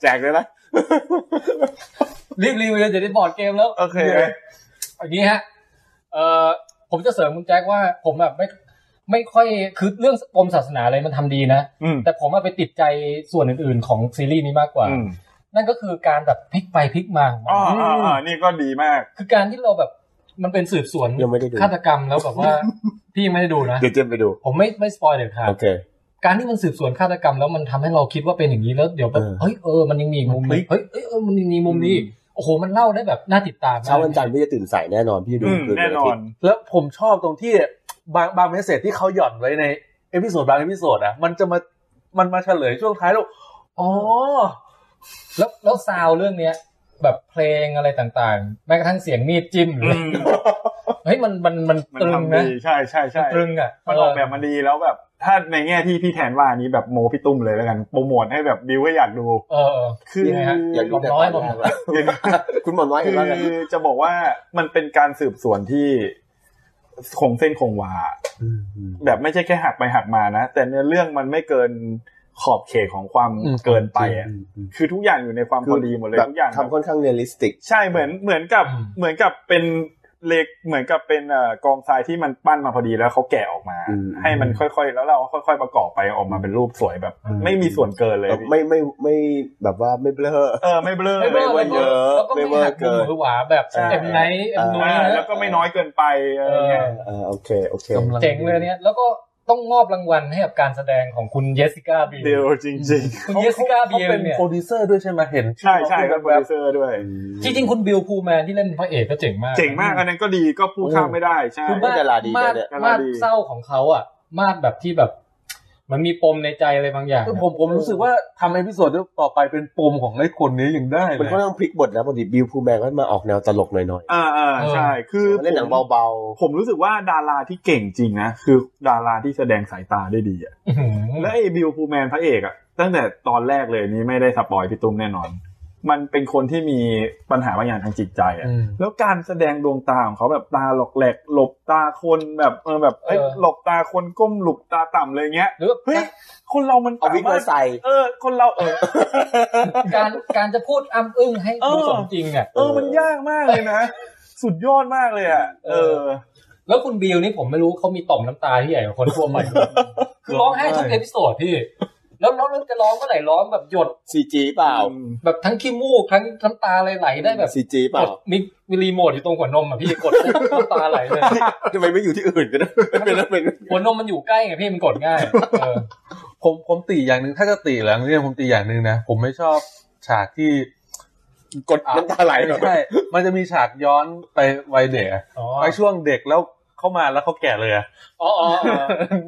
Speaker 6: แจกเลยนะ
Speaker 1: รีบรีวิวจะได้บอร์ดเกมแล้ว
Speaker 4: โอเค
Speaker 1: อย่างนี้ฮะ เอ่อ ผมจะเสริมคุณแจ็คว่าผมแบบไม่ไม่ค่อยคือเรื่องปมศาสนาอะไรมันทำดีนะ
Speaker 4: อืม
Speaker 1: แต่ผมอะไปติดใจส่วนอื่นๆของซีรีส์นี้มากกว่า
Speaker 4: อืม
Speaker 1: นั่นก็คือการแบบพลิกไปพลิกมาของมัน
Speaker 4: อ๋ออ๋ออ๋อนี่ก็ดีมาก
Speaker 1: คือการที่เราแบบมันเป็นสืบสวน
Speaker 6: ยังไม่ได้ดู
Speaker 1: ฆาตกรรมแล้วแบบว่า พี่ยังไม่ได้ดูนะ
Speaker 6: เดี๋ยวเจมไปดู
Speaker 1: ผมไม่ไม่สปอยเด็ดขาด
Speaker 6: โอเค
Speaker 1: การที่มันสืบสวนฆาตกรรมแล้วมันทำให้เราคิดว่าเป็นอย่างนี้แล้วเดี๋ยวแบบ
Speaker 6: เออ
Speaker 1: เฮ้ยเออมันยังมีอีกมุมหนึงเฮ้ยเอ้ยเออมันยังมีมุมนี้อีกโอ้โหมันเล่าได้แบบน่าติดตามมก
Speaker 6: เช้าวันจันทร์พี่จะตื่นสายแน่นอนพี่ดู
Speaker 4: อืม
Speaker 6: คืน
Speaker 4: แน่
Speaker 6: วัน
Speaker 4: น
Speaker 6: อา
Speaker 4: อ
Speaker 6: ทิต
Speaker 4: น
Speaker 6: ย์
Speaker 2: แล้วผมชอบตรงที่บางบางเมสเซจที่เขาหย่อนไว้ในเอพิโซดบางเอพิโซดอ่ะมันจะมามันมาเฉลยช่วงท้ายแล้วอ๋อ
Speaker 1: แล้วแล้วซาวด์เรื่องเนี้ย แบบเพลงอะไรต่างๆ แม้กระทั่งเสียงมีดจิ้มหรืออะไรเฮ้ยมันมันมัน
Speaker 4: มัน
Speaker 1: ตรึง
Speaker 4: ทำ
Speaker 1: นะ
Speaker 4: ดีใช่ใช่ใช่
Speaker 1: ตรึงอ่ะ
Speaker 4: มันออกแบบมาดีแล้วแบบ ถ้าในแง่ที่พี่แทนว่านี้แบบโมพี่ตุ้มเลยแล้วกันโปรโมทให้แบบบิวให้อยากดู
Speaker 1: เออเออ
Speaker 4: คือ
Speaker 1: ยังไงฮะ
Speaker 6: อย่าดูแต่
Speaker 1: หม่อมน้อยหม่อมน้อย
Speaker 4: เห็น
Speaker 6: คุณหมอมน้อยเห็นว่าไง
Speaker 4: คือจะบอกว่ามันเป็นการสืบสวนที่คงเส้นคงวา แบบไม่ใช่แค่หักไปหักมานะ แต่เนื้อเรื่องมันไม่เกินขอบเขตของความ
Speaker 2: อืม
Speaker 4: เกินไปอ่ะคือทุกอย่างอยู่ในความพอดีหมดเลย
Speaker 6: แบบ
Speaker 4: ทุกอย่าง
Speaker 6: ทำค่อนข้างเรียลลิสติก
Speaker 4: ใช่เหมือนเหมือนกับ
Speaker 1: อืม
Speaker 4: เหมือนกับเป็นเล็กเหมือนกับเป็นเอ่อกองทรายที่มันปั้นมาพอดีแล้วเขาแกะออกมา
Speaker 6: อืม
Speaker 4: ให้มันค่อยๆ แล้วเราค่อย ๆ ประกอบไปออกมาเป็นรูปสวยแบบ ไม่มีส่วนเกินเลย
Speaker 6: แบบไม่ไม่ไม่แบบว่าไม่เบลอ
Speaker 4: เออไม่เบลอ
Speaker 1: ไม่
Speaker 4: เล
Speaker 1: เวย อร์
Speaker 6: ไม่เวอ
Speaker 1: แล้วก็ไม่
Speaker 6: ร์เยอะไม่เวอร์
Speaker 1: หัก
Speaker 6: เกิ
Speaker 1: มุม
Speaker 6: น
Speaker 1: หรือหวาแบบ
Speaker 6: ใช่
Speaker 1: เอ็มไนท์เอ็มนุ้ย
Speaker 4: อ่า
Speaker 1: นะ
Speaker 4: แล้วก็ไม่น้อยเกินไป
Speaker 1: เอ
Speaker 4: อะไร
Speaker 1: อ
Speaker 4: เงี้ย
Speaker 6: เออโอเคโอเค
Speaker 2: กำลัง
Speaker 1: เจ๋งเลยเนี่ย แล้วก็ต้องมอบรางวัลให้กับการแสดงของคุณเยสสิก้าบี
Speaker 4: เดียวจริง
Speaker 1: คุณเยสสิก้า
Speaker 2: เขา
Speaker 1: บี
Speaker 2: เป็น
Speaker 1: เนี่ย
Speaker 2: โปรดิวเซอร์ด้วยใช่ไหมเห็น
Speaker 4: ๆ ใช่ใช่ก็
Speaker 2: เขา
Speaker 4: โป
Speaker 2: พูด
Speaker 4: รดิวเซอร์ด้วย
Speaker 1: จริงๆคุณบิลพูแมนที่เล่นเป็นพระเอกก็เจ๋งมาก
Speaker 4: เจ๋งมากอันนั้นก็ดีก็พูดข้ามไม่ได้ใช่
Speaker 1: คือมา
Speaker 6: ดารา
Speaker 1: ด
Speaker 6: ดี
Speaker 1: มาด
Speaker 6: เนี่ย
Speaker 4: ดาราดี
Speaker 1: มาดเศร้าของเขาอ่ะ มาดแบบที่แบบ มันมีปมในใจอะไรบางอย่าง
Speaker 2: คือผมผมรู้สึกว่าทำเอพิโซดต่อไปเป็นปมของไอ้คนนี้ยังได้เล
Speaker 6: มัน
Speaker 2: ย
Speaker 6: ก็ต้องพลิกบทนะพอดีบิวพูแมนก็มาออกแนวตลกหน่อย
Speaker 4: อ่าอ่าใช่คือ
Speaker 6: ๆเล่นหนังเบา
Speaker 4: ผมรู้สึกว่าดาราที่เก่งจริงนะ คือดาราที่แสดงสายตาได้ดีอะและไอ้บิลพูแมนพระเอกอะตั้งแต่ตอนแรกเลยนี่ไม่ได้สปอยพี่ตุ้มแน่นอน มันเป็นคนที่มีปัญหาบางอย่างทางจิตใจอะ แล้วการแสดงดวงตาของเขาแบบตาหลอกแหลกหลบตาคนแบบเออแบบเอ้ย
Speaker 1: เออ
Speaker 4: หลบตาคนก้มหลบตาต่ำเลยเงี้ย
Speaker 1: หรือ
Speaker 4: เฮ้ยคนเรามัน
Speaker 6: เอาวิกมาใส่
Speaker 4: เออ คนเราเออ
Speaker 1: การการจะพูดอ้ำอึ้งให้
Speaker 4: เอ
Speaker 1: ดู
Speaker 4: อ
Speaker 1: สมจริงอ่ะ
Speaker 4: เออมันยากมากเลยนะ สุดยอดมากเลยอ่ะเออ
Speaker 1: แล้วคุณบิวนี่ผมไม่รู้เขามีต่อมน้ำตาที่ใหญ่กว่าคนทั่วไป คือร้องไห้ทุกเอพิโซดพี่ แล้วแล้วแล้วจะร้องเมื่อไหร่ร้องแบบหยด
Speaker 6: ซีจีเปล่า
Speaker 1: แบบทั้งขี้มูกทั้งน้ำตาไหลไหลได้แบบ
Speaker 6: ซีจีเป
Speaker 1: ก
Speaker 6: ล่า
Speaker 1: ดมีมีรีโมทอยู่ตรงหัวนมอ่ะพี่กดปุ๊บน้ำตาไหล เลย
Speaker 6: ทำไมไม่อยู่ที่อื่นกันนะเป็นแล้วเป็น
Speaker 1: หัวนมมันอยู่ใกล้ไงพี่มันกดง่ายเออ
Speaker 2: ผมผมตีอย่างหนึ่งถ้าจะตีหลังเนี่ยผมตีอย่างหนึ่งนะ ผมไม่ชอบฉากที่
Speaker 6: กดน้ำตาไหลหน่อย
Speaker 2: ใช่มันจะมีฉากย้อนไปวัยเด็กอะ
Speaker 1: อ๋อ
Speaker 2: ไปช่วงเด็กแล้วเข้ามาแล้วเขาแก่เลยอะ
Speaker 1: อ๋ออ๋อ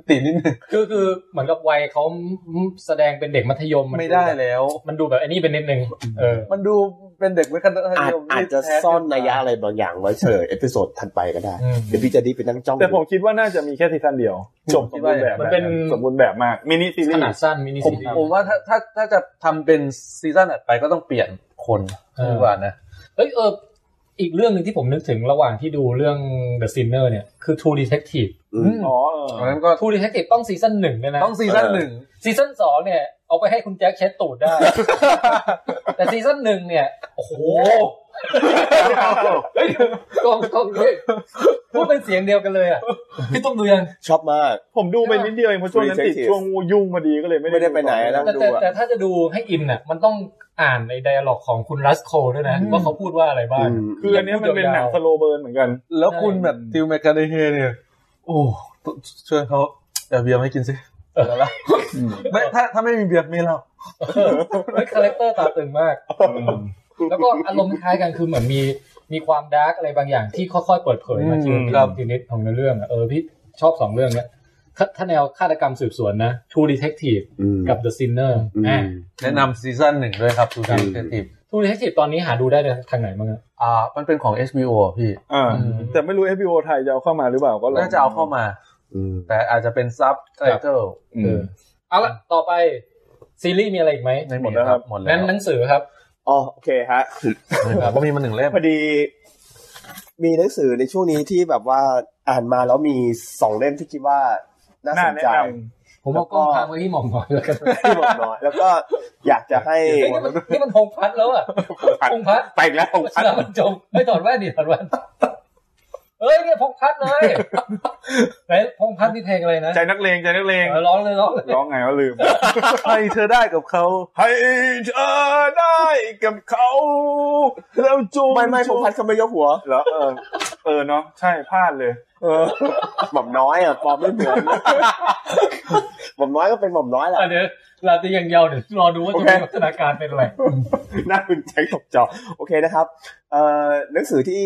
Speaker 2: ตีนิดนึง
Speaker 1: คือคือเหมือนกับวัยเขาแสดงเป็นเด็กมัธยมน
Speaker 2: ไม่ได้แล้ว
Speaker 1: มันดูแบบไอ้นี่เป็นนิดนึงเออ
Speaker 2: มันดูเป็นเด็กไม่คันธ
Speaker 6: อาจ
Speaker 2: ยม
Speaker 6: อาจ
Speaker 2: ที่
Speaker 6: จะ
Speaker 2: แท้
Speaker 6: ซ่อนนัยยะอะไรบางอย่างไว้เฉลยเอพิโซดถัดไปก็ได้
Speaker 1: อืม
Speaker 6: เดี๋ยวพี่จะดีไปนั่งจ้อง
Speaker 4: แต่ผม
Speaker 6: ดู
Speaker 4: คิดว่าน่าจะมีแค่ซีซั่นเดียวจบสมบูรณ์แบบ
Speaker 1: มันเป็น
Speaker 4: สมบูรณ์แบบมากมินิซี
Speaker 1: ข
Speaker 4: รี
Speaker 1: นาด
Speaker 4: ส์
Speaker 1: สั้นมินิ
Speaker 2: ผม
Speaker 1: ซีรีส์
Speaker 2: ผมว่าถ้าถ้าถ้าจะทำเป็นซีซั่นถัดไปก็ต้องเปลี่ยนคนดีกว่านะ
Speaker 1: เอ้ยเอออีกเรื่องหนึ่งที่ผมนึกถึงระหว่างที่ดูเรื่อง The Sinner เนี่ยคือ True Detective
Speaker 6: อืม
Speaker 4: อ๋อ
Speaker 2: เพ
Speaker 4: เอ
Speaker 2: ราะ
Speaker 4: อ
Speaker 2: ฉะนั้นก็
Speaker 1: True Detective ต้องซีซั่นหนึ่งเลยนะ
Speaker 2: ต้องซีซั่นหนึ่ง
Speaker 1: ซีซั่นสองเนี่ย เอาไปให้คุณแจ็คเช็ดตูดได้ แต่ซีซั่นหนึ่งเนี่ย โอ้โหเฮ้ยกองกองเฮ้ยพูดเป็นเสียงเดียวกันเลยอ่ะพี่ตุ้มดูยัง
Speaker 6: ชอบมาก
Speaker 4: ผมดูไปนิดเดียวเองเพราะช่วงนั้นติด
Speaker 6: Rejected
Speaker 4: ช่วงยุ่งพอดีก็เลยไม่
Speaker 6: ไม่ได้ไปไหนนะ
Speaker 1: แต่
Speaker 6: ดู
Speaker 1: แต่
Speaker 6: อะ
Speaker 1: แต่ถ้าจะดูให้อินเนี่ยมันต้องอ่านในไดอะล็อกของคุณรัสโคลด้วยนะ ว่าเขาพูดว่าอะไรบ้าง
Speaker 6: อืม
Speaker 4: คืออันเนี้ยมันเป็นหนังสโลเบิร์นเหมือนกัน
Speaker 2: แล้วคุณ
Speaker 1: ใช่
Speaker 2: แบบติวแมคคาเดเฮเนี่ย โอ้ช่วยเขาเอาเบียร์มาให้กินสิแล้วละไม่ถ้าถ้าไม่มีเบียร์ไม่เรา
Speaker 1: เฮ้ยคาแรคเตอร์ตาตึงมาก แล้วก็อารมณ์คล้ายกันคือเหมือนมีมีความดาร์กอะไรบางอย่างที่ค่อยๆเปิดเผยมาที
Speaker 4: อืม
Speaker 1: ละทีนิดของเนื้อเรื่องอะเออพี่ชอบสองเรื่องเนี้ยถ้าถ้าแนวฆาตกรรมสืบสวนนะ True Detective
Speaker 6: อืม
Speaker 1: กับ The Sinner
Speaker 6: อืม
Speaker 1: อ่า
Speaker 2: แนะนำซีซั่นหนึ่งด้วยครับดู
Speaker 1: ครั
Speaker 2: ดี
Speaker 1: บ
Speaker 2: เทค i ีฟ
Speaker 1: True Detective ตอนนี้หาดูได้ทางไหนบ้างอะ
Speaker 2: อ่า มันเป็นของ HBO อะพี่
Speaker 4: อ่า
Speaker 1: อืม
Speaker 4: แต่ไม่รู้ HBO ไทยจะเอาเข้ามาหรือเปล่าก็ลง
Speaker 2: น่าจะเอาเข้ามา
Speaker 6: อืม
Speaker 2: แต่อาจจะเป็นซับไตเติล
Speaker 1: เออเอาละต่อไป ซีรีส์มีอะไรอีกไหม
Speaker 2: ไม่
Speaker 4: หม
Speaker 2: มี
Speaker 4: ดแล้ว
Speaker 2: ค
Speaker 4: ครั
Speaker 2: รับ บหมดแล้
Speaker 1: นั้
Speaker 2: วน
Speaker 1: หนังสือครับ
Speaker 6: อ๋อโอเคฮะ
Speaker 2: ผมก็มีมาหนึ่งเล่ม
Speaker 6: พอดี มีหนังสือในช่วงนี้ที่แบบว่าอ่านมาแล้วมีสองเล่มที่คิดว่าน่าส
Speaker 4: น่าน แนะ
Speaker 6: ใจ
Speaker 4: น
Speaker 1: ผมเอากล้องพางไว้ที่หม่อมหน่อยแล้วกัน
Speaker 6: ที่บอกน้อยแล้วก็อยากจะให้
Speaker 1: เฮ้ยนี่มันนี่มันพงพัดแล้วอะพงพัด
Speaker 6: ไปอีกแล้วของ
Speaker 1: เชื่อมันจงไม่ถอดแว่นดิถอดแว่นเอ้ยเนี่ยพงพัดเลยไหนพงพัดนี่เพลงอะไรนะ
Speaker 4: ำใจนักเลงใจนักเลง
Speaker 1: เออร้องเลยร้องเลย
Speaker 4: ร้องไงว่าลืม
Speaker 2: ให้เธอได้กับเขา
Speaker 4: ให้เธอได้กับเขาแล้วจู
Speaker 6: ไม่ไม่ผมพัดเขาไม่ยกหัว
Speaker 4: เหรอเออเออเนาะใช่พลาดเลย
Speaker 6: เออหม่อมน้อยอ่ะฟอร์มไม่เหมือนหม่อมน้อยก็เป็นหม่อมน้อยแหละ
Speaker 1: อ่ะเดี๋ยวเราจะยังยาวเดี๋ยวรอดูว่าจะมีพัฒนาการเป็นอะไร
Speaker 6: หน้าคุณแจ็คตกจอโอเคนะครับ เอ่อหนังสือที่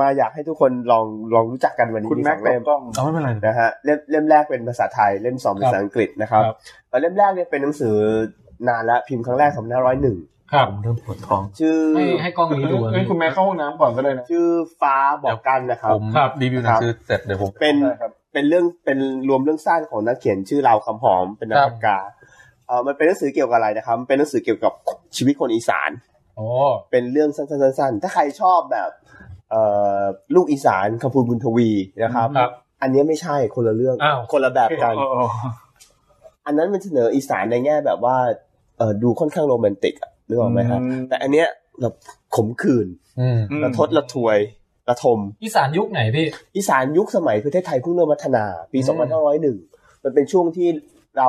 Speaker 6: มาอยากให้ทุกคนลองลองรู้จักกันวันนี้
Speaker 4: คุณ
Speaker 6: มีสอง
Speaker 4: แม็กต
Speaker 6: เล่
Speaker 4: บ
Speaker 6: ม
Speaker 4: กล้อง
Speaker 2: เอาไม่เป็นไร
Speaker 6: นะฮะเล่มเล่มแรกเป็นภาษาไทยเล่มสองเป็นภาษาอังกฤษนะครับเอ่อเล่มแรกเนี่ยเป็นหนังสือนานแล้วพิมพ์ครั้งแรกสองพันห้าร้อยหนึ่ง
Speaker 1: ครับ
Speaker 2: ผมเริ่มปวดท้อง
Speaker 6: ชื่อ
Speaker 1: ให้ให้กล้องนี้ดู
Speaker 4: เอ้ยคุณแม่เข้าห้องน้ำก่อนก็ได้นะ
Speaker 6: ชื่อฟ้าบอกกันนะครับ
Speaker 2: ผมรีวิวหนังสือเสร็จเดี๋ยวผม
Speaker 6: เป็น
Speaker 4: ได้ครับ
Speaker 6: เป็นเรื่องเป็นรวมเรื่องสั้นของนักเขียนชื่อราวคำหอมเป็นนักปากกาเออมันเป็นหนังสือเกี่ยวกับอะไรนะครับมันเป็นหนังสือเกี่ยวกับชีวิตคนอีสาน
Speaker 1: โอ้
Speaker 6: เป็นเรื่องสั้นๆๆๆถ้าใครชอบแบบเอ่อลูกอีสานคำพูนบุญทวีนะครับ
Speaker 1: ครับ
Speaker 6: อันเนี้ยไม่ใช่คนละเรื่อง
Speaker 1: อ้าว
Speaker 6: คนละแบบกัน
Speaker 4: เออเออ
Speaker 6: อันนั้นมันเสนออีสานในแง่แบบว่าเออดูค่อนข้างโรแมนติกอะนึกออกไหมฮะแต่อันเนี้ยแบบขมขื่น
Speaker 2: อืม
Speaker 4: อืม
Speaker 6: ระทดระทวยระทม
Speaker 1: อีสานยุคไหนพี่
Speaker 6: อีสานยุคสมัยประเทศไทยเพิ่งเริ่มพัฒนา ปี
Speaker 2: อืม
Speaker 6: 2501 มันเป็นช่วงที่เรา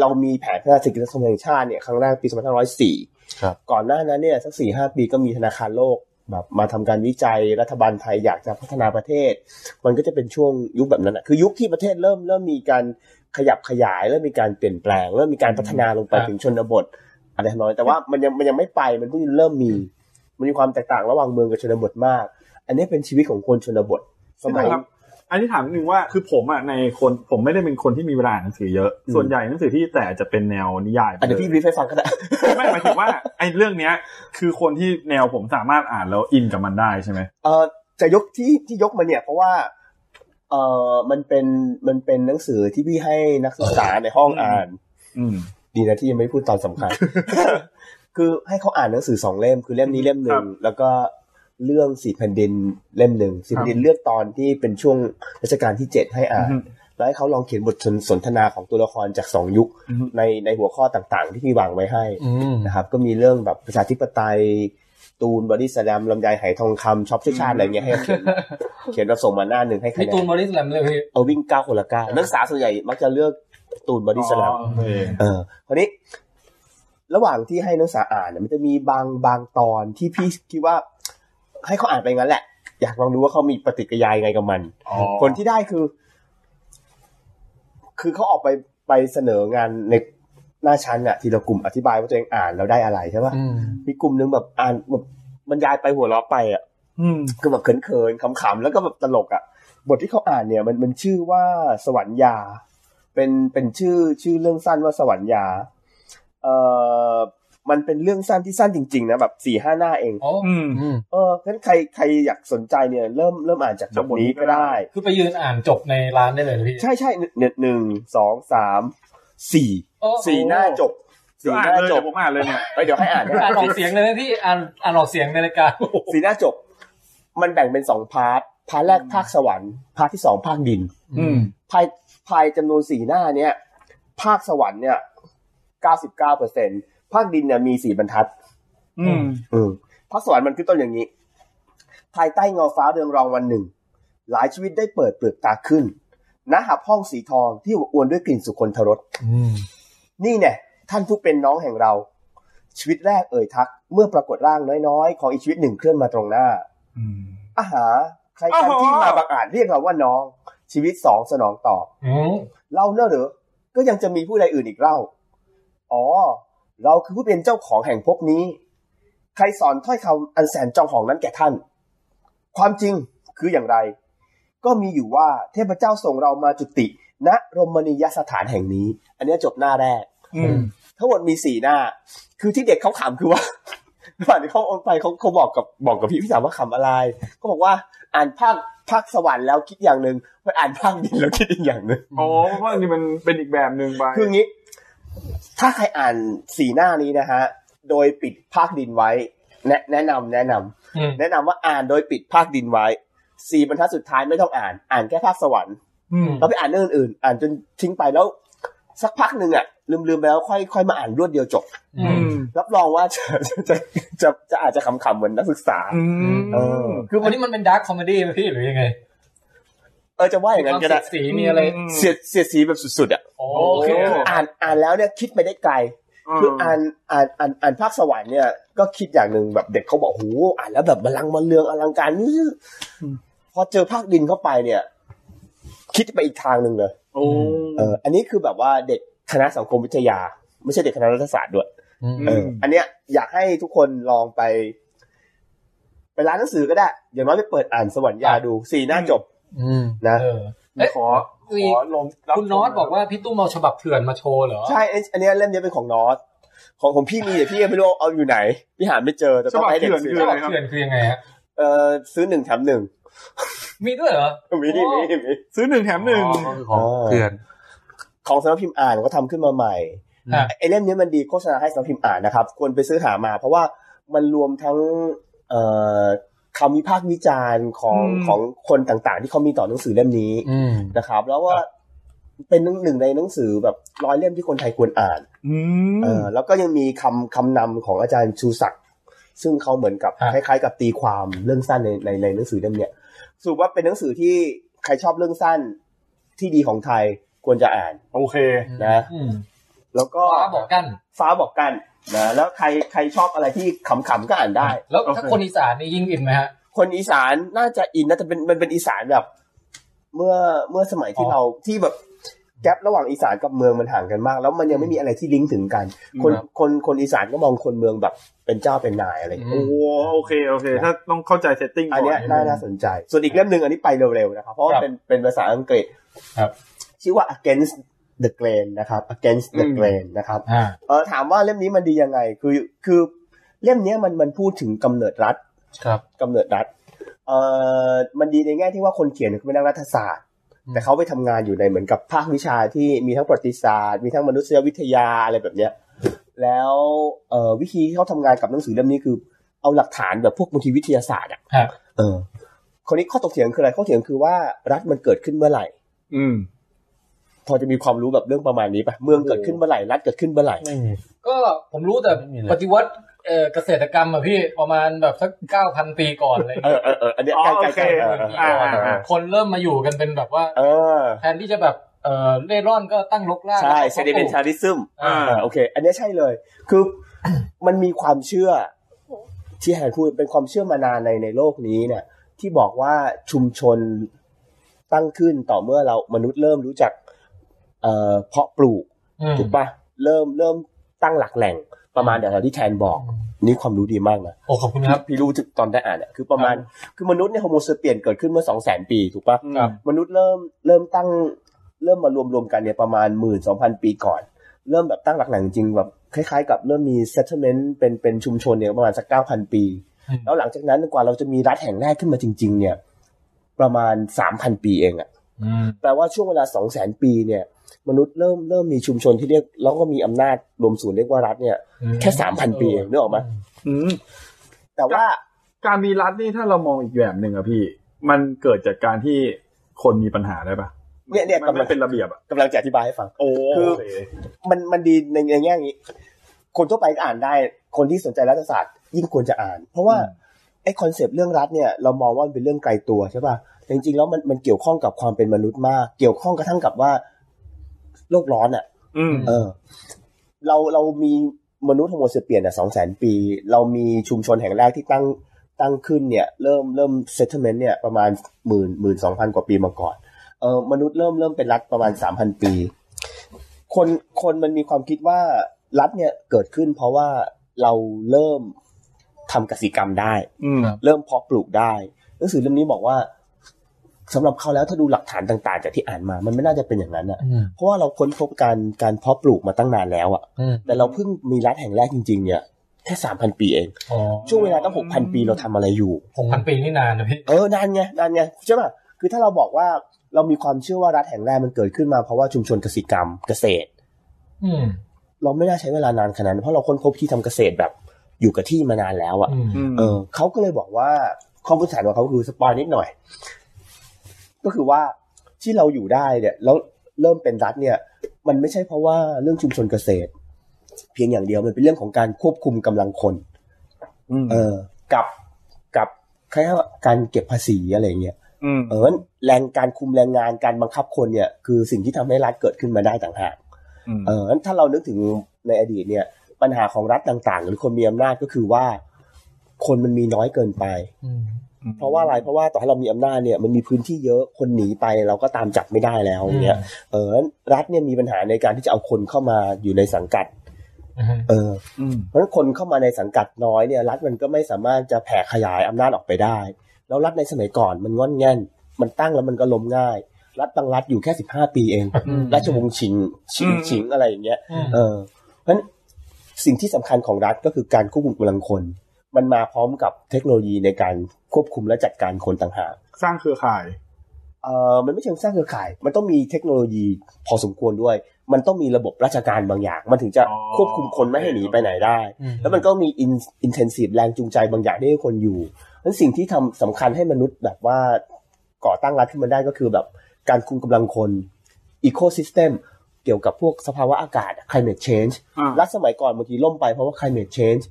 Speaker 6: เรามีแผนพัฒนาเศรษฐกิจและสังคมแห่งชาติเนี่ยครั้งแรกปี 2504
Speaker 2: ครับ
Speaker 6: ก่อนหน้านั้นเนี่ยสัก 4-5 ปีก็มีธนาคารโลกแบบมาทำการวิจัยรัฐบาลไทยอยากจะพัฒนาประเทศ มันก็จะเป็นช่วงยุคแบบนั้นอะคือยุคที่ประเทศเริ่มเริ่มมีการขยับขยายเริ่มมีการเปลี่ยนแปลง เริ่มมีการพัฒนาลงไป
Speaker 1: ครับ
Speaker 6: ถึงชนบทอะไรน้อยแต่ว่ามันยังมันยังไม่ไปมันเพิ่งเริ่มมี มันมีความแตกต่างระหว่างเมืองกับชนบทมาก อันนี้เป็นชีวิตของคนชนบท สมัย
Speaker 4: ครับ อันนี้ถามนิดนึงว่าคือผมอ่ะในคนผมไม่ได้เป็นคนที่มีเวลาอ่านหนังสือเยอะ
Speaker 6: อืม
Speaker 4: ส่วนใหญ่หนังสือที่แต่จะเป็นแนวนิยายไป
Speaker 6: อันเดี๋ยวพี่รีฟให้ฟัง ก็ได้
Speaker 4: ไม่หมายถึงว่าไอ้เรื่องเนี้ย คือคนที่แนวผมสามารถอ่านแล้วอินกับมันได้ใช่ไหม
Speaker 6: เออจะยกที่ที่ยกมาเนี่ยเพราะว่าเออมันเป็นมันเป็นหนังสือที่พี่ให้นักศึกษาในห้องอ่าน
Speaker 4: อืม
Speaker 6: ดีนะที่ยังไม่พูดตอนสำคัญ คือให้เขาอ่านหนังสือสองเล่ม คือเล่มนี้เล่มหนึ่งแล้วก็เรื่องสีแผ่นดินเล่มหนึ่งสีแผ่นดินเลือกตอนที่เป็นช่วงรัชกาลที่เจ็ดให้อ่าน แล้วให้เขาลองเขียนบทสนทนาของตัวละครจากสองยุค
Speaker 12: อือฮึ
Speaker 6: ในในหัวข้อต่างๆ ที่พี่วางไว้ให้
Speaker 1: อืม
Speaker 6: นะครับก็มีเรื่องแบบประชาธิปไตย ตูนบอดี้สแลมลำไยไหทองคำช็อปช่วยชาติอะไรเงี้ยให้เขียน เขียนรับส่งมาหน้าหนึ่งให้คะ
Speaker 1: มี
Speaker 6: แน
Speaker 1: ตูน
Speaker 6: น
Speaker 1: บอดี้สแลมเลยพี่
Speaker 6: เอาวิ่งเก้าคนละเก้านักศึกษาส่วนใหญ่มักจะเลือกตูนบอดี้สแลม
Speaker 12: โอเค
Speaker 6: เออคราวนี้ ระหว่างที่ให้นักศึกษาอ่านเนี่ยมันจะมีบางบางตอนที่พี่คิดว่า ให้เขาอ่านไปงั้นแหละ อยากลองดูว่าเขามีปฏิกิริยายังไงกับมัน คนที่ได้คือ คือเขาออกไปไปเสนองานในหน้าชั้นอะทีละกลุ่มอธิบายว่าตัวเองอ่านแล้วได้อะไรใช่ปะ
Speaker 1: อืม
Speaker 6: มีกลุ่มหนึ่งแบบอ่านแบบบรรยายไปหัวเราะไปอ่ะ
Speaker 12: อืม
Speaker 6: คือแบบเขินๆขำๆแล้วก็แบบตลกอ่ะ บทที่เขาอ่านเนี่ยมันมันชื่อว่าสวรรยา เป็นเป็นชื่อชื่อเรื่องสั้นว่าสวรรยาเอ่อมันเป็นเรื่องสั้นที่สั้นจริงๆนะแบบสี่ห้าหน้าเอง
Speaker 1: โอ้
Speaker 12: อืม
Speaker 1: อืม
Speaker 6: เอองั้นใครใครอยากสนใจเนี่ย เริ่มเริ่มอ่านจากบ
Speaker 12: จาก
Speaker 6: ท
Speaker 12: บทนี้
Speaker 6: นี้
Speaker 12: ก็
Speaker 6: ก็
Speaker 12: ได้
Speaker 6: ได้
Speaker 1: คือไปยืนอ่านจบในร้านได้เลยเหรอพี่
Speaker 6: ใช่ใช่หนึ่งหนึ่งสองสามสี่
Speaker 1: โอ้
Speaker 6: สี่หน้าจบสี่ห
Speaker 12: อ่าน
Speaker 6: น้า
Speaker 12: เลย
Speaker 6: จ
Speaker 12: เดี๋ย
Speaker 6: บ
Speaker 12: วผมอ่านเลยเนี่ย
Speaker 6: เอ้ยเดี๋ยวให้อ่านให้
Speaker 1: อ่า
Speaker 6: อ่าน น
Speaker 1: ออกเสียงเลยนะพี่อ่านอ่านออกเสียงในรายการ
Speaker 6: สีหน้าจบ มันแบ่งเป็นสองพาร์ท พาร์ทแรกภาคสวรรค์ พาร์ทที่สองภาคดิน
Speaker 12: อืม
Speaker 6: ภายภายจำนวนสี่หน้าเนี่ย ภาคสวรรค์เนี่ยเก้าสิบเก้าเปอร์เซ็นภาคดินเนี่ยมีสี่บรรทัด
Speaker 12: อืม
Speaker 6: อืมภาคสวรรค์มันขึ้นต้นอย่างนี้ ภายใต้เงาฟ้าเรืองรองวันหนึ่ง หลายชีวิตได้เปิดเปลือกตาขึ้นณหับห้องสีทองที่อบอวนด้วยกลิ่นสุคนทรส
Speaker 1: อืม
Speaker 6: นี่แน่ท่านผู้เป็นน้องแห่งเรา ชีวิตแรกเอ่ยทัก เมื่อปรากฏร่างน้อยๆ ของอีกชีวิตหนึ่งเคลื่อนมาตรงหน้า
Speaker 12: อืม
Speaker 6: อาหา ใคร
Speaker 12: อ้า
Speaker 6: กัน
Speaker 12: ว
Speaker 6: ที่มาบังอาจเรียกเราว่าน้อง ชีวิตสองสนองตอบ
Speaker 1: อืม
Speaker 6: เล่าเนอะหรือ ก็ยังจะมีผู้ใดอื่นอีกเล่า อ๋อ เราคือผู้เป็นเจ้าของแห่งภพนี้ ใครสอนถ้อยคำอันแสนจองหองนั้นแก่ท่าน ความจริงคืออย่างไร ก็มีอยู่ว่าเทพเจ้าส่งเรามาจุติ ณรมณียสถานแห่งนี้ อันเนี้ยจบหน้าแรก
Speaker 12: อืม
Speaker 6: ทั้งหมดมีสี่หน้า คือที่เด็กเขาขำคือว่า ระหว่างที่เขาโอนไปเขาเขาบอกกับบอกกับพี่พี่สาวว่าขำอะไร ก็บอกว่าอ่านภาคภาคสวรรค์แล้วคิดอย่างหนึ่งไปอ่านภาคดินแล้วคิดอีกอย่างหนึ่ง
Speaker 12: อ๋อเพราะอันนี้มันเป็นอีกแบบหนึ่งไป
Speaker 6: คืองี้ ถ้าใครอ่านสี่หน้านี้นะฮะ โดยปิดภาคดินไว้ แนะแนะนำแนะนำ
Speaker 1: อืม
Speaker 6: แนะนำว่าอ่านโดยปิดภาคดินไว้สี่บรรทัดสุดท้ายไม่ต้องอ่าน อ่านแค่ภาคสวรรค์
Speaker 12: อืม
Speaker 6: แล้วไปอ่านเรื่องอื่นๆอ่านจนทิ้งไปแล้ว สักพักหนึ่งอ่ะ ลืมลืมๆไปแล้วค่อยค่อยมาอ่านรวดเดียวจบ
Speaker 1: อื
Speaker 12: อื
Speaker 1: ม
Speaker 12: ม
Speaker 6: รับรองว่าจะจะจะจะอาจจะขำๆเหมือนนักศึกษา
Speaker 12: อืม
Speaker 6: เออ
Speaker 1: คืออันนี้มันเป็นดาร์คคอมเมดี้ไหมพี่หรือยังไง
Speaker 6: เออจะว่าอย่างนั้นก็ได้
Speaker 1: สีมีอะไร
Speaker 6: เสียดเสียดสีแบบสุดๆอ่ะ
Speaker 1: โอ
Speaker 12: โอ
Speaker 1: เค
Speaker 12: เค
Speaker 6: คืออ่านอ่านแล้วเนี่ยคิดไปได้ไกล
Speaker 12: ม
Speaker 6: คืออ่านอ่านอ่านอ่านภาคสวรรค์เนี่ยก็คิดอย่างหนึ่งแบบเด็กเขาบอกโหอ่านแล้วแบบมันลังก์มันเลืองอลังการนี่พอเจอภาคดินเข้าไปเนี่ย คิดไปอีกทางหนึ่งเลย
Speaker 12: โอ้
Speaker 6: เอออันนี้คือแบบว่าเด็กคณะสังคมวิทยา ไม่ใช่เด็กคณะรัฐศาสตร์ด้วย
Speaker 1: อืม
Speaker 6: เอออันเนี้ยอยากให้ทุกคนลองไป ไปร้านหนังสือก็ได้ อย่างน้อยไปเปิดอ่านสวรรค์ยาดูสี่หน้าจบ
Speaker 1: อืม
Speaker 6: นะ
Speaker 1: เออ
Speaker 12: ขอ
Speaker 1: มี
Speaker 12: ขอลมรับ
Speaker 1: คุณนอตบอกว่าพี่ตุ้มเอาฉบับเถื่อนมาโชว์เหรอ
Speaker 6: ใช่ไอ้อันเนี้ยเล่มเนี้ยเป็นของนอสของของพี่มีแต่พี่ยังไม่รู้เอาอยู่ไหน พี่หาไม่เจอแต่ต้องไปให้เด็กซื้อ
Speaker 1: ฉบับเถื่อนคือยังไงฮะ
Speaker 6: เออซื้อหนึ่งแถมหนึ่ง
Speaker 1: มีด้วยเหรอ
Speaker 6: มีมีมี
Speaker 12: ซื้อหนึ่งแถมหนึ่ง
Speaker 2: ก็คือของ
Speaker 6: เออ
Speaker 2: เพื่อน
Speaker 6: ของสำนักพิมพ์อ่านก็ทำขึ้นมาใหม่
Speaker 1: ฮะ
Speaker 6: ไอ้เล่มเนี้ยมันดีโฆษณาให้สำนักพิมพ์อ่านนะครับควรไปซื้อหามา เพราะว่ามันรวมทั้งเอ่อคำวิพากษ์วิจารณ์ของ
Speaker 12: อืม
Speaker 6: ของคนต่างๆ ที่เขามีต่อหนังสือเล่มนี้
Speaker 1: อืม
Speaker 6: นะครับแล้วว่าเป็นหนึ่งในหนังสือแบบร้อยเล่มที่คนไทยควรอ่าน
Speaker 12: อืม
Speaker 6: เออแล้วก็ยังมีคำคำนำของอาจารย์ชูศักดิ์ซึ่งเขาเหมือนกับ
Speaker 1: ครับ
Speaker 6: คล้ายๆ กับตีความเรื่องสั้นในในในหนังสือเล่มเนี้ยสรุปว่าเป็นหนังสือที่ใครชอบเรื่องสั้นที่ดีของไทยควรจะอ่าน
Speaker 12: โอเค
Speaker 6: นะ
Speaker 1: อืม
Speaker 6: แล้วก็
Speaker 1: ฟ้าบอกกัน
Speaker 6: ฟ้าบอกกันนะแล้วใครใครชอบอะไรที่ขำๆก็อ่านได้
Speaker 1: แล้ว
Speaker 12: โอเค
Speaker 1: ถ้าคนอีสานนี่ยิ่งอินไหมฮะ
Speaker 6: คนอีสานน่าจะอินนะแต่เป็นมันเป็นอีสานแบบ เมื่อเมื่อสมัยที่
Speaker 1: อ๋อ
Speaker 6: เราที่แบบแกลบระหว่างอีสานกับเมืองมันห่างกันมาก แล้วมันยังไม่มีอะไรที่ลิงก์ถึงกัน คน
Speaker 12: ครับ
Speaker 6: คนคนอีสานก็มองคนเมืองแบบเป็นเจ้าเป็นนายอะไรอย่างเงี้ย
Speaker 12: โอ้โหโอเคโอเค ถ้าต้องเข้าใจเซตติ้งก่
Speaker 6: อันเนี้ยน่าน่าสนใจ ส่วนอีกเล่มหนึ่งอันนี้ไปเร็วๆนะครับ เพราะว่า
Speaker 1: ครับ
Speaker 6: เป็นเป็นภาษาอังกฤษ
Speaker 1: ครับ
Speaker 6: ชื่อว่า against the grain นะครับ against the grain นะครับ
Speaker 1: อ่า
Speaker 6: เออถามว่าเล่มนี้มันดียังไง คือคือเล่มเนี้ยมันมันพูดถึงกำเนิดรัฐ
Speaker 1: ครับ
Speaker 6: กำเนิดรัฐเออมันดีในแง่ที่ว่าคนเขียนเขาเป็นนักรัฐศาสตร์ แต่เขาไปทำงานอยู่ในเหมือนกับภาควิชาที่มีทั้งประวัติศาสตร์ มีทั้งมนุษยวิทยาอะไรแบบเนี้ย แล้วเอ่อวิธีที่เขาทำงานกับหนังสือเล่มนี้คือ เอาหลักฐานแบบพวกบางทีวิทยาศาสตร์อะ
Speaker 1: ครับ
Speaker 6: เออคนนี้ข้อตกเถียงคืออะไรข้อเถียงคือว่ารัฐมันเกิดขึ้นเมื่อไหร่
Speaker 12: อืม
Speaker 6: พอจะมีความรู้แบบเรื่องประมาณนี้ปะเมืองเกิดขึ้นเมื่อไหร่รัฐเกิดขึ้นเมื่อไหร่
Speaker 13: ไม่มี
Speaker 1: ก็ผมรู้แต่
Speaker 13: ไม่มีเลย
Speaker 1: ปฏิวัติเอ่อเกษตรกรรมอะพี่ประมาณแบบสักเก้าพันปีก่อนอะไรอย่าง
Speaker 6: เอ
Speaker 1: เลย
Speaker 6: อเออเอออันเนี้ย
Speaker 12: อ๋อ
Speaker 6: ใกล้ใกล้
Speaker 12: โอ
Speaker 6: ใก
Speaker 12: เค
Speaker 6: ล้เออเออเออเออ
Speaker 1: คนเริ่มมาอยู่กันเป็นแบบว่า
Speaker 6: เออ
Speaker 1: แทนที่จะแบบเอ่อเล่ร่อนก็ตั้งรกราก
Speaker 6: ใช่
Speaker 1: แล้วก็
Speaker 6: เซดิเมนทาริซึม
Speaker 1: อ่า
Speaker 6: อ่าโอเค อันเนี้ยใช่เลย คือ มันมีความเชื่อ ที่แฮนพูดเป็นความเชื่อมานานในในโลกนี้เนี่ย ที่บอกว่าชุมชนตั้งขึ้นต่อเมื่อเรามนุษย์เริ่มรู้จัก เอ่อเพาะปลูก ถูกปะเริ่มเริ่มตั้งหลักแหล่งประมาณอย่างที่แทนบอก นี่ความรู้ดีมากนะ
Speaker 1: โอ้ขอบคุณครับ
Speaker 6: พี่รู้จากตอนได้อ่านอ่ะคือประมาณคือมนุษย์เนี่ยโฮโมเซเปียนเกิดขึ้นเมื่อสองแสนปีถูกปะ
Speaker 1: ครับ
Speaker 6: มนุษย์เริ่มเริ่มตั้งเริ่มมารวมรวมๆกันเนี่ยประมาณหมื่นสองพันปีก่อน เริ่มแบบตั้งหลักแหล่งจริงๆแบบคล้ายๆ กับเริ่มมี settlement เป็นเป็นชุมชนเนี่ยประมาณสักเก้าพันปี
Speaker 1: อืม
Speaker 6: แล้วหลังจากนั้นกว่าเราจะมีรัฐแห่งแรกขึ้นมาจริง ๆ เนี่ย ประมาณสามพันปีเองอะ
Speaker 1: อืม
Speaker 6: แปลว่าช่วงเวลาสองแสนปีเนี่ย มนุษย์เริ่มเริ่มมีชุมชนที่เรียกแล้วก็มีอำนาจรวมศูนย์เรียกว่ารัฐเนี่ยแค่สามพันปีเองนึกออกไหม
Speaker 12: อืม
Speaker 6: แต่ว่า
Speaker 12: การมีรัฐนี่ถ้าเรามองอีกแบบหนึ่งอะพี่ มันเกิดจากการที่คนมีปัญหาได้ปะ
Speaker 6: เนี่ยเนี่ย
Speaker 12: มัน
Speaker 6: กำลั
Speaker 12: ไม่
Speaker 6: ง
Speaker 12: เป็นระเบียบอะ
Speaker 6: กำลังจะอธิบายให้ฟัง
Speaker 12: โอ้
Speaker 6: คือ มันมันดีในในแง่นี้ คนทั่วไปก็อ่านได้ คนที่สนใจรัฐศาสตร์ยิ่งควรจะอ่าน เพราะว่าไอ้คอนเซปต์เรื่องรัฐเนี่ยเรามองว่ามันเป็นเรื่องไกลตัวใช่ป่ะแต่จริงๆแล้วมันมันเกี่ยวข้องกับความเป็นมนุษย์มาก เกี่ยวข้องกระทั่งกับว่าโลกร้อนอ่ะ
Speaker 12: อืม
Speaker 6: เออ เราเรามีมนุษย์โฮโมเซเปียนอ่ะสองแสนปี เรามีชุมชนแห่งแรกที่ตั้งตั้งขึ้นเนี่ย เริ่มเริ่มเซตเมนต์เนี่ยประมาณหมื่นหมื่นสองพันกว่าปีมาก่อน เออมนุษย์เริ่มเริ่มเป็นรัฐประมาณสามพันปี คนคนมันมีความคิดว่ารัฐเนี่ยเกิดขึ้นเพราะว่าเราเริ่มทำกสิกรรมได้
Speaker 12: อืม
Speaker 6: เริ่มเพาะปลูกได้หนังสือเล่มนี้บอกว่าสำหรับเขาแล้วถ้าดูหลักฐานต่าง ๆ จากที่อ่านมา มันไม่น่าจะเป็นอย่างนั้นอะ
Speaker 1: อืม
Speaker 6: เพราะว่าเราค้นพบการการเพาะปลูกมาตั้งนานแล้วอะ
Speaker 1: อืม
Speaker 6: แต่เราเพิ่งมีรัฐแห่งแรกจริง ๆ เนี่ยแค่สามพันปีเอง
Speaker 1: อ๋อ
Speaker 6: ช่วงเวลาตั้งหกพันปีเราทำอะไรอยู่
Speaker 1: หกพันปีนี่นานนะพี่
Speaker 6: เออนานไงนานไงใช่ป่ะ คือถ้าเราบอกว่าเรามีความเชื่อว่ารัฐแห่งแรกมันเกิดขึ้นมาเพราะว่าชุมชนเกษตรกรรมเกษตร
Speaker 1: อืม
Speaker 6: เราไม่น่าใช้เวลานานขนาดนั้นเพราะเราค้นพบที่ทำเกษตรแบบอยู่กับที่มานานแล้วอะ
Speaker 1: อืม
Speaker 6: เออเขาก็เลยบอกว่าข้อมูลฐานของเขาคือสปอยนิดหน่อย ก็คือว่าที่เราอยู่ได้เนี่ย แล้วเริ่มเป็นรัฐเนี่ย มันไม่ใช่เพราะว่าเรื่องชุมชนเกษตร เพียงอย่างเดียวมันเป็นเรื่องของการควบคุมกำลังคน
Speaker 12: อืม
Speaker 6: เออ กับกับคล้ายๆว่าการเก็บภาษีอะไรเงี้ย
Speaker 12: อืม
Speaker 6: เอองั้นแรงการคุมแรงงานการบังคับคนเนี่ย คือสิ่งที่ทำให้รัฐเกิดขึ้นมาได้ต่างหาก
Speaker 12: อืม
Speaker 6: เอองั้นถ้าเรานึกถึงในอดีตเนี่ย ปัญหาของรัฐต่างๆ หรือคนมีอำนาจก็คือว่า คนมันมีน้อยเกินไป เพราะว่าอะไรเพราะว่าต่อให้เรามีอำนาจเนี่ยมันมีพื้นที่เยอะคนหนีไปเราก็ตามจับไม่ได้แล้วอย่างเงี้ยเอองั้นรัฐเนี่ยมีปัญหาในการที่จะเอาคนเข้ามาอยู่ในสังกัด เออ
Speaker 12: อืม
Speaker 6: เพราะฉะนั้นคนเข้ามาในสังกัดน้อยเนี่ย รัฐมันก็ไม่สามารถจะแผ่ขยายอำนาจออกไปได้ แล้วรัฐในสมัยก่อนมันง่อนแง่น มันตั้งแล้วมันก็ล้มง่าย รัฐบางรัฐอยู่แค่สิบห้าปีเอง ราชวงศ์ชิงชิง
Speaker 12: อืม
Speaker 6: ชิงอะไรอย่างเงี้ย
Speaker 1: อืม
Speaker 6: เออเพราะฉะนั้นสิ่งที่สำคัญของรัฐก็คือการควบคุมกำลังคน มันมาพร้อมกับเทคโนโลยีในการควบคุมและจัดการคนต่างหาก
Speaker 12: สร้างเครือข่าย
Speaker 6: เออมันไม่เชิงสร้างเครือข่าย มันต้องมีเทคโนโลยีพอสมควรด้วย มันต้องมีระบบราชการบางอย่าง มันถึงจะ
Speaker 12: อ๋อ
Speaker 6: ควบคุมคนไม่ให้หนีไปไหนได้
Speaker 1: อืม
Speaker 6: แล้วมันก็มีอินเทนซีฟแรงจูงใจบางอย่างที่ให้คนอยู่นั้นสิ่งที่ทำสำคัญให้มนุษย์แบบว่าก่อตั้งรัฐขึ้นมาได้ก็คือแบบการคุมกำลังคนอีโค y ิสเต็มเกี่ยวกับพวกสภาวะอากาศ climate change
Speaker 12: อ่า
Speaker 6: รัฐสมัยก่อนบางทีล่มไปเพราะว่า climate change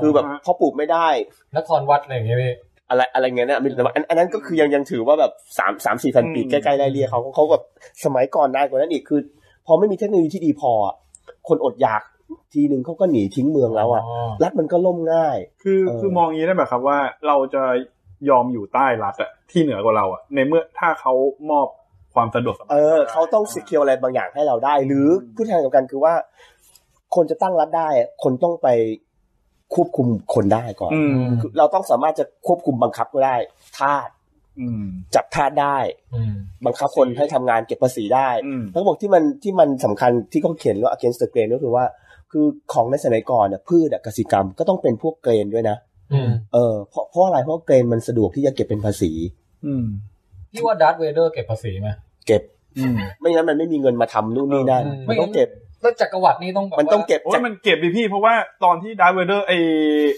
Speaker 6: คือแบบพอปลูกไม่ได้
Speaker 1: นครวัดอะไรอย่างเงี้ยพี่
Speaker 6: อะไรอะไรเงี้ยเนี่ยมีแต่ว่าอันอันนั้นก็คือยังยังถือว่าแบบสามสามสี่พันปี
Speaker 12: อืม
Speaker 6: ใกล้ๆไล่เลี่ยเขาเขาแบบสมัยก่อนนานกว่านั้นอีกคือ พอไม่มีเทคโนโลยีที่ดีพออ่ะคนอดอยากทีหนึ่งเขาก็หนีทิ้งเมืองแล้วอ่ะ
Speaker 1: อ๋อ
Speaker 6: รัฐมันก็ล่มง่าย
Speaker 12: คือ
Speaker 6: เออ
Speaker 12: คือมองอย่างนี้ได้ไหมครับว่าเราจะยอมอยู่ใต้รัฐอะที่เหนือกว่าเราอะในเมื่อถ้าเขามอบความสะดวกสบาย
Speaker 6: เออเขาต้องสกิลอะไรบางอย่างให้เราได้ หรือพูดทางเดียวกันคือว่า คนจะตั้งรัฐได้อะคนต้องไปควบคุมคนได้ก่อน
Speaker 12: อืม
Speaker 6: คือเราต้องสามารถจะควบคุมบังคับก็ได้ทาส
Speaker 12: อืม
Speaker 6: จับทาสได้
Speaker 1: อืม
Speaker 6: บังคับคนให้ทำงานเก็บภาษีได้
Speaker 12: อืม
Speaker 6: ทั้งหมดที่มันที่มันสำคัญที่เขาเขียนว่า against the grain ก็คือว่า คือของในสมัยก่อนเนี่ยพืชอะกสิกรรมก็ต้องเป็นพวกเกรนด้วยนะ
Speaker 1: อืม
Speaker 6: เออเพราะเพราะอะไรเพราะเกรนมันสะดวกที่จะเก็บเป็นภาษี
Speaker 12: อืม
Speaker 1: พี่ว่าดาร์ธเวเดอร์เก็บภาษีไหม
Speaker 6: เก็บ
Speaker 12: อืม
Speaker 6: ไม่งั้นมันไม่มีเงินมาทำนู่นนี่นั่น
Speaker 1: เออ
Speaker 6: มันต้องเก็บ
Speaker 1: แล้วจักรวรรดินี่ต้องแบบ
Speaker 6: มันต้อง
Speaker 1: ว่า
Speaker 6: เก็บ
Speaker 12: โอ้
Speaker 6: จาย ก
Speaker 12: มันเก็บดิพี่ เพราะว่าตอนที่ดาร์เวเดอร์ไอ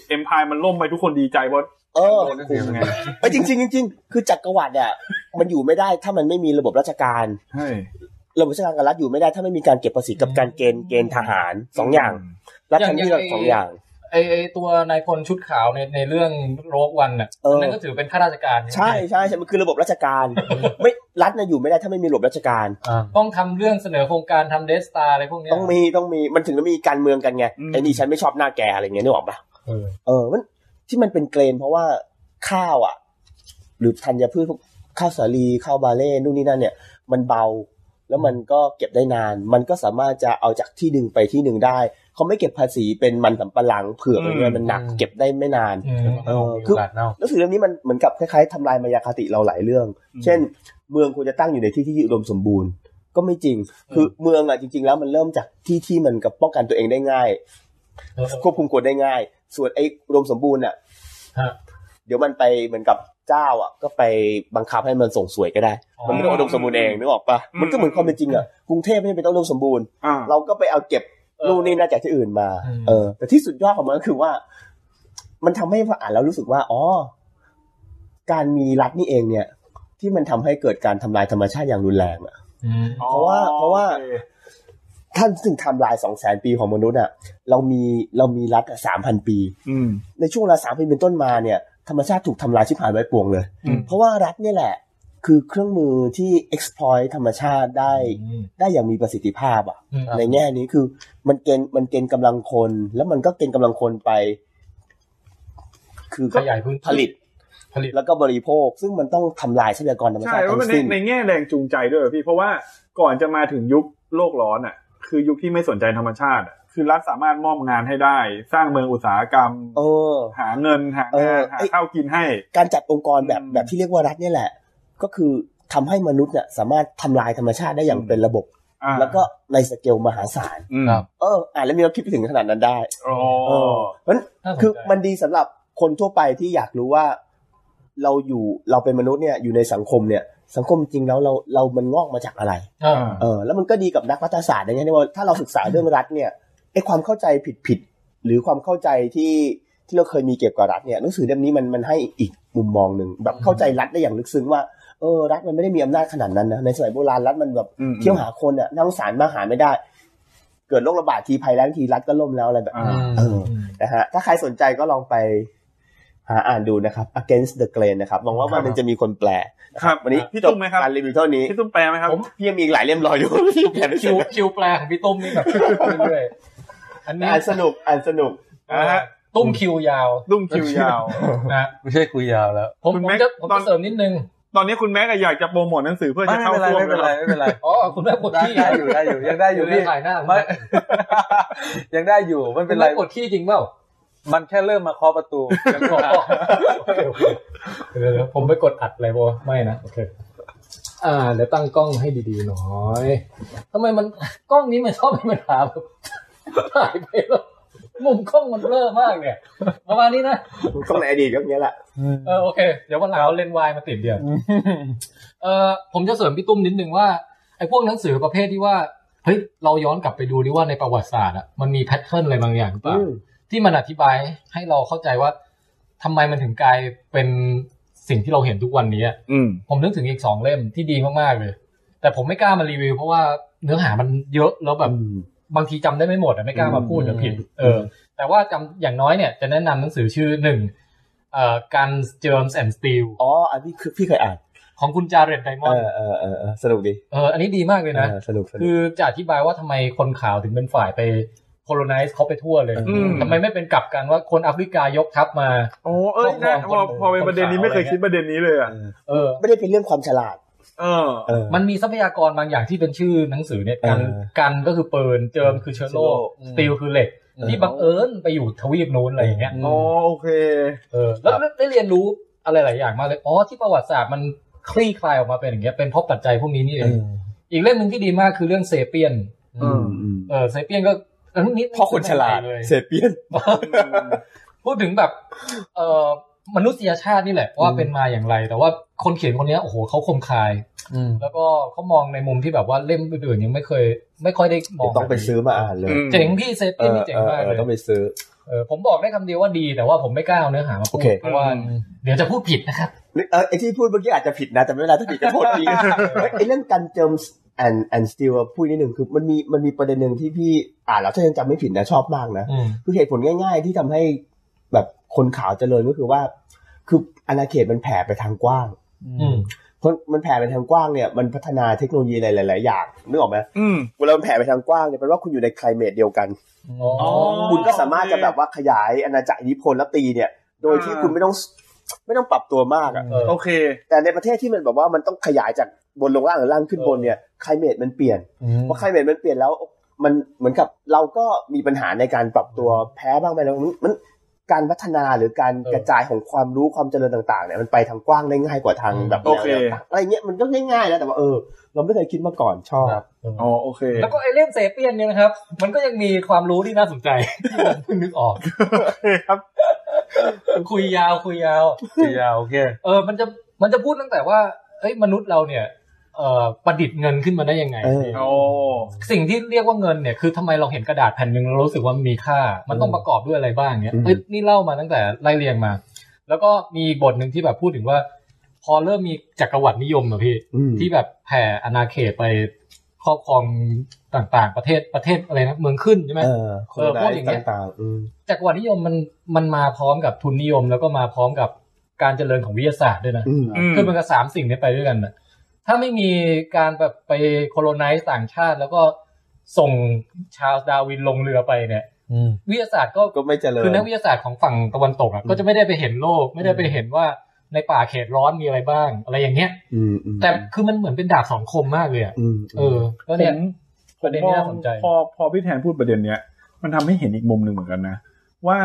Speaker 12: เอ็มพายมันล่มไปทุกคนดีใจเพราะ
Speaker 6: เออ
Speaker 12: โดนนั่นเองไง
Speaker 6: ไปจริงๆจริงๆคือจักรวรรดิอ่ะมันอยู่ไม่ได้ถ้ามันไม่มีระบบราชการ
Speaker 12: ใช่
Speaker 6: ระบบราชการกับรัฐอยู่ไม่ได้ถ้าไม่มีการเก็บภาษีกับการเกณฑ์เกณฑ์ทหารสองอย่างรัฐทำที่เราสองอย่าง
Speaker 1: ไอไอตัวนายพลชุดขาวในในเรื่องโรกวันน่ะ
Speaker 6: เออ
Speaker 1: นั่นก็ถือเป็นข้าราชการ
Speaker 6: ใช่ใช่ใช่มันคือระบบราช การ ไม่รัฐน่ะอยู่ไม่ได้ถ้าไม่มีระบบราชการ
Speaker 1: ต้องทำเรื่องเสนอโครงการทำเดสตาอะไรพวกเนี้ย
Speaker 6: ต้องมีต้องมีมันถึงจะมีการเมืองกันไงไอ้นี่ฉันไม่ชอบหน้าแกอะไรเงี้ยนึกออกปะ
Speaker 1: เออ
Speaker 6: เออมันที่มันเป็นเกรนเพราะว่าข้าวอ่ะ หรือธัญพืชพวกข้าวสาลีข้าวบาเล่นู่นนี่นั่นเนี่ย มันเบาแล้วมันก็เก็บได้นาน มันก็สามารถจะเอาจากที่หนึ่งไปที่หนึ่งได้ เขาไม่เก็บภาษีเป็นมันสำปะหลังเผือกอะไรเงี้ยมันหนักเก็บได้ไม่นาน
Speaker 1: อืม
Speaker 6: เออ
Speaker 1: มี
Speaker 6: คือ
Speaker 1: โอกาสเน่า
Speaker 6: หนังสือเล่มนี้มันเหมือนกับคล้ายๆทำลายมายาคติเราหลายเรื่อง เช่น เมืองควรจะตั้งอยู่ในที่ที่อุดมสมบูรณ์ ก็ไม่จริง คือเมืองอ่ะจริง ๆ แล้วมันเริ่มจากที่ที่มันกับป้องกันตัวเองได้ง่าย
Speaker 1: เออ
Speaker 6: ควบคุมกฎได้ง่าย ส่วนไอ้อุดมสมบูรณ์อ่ะ
Speaker 1: ฮะ
Speaker 6: เดี๋ยวมันไปเหมือนกับเจ้าอ่ะ ก็ไปบังคับให้มันส่งสวยก็ได้ มันไม่ได้อุดมสมบูรณ์เองนึกออกปะมันก็เหมือนความเป็นจริงอ่ะกรุงเทพไม่ได้เป็นอุดมสมบูรณ์
Speaker 12: อ่า
Speaker 6: เราก็ไปเอาเก็บ
Speaker 1: เออ
Speaker 6: นู่นนี่น่าจากที่อื่นมา
Speaker 1: อืม
Speaker 6: เออ แต่ที่สุดยอดของมันก็คือว่า มันทำให้พออ่านแล้วรู้สึกว่าอ๋อการมีรัฐนี่เองเนี่ย ที่มันทำให้เกิดการทำลายธรรมชาติอย่างรุนแรงอะ
Speaker 1: อืม
Speaker 6: เพราะว่าเพราะว่า
Speaker 12: โอค
Speaker 6: ท่านถึงไทำลายสองแสนปีของมนุษย์อ่ะ เรามีเรามีรัฐสามพันปี
Speaker 12: อืม
Speaker 6: ในช่วงเวลาสามพันเป็นต้นมาเนี่ย ธรรมชาติถูกทำลายชิบหายไว้ปวงเลย
Speaker 12: อืม
Speaker 6: เพราะว่ารัฐเนี่ยแหละ คือเครื่องมือที่ exploit ธรรมชาติได้ ได้อย่างมีประสิทธิภาพอ่ะ
Speaker 1: อืม
Speaker 6: ในแง่นี้คือมันเกณฑ์มันเกณฑ์กำลังคน แล้วมันก็เกณฑ์กำลังคนไป คือ
Speaker 1: ข
Speaker 6: ก็
Speaker 1: ยายพื้นที่
Speaker 6: ผลิต
Speaker 1: ผลิต
Speaker 6: แล้วก็บริโภค ซึ่งมันต้องทำลายทรัพยากรธรรม
Speaker 12: ใช่
Speaker 6: ชาติ
Speaker 12: แล้ว
Speaker 6: ทั้
Speaker 12: มัน
Speaker 6: ง
Speaker 12: ใน
Speaker 6: สิ้น
Speaker 12: ในแง่แรงจูงใจด้วยเหรอพี่ เพราะว่าก่อนจะมาถึงยุคโลกร้อนอ่ะ คือยุคที่ไม่สนใจธรรมชาติอะคือรัฐสามารถมอบงานให้ได้ สร้างเมืองอุตสาหกรรม
Speaker 6: เออ
Speaker 12: หาเงินหา
Speaker 6: เออ
Speaker 12: าน
Speaker 6: ง
Speaker 12: หา
Speaker 6: ไอ้
Speaker 12: ข้าวกินให้
Speaker 6: การจัดองค์กรแบบ
Speaker 12: อืม
Speaker 6: แบบที่เรียกว่ารัฐเนี่ยแหละ ก็คือทำให้มนุษย์เนี่ยสามารถทำลายธรรมชาติได้อย่างเป็นระบบ
Speaker 12: อ่า
Speaker 6: แล้วก็ในสเกลมหาศาล
Speaker 12: อืม
Speaker 1: ครับ
Speaker 6: เอออ่านแล้วมีเราคิดไปถึงขนาดนั้นได้
Speaker 12: อ๋อ
Speaker 6: เออเพราะฉะนั้น
Speaker 1: น่าสนใจ
Speaker 6: คือมันดีสำหรับคนทั่วไปที่อยากรู้ว่า เราอยู่เราเป็นมนุษย์เนี่ยอยู่ในสังคมเนี่ย สังคมจริงแล้วเราเรามันงอกมาจากอะไร
Speaker 1: เออ
Speaker 6: เออแล้วมันก็ดีกับนักรัฐศาสตร์อย่างเงี้ยที่ว่าถ้าเราศึกษาเรื่องรัฐเนี่ยไอความเข้าใจผิดผิดๆหรือความเข้าใจที่ที่เราเคยมีเกี่ยวกับรัฐเนี่ยหนังสือเล่มนี้มันมันให้อีกมุมมองหนึ่งแบบเข้าใจรัฐได้อย่างลึกซึ้งว่าเออรัฐมันไม่ได้มีอำนาจขนาดนั้นนะในสมัยโบราณรัฐมันแบบ
Speaker 12: อืม
Speaker 6: เที่ยวหาคนอ่ะนั่าสงสารมากหาไม่ได้ เกิดโรคระบาดทีภัยแล้งทีรัฐก็ล่มแล้วอะไรแบบ
Speaker 12: อ่า
Speaker 6: เออ นะฮะถ้าใครสนใจก็ลองไปหาอ่านดูนะครับ against the grain นะครับหวังว่าวันหนึงจะมีคนแปล
Speaker 12: ครับ
Speaker 6: วันนี้
Speaker 12: พี่
Speaker 6: จ
Speaker 12: ตุ้มไหมครับ
Speaker 6: การรีวิวเท่านี้
Speaker 12: พี่ตุ้มแปลไหมครับ
Speaker 6: พี่ยังมีอีกหลายเล่มรออยู่ พี่ยังแปลไม่เส
Speaker 1: คิ
Speaker 6: ร็
Speaker 1: ว
Speaker 6: จ
Speaker 1: คิวแปลของพี่ตุ้มนี่แบบเรื่อยๆอันนี้
Speaker 6: อ่านสนุกอ่านสนุก
Speaker 12: นะฮะ
Speaker 1: ตุ้มคิวยาว
Speaker 12: ตุ้มคิวยาว
Speaker 1: นะ
Speaker 2: ไม่ใช่คุยยาวแล้ว
Speaker 1: ผม
Speaker 12: คุณ
Speaker 1: ผม
Speaker 12: แม็กซ์
Speaker 1: จะผม
Speaker 12: ตอ
Speaker 1: จะ
Speaker 12: น
Speaker 1: เสริมนิดนึง
Speaker 12: ตอนนี้คุณแม็กอะอยากจะโปรโมทหนังสือเพื่อ
Speaker 2: ไม่
Speaker 12: จะเข้า
Speaker 2: เป็นไร
Speaker 12: ร่วม
Speaker 2: ไม่เป็นไร
Speaker 12: แล้ว
Speaker 2: ไม่เป็นไร
Speaker 1: อ๋อคุณแม่ปวด
Speaker 2: ได้
Speaker 1: ขี้
Speaker 2: ได้อยู่ได้อยู่ยังได้อยู่
Speaker 1: เรื่
Speaker 2: พี่
Speaker 1: องถ่ายหน้าผม
Speaker 2: ไม่ ยังได้อยู่ไม่
Speaker 1: คุ
Speaker 2: เป็
Speaker 1: ณ
Speaker 2: นไร
Speaker 1: แม่ปวดขี้จริงเปล่า
Speaker 2: มันแค่เริ่มมาเคาะประตูยังไม่มา
Speaker 1: โอเคโอเคเดี๋ยวเดี๋ยวผมไปกดอัดอะไรบ่ไม่นะโอเคอ่าเดี๋ยวตั้งกล้องให้ดีๆหน่อยทำไมมันกล้องนี้มันชอบมีปัญหาแบบ ถ่ายไปแล้วมุมกล้องมันเบลอมากเนี่ยประมาณนี้นะ
Speaker 6: ก็ในอดีตก็อย่างเนี้ยแหละ
Speaker 1: เออโอเค เดี๋ยววันหลังเอาเลนส์วายมาติดเดียวเออผมจะเสริมพี่ตุ้มนิดนึงว่าไอ้พวกหนังสือประเภทที่ว่าเฮ้ยเราย้อนกลับไปดูดิว่าในประวัติศาสตร์อะมันมีแพทเทิร์นอะไรบางอย่างหรือเปล่า
Speaker 6: อืม
Speaker 1: ที่มันอธิบายให้เราเข้าใจว่าทำไมมันถึงกลายเป็นสิ่งที่เราเห็นทุกวันนี้อะ
Speaker 12: อืม
Speaker 1: ผมนึกถึงอีกสองเล่มที่ดีมากๆเลย แต่ผมไม่กล้ามารีวิว เพราะว่าเนื้อหามันเยอะแล้วแบบ บางทีจำได้ไม่หมดอะไม่กล้ามาพูดเดี๋ยวผิดเออแต่ว่าจำอย่างน้อยเนี่ยจะแนะนำหนังสือชื่อหนึ่งเอ่อ Guns Germs and Steel
Speaker 6: อ๋ออันนี้คือพี่เคยอ่าน
Speaker 1: ของคุณจาเรตไดม
Speaker 6: เอ
Speaker 1: อนด์
Speaker 6: อเออเออเออสนุกดี
Speaker 1: เอออันนี้ดีมากเลยนะ
Speaker 6: เออสนุกสนุ
Speaker 1: คื
Speaker 6: ก
Speaker 1: อจะอธิบายว่าทำไมคนขาวถึงเป็นฝ่ายไป colonize เขาไปทั่วเลย
Speaker 6: อืม
Speaker 1: ทำไมไม่เป็นกลับกันว่าคนแอฟริกายกทัพมา
Speaker 12: โอ้เอ้ยนะพอพอเป็นประเด็นนี้ไม่เคยคิดประเด็นนี้เลยอ่ะ
Speaker 1: เออ
Speaker 6: ไม่ได้เป็นเรื่องความฉลาด
Speaker 12: เออ
Speaker 6: เออ
Speaker 1: มันมีทรัพยากรบางอย่างที่เป็นชื่อหนังสือเนี่ยกัน
Speaker 6: เออ
Speaker 1: กันก็คือปืนเจิมคือเชื้อโรค
Speaker 6: เชื้
Speaker 1: ส
Speaker 6: อโรค
Speaker 1: ตีลคือเหล็ก
Speaker 6: เออ
Speaker 1: ที่บังเอิญไปอยู่ทวีปนู้นอะไรอย่างเงี้ย
Speaker 12: อ๋อโอเค
Speaker 1: เออแล้วได้เรียนรู้อะไรหลายอย่างมากเลย อ๋อที่ประวัติศาสตร์มันคลี่คลายออกมาเป็นอย่างเงี้ย เป็นเพราะปัจจัยพวกนี้นี่เอ
Speaker 6: เอง อ
Speaker 1: อีกเล่มหนึ่งที่ดีมากคือเรื่องเซเปียน
Speaker 12: อืม
Speaker 6: อืม
Speaker 1: เออเซเปียนก็อันนี้
Speaker 6: พ่อคนฉลาด
Speaker 1: เลย
Speaker 6: เซเปียน
Speaker 1: พูดถึงแบบ เออ มนุษยชาตินี่แหละว่าเป็นมาอย่างไร แต่ว่าคนเขียนคนเนี้ยโอ้โหเขาคมคาย
Speaker 2: อืม
Speaker 1: แล้วก็เขามองในมุมที่แบบว่าเล่มอื่นๆยังไม่เคย ไม่ค่อยได้มอ
Speaker 6: เดี๋ย
Speaker 1: ง
Speaker 6: วต้องไปซื้อมาอ่านเลย
Speaker 1: เจ๋งพี่เซต
Speaker 6: เอ
Speaker 1: ติ้ง
Speaker 6: อ
Speaker 1: นี่เจ๋ง
Speaker 6: เออ
Speaker 1: มาก
Speaker 6: เอ
Speaker 1: เล
Speaker 6: อย ต้องไปซื้อ
Speaker 1: เออผมบอกได้คำเดียวว่าดี แต่ว่าผมไม่กล้าเอาเนื้อหามาพู
Speaker 6: โอ
Speaker 1: ด
Speaker 6: เค
Speaker 1: เพราะว่าเดี๋ยวจะพูดผิดนะครับ
Speaker 6: นึกเออไอที่พูดเมื่อกี้อาจจะผิดนะ แต่ไม่เป็นไรถ้าผิดก็โทษที เอ้ยไอเรื่องการเจิมแอนแอนสติลพูดนิดหนึ่งคือมันมีมันมีประเด็นหนึ่งที่พี่อ่านแล้วถ้ายังจำไม่ผิดนะชอบมากนะ
Speaker 1: อืม
Speaker 6: คือเหตุผลง่าย ๆ ที่ทำให้แบบคนขาวเจริญก็คือว่า คืออาณาเขตมันแผ่ไปทางกว้าง
Speaker 1: อืม
Speaker 6: เพราะมันแผ่ไปทางกว้างเนี่ยมันพัฒนาเทคโนโลยีอะไรหลาย ๆ อย่างนึกออกไหม
Speaker 12: อืม
Speaker 6: เวลามันแผ่ไปทางกว้างเนี่ยแปลว่าคุณอยู่ในไคลเมตเดียวกัน
Speaker 12: อ๋อ
Speaker 6: คุณก็สามารถจะแบบว่าขยายอาณาจักรอิทธิพลและตีเนี่ย โดยที่
Speaker 12: อ่า
Speaker 6: คุณไม่ต้องไม่ต้องปรับตัวมากอะ
Speaker 1: เออ
Speaker 12: โอเค
Speaker 6: แต่ในประเทศที่มันแบบว่ามันต้องขยายจากบนลงล่างหรือล่างขึ้นบนเนี่ยไคลเมตมันเปลี่ยน พอไคลเมตมันเปลี่ยนแล้วมันเหมือนกับเราก็มีปัญหาในการปรับตัวแพ้บ้างไหมแล้วมันมันการพัฒนาหรือการ
Speaker 1: เออ
Speaker 6: กระจายของความรู้ความเจริญต่างๆเนี่ยมันไปทางกว้างได้ง่ายกว่าทางแบบแนว
Speaker 12: โอเค
Speaker 6: ต่างๆอะไรเงี้ยมันก็ง่ายๆนะแต่ว่าเออ เราไม่เคยคิดมาก่อนชอบ
Speaker 12: อ๋อโอเค
Speaker 1: แล้วก็ไอเล่มเซเปียนเนี่ยนะครับ มันก็ยังมีความรู้ที่น่าสนใจ ที่ผมเพิ่งนึกออก
Speaker 12: ครับ
Speaker 1: คุยยาวคุยยาว
Speaker 2: คุยยาวโอเค
Speaker 1: เออ มันจะมันจะพูดตั้งแต่ว่าเอ้ยมนุษย์เราเนี่ย เอ่อประดิษฐ์เงินขึ้นมาได้ยังไง
Speaker 6: เออ
Speaker 12: โอ้
Speaker 1: สิ่งที่เรียกว่าเงินเนี่ยคือทำไมเราเห็นกระดาษแผ่นหนึ่งเรารู้สึกว่ามันมีค่า มันต้องประกอบด้วยอะไรบ้างเนี่ย
Speaker 6: อืม
Speaker 1: เอ้ยนี่เล่ามาตั้งแต่ไล่เรียงมา แล้วก็มีบทหนึ่งที่แบบพูดถึงว่า พอเริ่มมีจักรวรรดินิยมอะพี่
Speaker 6: อืม
Speaker 1: ที่แบบแผ่อาณาเขตไปครอบครองต่างๆ ประเทศประเทศอะไรนะเมืองขึ้นใช่ไหม
Speaker 6: เออค
Speaker 1: เออพูด
Speaker 6: น
Speaker 1: อย่างเงี้ย
Speaker 6: ต่างๆอืม
Speaker 1: จักรวรรดินิยมมันมันมาพร้อมกับทุนนิยม แล้วก็มาพร้อมกับการเจริญของวิทยาศาสตร์ด้วยนะ
Speaker 6: อืม
Speaker 12: อืม
Speaker 1: คือมันก็สามสิ่งนี้ไปด้วยกันนะถ้าไม่มีการแบบไปโคโลไนซ์ต่างชาติ แล้วก็ส่งชาร์ลส์ดาร์วินลงเรือไปเนี่ย
Speaker 2: อืม
Speaker 1: วิทยาศาสตร์ก็
Speaker 6: ก็ไม่เจริญ
Speaker 1: คือนักวิทยาศาสตร์ของฝั่งตะวันตกอะก็จะไม่ได้ไปเห็นโลก ไม่ได้ไปเห็นว่าในป่าเขตร้อนมีอะไรบ้าง อะไรอย่างเงี้ย
Speaker 6: อืมอืม
Speaker 1: แต่คือมันเหมือนเป็นดาบสองคมมากเลยอะ
Speaker 6: อืม
Speaker 1: เออก็เนี่ย
Speaker 12: ผม
Speaker 1: ประเด็น
Speaker 12: มอ
Speaker 1: ที่
Speaker 12: ง
Speaker 1: น่าสนใจ
Speaker 12: พอพอพี่แทนพูดประเด็นเนี้ย มันทำให้เห็นอีกมุมหนึ่งเหมือนกันนะ ว่า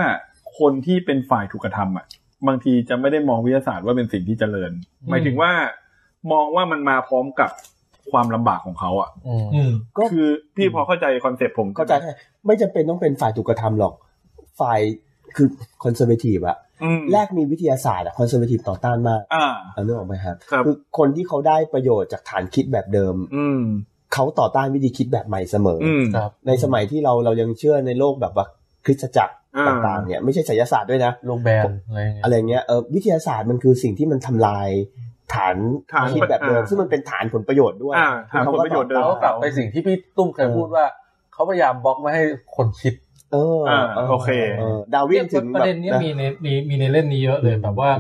Speaker 12: คนที่เป็นฝ่ายถูกกระทำอ่ะ บางทีจะไม่ได้มองวิทยาศาสตร์ว่าเป็นสิ่งที่เจริญ หมายถึงว่า มองว่ามันมาพร้อมกับความลำบากของเขาอ่ะ
Speaker 2: อืม
Speaker 1: อืม
Speaker 12: คือพี่พอเข้าใจคอนเซ็ปต์ผม
Speaker 6: เข้าใจได้ไม่จำเป็นต้องเป็นฝ่ายถูกกระทำหรอก ฝ่ายคือคอนเซอร์เวทีฟอะ
Speaker 12: อืม
Speaker 6: แรกมีวิทยาศาสตร์อะคอนเซอร์เวทีฟต่อต้านมาก
Speaker 12: อ่า
Speaker 6: เอาเรื่องออกไปครับ
Speaker 12: ครับ
Speaker 6: คือคนที่เขาได้ประโยชน์จากฐานคิดแบบเดิม
Speaker 12: อืม
Speaker 6: เขาต่อต้านวิธีคิดแบบใหม่เสมออ
Speaker 12: อืม
Speaker 1: ครับ
Speaker 6: ในสมัยที่เราเรายังเชื่อในโลกแบบว่าคริสตจักร
Speaker 12: อ่า
Speaker 6: ต่างๆเนี่ยไม่ใช่ไสยศาสตร์ด้วยนะ
Speaker 1: โรงแบนอะไรอย่างเงี้ย
Speaker 6: อะไรเงี้ยเออวิทยาศาสตร์มันคือสิ่งที่มันทำลายฐาน
Speaker 12: ฐาน
Speaker 6: คิดแบบเดิม
Speaker 12: อ่า
Speaker 6: ซึ่งมันเป็นฐานผลประโยชน์ด้วย
Speaker 12: อ่าฐานผลประโยชน์เดิม
Speaker 2: เขากลับไปสิ่งที่พี่ตุ้มเคยพูดว่า เขาพยายามบล็อกไม่ให้คนคิด
Speaker 6: เออ
Speaker 12: อ่าโอเค
Speaker 6: อดาร์วินถึง
Speaker 1: ประเด็นเนี้ย
Speaker 6: แบบ
Speaker 1: มีในมีมีในเล่มนี้เยอะเลยแบบว่า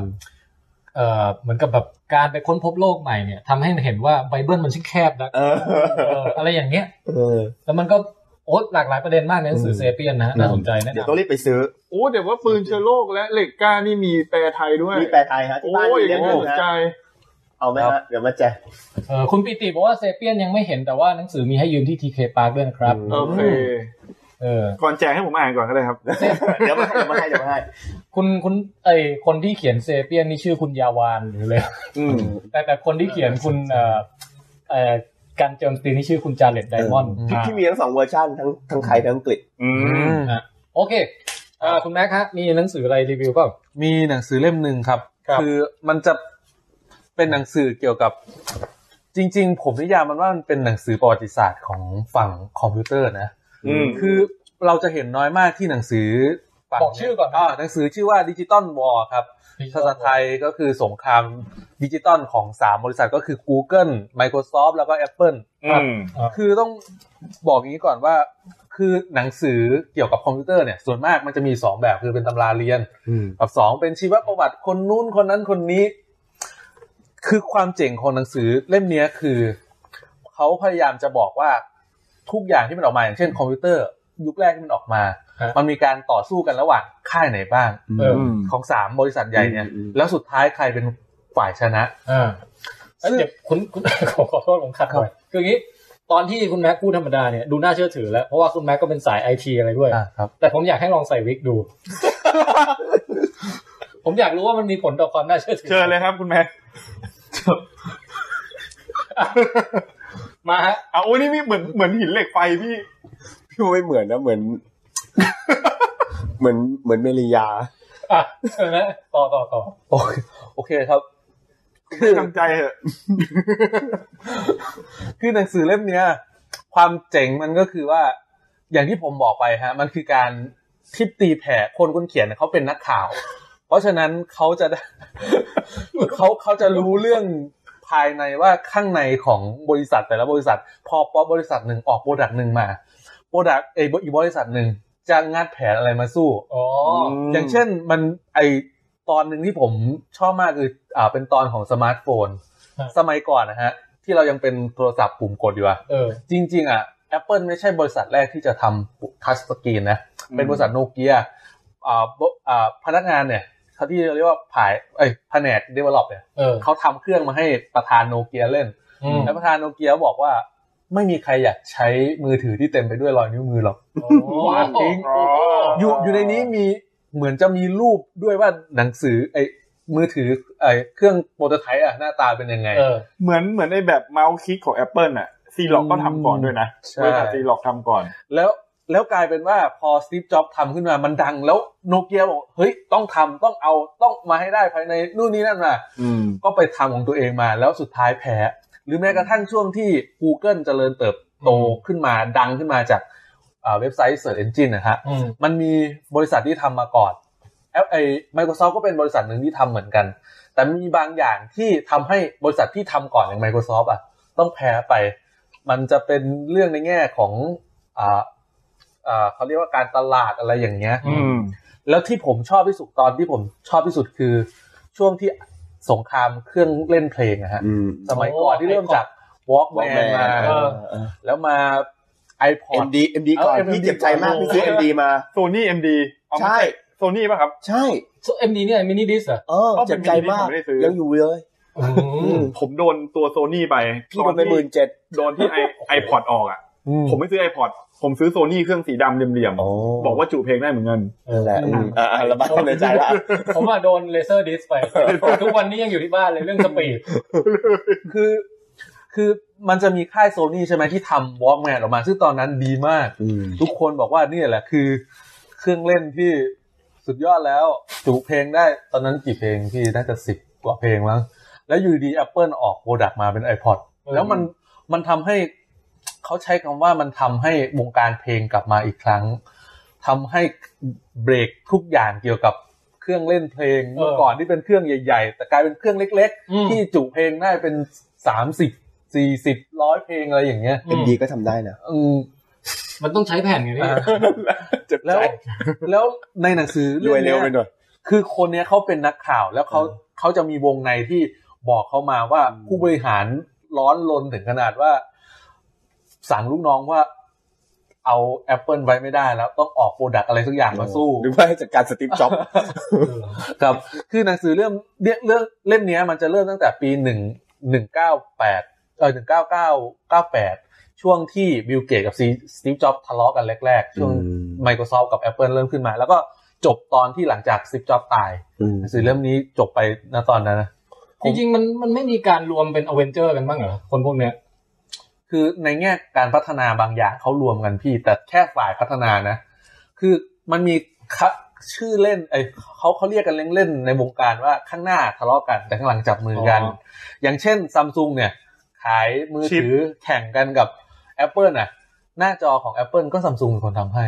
Speaker 1: เออเหมือนกับแบบการไปค้นพบโลกใหม่เนี่ยทำให้เห็นว่าไบเบิลมันช่างแคบ นะ
Speaker 6: เออ
Speaker 1: เอออะไรอย่างเงี้ย
Speaker 6: เออ
Speaker 1: แล้วมันก็โอ๊ตหลากหลายประเด็นมากในหนังสือ
Speaker 6: อืม
Speaker 1: เซเปียนนะฮะน่าสนใจ
Speaker 6: เดี๋ยว
Speaker 1: แนะำ
Speaker 6: นต้องรีบไปซื้อ
Speaker 12: โอ้แต่ว่าปืนเชื้อโรคและเหล็กกล้านี่มีแปลไทยด้วย
Speaker 6: มีแปลไทยฮะที่
Speaker 12: โอ้
Speaker 6: บ้าน
Speaker 12: ย
Speaker 6: มีเล่มห
Speaker 12: น่า
Speaker 6: นึ
Speaker 12: ง สน
Speaker 6: นะ
Speaker 12: ใจ
Speaker 6: เอาไหมฮะเดี๋ยวมาแจก
Speaker 1: เออคุณปิติบอกว่าเซเปียนยังไม่เห็นแต่ว่าหนังสือมีให้ยืมที่ทีเคปาร์คด้วยนะครับ
Speaker 12: โอเค
Speaker 1: เออ
Speaker 12: ก่อนแจกให้ผมอ่านก่อนก็ได้ครับ
Speaker 6: เดี๋ยวมาให้เดี๋ยวมาให้เดี๋ยวมาให้
Speaker 1: คุณคุณไอคนที่เขียนเซเปียนนี่ชื่อคุณยาวานหรือเลย
Speaker 6: อืม
Speaker 1: แต่แต่คนที่เขียนคุณเอ่อเอ่อการโจมตีนี่ชื่อคุณจาเล็ตไดมอนด์
Speaker 6: เออ
Speaker 1: อ่า
Speaker 6: ที่มีทั้งสองเวอร์ชันทั้งทั้งไทยทั้งอังกฤษ
Speaker 12: อืม
Speaker 1: โอเคเอ่อคุณแม็กซ์ฮะ มีหนังสืออะไรรีวิวเปล่า
Speaker 2: มีหนังสือเล่มหนึ่งครับ
Speaker 1: ครับ
Speaker 2: คือมันจะเป็นหนังสือเกี่ยวกับ จริง ๆ ผมนิยามมันว่ามันเป็นหนังสือประวัติศาสตร์ของฝั่งคอมพิวเตอร์นะ
Speaker 12: อืม
Speaker 2: คือเราจะเห็นน้อยมากที่หนังสือฝั่ง
Speaker 1: บอกชื่อก่อนนะ
Speaker 2: าหนังสือชื่อว่าดิจิตอลวอ r ครับภาษาไทยก็คือสงครามดิจิตอลของสามบริษัทก็คือ Google Microsoft แล้วก็ Apple ครับ
Speaker 12: อืม
Speaker 2: คือต้องบอกอย่างนี้ก่อนว่า คือหนังสือเกี่ยวกับคอมพิวเตอร์เนี่ย ส่วนมากมันจะมีสองแบบคือเป็นตำราเรียน
Speaker 6: อืม
Speaker 2: กับสองเป็นชีวประวัติคนนู้นคนนั้นคนนี้ คือความเจ๋งของหนังสือเล่มเนี้ยคือเขาพยายามจะบอกว่าทุกอย่างที่มันออกมาอย่างเช่นคอมพิวเตอร์ ยุคแรกที่มันออกมา
Speaker 1: ฮะ
Speaker 2: มันมีการต่อสู้กันระหว่างค่ายไหนบ้าง
Speaker 1: เออ
Speaker 2: ของสามบริษัทใหญ่เนี่ย
Speaker 6: อืม
Speaker 2: แล้วสุดท้ายใครเป็นฝ่ายชนะ
Speaker 1: อ่าเอ้ย
Speaker 2: ซึ่ง
Speaker 1: เดี๋ยวคุณคุณ ขอขอโทษผมขัดหน่อยคืออย่างนี้ ตอนที่คุณแม็กซ์พูดธรรมดาเนี่ยดูน่าเชื่อถือแล้ว เพราะว่าคุณแม็กซ์ก็เป็นสายไอทีอะไรด้วย
Speaker 2: อ่าครับ
Speaker 1: แต่ผมอยากให้ลองใส่วิกดู ผมอยากรู้ว่ามันมีผลต่อความน่าเชื่อถือ
Speaker 12: เชิญเลยครับคุณแม่
Speaker 1: มาฮะ
Speaker 12: เอาโอ้ยนี่มีเหมือนเหมือนหินเหล็กไฟพี่
Speaker 6: พี่ว่าไม่เหมือนนะเหมือน เหมือนเหมือนเมริยา
Speaker 1: เ อ่ะเห็นไหมต่อต่อต่อ
Speaker 2: โอเคโอเคครับ
Speaker 12: ให้กำลังใจเถอะ
Speaker 2: คือหนังสือเล่มเนี้ย ความเจ๋งมันก็คือว่า อย่างที่ผมบอกไปฮะ มันคือการทิดตีแผ่คนคนเขียนเนี่ยเขาเป็นนักข่าว เพราะฉะนั้นเขาจะ ได้ เขาเขาจะรู้เรื่องภายในว่าข้างในของบริษัทแต่ละบริษัท พอปบริษัทหนึ่งออกโปรดักต์หนึ่งมาโปรดักต์ไอ้อีกบริษัทหนึ่งจะงัดแผนอะไรมาสู้
Speaker 1: อ๋อ
Speaker 2: อย่างเช่นมันไอตอนหนึ่งที่ผมชอบมากคืออ่าเป็นตอนของสมาร์ทโฟน สมัยก่อนนะฮะ ที่เรายังเป็นโทรศัพท์ปุ่มกดอยู่อะ
Speaker 1: เออ
Speaker 2: จริง ๆ อ่ะ Apple ไม่ใช่บริษัทแรกที่จะทำทัชสกรีนนะ เป็นบริษัทโนเกียอ่าบอ่าพนักงานเนี่ยเขาที่เรียกว่าผายไอยแผนก develop เนี่ย
Speaker 1: เออ
Speaker 2: เขาทำเครื่องมาให้ประธานโนเกียเล่น
Speaker 1: อืม
Speaker 2: แล้วประธานโนเกียบอกว่า ไม่มีใครอยากใช้มือถือที่เต็มไปด้วยรอยนิ้วมือหรอก
Speaker 1: โอ้
Speaker 2: หวานจริง อยู่อยู่ในนี้มีเหมือนจะมีรูปด้วยว่าหนังสือไอ้มือถือไอ้เครื่องโปรโตไทป์อะหน้าตาเป็นยังไง
Speaker 1: เออ
Speaker 12: เหมือนเหมือนไอ้แบบเมาส์คลิกของ Apple น่ะซีล็อกก็ทำก่อนด้วยนะ
Speaker 2: ใช่
Speaker 12: บริษัทซีล็อกทำก่อน
Speaker 2: แล้วแล้วกลายเป็นว่าพอสตีฟจ็อบส์ทำขึ้นมามันดังแล้วโนเกียบอกเฮ้ยต้องทำต้องเอาต้องมาให้ได้ภายในนู่นนี่นั่นมา
Speaker 12: อืม
Speaker 2: ก็ไปทำของตัวเองมาแล้วสุดท้ายแพ้ หรือแม้กระทั่งช่วงที่ Google เจริญเติบโตขึ้นมาดังขึ้นมาจากอ่าเว็บไซต์ Search Engine นะฮะ
Speaker 1: อืม
Speaker 2: มันมีบริษัทที่ทำมาก่อนแอปไอ้ Microsoft ก็เป็นบริษัทหนึ่งที่ทำเหมือนกัน แต่มีบางอย่างที่ทำให้บริษัทที่ทำก่อนอย่าง Microsoft อ่ะ ต้องแพ้ไป มันจะเป็นเรื่องในแง่ของอ่าอ่าเขาเรียกว่าการตลาดอะไรอย่างเงี้ย
Speaker 1: อื
Speaker 12: อืม
Speaker 2: แล้วที่ผมชอบที่สุดตอนที่ผมชอบที่สุดคือช่วงที่สงครามเครื่องเล่นเพลงนะฮะ
Speaker 6: อืม
Speaker 2: สมัยก่อนที่เริ่มจาก Walkman มา
Speaker 1: เออ
Speaker 2: แล้วมา
Speaker 6: เอ็
Speaker 2: iPod
Speaker 6: มดีเอ็มดีก่อน
Speaker 2: เออ MD
Speaker 6: พี่เจ็บใจมากพี่ซื้อ
Speaker 2: ก่
Speaker 6: เอ็
Speaker 2: อน
Speaker 6: มดีมา
Speaker 12: โซนี่เอ็มดี
Speaker 6: ใช่
Speaker 12: โซนี่ป่ะครับ
Speaker 6: ใช่
Speaker 1: เอ็มดีเนี่ยมินิดิสเหรอ
Speaker 6: เออเจ็บใจมาก
Speaker 12: ผมไม่ได้ซื้อ
Speaker 6: ยังอยู่เลย
Speaker 1: อืม
Speaker 12: ผมโดนตัวโซนี่ไป
Speaker 6: พี่โดนไปหมื่น
Speaker 12: ที่
Speaker 6: เจ็ด
Speaker 12: โดนที่ไอไอพอดออกอ่ะ ผมไม่ซื้อไอพอดผมซื้อโซนี่เครื่องสีดำเหลี่ยมๆ บอกว่าจุเพลงได้เหมือนกัน
Speaker 6: นั่นแหละอืมอ่าระบายความในใจละ
Speaker 1: ผมอ่ะโดนเลเซอร์ดิสไป ทุกวันนี้ยังอยู่ที่บ้านเลยเรื่องสปีด
Speaker 2: คือคือมันจะมีค่ายโซนี่ใช่ไหมที่ทำวอล์กแมนออกมา ซึ่งตอนนั้นดีมาก
Speaker 6: อืม
Speaker 2: ทุกคนบอกว่าเนี่ยแหละคือ เครื่องเล่นที่สุดยอดแล้วจุเพลงได้ตอนนั้นกี่เพลงพี่น่าจะสิบกว่าเพลงมั้งแล้วอยู่ดี Apple ออกโปรดักต์มาเป็น iPod แล้วมันมันทำให้เขาใช้คำว่ามันทำให้วงการเพลงกลับมาอีกครั้งทำให้เบรกทุกอย่างเกี่ยวกับเครื่องเล่นเพลง
Speaker 1: เออ
Speaker 2: เมื่อก่อนที่เป็นเครื่องใหญ่ ๆ แต่กลายเป็นเครื่องเล็ก
Speaker 1: อืม
Speaker 2: ๆ ที่จุเพลงได้เป็นสามสิบสี่สิบร้อยเพลงอะไรอย่างเงี้ย
Speaker 1: อื
Speaker 6: เอ็
Speaker 1: ม
Speaker 6: มดีก็ทำได้นะ
Speaker 2: อืม
Speaker 1: มันต้องใช้แผ่นไงพี่
Speaker 2: แล้วแล้วในหนังสือ
Speaker 6: ร
Speaker 2: เรื่
Speaker 6: ว
Speaker 2: อย ง
Speaker 6: เร็วไป
Speaker 2: เนี้ย
Speaker 6: หน่อย
Speaker 2: คือคนเนี้ยเขาเป็นนักข่าวแล้วเขาเขาจะมีวงในที่บอกเขามาว่าผู้บริหารร้อนรนถึงขนาดว่า สั่งลูกน้องว่า เอาแอปเปิลไว้ไม่ได้แล้ว ต้องออกโปรดักอะไรสักอย่างมาสู้
Speaker 6: หรือว่าให้จัดการสตีฟจ็อบส์
Speaker 2: ครับ คือหนังสือเรื่องเรื่องเรื่องเล่มเนี้ย มันจะเริ่มตั้งแต่ปีหนึ่งหนึ่งเก้าแปดเออหนึ่งเก้าเก้าเก้าแปดช่วงที่บิลเกตกับสตีฟจ็อบทะเลาะกันแรกๆ ช่วง Microsoft กับ Apple เริ่มขึ้นมา แล้วก็จบตอนที่หลังจากสตีฟจ็อบตาย หนังสือเล่มนี้จบไปณตอนนั้นนะ
Speaker 1: จริงๆมันมันไม่มีการรวมเป็นอเวนเจอร์กันบ้างเหรอ คนพวกเนี้ย
Speaker 2: คือในแง่การพัฒนาบางอย่างเขารวมกันพี่ แต่แค่ฝ่ายพัฒนานะ คือมันมีคะชื่อเล่นไอ้เขาเขาเรียกกันเล่นๆในวงการว่าข้างหน้าทะเลาะกันแต่ข้างหลังจับมือกัน
Speaker 1: อ๋อ
Speaker 2: อย่างเช่นซัมซุงเนี่ย ขายมือถือแข่งกันกับ Apple น่ะ หน้าจอของ Apple ก็ซัมซุงเป็นคนทำให้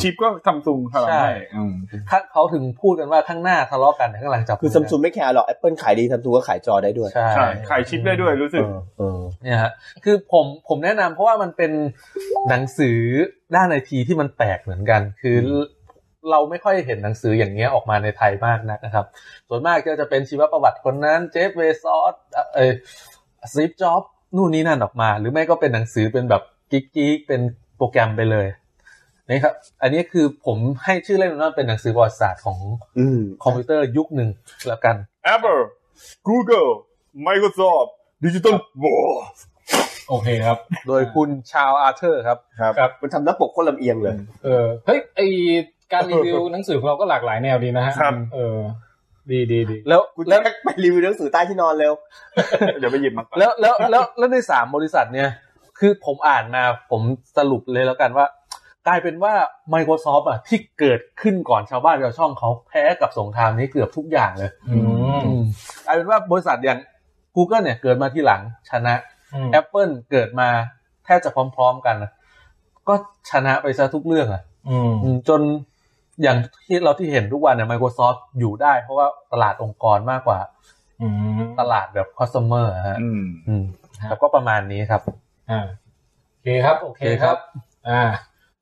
Speaker 12: ชิปก็ทำซุงทำ
Speaker 2: ใช่
Speaker 12: ให้อืม
Speaker 2: ถ้าเขาถึงพูดกันว่าข้างหน้าทะเลาะกันแต่ข้างหลังจับ
Speaker 6: คือซัมซุงไม่แคร์หรอกแอปเปิลขายดีซัมซุงก็ขายจอได้ด้วย
Speaker 2: ใช่
Speaker 12: ใช่ขายชิปได้ด้วยรู้สึก
Speaker 6: เออเออ
Speaker 2: เนี่ยฮะคือผมผมแนะนำเพราะว่ามันเป็นหนังสือด้านไอทีที่มันแปลกเหมือนกัน คือเราไม่ค่อยเห็นหนังสืออย่างเงี้ยออกมาในไทยมากนักนะครับ ส่วนมากก็จะเป็นชีวประวัติคนนั้นเจฟเวซอสเออสตีฟจ็อบนู่นนี่นั่นออกมา หรือไม่ก็เป็นหนังสือเป็นแบบกิ๊กกิ๊กเป็นโปรแกรมไปเลยนี่ครับ อันนี้คือผมให้ชื่อเล่มว่าเป็นหนังสือประวัติศาสตร์ของ
Speaker 6: อืม
Speaker 2: คอมพิวเตอร์ยุคหนึ่งแล้วกัน
Speaker 12: Apple Google Microsoft Digital War
Speaker 1: โอเคครับ
Speaker 2: โดยคุณชาวอาเธอร์ครับ
Speaker 6: ครับ
Speaker 1: ครับ
Speaker 6: มันทำหน้าปกโคนลำเอียงเลย
Speaker 1: เออ เฮ้ย ไอการรีวิวหนังสือของเราก็หลากหลายแนวดีนะฮะ
Speaker 12: ครับ
Speaker 1: เออ ดีดีดี
Speaker 2: แล้ว
Speaker 6: คุณ
Speaker 2: แล้ว
Speaker 6: แจ็คไปรีวิวหนังสือใต้ที่นอนเร็ว
Speaker 12: เดี๋ยวไปหยิบมาก่อน
Speaker 2: แล้วแล้วแล้วแล้วในสามบริษัทเนี่ย คือผมอ่านมาผมสรุปเลยแล้วกันว่า กลายเป็นว่า Microsoft อ่ะที่เกิดขึ้นก่อนชาวบ้านชาวช่องเขาแพ้กับสงครามนี้เกือบทุกอย่างเลย
Speaker 1: อืม
Speaker 2: กลายเป็นว่าบริษัทอย่าง Google เนี่ยเกิดมาที่หลังชนะ
Speaker 1: อืม
Speaker 2: Apple เกิดมาแทบจะพร้อมๆกันนะก็ชนะไปซะทุกเรื่องอ่ะ
Speaker 1: อืม
Speaker 2: อืมจนอย่างที่เราที่เห็นทุกวันเนี่ย Microsoft อยู่ได้เพราะว่าตลาดองค์กรมากกว่า
Speaker 1: อืม
Speaker 2: ตลาดแบบ customer อะฮะ
Speaker 12: อืม
Speaker 2: อืมแล้วก็ประมาณนี้ครับ
Speaker 1: อ่าโอเคครับ โอเคครับ อ่า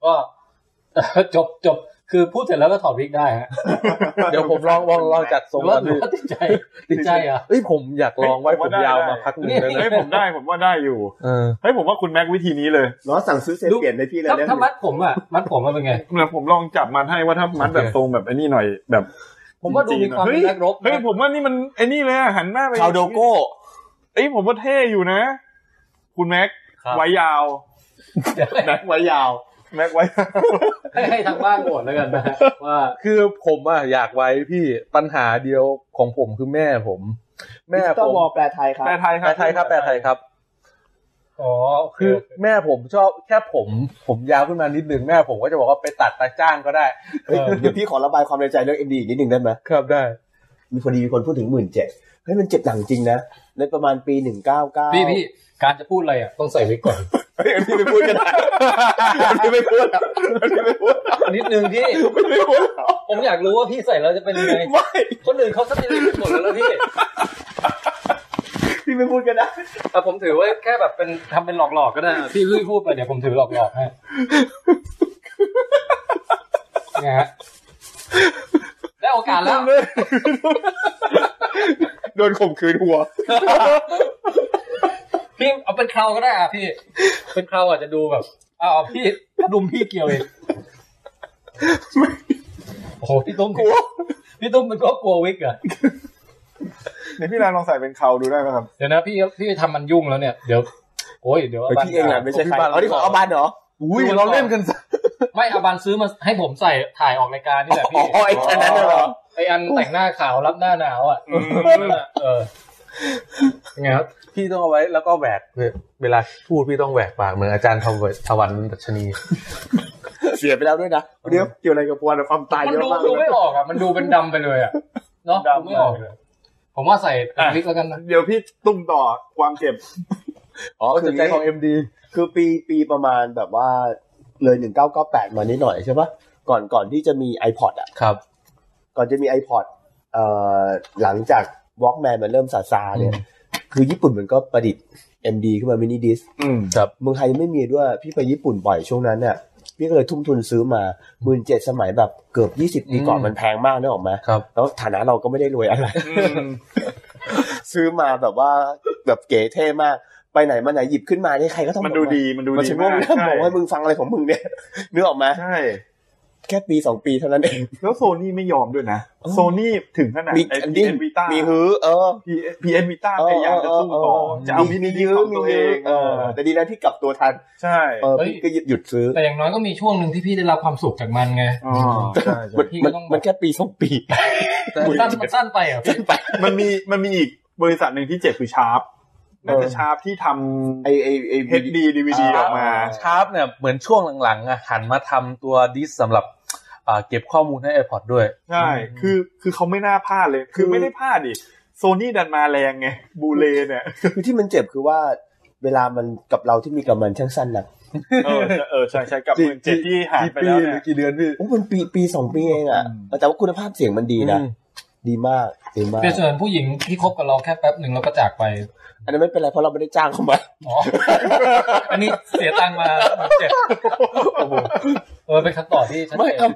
Speaker 1: ก็ จบจบคือพูดเสร็จแล้วก็ถอดวิกได้ฮะ
Speaker 2: เดี๋ยวผมลองลองลองจัด
Speaker 1: ห
Speaker 2: ทรง
Speaker 1: รือว่า
Speaker 2: ก่อน
Speaker 1: หรื
Speaker 2: ดู
Speaker 1: อว่าติดใจติดใจเหรอ
Speaker 2: เอ้ยผมอยากลองไว้
Speaker 12: ผ
Speaker 2: ผม ม
Speaker 12: ว่าได้
Speaker 2: ยาวมาพักหนึ่งได้เล
Speaker 12: เฮ้
Speaker 2: ย
Speaker 12: ยผมได้ผมว่าได้อยู่
Speaker 2: เออ
Speaker 12: เฮ้ยผมว่าคุณแม็กวิธีนี้เลย
Speaker 6: น้องสั่งซื้อเซต
Speaker 1: ดู
Speaker 6: เปลี่ยนให้พี่เลย
Speaker 1: ถ้า
Speaker 6: เล่มห
Speaker 1: ถ้า
Speaker 6: นึ่ง
Speaker 1: มัดผมอ่ะ มัดผมมันเป็นไง
Speaker 12: เดี๋ยวผมลองจับมันให้ว่าถ้ามัดแบบทรงแบบไอ้นี่หน่อยแบบ
Speaker 1: ผมว่าดูมีความ
Speaker 12: เฮ้ย
Speaker 1: เป็นนักรบ
Speaker 12: เฮ้ยผมว่านี่มันไอ้นี่เลยอะหันหน้าไป
Speaker 2: คาวโดโก้
Speaker 12: เอ้ยผมว่าเท่อยู่นะ คุณแม็ก
Speaker 2: ครับ
Speaker 12: ไว้ยาว
Speaker 1: เดี๋ยว
Speaker 12: แม็กไว้ยาวแม็กไว้ยาว
Speaker 1: ให้ให้ทางบ้านโหวตแล้ว กันนะว่า
Speaker 2: คือผมอะอยากไว้พี่ปัญหาเดียวของผมคือแม่ผม แม่ผ
Speaker 6: ต้อง
Speaker 2: ม
Speaker 6: วอลแปลไทยครับ
Speaker 12: แปลไทยค
Speaker 2: แป
Speaker 12: รับ
Speaker 2: ลไทยครับแปลไทยครับ
Speaker 1: อ๋อคื
Speaker 2: คือ
Speaker 1: อ
Speaker 2: แม่ผมชอบแค่ผม ผมยาวขึ้นมานิดนึงแม่ผมก็จะบอกว่าไปตัดตาจ้างก็ได้
Speaker 6: เฮ้ยเดี๋ยวพี่ขอระบายความในใจเรื่อง MD อีกนิดนึงได้ไหม
Speaker 2: ครับได้
Speaker 6: มีพอดีมีคนพูดถึงหมื่นเจ็ดเฮ้ยมันเจ็บหนังจริงนะ ในประมาณปีหนึ่งเก้าเก้า
Speaker 1: พี่พี่การจะพูดอะไรอ่ะต้องใส่วิกก่อน
Speaker 6: เฮ้ยอันนี้ไม่พูดกันนะอันนี้ไม่พูดอะอันนี้ไม่พูดอะ
Speaker 1: นิดนึงพี่ ผมอยากรู้ว่าพี่ใส่แล้วจะเป็นยังไง
Speaker 6: ไม่
Speaker 1: คนอื่นเขาสติลิปหมดแล้วนะพี่
Speaker 6: พี่ไม่พูดกันนะ
Speaker 1: แต่ผมถือว่าแค่แบบเป็นทำเป็นหลอกๆก็ได้นะพี่พี่พูดไปเดี๋ยวผมถือหลอกๆ ให้เนี่ยฮะได้โอกาสแล้ว
Speaker 4: โดนข่มขืนหัว
Speaker 1: พี่เอาเป็นคราวก็ได้อ่ะพี่ เป็นคราวอาจจะดูแบบอ้าวพี่กระดุมพี่เกี่ยวเองโอ้โหพี่ตุ้มกลัวพี่ตุ้มมันก็กลัววิกเหรอ่ะ
Speaker 12: เดี๋ยวพี่รานลองใส่เป็นเขาดูได้ไหมครับ
Speaker 1: เดี๋ยวนะพี่พี่ไปทำมันยุ่งแล้วเนี่ยเดี๋ยวโอ้ยเดี๋ยวอาบัน
Speaker 6: พี่เองแหละไม่ใช่ใครเอาที่ขอเอาบ้านเหรอ
Speaker 2: อุ้ยเราเล่นกันซะ
Speaker 1: ไม่อาบันซื้อมาให้ผมใส่ถ่ายออกรายการนี่แหละพี่
Speaker 6: อ๋อไอ้อันนั้นน่ะเหรอ
Speaker 1: ไออันแต่งหน้าขาวรับหน้าหนาวอ่ะนั่นน่ะเออยังไงครับ
Speaker 2: พี่ต้องเอาไว้แล้วก็แหวกเวลาพูดพี่ต้องแหวกปากเหมือนอาจารย์ทวทวันดัชนี
Speaker 6: เสียไปแล้วด้วยนะเดี๋ยวเกี่ยวอะไรกับปวนอะความตาย
Speaker 1: มัน
Speaker 6: เยอะ
Speaker 1: ดู
Speaker 6: มาก
Speaker 1: ดูไม่ออกอ่ะมันดูเป็นดำไปเลยอ่ะเนาะ
Speaker 12: ดำ
Speaker 1: ดูไม่ออกเลยผมว่าใส่เป็นวิกแล้วกันนะ
Speaker 12: เดี๋ยวพี่ตุ้มต่อความเจ็บ
Speaker 6: อ๋อคือ
Speaker 2: ใจของ MD
Speaker 6: คือปีปีประมาณแบบว่าเลยหนึ่งเก้าเก้าแปดมานิดหน่อยใช่ปะก่อนก่อนที่จะมี iPod อะ
Speaker 2: ครับ
Speaker 6: ก่อนจะมี iPod เอ่อหลังจาก Walkman มันเริ่มซาซาเนี่ย คือญี่ปุ่นมันก็ประดิษฐ์ MD ขึ้นมามินิดิส
Speaker 12: อืม
Speaker 2: ครับ
Speaker 6: เมืองไทยยังไม่มีด้วย พี่ไปญี่ปุ่นบ่อยช่วงนั้นน่ะ พี่ก็เลยทุ่มทุนซื้อมาหมื่นเจ็ดสมัยแบบเกือบยี่สิบปีก่อน
Speaker 2: อืม
Speaker 6: มันแพงมากนึกออกไหม
Speaker 2: ครับ
Speaker 6: แล้วฐานะเราก็ไม่ได้รวยอะไร ซื้อมาแบบว่าแบบเก๋เท่มาก ไปไหนมาไหนหยิบขึ้นมานี่ใครก็ต้อง
Speaker 12: มันดูดีมันดู
Speaker 6: มัน
Speaker 12: ดี
Speaker 6: ชะโงงหน้ามองว่ามึงฟังอะไรของมึงเนี่ย นึกออกไหม
Speaker 12: ใช่
Speaker 6: แค่ปีสองปีเท่านั้นเอง
Speaker 12: แล้วโซนี่ไม่ยอมด้วยนะ
Speaker 6: เออ
Speaker 12: โซนี่ถึงขนาด
Speaker 6: มี
Speaker 12: ไอ้
Speaker 6: อัน
Speaker 12: PS
Speaker 6: ดิ้ง
Speaker 12: Vita
Speaker 6: มีฮื้อเออ
Speaker 12: พีเอสพีเอสวิต้าพยายามจะสู้ต่อจะเอามินิดิสของตัวเอง
Speaker 6: เออแต่ดีแล้วที่กลับตัวทัน
Speaker 12: ใช่
Speaker 6: เออพี่ก็หยุดซื้อ
Speaker 1: แต่อย่างน้อยก็มีช่วงหนึ่งที่พี่ได้รับความสุขจากมันไง
Speaker 12: อ๋อใช่
Speaker 6: มัน
Speaker 1: พี่
Speaker 6: มัน
Speaker 1: ก็ต้อง
Speaker 6: มันแค่ปีสองปี
Speaker 1: แต่สั้นมันสั้นไปเหรอ่ะพี่
Speaker 12: มันมีมันมีอีกบริษัทหนึ่งที่เจ็บคือชาร์ปน่าจะชาร์ปที่ท
Speaker 6: ไอไอไอ
Speaker 12: ำ HD DVD ออกมา
Speaker 2: ชาร์ปเนี่ยเหมือนช่วงหลังๆอ่ะหันมาทำตัวดิสสำหรับอ่าเก็บข้อมูลให้ AirPod ด้วย
Speaker 12: ใช่ คือ คือเขาไม่น่าพลาดเลย คือไม่ได้พลาดดิ โซนี่ดันมาแรงไง บูเลเนี่ย
Speaker 6: คือที่มันเจ็บคือว่า เวลามันกับเราที่มีกับมันช่างสั้นนะ
Speaker 12: เออ เออ ใช่ใช่กับหมื่นเจ็ดที่หาย
Speaker 2: กี่
Speaker 12: ไป
Speaker 2: ปี
Speaker 12: แล้ว
Speaker 2: หรื
Speaker 12: เนี่
Speaker 2: อย กี่เดือนพี่
Speaker 6: โอ้มันปีปีสองปีเองอ่ะ แต่ว่าคุณภาพเสียงมันดีนะ
Speaker 2: อืม
Speaker 6: ดีมากดีมาก
Speaker 1: เดี๋ยวเชิญผู้หญิงที่คบกับเราแค่แป๊บหนึ่งแล้วก็จากไป
Speaker 6: อันนั้นไม่เป็นไรเพราะเราไม่ได้จ้างเขามา
Speaker 1: อ๋ออันนี้เสียตังค์มาเจ็บโอ้โหเออเป็นคำตอบที่ชัด
Speaker 6: ไม่
Speaker 1: เจน
Speaker 6: เอา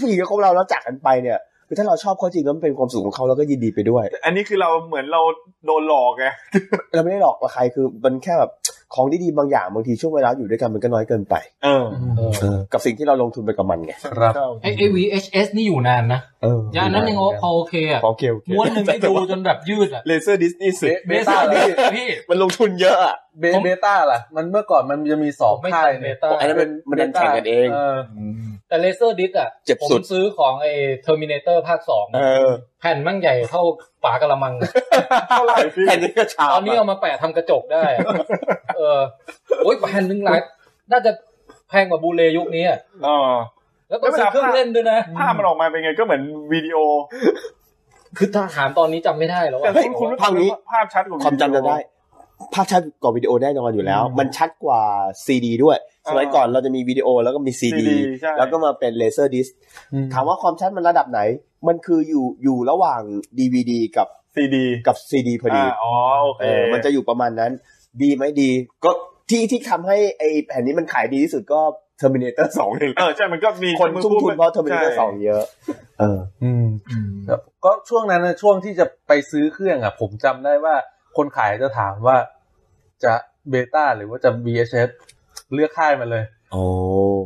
Speaker 6: ผู้หญิงกับเราแล้วจากกันไปเนี่ยคือถ้าเราชอบเขาจริงแล้วมันเป็นความสุขของเขาเราก็ยินดีไปด้วย
Speaker 12: อันนี้คือเราเหมือนเราโดนหลอกไง
Speaker 6: เราไม่ได้หลอกว่าใครคือมันแค่แบบของดีๆบางอย่างบางทีช่วงเวลาอยู่ด้วยกันมันก็น้อยเกินไป
Speaker 12: เออ
Speaker 1: เออ
Speaker 6: เออกับสิ่งที่เราลงทุนไปกับมันไง
Speaker 2: ครับ
Speaker 1: ไอไอ VHS นี่อยู่นานนะ
Speaker 6: เออย
Speaker 1: านนั้นยังพอโอเคอ่ะ
Speaker 6: พอเกล
Speaker 1: ม้วนหนึ่งได้ดูจนแบบยืดอ่ะ
Speaker 6: เลเซอร์ดิสนีย์สุด
Speaker 2: เบต้าเหรอพี่
Speaker 1: พี่
Speaker 6: มันลงทุนเยอะอะ
Speaker 2: เบเบต้าล่ะ มันเมื่อก่อนมันจะมีส
Speaker 1: ผ
Speaker 2: อง
Speaker 1: มไม่
Speaker 2: ค่า
Speaker 1: ใช่
Speaker 2: ย
Speaker 1: เบ
Speaker 2: เนี่ย
Speaker 1: ต้า
Speaker 6: อันนั้นมันมันดันแข่งกันเอง
Speaker 2: เออ
Speaker 1: แต่เลเซอร์ดิสอ่ะ
Speaker 6: เจ็บ
Speaker 1: ผม
Speaker 6: สุด
Speaker 1: ซื้อของไอเทอร์มินเตอร์ภาคสอง
Speaker 6: เออ
Speaker 1: แผ่นมั่งใหญ่เท่าฝากระมังอะ
Speaker 6: แค่นี้ก็ชา
Speaker 1: ตอนนี้เอามาแปะทำกระจกได้อะเออโอ้ยแผ่นหนึ่งหลายน่าจะ แพงกว่าบูเลยุคนี้อะ
Speaker 4: อ๋อ
Speaker 1: แล้วต้องซื้อเครื่องเล่นด้วยนะ
Speaker 4: ภาพมันออกมาเป็นไงก็เหมือนวิดีโอ
Speaker 1: คือถ้าถามตอนนี้จำไม่ได้แล้ว
Speaker 4: แต่
Speaker 1: อะ
Speaker 4: คุณคุณรู้สึก
Speaker 6: ภาพนี้
Speaker 4: ว่าภาพชัดกว่า
Speaker 6: ความจำจะได้
Speaker 4: วิโอ
Speaker 6: ภาพชัดกว่าวิดีโอแน่นอนอยู่แล้ว
Speaker 4: อืม
Speaker 6: มันชัดกว่าซีดีด้วยสมัย
Speaker 4: อ่า
Speaker 6: ก่อนเราจะมีวิดีโอแล้วก็มีซีดี
Speaker 4: CD ใช่
Speaker 6: แล้วก็มาเป็นเลเซอร์ดิสถามว่าความชัดมันระดับไหน มันคืออยู่อยู่ระหว่าง DVD กับ
Speaker 4: ซีดี
Speaker 6: กับซีดีพอดี
Speaker 4: าอ๋อโอเค
Speaker 6: เออมันจะอยู่ประมาณนั้น ดีไหมดี ก็ที่ที่ทำให้ไอแผ่นนี้มันขายดีที่สุดก็ Terminator 2เลย
Speaker 4: เออใช่มันก็มี
Speaker 6: คนทุ่มทุนเพราะ
Speaker 4: ใช่
Speaker 6: Terminator 2 เยอะ เออ
Speaker 2: อืมครับก็ช่วงนั้นนะช่วงที่จะไปซื้อเครื่องอ่ะ ผมจำได้ว่าคนขายจะถามว่าจะเบต้าหรือว่าจะ VHS เลือกค่ายมาเลย
Speaker 6: โอ้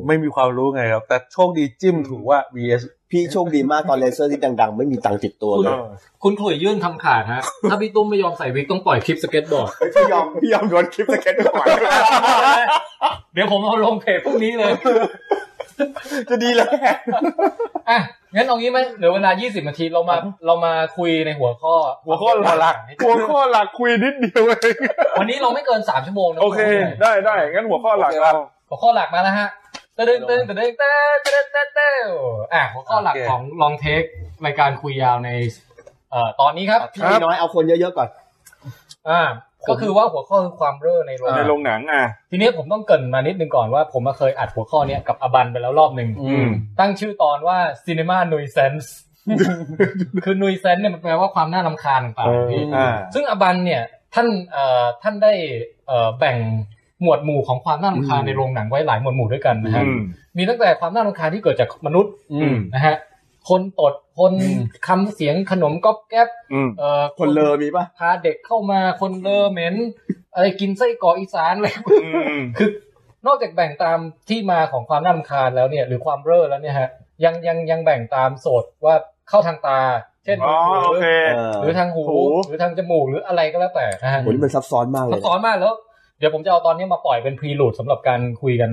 Speaker 2: ไม่มีความรู้ไงครับ แต่โชคดีจิ้มถูกว่า VS
Speaker 6: พี่โชคดีมากตอนเลเซอร์ที่ดัง ๆ ไม่มีตังค์ติดตัว
Speaker 4: เอ
Speaker 6: เลย
Speaker 4: อ
Speaker 1: คุณขลุ่ยยื่นคำขาดฮะ ถ้าพี่ตุ้มไม่ยอมใส่วิกต้องปล่อยคลิปสเก็ตบอร์ด
Speaker 6: พี่ยอมพี่ยอมโยนคลิปสเก็ตก่อน
Speaker 1: เดี๋ยวผมเอาลงเพจพรุ่งนี้เลย
Speaker 6: จะดีแล้ว
Speaker 1: อ่ะ งั้นเอางี้ไหมเหลือเวลา 20 นาทีเรามาเรามาคุยในหัวข้อ
Speaker 4: หัวข้อหลักหัวข้อหลักคุยนิดเดียวเอง
Speaker 1: วันนี้เราไม่เกิน 3 ชั่วโมงนะ
Speaker 4: โอเค ได้ได้งั้นหัวข้อหลักเรา
Speaker 1: หัวข้อหลักมาแล้วฮะตะดึงตะดึงตะดึงตะดึงตะดึงตะดึงอ่ะหัวข้อหลัก
Speaker 2: โอเค
Speaker 1: ของลองเทครายการคุยยาวในเอ่อตอนนี้ครับ
Speaker 6: พี่น้อยเอาคนเยอะๆก่อน
Speaker 1: อ่า ก็คือว่าหัวข้อคือความเร่อในโรง
Speaker 4: ใน
Speaker 1: งาน
Speaker 4: โรงหนังอ่ะ
Speaker 1: ทีนี้ผมต้องเกรินมานิดนึงก่อนว่าผมมาเคยอัดหัวข้อเนี้ยกับอบันไปแล้วรอบหนึ่ง
Speaker 4: อืม
Speaker 1: ตั้งชื่อตอนว่า Cinema Nuisance คือ Nuisance เนี่ยมันแปลว่าความน่ารำคาญต่างๆพี่
Speaker 4: อ่า
Speaker 1: ซึ่งอบันเนี่ยท่านเอ่อท่านได้เอ่อแบ่งหมวดหมู่ของความน่ารำคาญในโรงหนังไว้หลายหมวดหมู่ด้วยกันนะฮะ
Speaker 4: อืม
Speaker 1: มีตั้งแต่ความน่ารำคาญที่เกิดจากมนุษย์
Speaker 4: อืม
Speaker 1: นะฮะคนตดคนคำเสียงขนมก๊อบแก๊บ
Speaker 4: อืม
Speaker 1: เอ่อ
Speaker 6: คนเลอมีปะ
Speaker 1: พาเด็กเข้ามาคนเลอเหม็นอะไรกินไส้กรอกอีสานอะไร
Speaker 4: อืม
Speaker 1: คือนอกจากแบ่งตามที่มาของความน่ารำคาญแล้วเนี่ย หรือความเร่อแล้วเนี่ยฮะ ยังยังยังแบ่งตามโสดว่าเข้าทางตา เช่น
Speaker 4: อ๋อโอเค
Speaker 1: หรือทางหู
Speaker 4: หู
Speaker 1: หรือทางจมูกหรืออะไรก็แล้วแต่นะฮะ
Speaker 6: โหนี่มันซับซ้อนมากเล
Speaker 1: ซับ
Speaker 6: ย
Speaker 1: ซ้อนมากแล้ว เดี๋ยวผมจะเอาตอนนี้มาปล่อยเป็นพรีลูดสำหรับการคุยกัน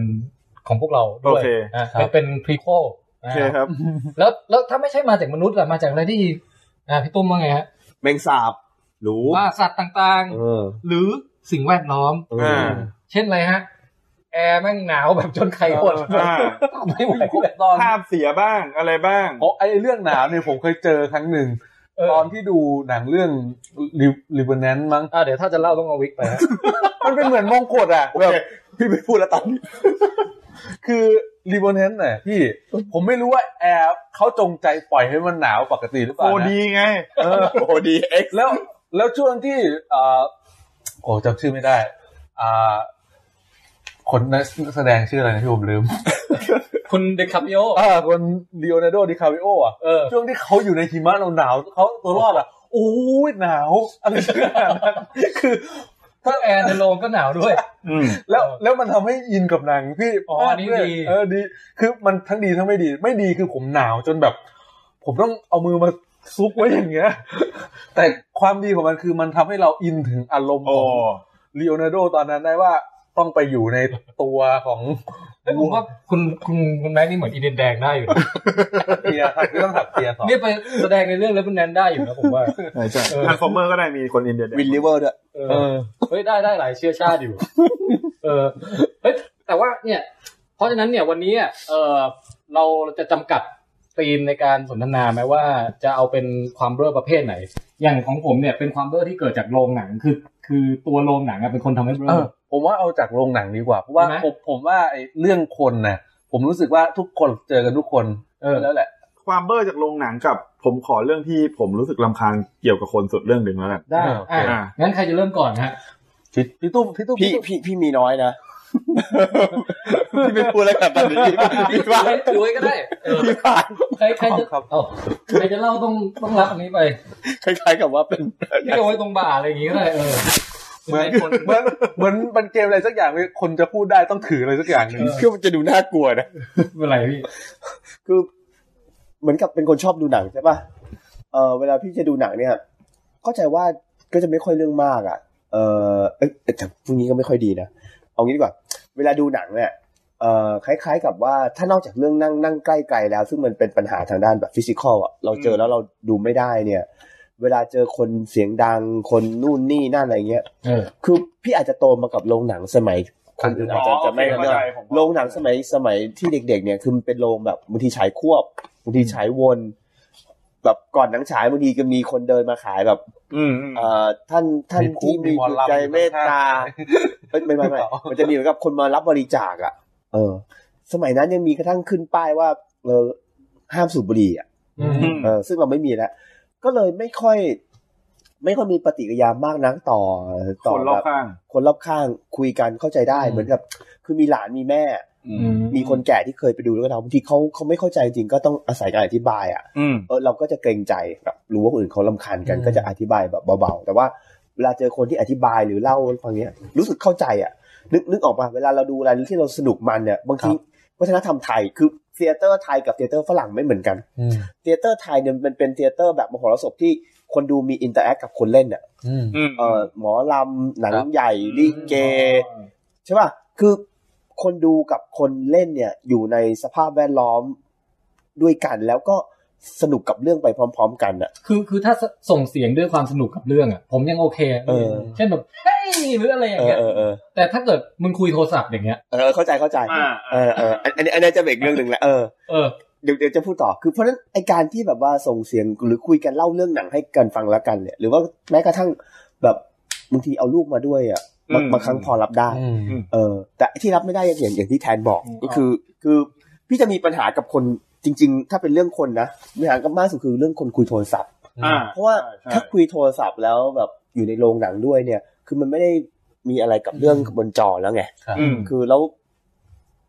Speaker 1: ของพวกเราด้ว
Speaker 4: โอย เค
Speaker 1: นะเป็นเป็นพรีโคล
Speaker 4: โอเคครับ
Speaker 1: แล้วแล้วถ้าไม่ใช่มาจากมนุษย์ล่ะมาจากอะไรที่อ่าพี่ตุ้มว่าไงฮะ
Speaker 6: แมงสาบหรู
Speaker 1: ว่าสัตว์ต่าง
Speaker 6: เออ
Speaker 1: ๆ หรือสิ่งแวดล้อม
Speaker 6: เออ
Speaker 1: เช่นอะไรฮะ แอร์แม่งหนาวแบบจนไข่หด
Speaker 4: เอออ่า
Speaker 1: ไม่ไหวเลย
Speaker 2: ตอน
Speaker 4: ภาพเสียบ้างอะไรบ้าง
Speaker 2: โอ้ไอเรื่องหนาวเนี่ยผมเคยเจอครั้งหนึ่ง
Speaker 1: เออ
Speaker 2: ตอนที่ดูหนังเรื่องริบเนนมั้ง
Speaker 1: อ่ะเดี๋ยวถ้าจะเล่าต้องเอาวิกไปฮะ
Speaker 2: มันเป็นเหมือนมงกุฎอ่ะแบบ
Speaker 6: พี่ไม่พูดแล้วตอนนี้
Speaker 2: คือรีโบเนนน่ะพี่ผมไม่รู้ว่าแอร์เขาจงใจปล่อยให้มันหนาวปกติหรือเป
Speaker 4: โอ
Speaker 2: ล่านะ
Speaker 4: ดีไง
Speaker 2: เออ
Speaker 6: โอ้ดีเอ็กซ์
Speaker 2: แล้วแล้วช่วงที่เอ่อโอ้จำชื่อไม่ได้ อ่า คนนักแสดงชื่ออะไรนะที่ผมลืม
Speaker 1: คุณเดคับโย
Speaker 2: อ่าคนลีโอนาร์โดดิคาวิโออ่ะ
Speaker 1: เออ
Speaker 2: ช่วงที่เขาอยู่ในหิมะหนาวๆเขาตัวรอดอ่ะโอ้ยหนาวอะไรชื่อนาดนั้นคือ
Speaker 1: ถ้าแอร์ในโรงก็หนาวด้วย
Speaker 4: อืม
Speaker 2: แล้ว
Speaker 1: เออ
Speaker 2: แล้วมันทำให้อินกับหนังพี่
Speaker 1: อ๋อ
Speaker 2: มาก
Speaker 1: อันนี้
Speaker 2: เลย
Speaker 1: ดี
Speaker 2: เออดี คือมันทั้งดีทั้งไม่ดี ไม่ดีคือผมหนาวจนแบบ ผมต้องเอามือมาซุกไว้อย่างเงี้ย แต่ความดีของมันคือมันทำให้เราอินถึงอารมณ์
Speaker 4: โอ้
Speaker 2: ของลีโอนาร์โดตอนนั้นได้ว่าต้องไปอยู่ในตัวของ
Speaker 1: เอ้ยผมว่าคุณคุณคุณแม็กนี่เหมือนอีเดนแดงได้อยู่นะ
Speaker 2: เตียครับคือต้องถักเตียสอง
Speaker 1: นี่ไปแสดงในเรื่องแล้วคุณแนนได้อยู่นะผมว่า
Speaker 4: ใช่ใช่
Speaker 1: เออ
Speaker 4: ทานฟอร์เมอร์ก็ได้มีคนอินเดียแดง
Speaker 6: วินลิเวอร์ด้วย
Speaker 1: เอ
Speaker 2: เอ
Speaker 1: อ
Speaker 2: อ
Speaker 1: เฮ้ยได้ได้หลายเชื้อชาติอยู่ เออเฮ้ยแต่ว่าเนี่ย เพราะฉะนั้นเนี่ยวันนี้อ่ะเออเราจะจำกัดธีมในการสนทนาไหมว่าจะเอาเป็นความเบ้อประเภทไหน อย่างของผมเนี่ยเป็นความเบ้อที่เกิดจากโรงหนังคือ คือตัวโรงหนังอะเป็นคนทำให้เบ้
Speaker 2: เอ
Speaker 1: อ
Speaker 2: อผมว่าเอาจากโรงหนังดีกว่า เพราะว่า
Speaker 1: ใช่ไหม
Speaker 2: ผมผมว่าไอ้เรื่องคนน่ะผมรู้สึกว่าทุกคนเจอกันทุกคน
Speaker 1: เออ
Speaker 2: แล้วแหละ
Speaker 4: ความเบอร์จากโรงหนังกับ ผมขอเรื่องที่ผมรู้สึกลำคาญเกี่ยวกับคนสุดเรื่องหนึ่งแล้วกัน
Speaker 1: ได้
Speaker 2: อ่าโอเค
Speaker 1: อ่ะ
Speaker 4: อ่า
Speaker 1: งั้นใครจะเริ่มก่อนฮะ
Speaker 2: พี่พี่ตุ้มพี่ตุ้ม
Speaker 6: พี่พี่พี่มีน้อยนะ พี่ไม่พูดแล้วกันตอนนี้พี่ว่า
Speaker 1: ถือไว้ก็ได้เออ
Speaker 6: พี่ว่า
Speaker 1: ใครใครจะเอ้าใครจะเล่าต้องต้องรับอันนี้ไป
Speaker 6: คล้ายๆกับว่าเป็น
Speaker 1: ไม่เอาไว้ตรงบ่าอะไรอย่างงี้ก็ได้เออ
Speaker 2: เหมือนเหมือนเหมือนมันเกมอะไรสักอย่างเลยคนจะพูดได้ต้องถืออะไรสักอย่างหนึ่ง
Speaker 6: คือมันจะดูน่ากลัวนะ
Speaker 1: ไม่เป็นไรพี่
Speaker 6: คือเหมือนกับเป็นคนชอบดูหนังใช่ปะเออเวลาพี่จะดูหนังเนี่ยเข้าใจว่าก็จะไม่ค่อยเรื่องมากอะ่ะ เออเอ้ยแต่พรุ่งนี้ก็ไม่ค่อยดีนะ เอางี้ดีกว่า เวลาดูหนังเนี่ย เออคล้าย ๆ กับว่าถ้านอกจากเรื่องนั่งนั่งใกล้ไกลแล้ว ซึ่งมันเป็นปัญหาทางด้านแบบฟิสิกอลอ่ะ เราเจอแล้วเราดูไม่ได้เนี่ย เวลาเจอคนเสียงดังคนนู่นนี่นั่นอะไรเงี้ย
Speaker 1: เออ
Speaker 6: คือพี่อาจจะโตมากับโรงหนังสมัย คนอื่นอาจจะ
Speaker 4: อ๋อ
Speaker 6: จะไม่
Speaker 4: โอเค
Speaker 6: นั่น
Speaker 4: เข้าใจ
Speaker 6: เรื่อง
Speaker 4: ผม
Speaker 6: โรงหนังสมัยสมัยที่เด็ก ๆ เนี่ยคือมันเป็นโรงแบบบางทีฉายควบบางทีฉายวน แบบก่อนหนังฉายบางทีก็มีคนเดินมาขายแบบ
Speaker 4: อืม
Speaker 6: เอ่อท่านท่าน
Speaker 2: มีคุก
Speaker 6: ที่
Speaker 2: มี
Speaker 6: มี
Speaker 2: หมอ
Speaker 6: จิต
Speaker 2: ลำ
Speaker 6: ใจเมตตาเอ้ยไม่ไม่ไม่
Speaker 2: หรือเปล่า
Speaker 6: มันจะมีเหมือนกับคนมารับบริจาคอ่ะ เออ สมัยนั้นยังมีกระทั่งขึ้นป้ายว่าเออห้ามสูบบุหรี่อ่ะ
Speaker 4: อืม
Speaker 6: เออซึ่งเราไม่มีแล้วก็เลยไม่ค่อย ไม่ค่อยมีปฏิกิริยามากนักต่อ
Speaker 4: ค
Speaker 6: ต่อน
Speaker 4: รอ
Speaker 6: แบ
Speaker 4: บ
Speaker 6: บ
Speaker 4: ข้าง
Speaker 6: คนรอบข้างคุยกันเข้าใจได้
Speaker 1: อืม
Speaker 6: เหมือนกับ คือมีหลานมีแม่ มีคนแก่ที่เคยไปดูแล้วก็ทำบางทีเขาเขาไม่เข้าใจจริงก็ต้องอาศัยการอธิบายอ่ะ
Speaker 4: อืม
Speaker 6: เออเราก็จะเกรงใจแบบรู้ว่าคนอื่นเขาลำคาญกัน
Speaker 1: อืม
Speaker 6: ก็จะอธิบายแบบเบาๆ แต่ว่าเวลาเจอคนที่อธิบายหรือเล่าฟังเนี้ยรู้สึกเข้าใจอ่ะ นึกนึกออกมาเวลาเราดูอะไรที่เราสนุกมันเนี่ยบางทีวัฒนธรรมไทยคือเทเตอร์ไทยกับเทเตอร์ฝรั่งไม่เหมือนกัน
Speaker 1: อืม
Speaker 6: เทเตอร์ไทยเนี่ยมันเป็นเทเตอร์แบบมหรสพที่คนดูมีอินเตอร์แอคกับคนเล่นอ่ะ
Speaker 1: อืม
Speaker 4: อืม
Speaker 6: เออหมอลำหนัง
Speaker 2: ครับ
Speaker 6: ใหญ่ลิเก ใช่ป่ะ คือคนดูกับคนเล่นเนี่ยอยู่ในสภาพแวดล้อมด้วยกัน แล้วก็สนุกกับเรื่องไปพร้อม ๆ กันอ่ะ
Speaker 1: คือคือถ้าสส่งเสียงด้วยความสนุกกับเรื่องอ่ะ ผมยังโอเคอะ
Speaker 6: เออ
Speaker 1: เช่นแบบเฮ้ยหรืออะไรอย่า
Speaker 6: เอง อ
Speaker 1: เงี้ย
Speaker 6: เออเออ
Speaker 1: แต่ถ้าเกิดมึงคุยโทรศัพท์อย่างเงี้ย
Speaker 6: เออเข้าใจเข้าใจ
Speaker 4: อ่า
Speaker 6: เออเอออันอันนี้อันนี้จะเป็นอีกเรื่องหนึ่งละเออ
Speaker 1: เออ
Speaker 6: เดี๋ยวเดี๋ยวจะพูดต่อคือเพราะฉะนั้นไอการที่แบบว่าส่งเสียงหรือคุยกันเล่าเรื่องหนังให้กันฟังละกันเนี่ยหรือว่าแม้กระทั่งแบบบางทีเอาลูกมาด้วยอ่ะบาง
Speaker 4: อืม
Speaker 6: บางครั้งพอรับได้ เออแต่ที่รับไม่ได้อย่างอย่างที่แทนบอก
Speaker 1: อืม
Speaker 6: ก็คือ คือพี่จะมีปัญหากับคนจริง ๆ ถ้าเป็นเรื่องคนนะปัญหากับมากสุดคือเรื่องคนคุยโทรศัพท์
Speaker 4: อ่า
Speaker 6: เพราะว่า
Speaker 4: ใช่
Speaker 6: ถ้าคุยโทรศัพท์แล้วแบบอยู่ในโรงหนังด้วยเนี่ย คือมันไม่ได้มีอะไรกับเรื่องบนจอแล้วไง
Speaker 4: อืม
Speaker 6: คือแล้ว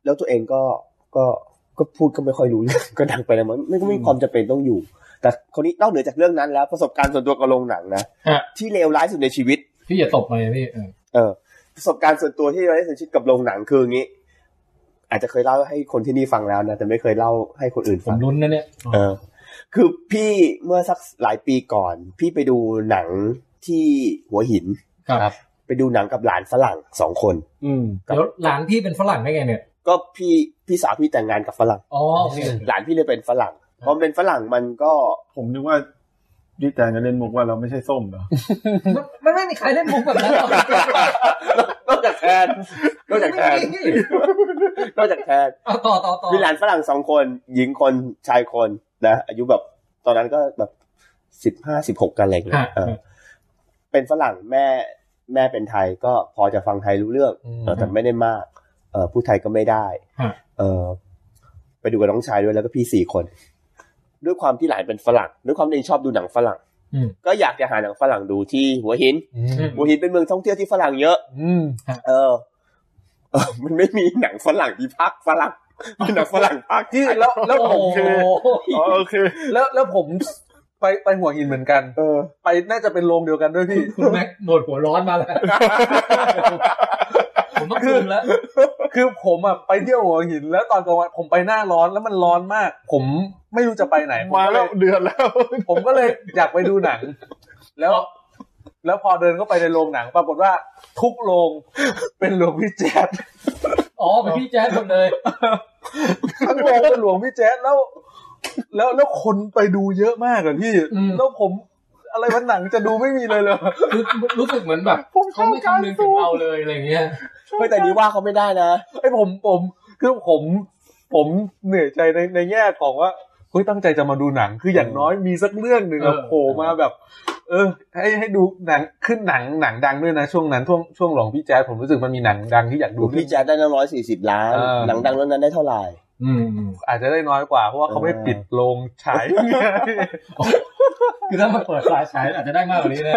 Speaker 6: แล้วตัวเองก็ก็ก็พูดก็ไม่ค่อยรู้เรื่อง ก็ดังไปนะมันไม่ก็ไม่มีความจำเป็นต้องอยู่ แต่คนนี้นอกเหนือจากเรื่องนั้นแล้ว ประสบการณ์ส่วนตัวกับโรงหนังนะ
Speaker 1: ฮะ
Speaker 6: ที่เลวร้ายสุดในชีวิต
Speaker 1: พี่อย่าตบมันเลยพี่เออ
Speaker 6: เออประสบการณ์ส่วนตัวที่เราได้สัมผัสกับโรงหนังคืออย่างนี้ อาจจะเคยเล่าให้คนที่นี่ฟังแล้วนะแต่ไม่เคยเล่าให้คนอื่น
Speaker 1: ผ
Speaker 6: ฟั
Speaker 1: ม
Speaker 6: ง
Speaker 1: ลุ้นนะเนี่ย
Speaker 6: เออ คือพี่เมื่อสักหลายปีก่อน พี่ไปดูหนังที่หัวหิน
Speaker 1: ครับ
Speaker 6: ไปดูหนังกับหลานฝรั่งสองคน
Speaker 12: อืม
Speaker 6: ครับ
Speaker 1: เดี๋ยวหลานพี่เป็นฝรั่งได้ไงเนี่ย
Speaker 6: ก็พี่พี่สาวพี่แต่งงานกับฝรั่ง
Speaker 1: อ๋อโอเค
Speaker 6: หลานพี่เลยเป็นฝรั่งพอเป็นฝรั่งมันก็
Speaker 12: ผมนึกว่าพี่แตนจะเล่นมุกว่าเราไม่ใช่ส้มเหรอ
Speaker 1: มันมันไม่มีใครเล่นมุกแบบนั้นหรอก
Speaker 6: นอกจากแทนนอกจากแทนนอกจากแทน
Speaker 1: เอาต่อต่อต่อ
Speaker 6: มีหลานฝรั่งสองคน หญิงคนชายคนนะ อายุแบบตอนนั้นก็แบบสิบห้าสิบหกกันอะไรอย่างเงี้
Speaker 1: ฮะ
Speaker 6: ยเออเป็นฝรั่งแม่แม่เป็นไทยก็พอจะฟังไทยรู้เรื่อง
Speaker 1: ม
Speaker 6: เออแต่ไม่ได้มาก เออพูดไทยก็ไม่ได้
Speaker 1: ฮะ
Speaker 6: เออไปดูกับน้องชายด้วยแล้วก็พี่สี่คน ด้วยความที่หลานเป็นฝรั่งด้วยความที่ชอบดูหนังฝรั่ง
Speaker 1: อืม
Speaker 6: ก็อยากจะหาหนังฝรั่งดูที่หัวหิน
Speaker 1: อืม
Speaker 6: หัวหินเป็นเมืองท่องเที่ยวที่ฝรั่งเยอะ
Speaker 1: อืมฮะ
Speaker 6: เออเออ มันไม่มีหนังฝรั่งที่พักฝรั่งเป็นหนังฝรั่ง ภาคที่
Speaker 2: ที่แล้วแล้วผม
Speaker 1: โอ้โห
Speaker 4: อ๋อโอเค
Speaker 2: แล้วแล้วผมไปไปหัวหินเหมือนกัน
Speaker 6: เออ
Speaker 2: ไปน่าจะเป็นโรงเดียวกันด้วยพี่
Speaker 1: คุณแม็กโดดหัวร้อนมาแล้วผมต้องคืนแล้ว
Speaker 2: คือผมอ่ะไปเที่ยวหัวหิน แล้วตอนกลางวันผมไปหน้าร้อนแล้วมันร้อนมาก ผมไม่รู้จะไปไหนผ
Speaker 4: มา
Speaker 2: ก็เย
Speaker 4: แล้วเดือนแล้ว
Speaker 2: ผมก็เลยอยากไปดูหนัง แล้ว แล้วพอเดินเข้าไปในโรงหนัง ปรากฏว่าทุกโรงเป็นหลวงพี่แจ๊ด
Speaker 1: อ๋อเป็นพี่แจ๊ดหมดเลย
Speaker 2: ทั้งโรงเป็นหลวงพี่แจ๊ดแล้ว แล้วแล้วคนไปดูเยอะมากอะพี่
Speaker 1: อืม
Speaker 2: แล้วผมอะไรวันหนังจะดูไม่มีเลยเลย
Speaker 1: คือรู้สึกเหมือนแบบ
Speaker 4: ผม
Speaker 1: เขาไม่
Speaker 4: ชอบการ
Speaker 1: คำนึงถึ
Speaker 4: ซู
Speaker 1: ง
Speaker 4: ม
Speaker 1: เราเลยอะไรอย่างเงี้ย
Speaker 6: ไม่แต่นี้ว่าเขาไม่ได้นะ
Speaker 2: ไอ้ผมผมคือผมผมเหนื่อยใจในในแง่ของว่าเฮ้ยตั้งใจจะมาดูหนังคืออย่างน้อยมีสักเรื่องหนึ่งอะ
Speaker 1: เออ
Speaker 2: โผล่มาแบบ เออ ให้ให้ดูหนังขึ้นหนังหนังดังด้วยนะช่วงนั้นช่วงช่วงหลวงพี่แจ๊ดผมรู้สึกมันมีหนังดังที่อยาก
Speaker 6: หล
Speaker 2: ดู
Speaker 6: วงพี่แจ๊ดได้นั้งร้อยสี่สิบล้าน
Speaker 2: เออ
Speaker 6: หนังดังเรื่องนั้นได้เท่าไหร่
Speaker 1: อืม
Speaker 2: อาจจะได้น้อยกว่าเพราะว่าเขาไม่ปิดโรงฉาย
Speaker 1: คือถ้ามันเปิดสายฉายอาจจะได้มากกว่านี้ นะ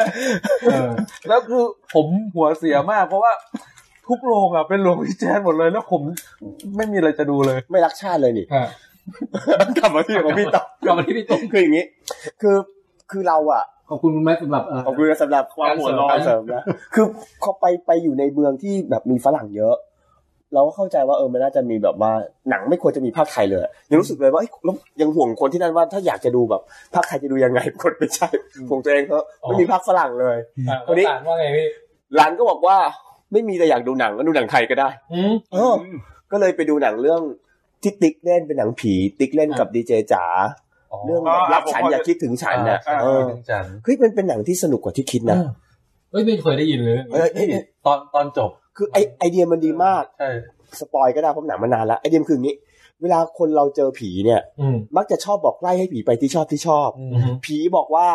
Speaker 1: เออ
Speaker 2: แล้วคือผมหัวเสียมาก เพราะว่าทุกโรงอะเป็นโรงพี่แจ๊ดหมดเลยแล้วผมไม่มีอะไรจะดูเลย
Speaker 6: ไม่รักชาติเลยนี่
Speaker 1: อ่ะ
Speaker 6: กลับมาที่ของพี่ต่อก
Speaker 1: ลับมาที่พี่ตุ้ม
Speaker 6: คืออย่างนี้ คือคือเราอ่ะ
Speaker 1: ขอบคุณคุณแม็กซ์สำหรับเอ่อ
Speaker 6: ขอบคุณนะสำหรับ
Speaker 1: ความหัวร้อน
Speaker 6: กาเสริมนะคือเขาไปไปอยู่ในเมืองที่แบบมีฝรั่งเยอะ เราก็เข้าใจว่าเออมันน่าจะมีแบบว่าหนังไม่ควรจะมีภาคไทยเลยยังรู้สึกเลยว่าเอ้ยแล้วยังห่วงคนที่นั่นว่าถ้าอยากจะดูแบบภาคไทยจะดูยังไงกดไม่ใช่ห่วงตัวเองเขาไม่มีภาคฝรั่งเลย
Speaker 1: อ่ะ
Speaker 6: คนนี้
Speaker 1: อ่านว่าไงพี่
Speaker 6: ร้านก็บอกว่าไม่มีแต่อยากดูหนังก็ดูหนังไทยก็ได้
Speaker 1: อืม
Speaker 6: เออ ก็เลยไปดูหนังเรื่องที่ติ๊กเล่นเป็นหนังผี ติ๊กเล่นกับดีเจจ๋าเรื่อง
Speaker 4: อ๋อ
Speaker 6: รักฉัน
Speaker 4: ผมพอ
Speaker 6: อ
Speaker 4: อ
Speaker 6: ย่าคิดถึงฉันน่ะ
Speaker 2: อ่า
Speaker 6: เออเฮ้ยมันเป็นหนังที่สนุกกว่าที่คิดนะ
Speaker 1: เออ เอ้ยไม่เคยได้ยินเลย
Speaker 6: เฮ้ยเฮ้ย
Speaker 2: ตอนตอนจบ
Speaker 6: คือไอไอเดียมันดีมาก
Speaker 2: ใช่
Speaker 6: สปอยก็ได้เพราะหนังมานานแล้วไอเดียมนคืออย่างนี้ เวลาคนเราเจอผีเนี่ย
Speaker 1: อืม
Speaker 6: มักจะชอบบอกไล่ให้ผีไปที่ชอบที่ชอบ
Speaker 1: อืม
Speaker 6: ผีบอกว่า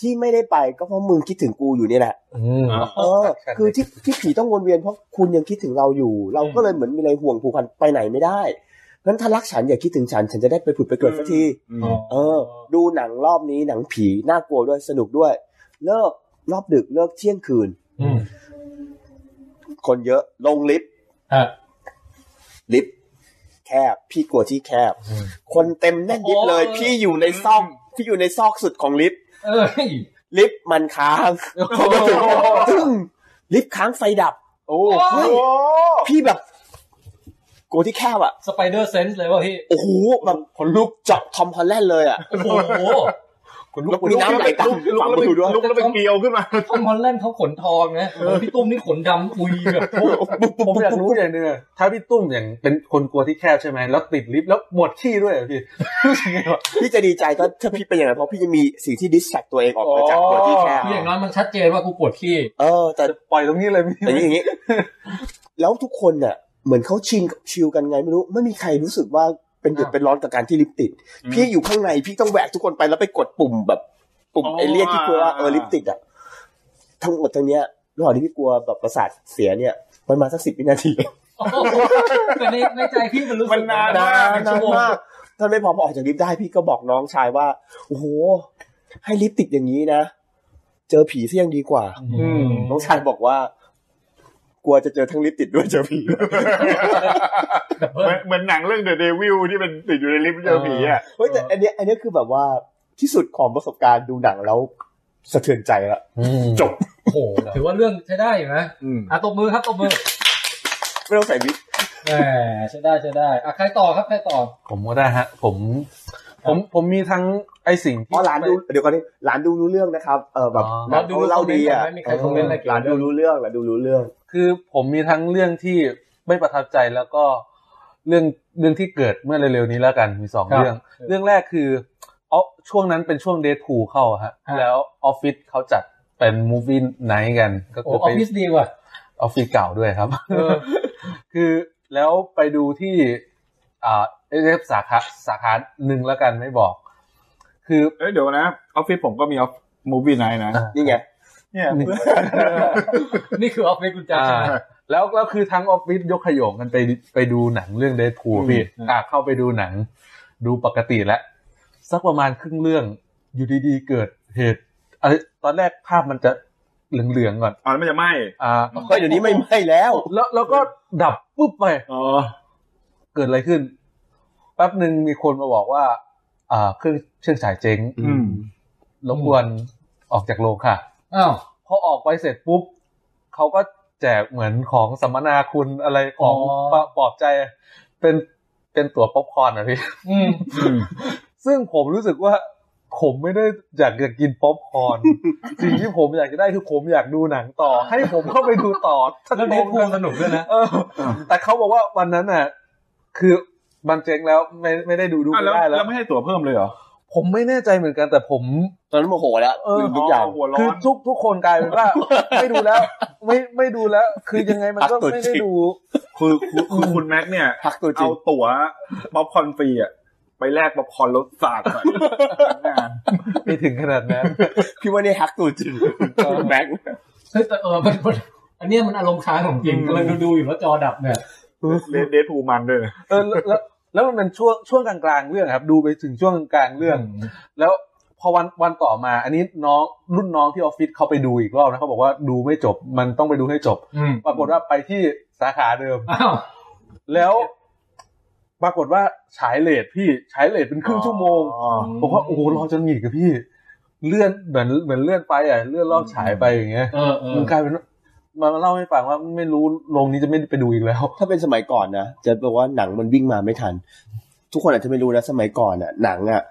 Speaker 6: ที่ไม่ได้ไปก็เพราะมึงคิดถึงกูอยู่เนี่ยแหละ
Speaker 1: อืม
Speaker 6: เออ คือที่ที่ผีต้องวนเวียนเพราะคุณยังคิดถึงเราอยู่ เราก็เลยเหมือนมีอะไรห่วงผูกพันไปไหนไม่ได้งั้นถ้ารักฉันอย่าคิดถึงฉัน ฉันจะได้ไปผุดไปเกิดสักที เออ ดูหนังรอบนี้หนังผีน่ากลัวด้วยสนุกด้วย เลิกรอบดึกเลิกเที่ยงคืน
Speaker 1: อืม
Speaker 6: คนเยอะลงลิฟต์
Speaker 1: ฮะ
Speaker 6: ลิฟต์แคบ พี่กลัวที่แคบ คนเต็มแน่นลิฟต์เลย
Speaker 1: โอ้
Speaker 6: พี่อยู่ในซอกพี่อยู่ในซอกสุดของลิฟต์
Speaker 1: เอ้ย
Speaker 6: ลิฟต์มันค้างพอมาถึงตึ้งลิฟต์ค้างไฟดับ
Speaker 4: โอ้
Speaker 6: เฮ้ย พี่แบบกลัวที่แคบอ่ะ
Speaker 1: สไปเดอร์เซนส์เลยว่ะพี่
Speaker 6: โอ้โหแบบขนลุกเจาะทอมฮอลแลนด์เลยอ่ะ
Speaker 1: โอ้โห
Speaker 6: แล้วมีน้ำไหลตาม
Speaker 4: ลุก
Speaker 6: ฝั่ง
Speaker 4: แล้ว
Speaker 6: มื
Speaker 4: เป็
Speaker 6: อน ด้วย
Speaker 4: ลุกแล้วเป็นเกลียวขึ้นมา
Speaker 1: ทอมฮอลแลนด์เขาขนทองนะโอ้โหพี่ตุ้มนี่ขนดำปุยแบบโอ้โห
Speaker 2: ผมอยากรู้อย่างหนึงอะถ้าพี่ตุ้มอย่างเป็นคนกลัวที่แคบใช่ไหมแล้วติดลิฟต์แล้วหมดขี้ด้วยเหรอพี่ รู้สึกไงวะ
Speaker 6: พี่จะดีใจก็ถ้าพี่เป็นอย่างนั้นเพราะพี่จะมีสิ่งที่ดิสแทรกตัวเองออกมาจากกลัวที่แคบ
Speaker 1: คืออย่างน้อยมันชัดเจนว่ากูปวดขี้
Speaker 6: เออแต่
Speaker 2: ปล่อยตรงนี้เลยพี่
Speaker 6: แต่อย่างนี้อย่างนี้ แล้วทุกคนเนี่ยเหมือนเขาชินกับชิลกันไงไม่รู้ ไม่มีใครรู้สึกว่าเป็นเดือดเป็นร้อนกับการที่ลิฟต์ติด พี่อยู่ข้างในพี่ต้องแหวกทุกคนไปแล้วไปกดปุ่มแบบ ปุ่ม
Speaker 4: อ๋อ
Speaker 6: ไอเรียกที่กลัวว่าเออลิฟต์ติดอ่ะทั้งหมดทั้งเนี้ยระหว่างที่พี่กลัวแบบประสาทเสียเนี่ยมันมาสักสิบวินาที
Speaker 1: โอ้โหแต่ในในใจพี่มันรู้สึก
Speaker 4: มันนานมาก
Speaker 1: เป็ชั่วโง
Speaker 6: มากท่านไม่พอพอออกจากลิฟต์ได้พี่ก็บอกน้องชายว่าโอ้โหให้ลิฟต์ติดอย่างนี้นะเจอผีซะยังดีกว่า
Speaker 1: อืม
Speaker 6: น้องชายบอกว่า กลัวจะเจอทั้งลิฟต์ติดด้วยเจอผี
Speaker 1: แบบ
Speaker 4: เหมือนเหมือนหนังเรื่อง The Devil ที่เป็นติดอยู่ในลิฟต์เจอผีอ่ะ
Speaker 6: เฮ้ยแต่อันเนี้ยอันเนี้ยคือแบบว่าที่สุดของประสบการณ์ดูหนังแล้วสะเทือนใจละ
Speaker 4: จบ
Speaker 1: โอ้โหถือว่าเรื่องใช้ได้อยู่นะ
Speaker 4: อืม
Speaker 1: อ่ะตบมือครับตบมือ
Speaker 6: ไม่ต้องใส่วิก
Speaker 1: แหมใช้ได้ใช้ได้อ่ะใครต่อครับใครต่อ
Speaker 2: ผมก็ได้ฮะ ผม ผมผมมีทั้งไอสิ่ง
Speaker 6: เพราะหลานดูเดี๋ยวก่อนนี้หลานดูรู้เรื่องนะครับเออแบบ
Speaker 2: อ๋อ
Speaker 1: หลานดูรู้
Speaker 6: เล่าดีอ่ะ
Speaker 1: ไม่มีใครคอมเมนต์อะไรเกี่ยวกั
Speaker 6: หลาน
Speaker 1: บเรื่
Speaker 6: ดู
Speaker 1: อง
Speaker 6: รู้เรื่องหลานดูรู้เรื่อง
Speaker 2: คือผมมีทั้งเรื่องที่ไม่ประทับใจแล้วก็เรื่องเรื่องที่เกิดเมื่อเร็วๆนี้แล้วกันมีสอง
Speaker 1: ครับ
Speaker 2: เรื่อง เรื่องแรกคือเอาช่วงนั้นเป็นช่วงเดทพูเข้าอะฮะ
Speaker 1: ฮะ
Speaker 2: แล้วออฟฟิศเขาจัดเป็นมูฟ i ่ไนท์กัน ก็
Speaker 1: โอ้
Speaker 2: คือ
Speaker 1: ออ
Speaker 2: ไป
Speaker 1: ฟฟิศดีว่ะ
Speaker 2: ออฟฟิศเก่าด้วยครับ คือแล้วไปดูที่อ่าเอฟสาขาสาขาหนึ่งแล้วกันไม่บอก คือ
Speaker 12: เอ้ยเดี๋ยวนะออฟฟิศผมก็มีออฟมูฟี่ไนท์นะ
Speaker 6: นี่ไง
Speaker 12: เนี่ย
Speaker 1: นี่คือออฟฟิศกุญแจใช่ไหม
Speaker 2: อ่าแล้วแล้วคือทั้งออฟฟิศยกขยงกันไปไปดูหนังเรื่องเดท o ู
Speaker 12: อืม
Speaker 2: พี่อ่ะเข้าไปดูหนัง ดูปกติแล้วสักประมาณครึ่งเรื่องอยู่ดีๆเกิดเหตุเอยตอนแรกภาพมันจะเหลืองๆก่อน
Speaker 12: อ๋อแล้วมันจะไหม
Speaker 2: อ่า
Speaker 6: ก็เดี๋ยวนี้ไม่ไม่แล้ว
Speaker 2: แล้วแล้วก็ดับปุ๊บไป
Speaker 12: อ๋อ
Speaker 2: เกิดอะไรขึ้นแป๊บหนึ่งมีคนมาบอกว่า อ่าเครื่องเครื่องฉายเจ๊ง
Speaker 12: อืม
Speaker 2: รบกวนออกจากโรงค่ะ
Speaker 1: อ้าว
Speaker 2: พอออกไปเสร็จปุ๊บเขาก็แจกเหมือนของสัมมนาคุณอะไรของ
Speaker 1: อ๋อ
Speaker 2: ปะปลอบใจ เป็นเป็นตั๋วป๊อปคอร์นอะพี่
Speaker 1: อืม
Speaker 12: อืม
Speaker 2: ซึ่งผมรู้สึกว่า ผมไม่ได้อยากจะกินป๊อปคอร์น สิ่งที่ผมอยากจะได้คือผมอยากดูหนังต่อ ให้ผมเข้าไปดูต่อถ้า
Speaker 1: แล้ว
Speaker 2: ต
Speaker 1: เด
Speaker 2: ร
Speaker 1: ท
Speaker 2: ง
Speaker 1: พู
Speaker 2: กัน
Speaker 1: สนุกด้วยนะ
Speaker 2: เออ แต่เขาบอกว่าวันนั้นน่ะ คือมันเจ๊งแล้วไม่ไม่ได้ดูดู
Speaker 12: อ่ะ
Speaker 2: ไม่
Speaker 12: แล้ว
Speaker 2: ได้แล้
Speaker 12: แล้ว วไม่ให้ตั๋วเพิ่มเลยเหรอ
Speaker 2: ผมไม่แน่ใจเหมือนกันแต่ผม
Speaker 6: ตอนนั้นโมโหแล้ว
Speaker 2: เออ
Speaker 6: ลืมทุกอย่าง
Speaker 12: หัวร้อ
Speaker 2: คือน ทุกทุกคนกลายเป็นว่า ไม่ดูแล้ว ไม่ไม่ดูแล้ว คือยังไงมันก็
Speaker 6: อักตุด
Speaker 2: ไม่ได้
Speaker 6: จิต
Speaker 2: ดู
Speaker 12: คือคือคือคุณแม็กซ์เนี่ย
Speaker 6: พักตัวจริ
Speaker 12: เอา
Speaker 6: ง
Speaker 12: ตั๋วบ๊อบคอร์นฟรีอะไปแลกบ๊อบคอร์นรถสาดใส่พนักงาน
Speaker 2: ไม่ถึงขนาดนั้น
Speaker 6: พี่ว่านี่ฮักตัวจริง แบงค์
Speaker 1: เฮ้ยแต่เออมันมันอันเนี้ยมันอารมณ์ค้างของจริงกำลังดูดูอยู่แล้วจอดับเนี่ย
Speaker 12: เลดเดทูมันด้วยนะ
Speaker 2: เออแล้วแล้วแล้วมันเป็นช่วงช่วงกลางๆเรื่องครับ ดูไปถึงช่วงกลางๆเรื่อง แล้วพอวันวันต่อมา อันนี้น้องรุ่นน้องที่ออฟฟิศเขาไปดูอีกรอบนะเขาบอกว่าดูไม่จบ มันต้องไปดูให้จบ
Speaker 1: อืม
Speaker 2: ปรากฏว่าไปที่สาขาเดิม
Speaker 1: อ้าว
Speaker 2: แล้วปรากฏว่าฉายเลทพี่ฉายเลทเป็นครึ่งชั่วโมง
Speaker 12: อ๋อ
Speaker 2: ผมว่าโอ้โหรอจนหงิดกับพี่ เลื่อนเหมือนเหมือนเลื่อนไปอ่ะเลื่อนรอบฉายไปอย่างเงี้ย
Speaker 1: เออเออ
Speaker 2: มันกลายเป็นว่ามันมาเล่าให้ฟังว่าไม่รู้โรงนี้จะไม่ไปดูอีกแล้ว
Speaker 6: ถ้าเป็นสมัยก่อนนะจะบอกว่าหนังมันวิ่งมาไม่ทัน ทุกคนอาจจะไม่รู้นะสมัยก่อนอ่ะ หนังอ่ะ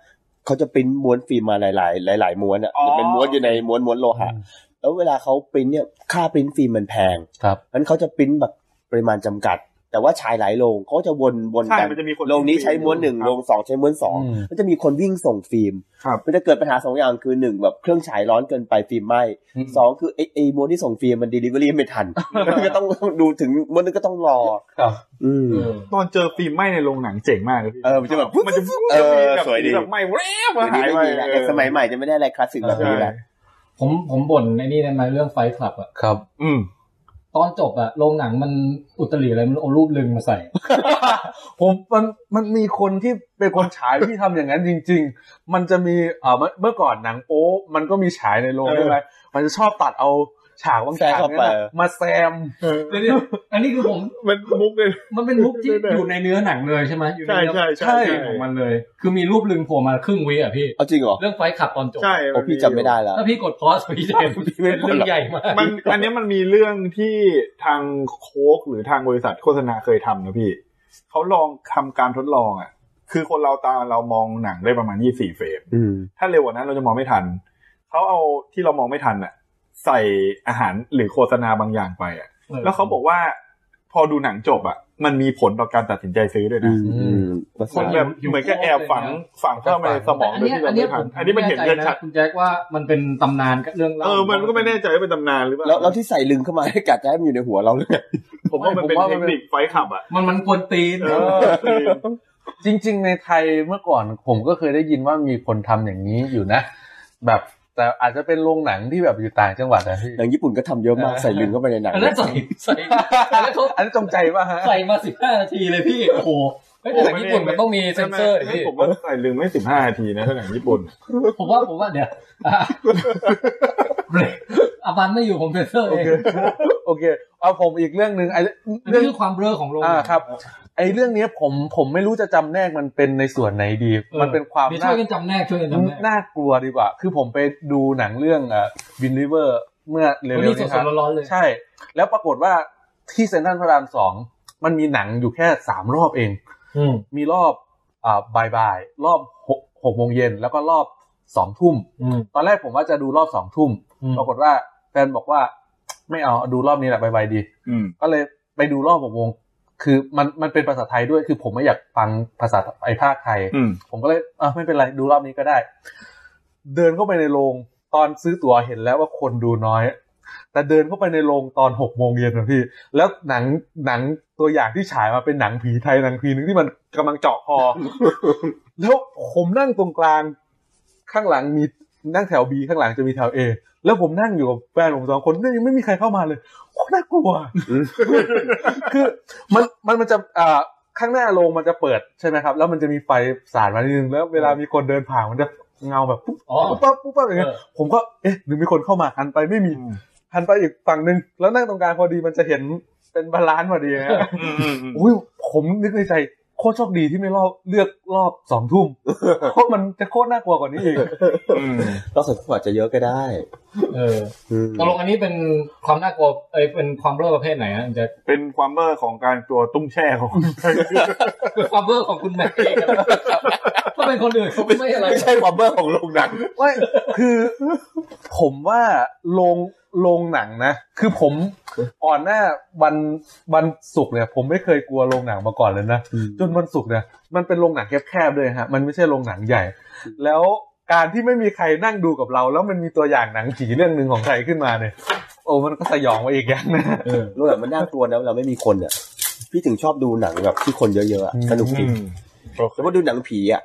Speaker 6: เขาจะปริ้นม้วนฟิล์มมาหลาย ๆ หลาย ๆ ม้วนอ่ะ
Speaker 12: อ๋อ
Speaker 6: จะเป็นม้วนอยู่ในม้วนม้วนโลหะ แล้วเวลาเขาปริ้นเนี่ยค่าปริ้นฟิล์มมันแพง
Speaker 2: ครับ
Speaker 6: งั้นเขาจะปริ้นแบบปริมาณจำกัด แต่ แต่ว่าฉายหลายโรงเขาจะวนวน
Speaker 14: ใช่
Speaker 6: กัน
Speaker 14: มันจะมีคน
Speaker 6: โรงนี้ใช้ม้วนหนึ่ง
Speaker 14: ครับ
Speaker 6: โรงสองใช้ม้วนสอง
Speaker 2: อืม
Speaker 6: มันจะมีคนวิ่งส่งฟิล์ม
Speaker 14: ครับ
Speaker 6: มันจะเกิดปัญหาสองอย่างคือหนึ่งแบบเครื่องฉายร้อนเกินไปฟิล์มไหมสองคือไอไอม้วนที่ส่งฟิล์มมันเดลิเวอรี่ไม่ทันมันก็ต้อง ดูถึงม้วนนึงก็ต้องรอ
Speaker 2: ครับ
Speaker 6: อืม
Speaker 4: ตอนเจอฟิล์มไหม้ในโรงหนังเจ๋งมากเลยพี่
Speaker 6: เออมันจะแบบ
Speaker 4: มันจะ
Speaker 6: เออ
Speaker 14: แบบ
Speaker 6: สวยดี
Speaker 14: แบบไหม้แวบมา
Speaker 6: เดี๋ยว
Speaker 14: หาย
Speaker 6: นี้ไม่
Speaker 14: ไป
Speaker 6: มีละเด็กสมัยใหม่จะไม่ได้อะไรคลาสสิกแบบนี้ละ
Speaker 1: ผมผมบ่นในนี่ได้ไหมเรื่องไฟคลับอะ
Speaker 2: ครับ
Speaker 4: อืม
Speaker 1: ตอนจบอะโรงหนังมันอุตริอะไรมันเอารูปลึงมาใส่
Speaker 2: ผมมันมันมีคนที่เป็นคนฉายที่ทำอย่างนั้นจริง ๆ มันจะมีเอ่อเมื่อเมื่อก่อนหนังโป๊มันก็มีฉายในโรง
Speaker 14: เออ
Speaker 2: ใช่ไหมมันจะชอบตัดเอาฉากบาง
Speaker 6: แซม
Speaker 2: ฉาก
Speaker 6: เข้าไป
Speaker 2: เนี่ยนะมาแซม
Speaker 1: เดี๋ยวๆอันนี้คือผม
Speaker 14: มันมุกเลย
Speaker 1: มันเป็นมุกที่อยู่ในเนื้อหนังเลยใช่ไหมอยู่ใน
Speaker 14: ใช่
Speaker 1: เนื้อ
Speaker 14: ใช่ใช่
Speaker 1: เพลงของมันเลย คือมีรูปลึงโผล่มาครึ่งวิอ่ะพี่
Speaker 6: เอาจริงเหรอ
Speaker 1: เรื่องไฟขับตอนจบ
Speaker 14: ใช่
Speaker 6: โอ้พี่จำไม่ได้แล้ว
Speaker 1: ถ้าพี่กดพอสพี่จะเห็นเป็นเรื่องใหญ่มาก
Speaker 4: มันอันเนี้ยมันมีเรื่องที่ทางโค้กหรือทางบริษัทโฆษณาเคยทำนะพี่เขาลองทำการทดลองอ่ะ คือคนเราตาเรามองหนังได้ประมาณยี่สี่เฟรม
Speaker 6: อืม
Speaker 4: ถ้าเร็วกว่านั้นเราจะมองไม่ทันเขาเอาที่เรามองไม่ทันอ่ะ ใส่อาหารหรือโฆษณาบางอย่างไปอ่ะ แล้วเขาบอกว่า พอดูหนังจบอ่ะ มันมีผลต่อการตัดสินใจซื้อด้วย
Speaker 6: อื
Speaker 4: นะ
Speaker 6: มอืมภา
Speaker 4: คน
Speaker 6: ษา
Speaker 4: แบบเหมือนกับแอบฝังฝังเข้าไปในสมอง
Speaker 1: อัน
Speaker 4: โดย
Speaker 1: เนี้ย
Speaker 4: ที่
Speaker 1: อันเนี้
Speaker 4: เรา
Speaker 1: ย
Speaker 4: ไม่
Speaker 1: ผ
Speaker 4: ทัน
Speaker 1: ม
Speaker 4: อันนี้มันเห็น
Speaker 1: ไแใจ
Speaker 4: ได้ชัด
Speaker 1: คุณแจ็คว่ามันเป็นตำนานกับเรื่องเล่า
Speaker 4: เออมันก็ไม่แน่ใจว่าเป็นตำนานหรือเปล่า
Speaker 6: แล้วแล้วที่ใส่ลึงเข้ามา ให้กัดจะให้มันอยู่ในหัวเราเลย
Speaker 4: ผมว่ามันเป็นเทคนิคไฟขับอ่ะ
Speaker 1: มันมันควรตีน
Speaker 4: เออ
Speaker 2: จริง ๆ ในไทยเมื่อก่อนผมก็เคยได้ยินว่ามีคนทำอย่างนี้อยู่นะ แบบแต่อาจจะเป็นโรงหนังที่แบบอยู่ต่างจังหวัด นะพี่
Speaker 6: หนังญี่ปุ่นก็ทำเยอะมากใส่ลึงเข้าไปในหนัง
Speaker 1: อันนั้นใส่ใส่อันนั้นเขา
Speaker 2: อันนี้นจงใจป่ะฮะ
Speaker 1: ใส่มาสิบห้านาทีเลยพี่โอ้โหเฮ้ยแต่หนังญี่ปุ่นมันต้องมีเซนเซอร์ดิพี่
Speaker 4: ผมว่าใส่ลืมไม่สิบห้านาทีนะถ้าหนังญี่ปุ่น
Speaker 1: ผมว่าผมว่าเดี๋ยว อ่ะเบรกอาบันไม่อยู่ผมเซนเซอร์
Speaker 2: โอ
Speaker 1: เอง
Speaker 2: เค โอเค เอาผมอีกเรื่องหนึ่งไอ้
Speaker 1: อัน
Speaker 2: เรื่
Speaker 1: นี่
Speaker 2: อง
Speaker 1: คือความเบ้อของโรง
Speaker 2: อ่าครับ ไอ้เรื่องเนี้ยผมผมไม่รู้จะจำแนกมันเป็นในส่วนไหนดี มันเป็นความ
Speaker 1: เดี๋ยวช่
Speaker 2: น่า
Speaker 1: วยกันจำแนกช่วยกันจำแนก
Speaker 2: น่ากลัวดีกว่า คือผมไปดูหนังเรื่องอ่ะวินลิเวอร์เมื่อเร็ว
Speaker 1: วัน
Speaker 2: ๆ
Speaker 1: นี้
Speaker 2: นี้
Speaker 1: ส
Speaker 2: ครับ
Speaker 1: ดๆร้อนๆเลย
Speaker 2: ใช่ แล้วปรากฏว่าที่เซ็นทรัลพระรามสองมันมีหนังอยู่แค่สามรอบเอง
Speaker 1: อืม
Speaker 2: มีรอบอ่าบ่ายบ่ายๆรอบหกหกโมงเย็นแล้วก็รอบสองทุ่ม
Speaker 1: อืม
Speaker 2: ตอนแรกผมว่าจะดูรอบสองทุ่ม
Speaker 1: อืม
Speaker 2: ปรากฏว่าแฟนบอกว่าไม่เอาดูรอบนี้แหละบ่ายๆดี
Speaker 4: อืม
Speaker 2: ก็เลยไปดูรอบหกโมงคือมันมันเป็นภาษาไทยด้วย คือผมไม่อยากฟังภาษาไอ้ภาคไทย
Speaker 4: อืม
Speaker 2: ผมก็เลยอ่ะไม่เป็นไรดูรอบนี้ก็ได้ เดินเข้าไปในโรงตอนซื้อตั๋วเห็นแล้วว่าคนดูน้อย แต่เดินเข้าไปในโรงตอนหกโมงเย็นนะพี่ แล้วหนังหนังตัวอย่างที่ฉายมาเป็นหนังผีไทยหนังผีหนึงที่มันกำลังเจาะคอ แล้วผมนั่งตรงกลาง ข้างหลังมีนั่งแถว B ข้างหลังจะมีแถว A แล้วผมนั่งอยู่กับแฟนผมสองคนก็ยังไม่มีใครเข้ามาเลยโคตรน่ากลัว คือมันมันมันจะอ่าข้างหน้าโรงมันจะเปิดใช่ไหมครับ แล้วมันจะมีไฟสาดมานิดนึงแล้วเวลามีคนเดินผ่านมันจะเงาแบบปุ๊บ
Speaker 1: อ๋อ
Speaker 2: ปุ๊บปั๊บปุ๊บปั๊บอย่างเงี้ย
Speaker 1: เออ
Speaker 2: ผมก็เอ๊ะหรือมีคนเข้ามาหันไปไม่มี
Speaker 4: อืม
Speaker 2: หันไปอีกฝั่งหนึ่งแล้วนั่งตรงกลางพอดีมันจะเห็นเป็นบาลานซ์พอดีนะฮะ
Speaker 4: อืมอืมอืม
Speaker 2: อุ้ยผมนึกในใจโคตรโชคดีที่ไม่รอบเลือกรอบสองทุ่ม เพราะมันจะโคตรน่ากลัวกว่านี้อีก
Speaker 4: อืม
Speaker 6: เราสนกว่าจะเยอะก็ได้
Speaker 1: เออ
Speaker 6: อืม
Speaker 1: ตกลงอันนี้เป็นความน่ากลัวเอ้ยเป็นความเบ้อประเภทไหนฮะจะ
Speaker 4: เป็นความเมอร์ของการตัวตุ้งแช่ของคนไทย
Speaker 1: เป็นความเบ้อของคุณแม็กเองครับถ้า เป็นคนอื่นเขาไม่อะไร
Speaker 6: ไม่ใช่ความเบอร์ของโรงหนัง
Speaker 2: ไม่คือผมว่าโรงโรงหนังนะ คือผมก่อนหน้าวันวันศุกร์เนี่ย ผมไม่เคยกลัวโรงหนังมาก่อนเลยนะ
Speaker 6: อืม
Speaker 2: จนวันศุกร์เนี่ยมันเป็นโรงหนังแคบๆด้วยฮะ มันไม่ใช่โรงหนังใหญ่ แล้วการที่ไม่มีใครนั่งดูกับเรา แล้วมันมีตัวอย่างหนังผีเรื่องหนึ่งของไทยขึ้นมาเนี่ย โอ้มันก็สยองไปอีกอย่างนะ
Speaker 6: โรงหนังมันน่ากลัวนะเราไม่มีคนอ่ะพี่ถึงชอบดูหนังแบบที่คนเยอะๆอะสนุกดีแต่ว่าดูหนังผีอ่ะ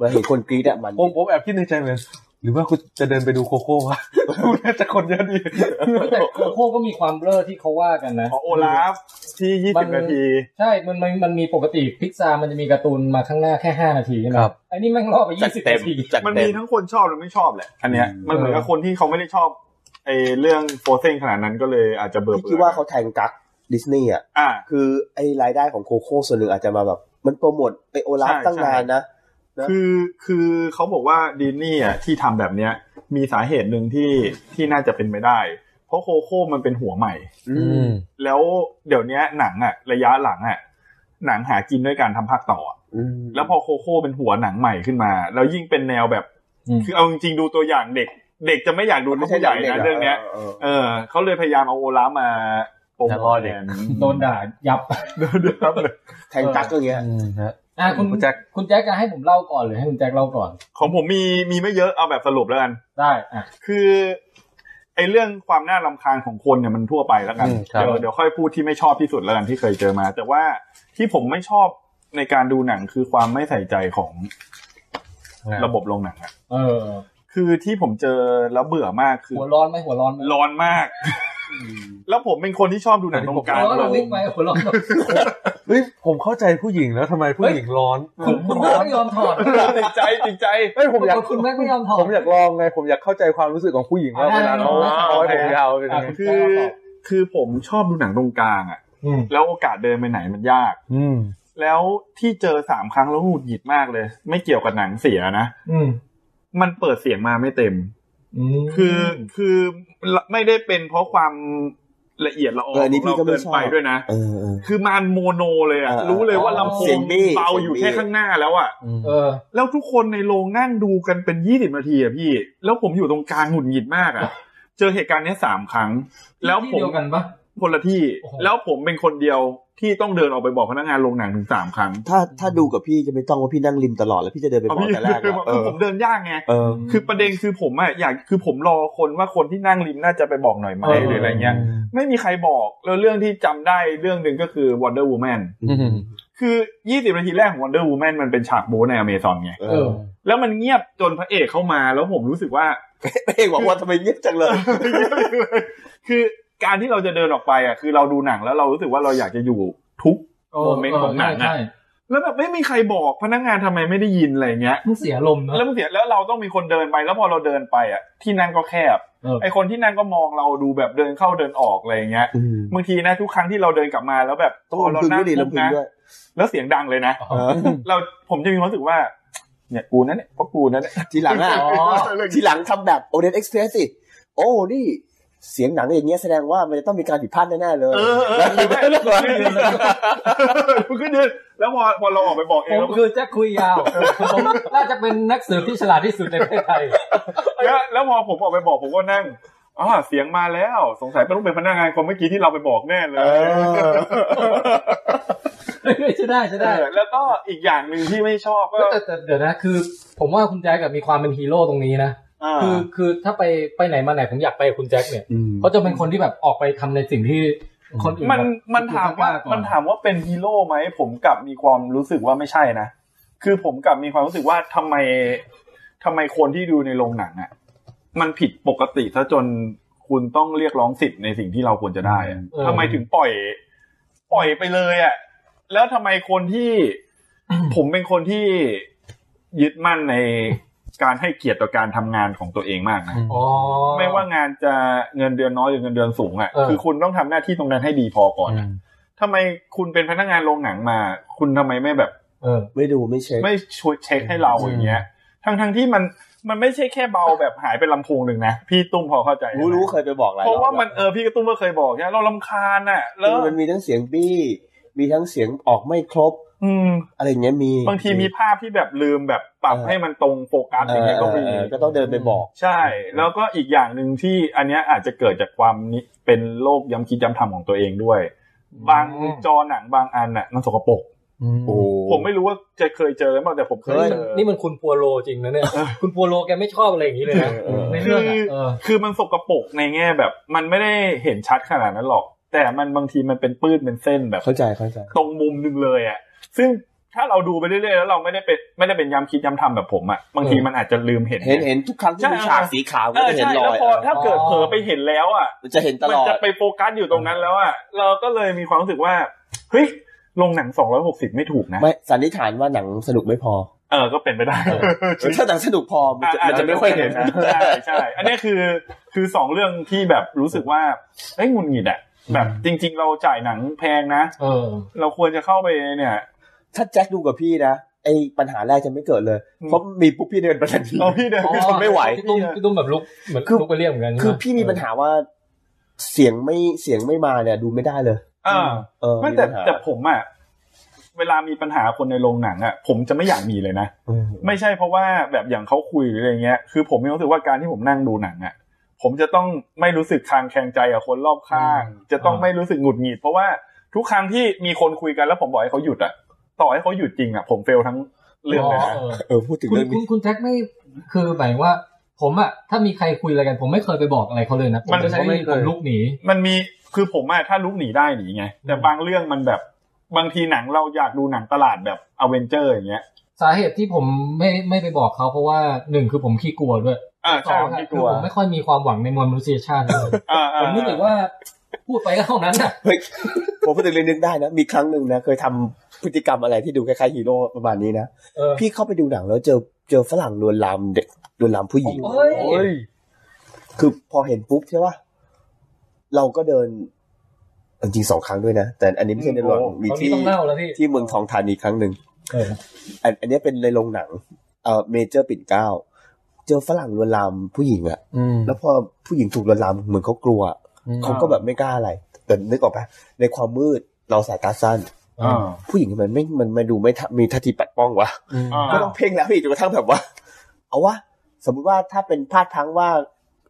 Speaker 6: มาเห็นคนกรี๊ดอ่ะมัน
Speaker 2: ผมผมแอบคิดในใจเหมือนหรือว่าคุณจะเดินไปดูโคโค่วะ น่าจะคนเยอะดี
Speaker 1: แต่โคโค่ก็มีความเบ้อที่เขาว่ากันนะ
Speaker 4: ของโอลาฟที่ยี่
Speaker 1: มั
Speaker 4: สิ
Speaker 1: น
Speaker 4: บนาที
Speaker 1: ใช่มันมันมันมีปกติพิกซามันจะมีการ์ตูนมาข้างหน้าแค่ห้านาทีใช่ไหม
Speaker 2: ครับ
Speaker 1: อันนี้แม่งล่อไป
Speaker 6: จัด
Speaker 1: ยี่สิบ
Speaker 6: เต็ม
Speaker 1: นาที
Speaker 6: จัด
Speaker 4: มัน
Speaker 6: เต็
Speaker 4: มี
Speaker 6: ม
Speaker 4: ทั้งคนชอบและไม่ชอบแหละ อันเนี้ย
Speaker 6: อืม
Speaker 4: มันเหมือนกับคนที่เขาไม่ได้ชอบไอ้เรื่องโฟเซนขนาดนั้นก็เลยอาจจะเบื่อ
Speaker 6: พี่
Speaker 4: เบื่
Speaker 6: คิดว่าเขาแทงกั๊กดิสนีย์อ่ะ
Speaker 4: อ่า
Speaker 6: คือไอ้รายได้ของโคโค่ส่วนหนึ่งอาจจะมาแบบ มันโปรโมทไอโอลาฟ
Speaker 4: ใช่
Speaker 6: ตั้งนานนะ นะ
Speaker 4: คือคือเขาบอกว่าดินนี่อ่ะที่ทำแบบเนี้ย มีสาเหตุหนึ่งที่ที่น่าจะเป็นไม่ได้ เพราะโคโค่มันเป็นหัวใหม่
Speaker 6: อืม
Speaker 4: แล้วเดี๋ยวเนี้ยหนังอ่ะ ระยะหลังอ่ะหนังหากินด้วยการทำภาคต่ออะ
Speaker 6: อืม
Speaker 4: แล้วพอโคโค่เป็นหัวหนังใหม่ขึ้นมา แล้วยิ่งเป็นแนวแบบ
Speaker 1: อืม
Speaker 4: คือเอาจริงๆดูตัวอย่างเด็ก เด็กจะไม่อยากดู
Speaker 6: ไม่
Speaker 4: เท่า
Speaker 6: ใช่
Speaker 4: ผู้ใหญ่นะ
Speaker 6: ด็กะ
Speaker 4: เรื่องเนี้ย
Speaker 6: ออ
Speaker 4: เออเขาเลยพยายามเอาโอลาฟมา โปรโม
Speaker 2: แล้วรอ
Speaker 4: ท
Speaker 2: เด็ก
Speaker 4: แทน
Speaker 1: โดนด่ายับ
Speaker 4: โดนด่าครับเลย
Speaker 6: แทงตักก็อย่างเงี้ย
Speaker 1: อ่ะคุณ
Speaker 2: คุณแจ็ค
Speaker 1: คุณแจ็คจะให้ผมเล่าก่อนหรือให้คุณแจ็คเล่าก่อน
Speaker 4: ของผมมีมีไม่เยอะเอาแบบสรุปแล้วกัน
Speaker 1: ได้อ่ะ
Speaker 4: คือไอ้เรื่องความน่ารำคาญของคนเนี่ยมันทั่วไปแล้วกัน
Speaker 2: อืมครับ
Speaker 4: เดี๋ยวเดี๋ยวค่อยพูดที่ไม่ชอบที่สุดแล้วกันที่เคยเจอมา แต่ว่าที่ผมไม่ชอบในการดูหนังคือความไม่ใส่ใจของระบบโรงหนังอะ
Speaker 1: เออ
Speaker 4: คือที่ผมเจอแล้วเบื่อมากคือ
Speaker 1: หัวร้อนไหมหัวร้อนไหม
Speaker 4: ร้อนมาก แล้วผมเป็นคนที่ชอบดูหนังตรงกลาง
Speaker 1: หัวร้อนเรา
Speaker 4: เล
Speaker 1: ลิ
Speaker 4: ย
Speaker 1: กไหมหัวร้อน
Speaker 2: เฮ้ยผมเข้าใจผู้หญิงแล้วทำไมผู้หญิงร้อน
Speaker 1: คุณคุณแม่ไม่ยอมถอด
Speaker 4: ติดใจติดใจ
Speaker 2: เฮ้ยผมอยาก
Speaker 1: คุณแม่ไม่ยอมถอด
Speaker 2: ผมอยากลองไงผมอยากเข้าใจความรู้สึกของผู้หญิงว่า
Speaker 1: อ่า
Speaker 2: เวลาเรา
Speaker 1: ได้
Speaker 2: เอาไว้ผม
Speaker 1: ได้
Speaker 2: ยาวเป็นยังไง
Speaker 1: อ่ะ
Speaker 4: คือ คือผมชอบดูหนังตรงกลางอ่ะ
Speaker 1: อืม
Speaker 4: แล้วโอกาสเดินไปไหนมันยาก
Speaker 2: อืม
Speaker 4: แล้วที่เจอสามครั้งแล้วหงุดหงิดมากเลย ไม่เกี่ยวกับหนังเสียนะ
Speaker 1: อืม
Speaker 4: มันเปิดเสียงมาไม่เต็ม
Speaker 1: อืม
Speaker 4: คือคือไม่ได้เป็นเพราะความละเอียดละออ
Speaker 6: เอออันนี้
Speaker 4: ของเรา
Speaker 6: พี่ก็ไม่
Speaker 4: เกิน
Speaker 6: ชอบ
Speaker 4: ไปด้วยนะ
Speaker 6: เออเออ
Speaker 4: คือมันโมโนเลยอ่ะ
Speaker 6: เออ
Speaker 4: รู้เลยว่าลำโพ
Speaker 6: เสีย
Speaker 4: ง
Speaker 6: งบี้
Speaker 4: เบาอยู่
Speaker 6: เสี
Speaker 4: แค่
Speaker 6: ยงบี้
Speaker 4: ข้างหน้าแล้วอ่ะ
Speaker 1: เออ
Speaker 4: แล้วทุกคนในโรงนั่งดูกันเป็นยี่สิบนาทีอ่ะพี่ แล้วผมอยู่ตรงกลางหงุดหงิดมากอ่ะ เจอเหตุการณ์เนี้ยสามครั้ง แล้วผ
Speaker 1: ที่
Speaker 4: ม
Speaker 1: เดียวกันปะ
Speaker 4: คนละที่
Speaker 1: โอ้โห
Speaker 4: แล้วผมเป็นคนเดียวที่ต้องเดินออกไปบอกพนักงานโรงหนังถึงสามครั้ง
Speaker 6: ถ้าถ้าดูกับพี่จะไม่ต้องว่าพี่นั่งริมตลอดแล้วพี่จะเดินไป
Speaker 4: เอา
Speaker 6: บอก
Speaker 4: พี่
Speaker 6: แต่แรก
Speaker 4: คือ
Speaker 6: อะ
Speaker 4: ผม
Speaker 6: เออ
Speaker 4: ผมเดินยากไง
Speaker 6: เออ
Speaker 4: คือประเด็นคือผมอะอยากคือผมรอคนว่าคนที่นั่งริมน่าจะไปบอกหน่อยไหม
Speaker 1: เออ
Speaker 4: หรืออะไรเงี้ยไม่มีใครบอก แล้วเรื่องที่จำได้เรื่องหนึ่งก็คือ Wonder Woman คือ 20 นาทีแรกของ Wonder Woman มันเป็นฉากโบ๊ทในอเมซอนไง
Speaker 6: เอ
Speaker 1: เอ
Speaker 6: อ
Speaker 1: อ
Speaker 4: แล้วมันเงียบจนพระเอกเข้ามาแล้วผมรู้สึกว่า
Speaker 6: เอกบอกว่าทำไมเงียบจังเลย
Speaker 4: คือการที่เราจะเดินออกไปอะคือเราดูหนังแล้วเรารู้สึกว่าเราอยากจะอยู่ทุก โมเมนต์ของหนังอะ
Speaker 1: ใช่
Speaker 4: แล้วแบบไม่มีใครบอกพนักงานทำไมไม่ได้ยินอะไรเงี้ย
Speaker 1: ๆมันเสียลมณ์เนอะ
Speaker 4: แล้วมันเสียแล้วเราต้องมีคนเดินไปแล้วพอเราเดินไปอ่ะที่นั่งก็แคบ
Speaker 1: เออ
Speaker 4: ไอคนที่นั่งก็มองเราดูแบบเดินเข้าเดินออกอะไรอย่างเงี้ยบางทีนะทุกครั้งที่เราเดินกลับมาแล้วแบบ
Speaker 6: ต้องล
Speaker 4: พอง เรา
Speaker 6: พึง
Speaker 4: นั่
Speaker 6: ด้วยดิ
Speaker 4: ปุ๊
Speaker 6: ลง
Speaker 4: บ
Speaker 6: พึง
Speaker 4: นะ
Speaker 6: ด้วย
Speaker 4: แล้วเสียงดังเลยนะ
Speaker 6: เออ
Speaker 4: เราผมจะมีความรู้สึกว่า เนี่ยกูนั่นเนี่ยก็กูนั่นเนี่ย
Speaker 6: ทีหลังอ่ะ
Speaker 1: อ๋อ
Speaker 6: ทีหลังทำแบบโอเดนเอ็กซ์เพรสสิ โอ้ นี่ เสียงหนังอย่างเงี้ยแสดงว่ามันจะต้องมีการผิดพลาดแน่ๆเลย
Speaker 4: เออเออคือไม่ลุกขึ้นเดินลุกขึ้นเดินแล้วพอพอเราออกไปบอกเอ
Speaker 1: ผ
Speaker 4: ง
Speaker 1: ม
Speaker 4: แล้ว
Speaker 1: คือแจ็คคุยยาวผมน่าจะเป็นนักสืบที่ฉลาดที่สุดในประเทศไทย
Speaker 4: แล้วแล้วพอผมออกไปบอกผมก็นั่งอ๋อเสียงมาแล้ว สงสัยต้องเป็นพนักงานคนเมื่อกี้ที่เราไปบอกแน่เลย
Speaker 1: ใช่ได้ใช่ได้
Speaker 4: เออแล้วก็อีกอย่างหนึ่งที่ไม่ชอบก็
Speaker 1: แต่แต่เดี๋ยวนะคือ ผมว่าคุณแจ็คกับมีความเป็นฮีโร่ตรงนี้นะ
Speaker 4: า
Speaker 1: คือคือถ้าไปไปไหนมาไหนผมอยากไปกับคุณแจ็คเนี่ยเขาจะเป็นคนที่แบบออกไปทำในสิ่งที่คนอื่น
Speaker 4: มัน
Speaker 1: แบบ
Speaker 4: มันถามว่า
Speaker 1: คิดก่อน
Speaker 4: มันถามว่าเป็นฮีโร่ไหมผมกลับมีความรู้สึกว่าไม่ใช่นะ คือผมกลับมีความรู้สึกว่าทำไมทำไมคนที่ดูในโรงหนังอ่ะมันผิดปกติซะจนคุณต้องเรียกร้องสิทธิ์ในสิ่งที่เราควรจะได้อะ
Speaker 1: เออ
Speaker 4: ทำไมถึงปล่อย ปล่อยไปเลยอ่ะแล้วทำไมคนที่ ผมเป็นคนที่ยึดมั่นในการให้เกียรติต่อการทำงานของตัวเองมากนะ
Speaker 1: อ๋อ
Speaker 4: ไม่ว่างานจะเงินเดือนน้อยหรือเงินเดือนสูงอ่ะ
Speaker 1: เออ
Speaker 4: คือคุณต้องทำหน้าที่ตรงนั้นให้ดีพอก่อนอะทำไมคุณเป็นพนักงานโรงหนังมา คุณทำไมไม่แบบ
Speaker 1: เออ
Speaker 6: ไม่ดูไม่เช็ค
Speaker 4: ไม่ช่วยเช็คให้เราอย่างเงี้ยทั้งทั้งๆที่มันมันไม่ใช่แค่เบาแบบหายไปลำโพงหนึ่งนะ พี่ตุ้มพอเข้าใจไหม
Speaker 6: รู้รู้เคยไปบอกหลาย
Speaker 4: เพราะ
Speaker 6: อบ
Speaker 4: ว่ามัน
Speaker 6: แ
Speaker 4: เออพี่กระตุ้มก็เคยบอกเนี่ยเราลำคาญอ่ะ
Speaker 6: ล้
Speaker 4: แล้ว
Speaker 6: วมันมีทั้งเสียงบี้ มีทั้งเสียงออกไม่ครบ
Speaker 4: อืม
Speaker 6: อะไรอย่างเงี้ยมี
Speaker 4: บางทีมีภาพที่แบบลืมแบบปรับ
Speaker 6: เออ
Speaker 4: ให้มันตรงโฟกัส
Speaker 6: เอ
Speaker 4: อย่าง
Speaker 6: อ
Speaker 4: เงี้ย
Speaker 6: เอ
Speaker 4: ก็
Speaker 6: อ
Speaker 4: มี
Speaker 6: เออก็ต้องเดินไปบอก
Speaker 4: ใช่ แล้วก็อีกอย่างหนึ่งที่อันเนี้ยอาจจะเกิดจากความนิเป็นโรคย้ำคิดย้ำทำของตัวเองด้วย บาง
Speaker 1: อืม
Speaker 4: จอหนังบางอันน่ะมันสกปรก
Speaker 6: โอ้
Speaker 4: ผมไม่รู้ว่าจะเคยเจอหรือเปล่าแต่ผมเคย
Speaker 6: เฮ้ย
Speaker 4: เจอ
Speaker 1: นี่มันคุณพัวโลจริงนะเนี่ย คุณพัวโลแกไม่ชอบอะไรอย่างนี้เลยนะ
Speaker 6: เออ
Speaker 1: ในเรื่องอะเออ
Speaker 4: คือมันสกปรกในแง่แบบ มันไม่ได้เห็นชัดขนาดนั้นหรอก แต่มันบางทีมันเป็นปื้นเป็นเส้นแบบ
Speaker 6: เข้าใจเข้าใจ
Speaker 4: ตรงมุมหนึ่งเลยอ่ะซึ่งถ้าเราดูไปเรื่อยๆแล้วเราไม่ได้เป็นไม่ได้เป็นย้ำคิดย้ำทำแบบผมอ่ะบางที
Speaker 1: เออ
Speaker 4: มันอาจจะลืมเห็น
Speaker 6: เห็นเห็นทุกครั้งที่มี
Speaker 4: ใช่
Speaker 6: ฉากสีขาว
Speaker 4: เอ
Speaker 6: ก็
Speaker 4: อ
Speaker 6: จะเห็น
Speaker 4: ใช่
Speaker 6: รอ
Speaker 4: แล้ว
Speaker 6: ย
Speaker 4: พอถ้าเกิดเผลอไปเห็นแล้วอ่ะ
Speaker 6: มันจะเห็นต
Speaker 4: มั
Speaker 6: ล
Speaker 4: น
Speaker 6: อด
Speaker 4: จะไปโฟกัสอยู่ตรงนั้นแล้วอ่ะเราก็เลยมีความรู้สึกว่า เฮ้ย ลงหนัง 260 ไม่ถูกนะ
Speaker 6: ไม่สันนิษฐานว่าหนังสนุกไม่พอ
Speaker 4: เออ ก็เป็นไปได้
Speaker 6: ถ้าหนังสนุกพอมันจะมันจะไม่ค่อยเห็น
Speaker 4: ใช่ใช่ อันนี้คือคือสองเรื่องที่แบบรู้สึกว่าเอ้ยหงุนหงิดอ่ะ แบบจริง ๆ เราจ่ายหนังแพงนะ
Speaker 1: เออ
Speaker 4: เราควรจะเข้าไปเนี่ย
Speaker 6: ถ้าแจ็คดูกับพี่นะไอ้ปัญหาแรกจะไม่เกิดเลย
Speaker 4: อืม
Speaker 6: เพราะมีปุ๊บพี่เดินไปทันที
Speaker 4: เราพี่เดิน
Speaker 1: อ๋อ
Speaker 6: ทนไม่ไหว
Speaker 1: พี่ตุ้มพี่ตุ้มแบบลุกเหมือน
Speaker 6: คือ
Speaker 1: ลุกไปเรียกเหมือนกันใช่ไห
Speaker 6: คือพี่มีปัญหาว่าเสียงไม่เสียงไม่มาเนี่ย ดูไม่ได้เลย
Speaker 4: อ่า
Speaker 6: เออ
Speaker 4: ไม่แต่
Speaker 6: ปัญหา
Speaker 4: แต่ผมอ่ะเวลามีปัญหาคนในโรงหนังอ่ะ ผมจะไม่อยากมีเลยนะ
Speaker 6: อืม
Speaker 4: ไม่ใช่เพราะว่าแบบอย่างเขาคุยหรืออะไรเงี้ย คือผมมีความรู้สึกว่าการที่ผมนั่งดูหนังอะ ผมจะต้องไม่รู้สึกคลางแคลงใจกับคนรอบข้าง จะต้องไม่รู้สึกหงุดหงิด เพราะว่าทุกครั้งที่มีคนคุยกันแล้วผมบอกให้เขาหยุดอ่ะ ต่อให้เขาหยุดจริงอ่ะ ผมเฟลทั้งเรื่องเลยนะ
Speaker 1: ออ
Speaker 6: เออพูดถึง
Speaker 1: คุณ
Speaker 6: เรื่อง
Speaker 1: คุณ
Speaker 6: นี้
Speaker 1: คุณแจ็คไม่คือหมายว่า ผมอะถ้ามีใครคุยอะไรกัน ผมไม่เคยไปบอกอะไรเขาเลยนะผม
Speaker 4: มัน
Speaker 1: จะใช้วิธี
Speaker 4: ไม่เค
Speaker 1: ผ
Speaker 4: ย
Speaker 1: มลุกหนี
Speaker 4: มันมีคือผมอะถ้าลุกหนีได้หนีไง แต่บางเรื่องมันแบบบางทีหนังเราอยากดูหนังตลาดแบบอเวนเจอร์อย่างเงี้ย
Speaker 1: สาเหตุที่ผมไม่ไม่ไปบอกเขาเพราะว่าหนึ่งคือผมขี้กลัวด้วย
Speaker 4: อ่า
Speaker 1: ส
Speaker 4: ใช่
Speaker 1: อง
Speaker 4: ผม
Speaker 1: อะ
Speaker 4: ที่ก
Speaker 1: คือ
Speaker 4: ลัว
Speaker 1: ผมไม่ค่อยมีความหวังในมวลมนุษยชาติเลย
Speaker 4: อ่าอ่า
Speaker 1: ผมรู้สึกว่าพูดไปก็เท่านั้นอะ
Speaker 6: เฮ้ยผมพูดถึงเรื่องนึกได้นะ มีครั้งหนึ่งนะ เคยทำพฤติกรรมอะไรที่ดูคล้ายๆฮีโร่ประมาณนี้นะ
Speaker 1: เออ
Speaker 6: พี่เข้าไปดูหนังแล้วเจอเจอฝรั่งลวนลามเด็กลวนลามผู้หญิง
Speaker 1: โอ้
Speaker 4: โอ้ย
Speaker 6: คือพอเห็นปุ๊บใช่ป่ะเราก็เดินจริงๆสองครั้งด้วยนะ แต่อันนี้ไม่ใช่ในโรงมี
Speaker 1: ตอนนี้
Speaker 6: ที่
Speaker 1: ต้องเล่าแล้วพี่
Speaker 6: ที่เมืองทองธานีครั้งหนึ่ง
Speaker 1: เออ
Speaker 6: อันอันนี้เป็นในโรงหนังเอ่อเมเจอร์ปิ่นเกล้าเจอฝรั่งลวนลามผู้หญิงอะแล้วพอผู้หญิงถูกลวนลามเหมือนเขากลัวเขาก็แบบไม่กล้าอะไร แต่นึกออกปะในความมืดเราสายตาสั้น
Speaker 4: อ่า
Speaker 6: ผู้หญิงมันไม่มันมาดูไม่ทะมีท่าทีปัดป้องวะ
Speaker 4: อ่า
Speaker 6: ก็ต้องเพ่งแล้วพี่จนกระทั่งแบบว่า เอาวะสมมุติว่าถ้าเป็นพลาดพลั้งว่า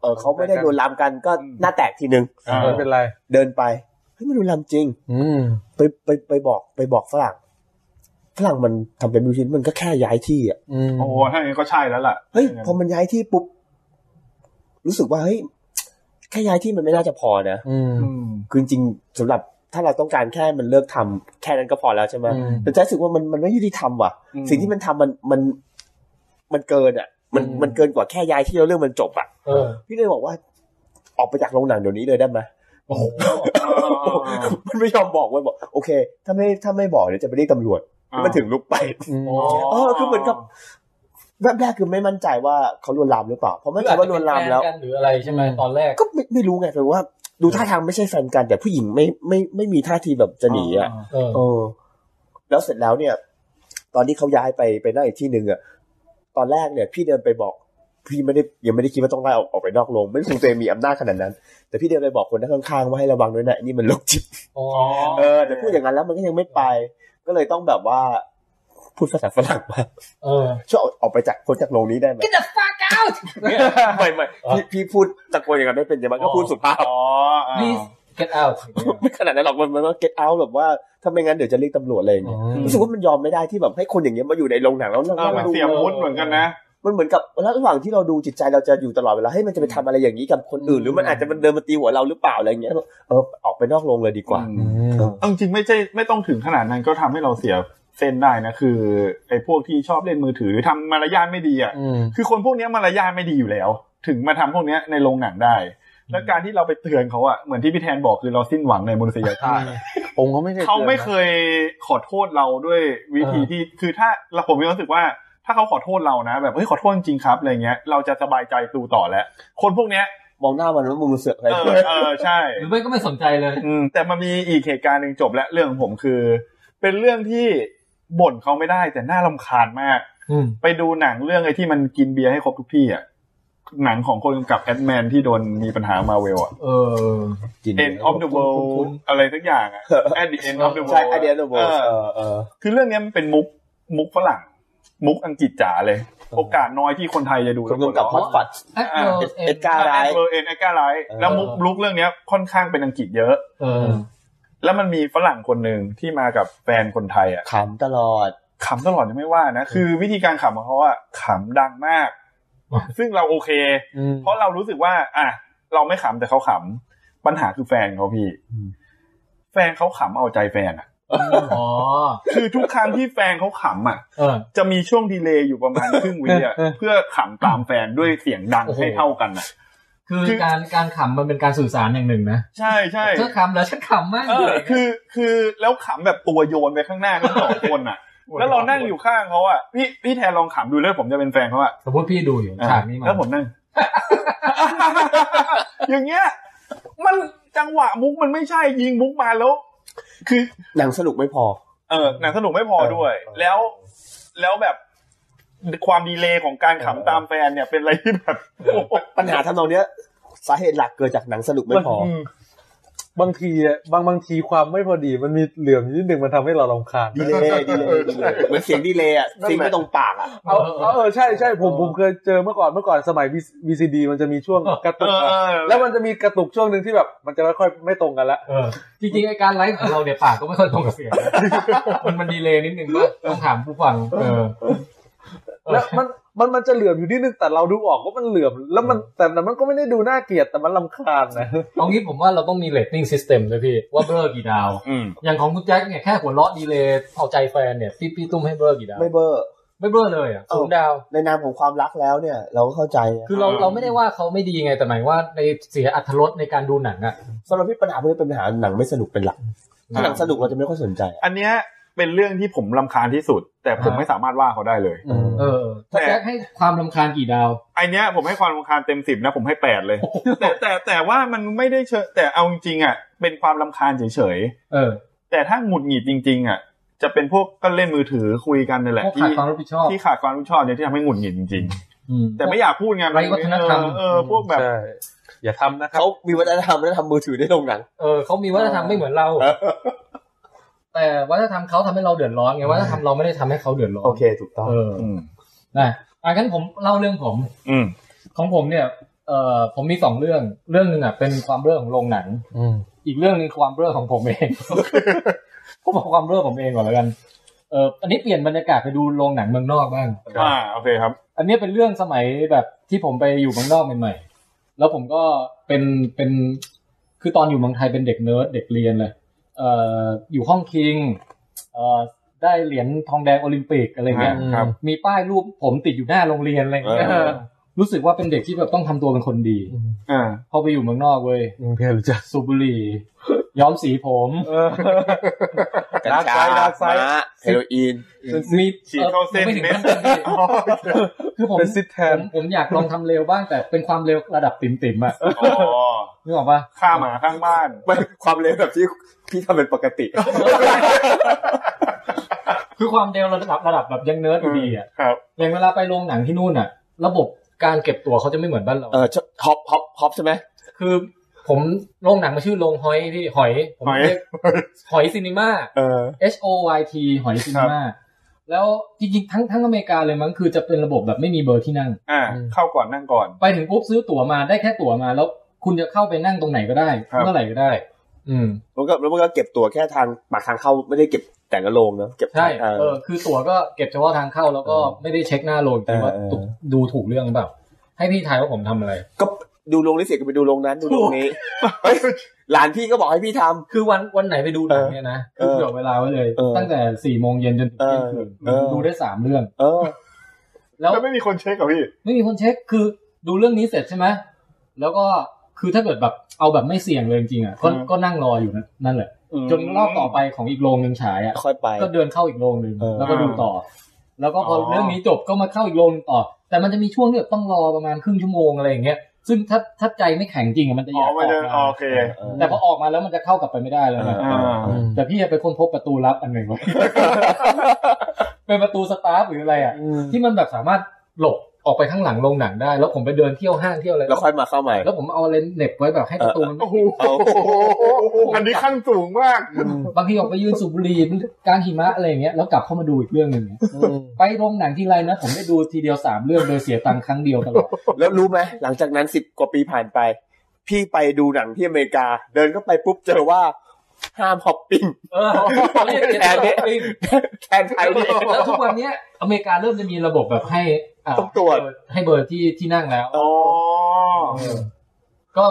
Speaker 6: เออเขาไม่ได้ลวนลามกันก็หน้าแตกทีนึง
Speaker 4: อ่า
Speaker 2: ไม่เป็นไร
Speaker 6: เดินไปเฮ้ยมันลวนลามจริง
Speaker 2: อืม
Speaker 6: ไปไปไปบอกไปบอกฝรั่งฝรั่งมันทำเป็นบูชินมันก็แค่ย้ายที่อ่ะ
Speaker 2: อืม
Speaker 4: โอ้โหถ้าอย่างนี้นก็ใช่แล้วล่ะ
Speaker 6: เฮ้ยพอมันย้ายที่ปุ๊บรู้สึกว่าเฮ้ยแค่ย้ายที่มันไม่น่าจะพอนะ
Speaker 2: อืม
Speaker 4: อืม
Speaker 6: คือจริงๆสำหรับถ้าเราต้องการแค่มันเลิกทำแค่นั้นก็พอแล้วใช่ไหม
Speaker 2: อืม
Speaker 6: แต่ใจรู้สึกว่ามันมันไม่ยุติธรรมว่ะ
Speaker 4: อืม
Speaker 6: สิ่งที่มันทำมันมันมันเกินอ่ะ มัน
Speaker 2: อืม
Speaker 6: มันเกินกว่าแค่ย้ายที่แล้วเรื่องมันจบอ่ะ
Speaker 1: เออ
Speaker 6: พี่เลยบอกว่า ออกไปจากโรงหนังเดี๋ยวนี้เลยได้ไหม
Speaker 1: โอ้โห
Speaker 6: มันไม่ยอมบอกเว้ยบอกโอเค ถ้าไม่ถ้าไม่บอกเดี๋ยวจะไปเรียกตำรวจ
Speaker 4: อ่า
Speaker 6: มันถึงลุกไป
Speaker 4: อ๋อ
Speaker 6: เออคือเหมือนกับ แวบแรกคือไม่มั่นใจว่าเขาลวนลามหรือเปล่าเพราะ
Speaker 1: มั
Speaker 6: มั่นใจว่าลวนลามแล้ว
Speaker 1: กันหรืออะไรใช่ไหมตอนแรก
Speaker 6: ก็ไม่ไม่รู้ไงแปลว่า ดูท่าทางไม่ใช่แฟนกัน แต่ผู้หญิงไม่ไม่ไม่มีท่าทีแบบจะหนีอ่ะ
Speaker 1: เออ
Speaker 6: เออ แล้วเสร็จแล้วเนี่ย ตอนที่เขาย้ายไปไปนั่งอีกที่หนึ่งอ่ะตอนแรกเนี่ย พี่เดินไปบอก พี่ไม่ได้ยังไม่ได้คิดว่าต้องไล่ออกออกไปนอกโรงไม่ได้คงตัวเองมีอำนาจขนาดนั้น แต่พี่เดินไปบอกคนข้างๆว่าให้ระวังด้วยนะไอ้นี่มันโรคจิต
Speaker 1: อ๋อ
Speaker 6: เออแต่พูดอย่างนั้นแล้วมันก็ยังไม่ไป ก็เลยต้องแบบว่าพูดภาษาฝรั่งมา
Speaker 1: เออ
Speaker 6: ช่วยเอาออกไปจากพ้นจากโรงนี้ได้ไหม
Speaker 1: Get the fuck out
Speaker 6: ไม่ไม่พี่พี่พูดตะโกนอย่างนั้นไม่เป็นยังไงก็พูดสุภาพ
Speaker 4: อ๋ออ่า
Speaker 1: please get out
Speaker 6: ไม่ขนาดนั้นหรอกมันมันก็ get out แบบว่าถ้าไม่งั้นเดี๋ยวจะเรียกตำรวจอะไรอย่างเงี้ยรู้สึกว่ามันยอมไม่ได้ที่แบบให้คนอย่างเงี้ยมาอยู่ในโรงหนังแล้วนั่ง
Speaker 4: เออมัน
Speaker 6: ดู
Speaker 4: เสียมุดเหมือนกันนะ
Speaker 6: มันเหมือนกับแล้วระหว่างที่เราดูจิตใจเราจะอยู่ตลอดเวลาให้ยมันจะไปทำอะไรอย่างนี้กับคนอื่นหรือมันอาจจะมันเดินมาตีหัวเราหรือเปล่าอะไรอย่างเงี้ยเออออกไปนอกโรงเลยดีกว่า
Speaker 4: อืม เอาจริงๆไม่ใช่ไม่ต้องถึงขนาดนั้นก็ทำให้เราเสียเส้นได้นะคือไอ้พวกที่ชอบเล่นมือถือหรือทำมารยาทไม่ดีอ่ะ
Speaker 2: อืม
Speaker 4: คือคนพวกเนี้ยมารยาทไม่ดีอยู่แล้ว ถึงมาทำพวกเนี้ยในโรงหนังได้ และการที่เราไปเตือนเขาอ่ะเหมือนที่พี่แทนบอกคือเราสิ้นหวังในมนุษยชาติ
Speaker 2: ผมเขาไม่ได้
Speaker 4: เขาไม่เคยขอโทษเราด้วยวิธีที่คือถ้าเราผมมีความรู้สึกว่า ถ้าเขาขอโทษเรานะ แบบเฮ้ยขอโทษจริงครับอะไรเงี้ยเราจะสบายใจตูต่อแล้ว คนพวกเนี้ย
Speaker 6: มองหน้ามันว่ามึงเสือกอะไร
Speaker 4: เออเออใช่
Speaker 1: หรือไม่ก็ไม่สนใจเลย
Speaker 4: อืมแต่มันมีอีกเหตุการณ์หนึ่งจบและเรื่องของผมคือ เป็นเรื่องที่บ่นเขาไม่ได้แต่น่ารำคาญมาก
Speaker 1: อืม
Speaker 4: ไปดูหนังเรื่องไอ้ที่มันกินเบียร์ให้ครบทุกที่อ่ะหนังของคนกำกับแอดแมนที่โดนมีปัญหามาเวลอ่ะ
Speaker 1: เออ
Speaker 4: End of the World อะไรสักอย่างอ่ะ At the End of the
Speaker 6: ใช่
Speaker 4: World
Speaker 6: ไอเดียโนโบ
Speaker 4: เออ
Speaker 6: เออ
Speaker 4: คือเรื่องเนี้ยมันเป็นมุกมุกฝรั่ง มุกอังกฤษจ๋าเลย โอกาสน้อยที่คนไทยจะดู
Speaker 6: คนกำกับฮอตฟัด
Speaker 1: แอดเวิร์ด
Speaker 6: เอ็ดกา
Speaker 4: ไล
Speaker 6: ร้าย
Speaker 4: เออเอ็นไอ้ก้าไลท์
Speaker 6: เออ
Speaker 4: แล้วมุกลุกเรื่องเนี้ยค่อนข้างเป็นอังกฤษเยอะ
Speaker 1: เออ
Speaker 4: แล้วมันมีฝรั่งคนหนึ่งที่มากับแฟนคนไทยอ่ะ
Speaker 6: ขำตลอด
Speaker 4: ขำตลอดยังไม่ว่านะ คือวิธีการขำของเขาอะขำดังมาก
Speaker 1: อ่ะ
Speaker 4: ซึ่งเราโอเค เพราะเรารู้สึกว่า อ่ะเราไม่ขำแต่เขาขำปัญหาคือแฟนเขาพี่
Speaker 6: อืม
Speaker 4: แฟนเขาขำเอาใจแฟนอะ
Speaker 1: อ๋อ
Speaker 4: คือทุกครั้งที่แฟนเขาขำอะ
Speaker 1: เออ
Speaker 4: จะมีช่วงดีเลย์อยู่ประมาณครึ่งวิอะเพื่อขำตามแฟนด้วยเสียงดัง
Speaker 1: โอ้โห
Speaker 4: ให้เท่ากันอะ
Speaker 1: คือ
Speaker 4: คือ
Speaker 1: การการขำมันเป็นการสื่อสารอย่างหนึ่งนะ
Speaker 4: ใช่ใช่
Speaker 1: เธอขำแล้วฉันขำมาก
Speaker 4: เอ
Speaker 1: เล
Speaker 4: อย คือคือแล้วขำแบบตัวโยนไปข้างหน้าทั้งสองคนอะแล้วเรานั่งอยู่ข้างเขาอะพี่พี่แทนลองขำดูเลยผมจะเป็นแฟนเขาอะ
Speaker 1: สมมติพี่ดูอยู่ฉากนี้มา
Speaker 4: แล้วผมนั่ง อย่างเงี้ย มันจังหวะมุกมันไม่ใช่ยิงมุกมาแล้ว คือ
Speaker 6: หนังสนุกไม่พอ
Speaker 4: เออหนังสนุกไม่พอด้วย
Speaker 6: เออ
Speaker 4: แล้ว แล้วแบบความดีเลย์ของการขำตามแฟนเนี่ย เป็นอะไรที่แบบโอ้โห
Speaker 6: ปัญหาทำนองเนี้ย สาเหตุหลักเกิดจากหนังสนุกไม่พอ
Speaker 4: อืม
Speaker 2: บางทีอะบางบางทีความไม่พอดีมันมีเหลื่อมนิดนึงมันทำให้เราลำคาญ
Speaker 6: ดีเลยดีเลยดีเลยเหมือนเสียงดีเลยอ่ะเสียงไม่ตรงปากอ่ะ
Speaker 2: เอาเอาเออใช่ใช่ผมผมเคยเจอเมื่อก่อนเมื่อก่อนสมัย VCD มันจะมีช่วงกระตุกอะแล้วมันจะมีกระตุกช่วงหนึ่งที่แบบมันจะค่อยๆไม่ตรงกันละ
Speaker 1: เออจริงๆไอการไลฟ์ของเราเนี่ยปากก็ไม่ค่อยตรงกับเสียงนะมันมันดีเลยนิดนึงว่าต้องถามผู้ฟังเออ
Speaker 2: แล้วมันมันมันจะเหลื่อมอยู่นิดนึงแต่เราดูออกว่ามันเหลื่อม แล้วมันแต่มันก็ไม่ได้ดูน่าเกลียดแต่มันลำคาญนะ
Speaker 1: เอางี้ผมว่าเราต้องมีเรตติ้งซิสเต็มเลยพี่ ว่าเบลอร์กี่ดาว
Speaker 4: อืม
Speaker 1: อย่างของคุณแจ็คเนี่ยแค่หัวเราะดีเลยเอาใจแฟนเนี่ยพี่พี่ตุ้มให้เบลอร์กี่ดาว
Speaker 6: ไม่เบอร์
Speaker 1: ไม่เบลอร์เลยอ่ะศูนย์ดาว
Speaker 6: ในนามของความรักแล้วเนี่ย เราก็เข้าใจนะ
Speaker 1: คือเราเราไม่ได้ว่าเขาไม่ดีไงแต่หมายว่าในเสียอัธรสในการดูหนังอ่ะ
Speaker 6: สำหรับพี่ปัญหาพวกนี้เป็นปัญหาหนังไม่สนุกเป็นหลักถ้าหนังสนุกเราจะไม่ค่อยสนใจอะ
Speaker 4: อันเนี้ยเป็นเรื่องที่ผมลำคาญที่สุด แต่ผมไม่สามารถว่าเขาได้เลย
Speaker 1: เออคุณแจ็คให้ความรำคาญกี่ดาว
Speaker 4: ไอเนี้ยผมให้ความรำคาญเต็มสิบนะผมให้แปดเลย แต่แต่แต่ว่ามันไม่ได้เชงแต่เอาจริงๆอ่ะเป็นความรำคาญเฉย
Speaker 1: เออ
Speaker 4: ๆแต่ถ้าหงุดหงิดจริง ๆอ่ะจะเป็นพวกก็เล่นมือถือคุยกันนี่นแหละ
Speaker 1: พวกขา
Speaker 4: ที่
Speaker 1: ดความรับผิดชอบ
Speaker 4: ที่ขาดความรับผิดชอบเนี่ยที่ทำให้หงุดหงิดจริง
Speaker 1: อืม
Speaker 4: ๆ แต่ไม่อยากพูดไง
Speaker 1: ไร้วัฒนธรรม
Speaker 4: เออเออพวกแบบ
Speaker 2: ใช่ อย่าทำนะครับ
Speaker 6: เขามีวัฒนธรรมและทำมือถือได้ลงหนัง
Speaker 1: เออเขามีวัฒนธรรมไม่เหมือนเรา แต่วัฒนธรรมเขาทำให้เราเดือดร้อนไงวัฒนธรรมเราไม่ได้ทำให้เขาเดือดร้อน
Speaker 6: โอเคถูกต้อง
Speaker 1: เออ
Speaker 4: อืม
Speaker 1: นะอ่ะงั้นผมเล่าเรื่องผม
Speaker 4: อืม
Speaker 1: ของผมเนี่ย เอ่อ ผมมีสองเรื่อง เรื่องหนึ่งอ่ะเป็นความเบ้อของโรงหนัง อีกเรื่องหนึ่งความเบ้อของผมเอง ก็บอกความเบ้อผมเองก่อนแล้วกัน เอ่อ อันนี้เปลี่ยนบรรยากาศไปดูโรงหนังเมืองนอกบ้าง
Speaker 4: อ่าโอเคครับ
Speaker 1: อันเนี้ยเป็นเรื่องสมัยแบบที่ผมไปอยู่เมืองนอกใหม่ๆ แล้วผมก็เป็นเป็น คือตอนอยู่เมืองไทยเป็นเด็กเนิร์ดเด็กเรียนเลย เอ่อ อยู่ห้องคิง เอ่อ ได้เหรียญทองแดงโอลิมปิกอะไรเงี้ย
Speaker 4: อ่าครับ
Speaker 1: มีป้ายรูปผมติดอยู่หน้าโรงเรียนอะไรเงี้ย
Speaker 2: เออ
Speaker 1: รู้สึกว่าเป็นเด็กที่แบบต้องทำตัวเป็นคนดี
Speaker 4: อ่า
Speaker 1: พอไปอยู่เมืองนอกเว้ย
Speaker 2: อืมเพื่อนรู้จัก
Speaker 1: สูบบุหรี่ ย้อมสีผม
Speaker 6: กัญชาม้าเฮโรอีน
Speaker 1: มี
Speaker 4: ฉีดเข้าเส้น
Speaker 1: ไม่ถึง
Speaker 4: เม็ด
Speaker 1: ขั้นนั้นพี่คือผม
Speaker 2: เป็นซิดแท
Speaker 1: ผ
Speaker 2: น
Speaker 1: มผมอยากลองทำเร็วบ้างแต่เป็นความเร็วระดับติ่มติ่มๆอะ
Speaker 4: อ๋อ
Speaker 1: นึกออกปะ
Speaker 4: ฆ่าหมาข้างบ้าน
Speaker 6: ไม่ความเร็วแบบที่พี่ทำเป็นปกติ
Speaker 1: คือความเร็วระดับระดับแบบยังเนิร์ดอยู่ดีอะ
Speaker 4: ครับ
Speaker 1: อย่างเวลาไปโรงหนังที่นู่นอะระบบการเก็บตั๋วเขาจะไม่เหมือนบ้านเรา
Speaker 6: เออฮอปฮอปฮอปใช่ไหม
Speaker 1: คือ ผมโรงหนังมันชื่อโรงหอยพี่หอยผม
Speaker 4: หอย
Speaker 1: เรียกหอยซินิมา
Speaker 6: เออ
Speaker 1: H O Y T หอยซินิมาแล้วจริงๆทั้งทั้งอเมริกาเลยมั้งคือจะเป็นระบบแบบไม่มีเบอร์ที่นั่ง
Speaker 4: อ่า
Speaker 2: อืม
Speaker 4: เข้าก่อนนั่งก่อน
Speaker 1: ไปถึงปุ๊บซื้อตั๋วมาได้แค่ตั๋วมาแล้วคุณจะเข้าไปนั่งตรงไหนก็ได้
Speaker 4: ครับ
Speaker 1: เมื่อไหร่ก็ได้ อืม
Speaker 6: แล้วก็แล้วมันก็เก็บตัวแค่ทางปากทางเข้าไม่ได้เก็บแต่งกระโลงเนอะเก็บ
Speaker 1: ใช่
Speaker 6: เอ
Speaker 1: เอ
Speaker 6: อ
Speaker 1: อคือตั๋วก็เก็บเฉพาะทางเข้าแล้วก็ไม่ได้เช็คหน้าโรงอีกทีว่า
Speaker 6: เออเออ
Speaker 1: ถูกดูถูกเรื่องหรือเปล่า ให้พี่ทายว่าผมทำอะไร
Speaker 6: ก็ดูโรงนี้เสร็จก็ไปดูโรงนั้นดูโรงนี้เฮ้ยหลานพี่ก็บอกให้พี่ทำ
Speaker 1: คือวันวันไหนไปดูหนังเนี่ยนะ
Speaker 6: เอ
Speaker 1: คือ
Speaker 6: อ
Speaker 1: เผื่อเวลาไว้เลย
Speaker 6: เออ
Speaker 1: ตั้งแต่สี่โมงเย็นจนถึงเที่ยงคืน
Speaker 6: เออ
Speaker 1: ดูได้สามเรื่อง
Speaker 6: เออ
Speaker 1: แล้ว
Speaker 4: แล้วไม่มีคนเช็คเหรอพี่
Speaker 1: ไม่มีคนเช็คคือดูเรื่องนี้เสร็จใช่ไหมแล้วก็คือถ้าเกิดแบบเอาแบบไม่เสี่ยงเลยจริงๆอ่ะก็
Speaker 4: อืม
Speaker 1: ก็นั่งรออยู่นั่นแหละ จนรอบต่อไปของอีกโรงหนึ่งฉายอ่ะ
Speaker 6: ค่อยไป
Speaker 1: ก็เดินเข้าอีกโรงหนึ่ง
Speaker 6: เออ
Speaker 1: แล้วก็ดูต่อ แล้วก็พออ
Speaker 4: อ
Speaker 1: เรื่องนี้จบก็มาเข้าอีกโรงหนึ่งต่อ แต่มันจะมีช่วงที่แบบต้องรอประมาณครึ่งชั่วโมงอะไรอย่างเงี้ยซึ่งถ้าถ้าใจไม่แข็งจริงอะมันจะ
Speaker 4: อ๋
Speaker 1: อยา
Speaker 4: อก
Speaker 1: อ
Speaker 4: มาเดินอ๋อ
Speaker 1: อ
Speaker 4: โอก เค
Speaker 6: เอ
Speaker 1: มา
Speaker 6: อ
Speaker 1: แต่พอออกมาแล้วมันจะเข้ากลับไปไม่ได้แล้วนะ
Speaker 6: เอ
Speaker 4: อ่า
Speaker 1: แต่พี่ไปค้นพบประตูลับอันหนึ่งไว้ เป็นประตูสตาร์ฟหรืออะไรอ่ะที่มันแบบสามารถหลบออกไปข้างหลังโรงหนังได้ แล้วผมไปเดินเที่ยวห้างเที่ยวอะไร
Speaker 6: แล้วค่อยมาเข้าใหม่
Speaker 1: แล้วผมเอาเลนส์เหน็บไว้แบบให้ประตูมันไม่
Speaker 4: โอ้โห อันนี้ขั้นสูงมาก
Speaker 1: บางทีออกไปยืนสูบบุหรี่กลางหิมะอะไรอย่างเงี้ยแล้วกลับเข้ามาดูอีกเรื่องหนึ่งเนี่ยไปโรงหนังที่ไรนะ ผมได้ดูทีเดียวสามเรื่องโดยเสียตังค์ครั้งเดียวตลอด
Speaker 6: แล้วรู้ไหมหลังจากนั้นสิบกว่าปีผ่านไป พี่ไปดูหนังที่อเมริกา เดินเข้าไปปุ๊บเจอว่าห้ามฮอปปิ้ง
Speaker 1: เออเรียกเก็บตัวเอง
Speaker 6: แทนไทยนี่
Speaker 1: แล้วทุกวันเนี้ยอเมริกาเริ่มจะมีระบบแบบให้อ่า
Speaker 6: ต้องตรวจ
Speaker 1: ให้เบอร์ที่ที่นั่งแล้ว
Speaker 4: อ๋อ
Speaker 1: เออก็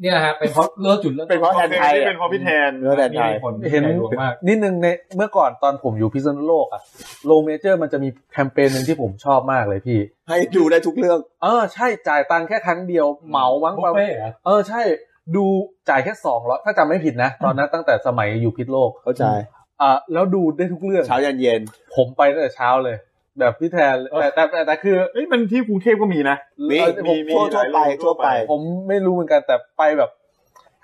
Speaker 1: เนี่ยนะฮะเป็นเพราะเลิกจุดเริ่ม
Speaker 6: เป็นเพราะแทนไทย
Speaker 4: ที่
Speaker 6: อะ
Speaker 4: เป็นเพอพี่แทน
Speaker 6: เนื้อแทน
Speaker 1: มี
Speaker 6: ไทย
Speaker 1: ผล
Speaker 2: เห็น
Speaker 1: ใหญ่หลวงมาก
Speaker 2: นิดนึงในเมื่อก่อนตอนผมอยู่พิษณุโลกอะโรงเมเจอร์มันจะมีแคมเปญหนึ่งที่ผมชอบมากเลยพี่
Speaker 6: ให้ดูได้ทุกเรื่อง
Speaker 2: เออใช่จ่ายตังค์แค่ครั้งเดียวเหมามั้ง
Speaker 1: บุ
Speaker 2: ป
Speaker 1: ฟ
Speaker 2: ระ
Speaker 1: เฟ่ต์เหรอ
Speaker 2: เออใช่ดูจ่ายแค่สองร้อยถ้าจำไม่ผิดนะ ตอนนั้นตั้งแต่สมัยอยู่พิษโลก
Speaker 6: เข้าใจ
Speaker 2: อ่าแล้วดูได้ทุกเรื่อง
Speaker 6: เช้ายันเย็น
Speaker 2: ผมไปตั้งแต่เช้าเลย แบบพี่แทนเลยแต่แต่แต่แต่คือ
Speaker 4: เอ้ยมันที่กรุงเทพก็มีนะ
Speaker 6: มี
Speaker 2: เออผ
Speaker 6: มี
Speaker 2: ม
Speaker 6: มีทั่วๆไปทั่วไป
Speaker 2: ผมไม่รู้เหมือนกันแต่ไปแบบ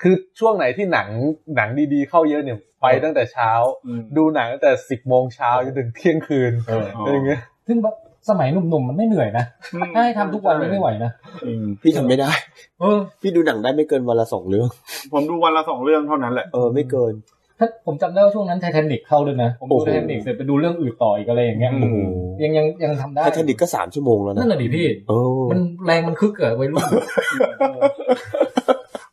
Speaker 2: คือช่วงไหนที่หนังหนังดีๆเข้าเยอะเนี่ยไปตั้งแต่เช้า ดูหนังตั้งแต่สิบโมงเช้าจนถึงเที่ยงคืน
Speaker 1: เออ
Speaker 2: เป็นอย่างเงี้ย
Speaker 1: ซึ่งแบบ สมัยหนุ่มๆมันไม่เหนื่อยนะถ้าให้ทำทุกวันมันไม่ไหวนะ
Speaker 4: จริง
Speaker 6: พี่ทำไม่ได้
Speaker 1: เออ
Speaker 6: พี่ดูหนังได้ไม่เกินวันละสองเรื่อง
Speaker 4: ผมดูวันละสองเรื่องเท่านั้นแหละ
Speaker 6: เออไม่เกิน
Speaker 1: ถ้าผมจำได้ว่าช่วงนั้นไททานิกเข้าด้วยนะผม
Speaker 6: โอ้
Speaker 1: ดู
Speaker 6: โห
Speaker 1: ไททานิกเสร็จไปดูเรื่องอื่นต่ออีกอะไรอย่างเงี้ย
Speaker 4: อืม
Speaker 1: โอ้โหยังยังยังทำได้
Speaker 6: ไททานิกก็สามชั่วโมงแล้วนะ
Speaker 1: นั่นแหละดิพี่
Speaker 6: เออ
Speaker 1: มันแรงมันคึกเกิดวัยรุ่น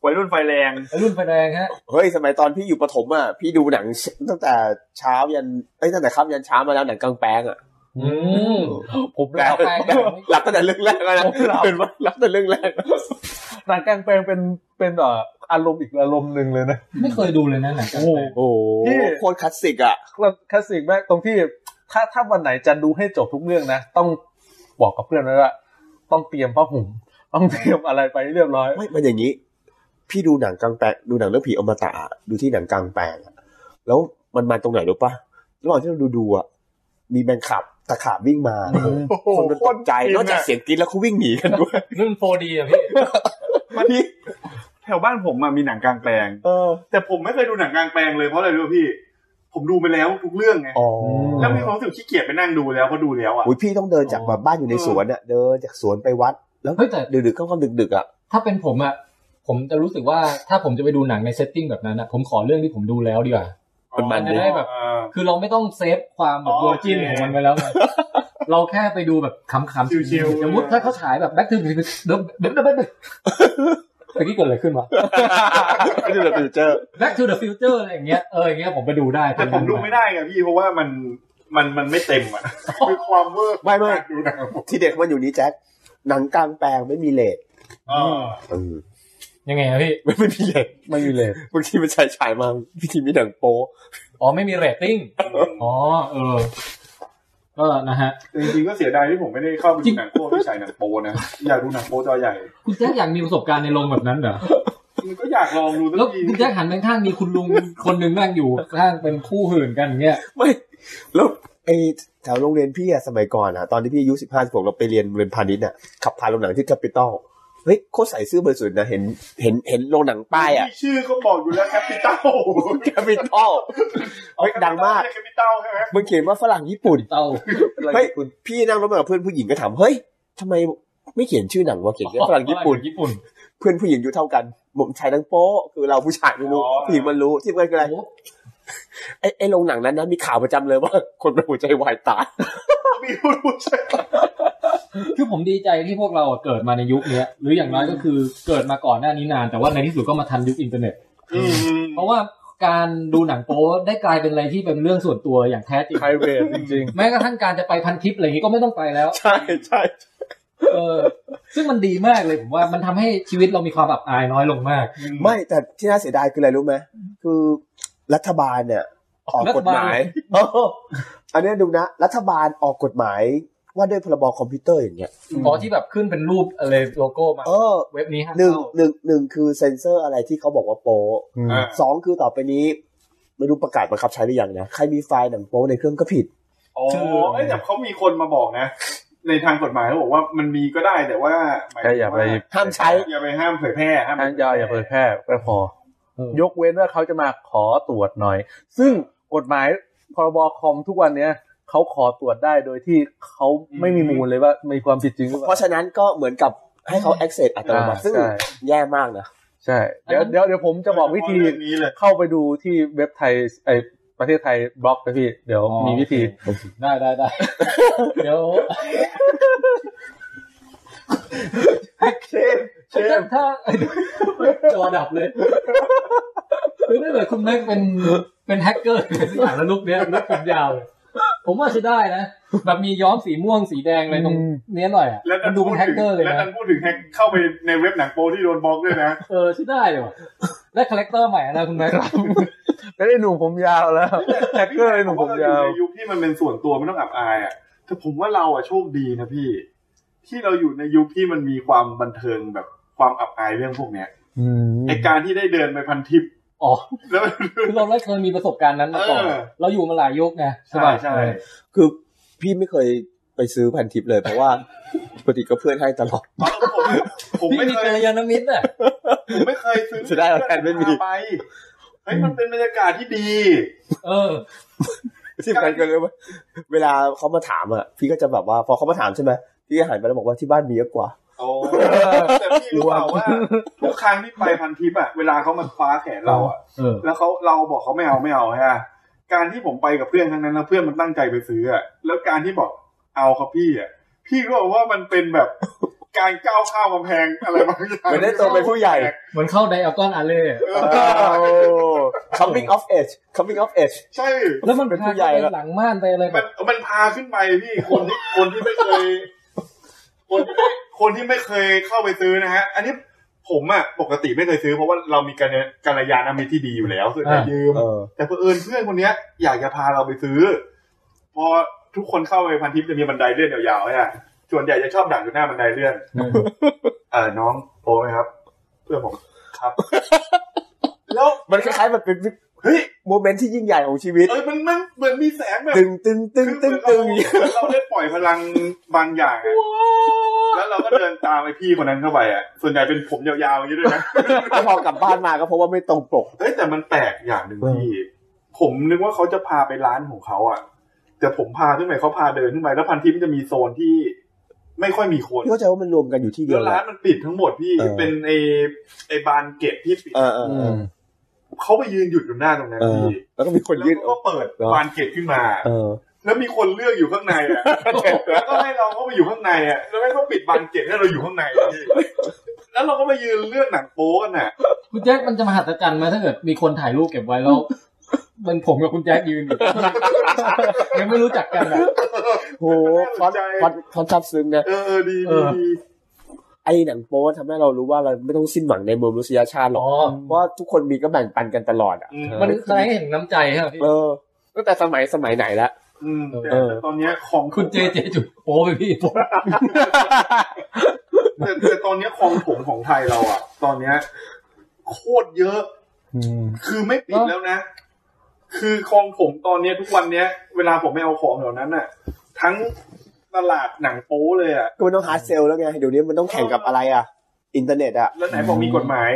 Speaker 4: วัยรุ่นไฟแรง
Speaker 1: วัยรุ่นไฟแดงฮะ
Speaker 6: เฮ้ยสมัยตอนพี่อยู่ประถมอ่ะพี่ดูหนังตั้งแต่เช้ายันเอ้ยตั้งแต่ค่ำยันเช้ามาแล้วหนังกลางแปลงอ่ะ
Speaker 1: อืม
Speaker 6: ผม
Speaker 1: แปล
Speaker 6: แล้
Speaker 1: ก
Speaker 6: ว
Speaker 1: แปลกนะ
Speaker 6: หลับตั้งแต่เรื่องแรกแล้วนะเป็นว่าหลับตั้งแต่เรื่องแรก
Speaker 2: หนังกลางแปลงเป็นเป็นเอ่ออารมณ์อีกอารมณ์หนึ่งเลยนะ
Speaker 1: ไม่เคยดูเลยนะหนังกลางแปลง
Speaker 6: โอ้โหโคตรคลาสสิกอ่ะ
Speaker 2: แล้วคลาสสิกมากตรงที่ถ้าถ้าวันไหนจะดูให้จบทุกเรื่องนะ ต้องบอกกับเพื่อนไว้ว่า ต้องเตรียมผ้าห่มต้องเตรียมอะไรไปเรียบร้อย
Speaker 6: ไม่ มันอย่างนี้ พี่ดูหนังกลางแปลงดูหนังเรื่องผีอมตะอะดูที่หนังกลางแปลงอะแล้วมันมาตรงไหนรู้ปะระหว่างที่เราดูดูๆอ่ะ มีแมงขับตะขาบวิ่งมา คนมันตกใจ
Speaker 4: โคตรฟินอะ
Speaker 6: นอกจากเสียงกรี๊ดแล้วเขาวิ่งหนีกันด้วย
Speaker 1: รุ่น 4D อ่ะพี่
Speaker 6: พี่
Speaker 4: แถวบ้านผมอะมีหนังกลางแปลง
Speaker 6: เออ
Speaker 4: แต่ผมไม่เคยดูหนังกลางแปลงเลยเพราะอะไรรู้ป่ะพี่ ผมดูไปแล้วทุกเรื่องไง
Speaker 6: อ๋อ
Speaker 4: แล้วมีความรู้สึกขี้เกียจไปนั่งดูแล้วก็ดูแล้วอ่ะ
Speaker 6: อุ้ยพี่ต้องเดินจากแบบบ้านอยู่ในสวนอ่ะ เดินจากสวนไปวัด แล้ว
Speaker 1: เฮ้ยแต่
Speaker 6: ดึกๆก็ความดึกๆอ่ะ
Speaker 1: ถ้าเป็นผมอะผมจะรู้สึกว่าถ้าผมจะไปดูหนังในเซตติ้งแบบนั้นอะผมขอเรื่องที่ผมดูแล้วดีกว่า
Speaker 6: มันมัน
Speaker 1: จะได้แบบ คือเราไม่ต้องเซฟความแบบ
Speaker 4: อ๋อ
Speaker 1: ตัวจิ้น
Speaker 4: โอ
Speaker 1: ข
Speaker 4: เค
Speaker 1: องมันไปแล้วไงเราแค่ไปดูแบบขำ
Speaker 4: ชิวๆ
Speaker 1: สมมติถ้าเขาฉายแบบแบ็คทูเดอะเดิมเดิมเดิมเดิมเมื่อกี้เกิดอะไรขึ้นวะ
Speaker 6: ไม่ใช่เดอะฟิวเจอร์
Speaker 1: Back to the Future อะไรอย่างเงี้ยเอออย่างเงี้ยผมไปดูได้
Speaker 4: แต่ผมดูไม่ได้ไงพี่เพราะว่ามันมันมันไม่เต็มอ่ะคือความเวอร์
Speaker 6: ไม่ไม่
Speaker 4: การดูหนังของผม
Speaker 6: ที่เด็กมันอยู่นี้แจ็ค หนังกลางแปลงไม่มีเลท
Speaker 4: เออ
Speaker 6: เออ
Speaker 1: ยังไงอะพี่
Speaker 6: ไม่ไม่มีเลท
Speaker 2: ไม่มีเลย
Speaker 6: บางทีมันฉายฉายมาพิธีมีหนังโป๊
Speaker 1: อ๋อไม่มีเรต ติ้งอ๋อเออก็นะฮะ
Speaker 4: แต่จริงๆก็เสียดายที่ผมไม่ได้เข้าไปดูหนังโป้ที่ฉายหนังโป้นะอยากดูหนังโป้จอใหญ่
Speaker 1: คุณแจ๊คอยากมีประสบการณ์ในโรงแบบนั้นเหรอ
Speaker 4: มันก็อยากลองดูสัก
Speaker 1: แล้ว
Speaker 4: ที
Speaker 1: คุณแจ๊คหันไปข้างมีคุณลุงคนหนึ่งนั่งอยู่ข้างเป็นคู่หื่นกันเงี้ย
Speaker 6: ไม่แล้วไอแถวโรงเรียนพี่อะสมัยก่อนอะตอนที่พี่อายุสิบห้าสิบหกเราไปเรียนเรียนพาณิชย์อะขับผ่านโรงหนังที่แคปิตอลเฮ้ยโคตรใส่ซื่อบริสุทธิ์นะเห็นเห็นเห็นโรงหนังป้ายอะ
Speaker 4: มีชื่อก็บอกอยู่แล้วแคปิตอล
Speaker 6: แคปิตอลเฮ้ยดังมาก
Speaker 4: แคปิตอลใช่ไหม
Speaker 6: มันเขียนว่าฝรั่งญี่ปุ่น
Speaker 1: เต้า
Speaker 6: เฮ้ยพี่นั่งรถมากับเพื่อนผู้หญิงก็ถามเฮ้ยทำไมไม่เขียนชื่อหนังว่าเขียนแค่ฝรั่งญี่ปุ่น
Speaker 1: ญี่ปุ่น
Speaker 6: เพื่อนผู้หญิงอยู่เท่ากันผมชายทั้งโป๊ะคือเราผู้ชายไม่รู้ผู้หญิงมันรู้ที่มันคืออะไร
Speaker 1: โอ้
Speaker 6: ไอ้ไอ้โรงหนังนั้นนะมีข่าวประจำเลยว่า คนเป็นหัวใจวายตาย
Speaker 4: มีคนรู้จัก
Speaker 1: คือผมดีใจที่พวกเราอะเกิดมาในยุคเนี้ย หรืออย่างน้อยก็คือเกิดมาก่อนหน้านี้นาน แต่ว่าในที่สุดก็มาทันยุคอินเทอร์เน็ต
Speaker 4: อืม
Speaker 1: เพราะว่าการดูหนังโป๊ได้กลายเป็นอะไรที่เป็นเรื่องส่วนตัวอย่างแท้จริง
Speaker 2: ไพรเวทจริง
Speaker 1: แม้กระทั่งการจะไปพันทิปอะไรอย่างงี้ก็ไม่ต้องไปแล้ว
Speaker 6: ใช่ใช่
Speaker 1: เออ ซึ่งมันดีมากเลยผมว่ามันทำให้ชีวิตเรามีความอับอายน้อยลงมาก
Speaker 6: ไม่แต่ที่น่าเสียดายคืออะไรรู้ไหมคือรัฐบาลเนี่ยออกกฎหมายเอออันเนี้ยดูนะ รัฐบาลออกกฎหมายว่าด้วยพรบคอมพิวเตอร์อย่างเงี้ย
Speaker 1: พอที่แบบขึ้นเป็นรูปอะไรโลโก้มา
Speaker 6: เออ
Speaker 1: เว็บนี้ห้าม
Speaker 6: หนึ่ง
Speaker 1: เข้า
Speaker 6: หนึ่งหนึ่งคือเซ็นเซอร์อะไรที่เขาบอกว่าโป๊ะ
Speaker 4: อ่า
Speaker 6: สองคือต่อไปนี้ ไม่รู้ประกาศบังคับใช้หรือยังนะใครมีไฟล์หนังโป๊ะในเครื่องก็ผิด
Speaker 4: อ๋อเอ้ยแต่เขามีคนมาบอกนะ ในทางกฎหมายเขาบอกว่ามันมีก็ได้แต่ว่าหมถึงว่
Speaker 2: ก็อย่าไป
Speaker 6: ห้ามใช้
Speaker 4: อย่าไปห้ามเผยแพร่ห้าม
Speaker 2: ๆท่านยาอย่าเผยแพร่ก็พอ
Speaker 1: เออย
Speaker 2: กเว้นว่าเขาจะมาขอตรวจหน่อย ซึ่งกฎหมายพรบคอมทุกวันเนี้ยเขาขอตรวจได้โดยที่เขาไม่มีมูลเลยว่ามีความผิดจริงหรือเป
Speaker 6: เพ
Speaker 2: ล่า
Speaker 6: ราะฉะนั้นก็เหมือนกับให้เขา access อัตโนมัติซึ่ง
Speaker 2: ใช่
Speaker 6: แย่มากนะ
Speaker 2: ใช่เดี๋ยวเดี๋ยวเดี๋ยวผมจะบอกวิธี
Speaker 4: เรื่องนี้เลย
Speaker 2: เข้าไปดูที่เว็บไทยไอประเทศไทยบล็อกนะพี่ เดี๋ยวมีวิธี
Speaker 1: ได้ได้ได้ เดี๋ยว
Speaker 4: เชฟเช
Speaker 1: ถ้า
Speaker 4: ฟ
Speaker 1: ถ้าจอดับเลยคือถ้าเกิดคุณแม็กเป็นเป็นแฮกเกอร์หรือเป็นสักอย่างแล้วลุกเนี้ยลุกผมยาวเลยผมว่าใช้ได้นะแบบมีย้อมสีม่วงสีแดงอะไรตรงเนี้ยหน่อยอ่ะ
Speaker 4: แล้วกั
Speaker 1: มันนดูเป็นแฮกเกอร์เลย
Speaker 4: แล้วกั
Speaker 1: นะ
Speaker 4: นพูดถึงแฮกเข้าไปในเว็บหนังโปที่โดนบล็อกด้วยนะ
Speaker 1: เออใช้ได้เลยว่ะและคาแรคเตอร์ใหม่นะคุณแม็ก
Speaker 2: แล้วได้หนุ่มผมยาวแล้วแฮกเกอร์ไอ้หนุ่มผมยาว
Speaker 4: ในยุคที่มันเป็นส่วนตัวไม่ต้องอับอายอ่ะแต่ผมว่าเราอ่ะโชคดีนะพี่ ที่เราอยู่ในยุคที่มันมีความบันเทิงแบบความอับอายเรื่องพวกเนี้ยไอการที่ได้เดินไปพันทิป
Speaker 1: อ๋อ
Speaker 4: แล้ว
Speaker 1: คือเราไม่เคยมีประสบการณ์นั้นมาก่อน
Speaker 4: เออ
Speaker 1: เราอยู่มาหลายยุคไงใช่
Speaker 4: ใช่
Speaker 1: ป่ะ
Speaker 4: ใช่
Speaker 6: คือพี่ไม่เคยไปซื้อพันทิปเลยเพราะ ว่า ปกติก็เพื่อนให้ตลอด
Speaker 4: เอาผมผม
Speaker 1: พี่
Speaker 4: ไม่
Speaker 1: มี
Speaker 4: เค
Speaker 1: กัล
Speaker 4: ย
Speaker 1: ยาณมิตรอ่ะ
Speaker 4: ผมไม่เคยซื้อ
Speaker 6: จะได้เอาแทนไม่มี
Speaker 4: ไปเฮ้ยมันเป็นบรรยากาศที่ดี
Speaker 1: เออ
Speaker 6: ที่สำคัญก็เลยว่าเวลาเขามาถามอ่ะ พี่ก็จะแบบว่าพอเขามาถามใช่ไหมพี่ก็หันไปแล้วบอกว่าที่บ้านมีเยอะกว่า
Speaker 4: โอ้แต่พี่รู้เปล่า ว่าทุกครั้งที่ไปพันทิปอะเวลาเขามาคว้าแขนเราอะ
Speaker 12: เออ
Speaker 4: แล้วเขาเราบอกเขาไม่เอาไม่เอาฮะการที่ผมไปกับเพื่อนครั้งนั้นแล้วเพื่อนมันตั้งใจไปซื้ออะแล้วการที่บอกเอาครับพี่อะพี่ก็บอกว่ามันเป็นแบบการก้าวข้าวกำแพงอะไรบางอย่าง
Speaker 6: เหมือนได้โตเป็นผู้ใหญ่
Speaker 1: เหมือนเข้าไดอัลกอนอาเล่
Speaker 6: coming of age coming of age
Speaker 4: ใช่
Speaker 1: แล้วมัน
Speaker 6: เป็นผู้
Speaker 1: พา
Speaker 6: ใหญ่
Speaker 1: ไป
Speaker 6: แล้ว
Speaker 1: หลังม่านไปอะไรแบ
Speaker 4: มั
Speaker 1: บ
Speaker 4: นมันพาขึ้นไปพี่คนที่คนที่ไม่เคย คนที่ไม่คนที่ไม่เคยเข้าไปซื้อนะฮะ อันนี้ผมอะปกติไม่เคยซื้อเพราะว่าเรามีการกัลยาณมิตรที่ดีอยู่แล้วส่วนใหญ่
Speaker 1: อ่า
Speaker 4: ยืม
Speaker 6: เออ
Speaker 4: แต่เพื่อนเพื่อนคนเนี้ย อยากจะพาเราไปซื้อ พอทุกคนเข้าไปพันทิปจะมีบันไดเลื่อนยาวๆเนี่ยส่วนใหญ่จะชอบดักอยู่หน้าบันไดเลื่อนเออน้องโปรไหมครับ เพื่อนผมครับ แล้ว
Speaker 6: มันคล้ายๆมันเป็น
Speaker 4: เฮ้ย
Speaker 6: โมเมนต์ที่ยิ่งใหญ่ของชีวิต
Speaker 4: เอ้ยมันมันเหมือนมีแสงแบบ
Speaker 6: ตึงตึงตึงตึงตึง
Speaker 4: คือเหมือนเราเราได้ปล่อยพลังบางอย่างอะแล้วเราก็เดินตามไอ้พี่คนนั้นเข้าไปอ่ะ ส่วนใหญ่เป็นผมยาวๆอย่างนี้ ด้วยนะ
Speaker 6: แล้วพอกลับบ้านมาก็เพราะว่าไม่ตรงปก
Speaker 4: เอ้ยแต่มันแปลกอย่างหนึ่งพี่ ผมนึกว่าเขาจะพาไปร้านของเขาอ่ะ แต่ผมพาขึ้นไปเขาพาเดินขึ้นไปแล้วพันทิพย์มันจะมีโซนที่ ไม่ค่อยมีคน
Speaker 6: พี่เข้าใจว่ามันรวมกันอยู่ที่เดีย
Speaker 4: แล้ว ว
Speaker 6: แห
Speaker 4: ร้าน
Speaker 6: ละ
Speaker 4: มันปิดทั้งหมดพี่
Speaker 6: เออ
Speaker 4: เป็นไอไอบานเก็บที่ปิด
Speaker 6: เออเออเออ
Speaker 4: เขาไปยืนหยุดอยู่หน้าตรงนั้น
Speaker 6: เออ
Speaker 4: พี่
Speaker 6: แล้วก็มีคน
Speaker 4: แล้ว
Speaker 6: ยื่น
Speaker 4: เขาก็เปิดบานเก็บขึ้นมา
Speaker 6: เออ
Speaker 4: แล้วมีคนเลือกอยู่ข้างในอ่ะ แล้วก็ให้เราเข้าไปอยู่ข้างในอ่ะ แล้วไม่ต้องปิดบานเกล็ดให้เราอยู่ข้างในอะพี่แล้วเราก็มายืนเลือกหนังโป๊กันน่ะ
Speaker 1: คุณแจ็คมันจะมหัศจรรย์ไหมาถ้าเกิดมีคนถ่ายรูปเก็บไว้แล้ว มันผมกับคุณแจ็คยืนอยู่ ยังไม่รู้จักกันอะ
Speaker 6: โหคอนคอนคอนทับซึ้งนะ
Speaker 4: เออเออดีดีดี
Speaker 6: ไอ้หนังโป๊ทำให้เรารู้ว่าเราไม่ต้องสิ้นหวังในมวลมนุษยชาติหรอก
Speaker 1: อ๋อ
Speaker 6: เพราะว่าทุกคนมีก็แบ่งปันกันตลอดอ่ะ
Speaker 4: อืม
Speaker 1: มันแสดงให้เห็นน้ำใจครับพี่
Speaker 6: เออ ตั้งแต่สมัยสมัยไหนละ
Speaker 4: อืมแต่
Speaker 6: เออ
Speaker 4: แต่ตอนเนี้ยของ
Speaker 1: คุณเจเจจุดโป้ไป พี่โป้
Speaker 4: แต่แต่ตอนเนี้ยของผงของไทยเราอ่ะ ตอนเนี้ยโคตรเยอะ คือไม่ปิดแล้วนะ คือคลองผมตอนเนี้ยทุกวันเนี้ย เวลาผมไม่เอาของเหล่านั้นน่ะ ทั้งตลาดหนังโป๊เลยอ่ะ
Speaker 6: ก็มันต้องฮาร์ดเซลแล้วไง เดี๋ยวนี้มันต้องแข่งกับอะไรอ่ะ อินเทอร์เน็ตอ่ะ
Speaker 4: แล้วไหนบอกมีกฎหมาย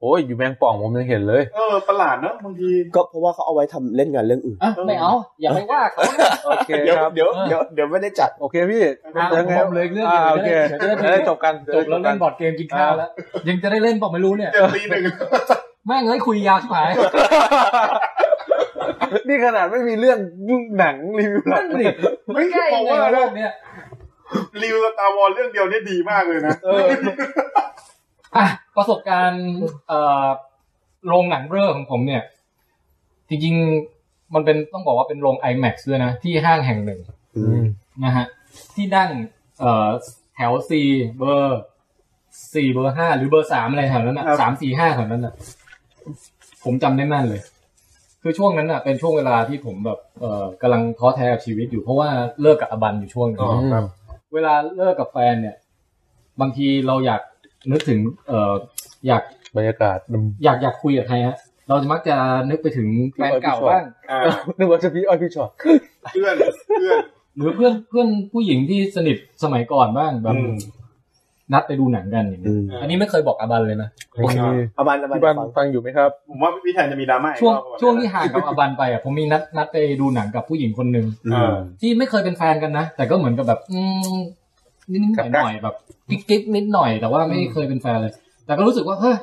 Speaker 2: โอ้ยอยู่แมงป่องผมยังเห็นเลย
Speaker 4: เออประหลาดเนอะบางที
Speaker 6: ก็เพราะว่าเขาเอาไว้ทำเล่นงานเรื่องอื่น
Speaker 1: อ่ะไม่เอาอย่าไปว่าเขา
Speaker 2: โอเค
Speaker 6: เดี๋ยว
Speaker 2: ครับ
Speaker 6: เดี๋ยวเดี๋ยวเดี๋ยวไม่ได้จัด
Speaker 2: โอเคพี่
Speaker 1: อ่ะ
Speaker 2: ยังไง
Speaker 1: ผมเลยเรื่อง
Speaker 2: อ่าโอ
Speaker 1: เดียว
Speaker 2: เค
Speaker 1: จะได้
Speaker 2: จะได้จบกัน
Speaker 1: จบแล้วเล่นบอร์ดเกมกินข้าวแล้ว ยังจะได้เล่นบอกไม่รู้เนี่ย
Speaker 4: เดี๋ยวตีหนึ่ง
Speaker 1: แม่งเอ้ยคุยยาวชิบหาย
Speaker 2: นี่ขนาดไม่มีเรื่องหนังรีวิวหลั
Speaker 1: นั่
Speaker 2: ก
Speaker 1: นดิไม่ใช่
Speaker 4: ผม
Speaker 1: เล
Speaker 4: ว่า
Speaker 1: ยโลกเนี้ย
Speaker 4: รีวิวสตาร์วอลเรื่องเดียวเนี่ยดีมากเลยนะ
Speaker 2: เออ
Speaker 1: อ่ะประสบการณ์เอ่อโรงหนังเรื่องของผมเนี่ย จริงๆ มันเป็นต้องบอกว่าเป็นโรง IMAX ด้วยนะ ที่ห้างแห่งหนึ่งนะฮะ ที่นั่งเอ่อแถว C เบอร์สี่เบอร์ห้าหรือเบอร์สามอะไรแถวนั้นอ่ะ
Speaker 4: ครับ
Speaker 1: สามสี่ห้าแถวนั้นอ่ะ ผมจำได้แม่นเลย คือช่วงนั้นอ่ะ เป็นช่วงเวลาที่ผมแบบเอ่อกำลังท้อแท้กับชีวิตอยู่เพราะว่าเลิกกับอบันอยู่ช่วงหนึง เวลาเลิกกับแฟนเนี่ย บางทีเราอยากนึกถึง เอ่ออยาก
Speaker 2: บรรยากาศ
Speaker 1: อยากอยากคุยกับใครฮะ เราจะมักจะนึกไปถึงแฟนเก่าบ้าง
Speaker 4: อ่า
Speaker 2: นึกว่าจะพี่อ้อยพี่ชอต
Speaker 4: เพื่อนเพื่อน
Speaker 1: หรือเพื่อนเพื่อนผู้หญิงที่สนิทสมัยก่อนบ้างแบบ
Speaker 4: อืม
Speaker 1: นัดไปดูหนังกันอย่างเงี้ยอันนี้ไม่เคยบอกอาบันเลยนะ
Speaker 2: โอเค
Speaker 6: เอาบันเอาบัน
Speaker 2: พี่บัน
Speaker 6: ฟัง
Speaker 2: ฟังอยู่ไหมครับ
Speaker 4: ผมว่าพี่แทนจะมีดราม่าอีก
Speaker 1: ช่วง
Speaker 4: รอบก่อน
Speaker 1: ช่วงที่ห่างกับ อาบันไปอ่ะผมมีนัดนัดไปดูหนังกับผู้หญิงคนหนึ่ง
Speaker 4: เออ
Speaker 1: ที่ไม่เคยเป็นแฟนกันนะแต่ก็เหมือนกับแบบ อืมนิดๆหน่อยๆแบบกิ๊กกิ๊กนิดหน่อยแต่ว่าไม่เคยเป็นแฟนเลย แต่ก็รู้สึกว่าเฮ้ย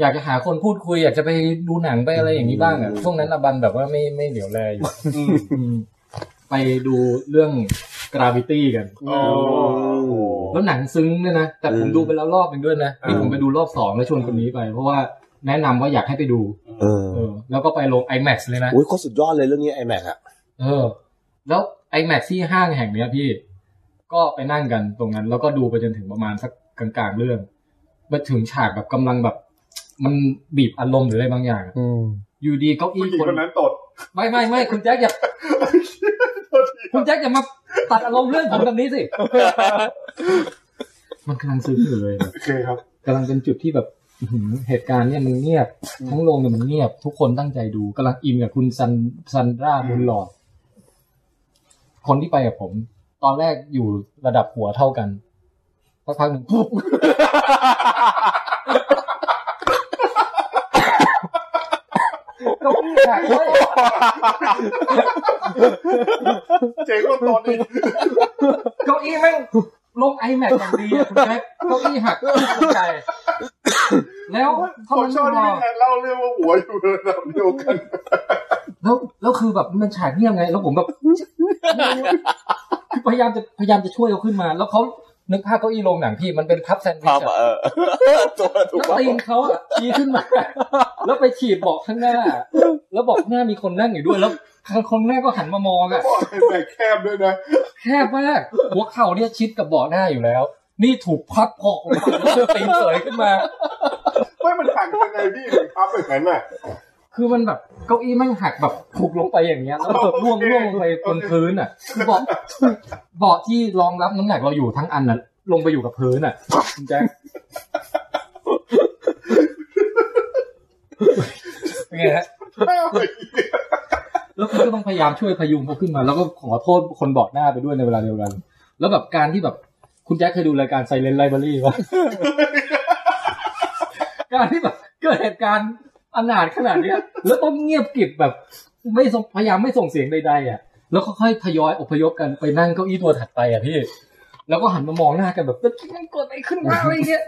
Speaker 1: อยากจะหาคนพูดคุย อยากจะไปดูหนังไปอะไรอย่างนี้บ้างอ่ะช่วงนั้นอะบันแบบว่าไม่ไม่เหลียวแลอยู่อืมไปดูเรื่อง Gravity กัน
Speaker 4: โอ้โห
Speaker 1: แล้วหนังซึ้งด้วยนะ แต่ผมดูไปแล้วรอบหนึ่งด้วยนะนี่
Speaker 4: เออ
Speaker 1: ผมไปดูรอบสองแล้วชวนคนนี้ไป เพราะว่าแนะนำว่าอยากให้ไปดู
Speaker 6: เออ
Speaker 1: เออ แล้วก็ไปลง IMAX เลยนะ
Speaker 6: โอ้ยโคตรสุดยอดเลยเรื่องนี้ไอแม็กอะ
Speaker 1: เออ แล้ว IMAX ที่ห้างแห่งเนี้ยพี่ ก็ไปนั่งกันตรงนั้น แล้วก็ดูไปจนถึงประมาณสักกลางๆเรื่องมาถึงฉากแบบกำลังแบบ มันบีบอารมณ์หรืออะไรบางอย่างอะ
Speaker 2: อืม
Speaker 1: อยู่ดีเก้าอี้
Speaker 4: ผู้หญิง
Speaker 1: ค
Speaker 4: คน นนั้นตด
Speaker 1: ไม่ไม่ไม่คุณแจ็คอย่าคุณแจ็คอย่ามาตัดอารมณ์เรื่องผมแบบ นี้สิ มันกำลังซึ้งอยู่เลยแบบ
Speaker 4: โอเคครับ
Speaker 1: กำลังเป็นจุดที่แบบอื้อหือเหตุการณ์เนี่ยมันเงียบ ทั้งโรงเนี่ยมันเงียบ ทุกคนตั้งใจดูกำลังอินกับคุณซันซันดราบุญหลอด คนที่ไปกับผม ตอนแรกอยู่ระดับหัวเท่ากันสักพักหนึ่ง ปุ๊บ เก้าอี้
Speaker 2: ใช่
Speaker 4: เจ๋งกว่าตอนนี้
Speaker 1: เก้าอี้แม่งลงไอแม็กอย่างดีอะคุณแจ็คเก้าอี้หักขึ้นใจ แล้ว
Speaker 4: ผ
Speaker 1: เท่าม นั้น
Speaker 4: ชอบ
Speaker 1: ไม่พ
Speaker 4: ที่
Speaker 1: อ
Speaker 4: พี่แทนเล่าเรื่องว่าหัวอยู่ระดับเดียวกัน
Speaker 1: แล้วแล้วคือแบบมันฉากเงียบไง แล้วผมแบบ คือพยายามจะพยายามจะช่วยเขาขึ้นมา แล้วเขานึกภาพเก้าอี้ลงหนังพี่มันเป็นพับแซนด์วิ
Speaker 3: ภา
Speaker 1: ช
Speaker 3: พ
Speaker 1: อะ
Speaker 3: เออ ตัวถู
Speaker 1: แล้
Speaker 3: ก
Speaker 1: ว
Speaker 3: ป่ะ
Speaker 1: ตีนเขาอะชี้ขึ้นมา แล้วไปฉีดเบอกข้างหน้า แล้วเบอกหน้ามีคนนั่งอยู่ด้วย แล้วคนหน้าก็หันมามองอะ
Speaker 4: บอกให้แบกแคบด้วยนะ
Speaker 1: แคบมากหัวเข่าเนี่ยชิดกับเบาะหน้าอยู่แล้ว นี่ถูกพับพอกลงมาแล้วตีนเสยขึ้นมา
Speaker 4: ไม่มันหักยังไงพี่ถึงพับแบบนั้นน่ะ
Speaker 1: คือมันแบบเก้าอี้แม่งหักแบบถูกลงไปอย่างเงี้ยแล้วแบบร่วงร่วงลงไปบนพื้นอ่ะเบาะเบาะที่รองรับน้ำหนักเราอยู่ทั้งอันน่ะ ลงไปอยู่กับพื้นอ่ะคุณแจ็ค เป็นไงฮะแล้วคือก็ต้องพยายามช่วยพยุงเขาขึ้นมา แล้วก็ขอโทษคนเบาะหน้าไปด้วยในเวลาเดียวกัน แล้วแบบการที่แบบคุณแจ็คเคยดูรายการไซเลนไลบรารีป่ะ การที่แบบเกิดเหตุการณ์อนาถขนาดเนี้ย แล้วต้องเงียบกริบแบบ ไม่ส่งพยายามไม่ส่งเสียงใดๆอ่ะ แล้วค่อยๆทยอยอพยพกันไปนั่งเก้าอี้ตัวถัดไปอ่ะพี่ แล้วก็หันมามองหน้ากันแบบแล้วมันเกิดอะไรขึ้นวะอะไรเงี้ย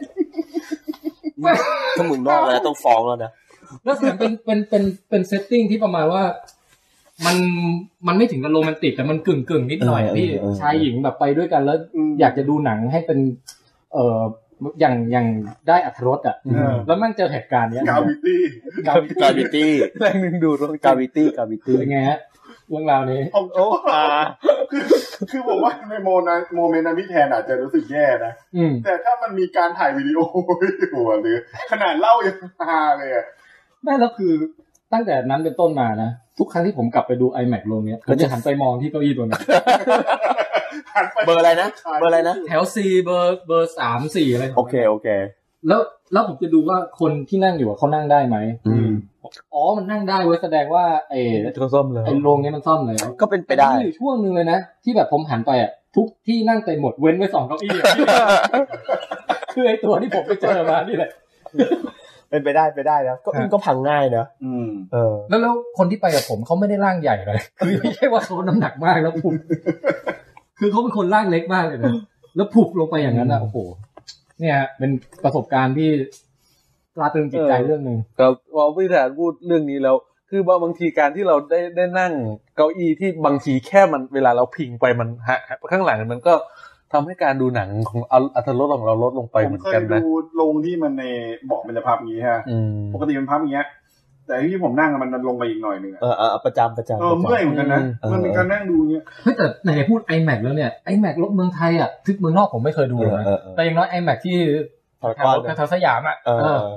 Speaker 3: ถ้ามึงนอกแล้วต้องฟ้องแล้วนะ
Speaker 1: แล้วมันเป็นเป็นเป็นเป็นเซตติ้งที่ประมาณว่า มันมันไม่ถึงกับโรแมนติกแต่มันกึ่งกึ่งนิดหน่อยอะพี่
Speaker 3: เออเออเออ
Speaker 1: ชายหญิงแบบไปด้วยกันแล้ว อยากจะดูหนังให้เป็น เอ่ออย่างอย่างได้อัธรสอ่ะแล้วมันเจอเหตุการณ์เนี้ย
Speaker 4: กาวิตี้
Speaker 1: กาวิ
Speaker 3: กาวิตี้
Speaker 6: แรงดึงดูดวง
Speaker 3: กาวิตี้กาวิตี้
Speaker 1: เป็นไงฮะเรื่องราวนี้
Speaker 4: ผมชอบคือคือผมว่าในโมนะโมเมนต์นั้นพี่แทนอาจจะรู้สึกแย่นะ
Speaker 1: อืม
Speaker 4: แต่ถ้ามันมีการถ่ายวิดีโอ อยู่อะหรือ ขนาดเล่ายังฮาเลยอะ
Speaker 1: ไม่แล้วคือตั้งแต่นั้นเป็นต้นมานะ ทุกครั้งที่ผมกลับไปดู iMac ลงเนี้ยผมจะหันไปมองที่เก้าอี้ตัวนั้น
Speaker 4: หันป
Speaker 3: เบอร์อะไรนะเบอร์อะไรนะ
Speaker 1: แถวซีเบอร์เบอร์สามสี่อะไรข
Speaker 3: โอง
Speaker 1: มัน
Speaker 3: เคโอเค
Speaker 1: แล้วแล้วผมจะดูว่าคนที่นั่งอยู่อะเขานั่งได้ไหม
Speaker 3: อืม
Speaker 1: อ๋อมันนั่งได้เว้ยแสดงว่าไอ้
Speaker 6: ตัวส้มเลย
Speaker 1: ไอ้โรงเนี้ยมันซ่อมแล้ว
Speaker 3: ก็เป็นไปได้
Speaker 1: มีอยู่ช่วงหนึ่งเลยนะ ที่แบบผมหันไปอ่ะ ทุกที่นั่งเต็มหมดเว้นไว้สองเก้าอี้ อะคือไอ้ตัวที่ผมไปเจอมานี่แหละ
Speaker 6: เป็นไปได้ไปได้แล้วก็มันก็พังง่ายนะ
Speaker 4: อืม
Speaker 6: เออ
Speaker 1: แล้วแล้วคนที่ไปกับผมเขาไม่ได้ร่างใหญ่เลยคือไม่ใช่ว่าเขาน้ำหนักมากแล้วผุบคือเขาเป็นคนร่างเล็กมากเลยนะแล้วผุบลงไปอย่างนั้นอ่ะโอ้โหเนี่ยฮะเป็นประสบการณ์ที่ตราตรึงจิตใจ
Speaker 6: เออ
Speaker 1: เรื่องหนึ่ง
Speaker 6: ก็พอพี่แดดพูดเรื่องนี้แล้ว คือบางบางทีการที่เราได้ได้นั่งเก้าอี้ที่บางทีแค่มันเวลาเราพิงไปมันฮะข้างหลังมันก็ทำให้การดูหนังของอัอัตรสของเราลดลงไป
Speaker 4: ผ
Speaker 6: เห
Speaker 4: ม
Speaker 6: มือน
Speaker 4: เค
Speaker 6: กั
Speaker 4: ย
Speaker 6: นนะ
Speaker 4: ดูลงที่มันในเบอกมันจะพับอย่างงี้ฮะ
Speaker 6: อืม
Speaker 4: ปกติมันพับอย่างเงี้ย แต่ที่ผมนั่งอะมันดันลงไปอีกหน่อยหนึงอะ
Speaker 6: เออเออประจำประจำ
Speaker 4: เออ
Speaker 6: ประจำ
Speaker 4: เมื่อยเหมือนกันนะ
Speaker 6: เออ
Speaker 4: มันเป็นการนั่งดูเงี้ย
Speaker 1: เฮ้ยแต่ไหนๆพูด iMac แล้วเนี่ย iMac รถเมืองไทยอ่ะทึกเมืองนอกผมไม่เคยดู
Speaker 6: เออ
Speaker 1: นะ
Speaker 6: เออเออ
Speaker 1: แต่อย่างน้อย iMac ที่
Speaker 6: ถอด
Speaker 1: แถ
Speaker 6: ก้อน
Speaker 1: ว
Speaker 6: นะ
Speaker 1: แถวสยามอ่ะ
Speaker 6: เออ
Speaker 1: เอ
Speaker 6: เอ
Speaker 1: อ
Speaker 6: อ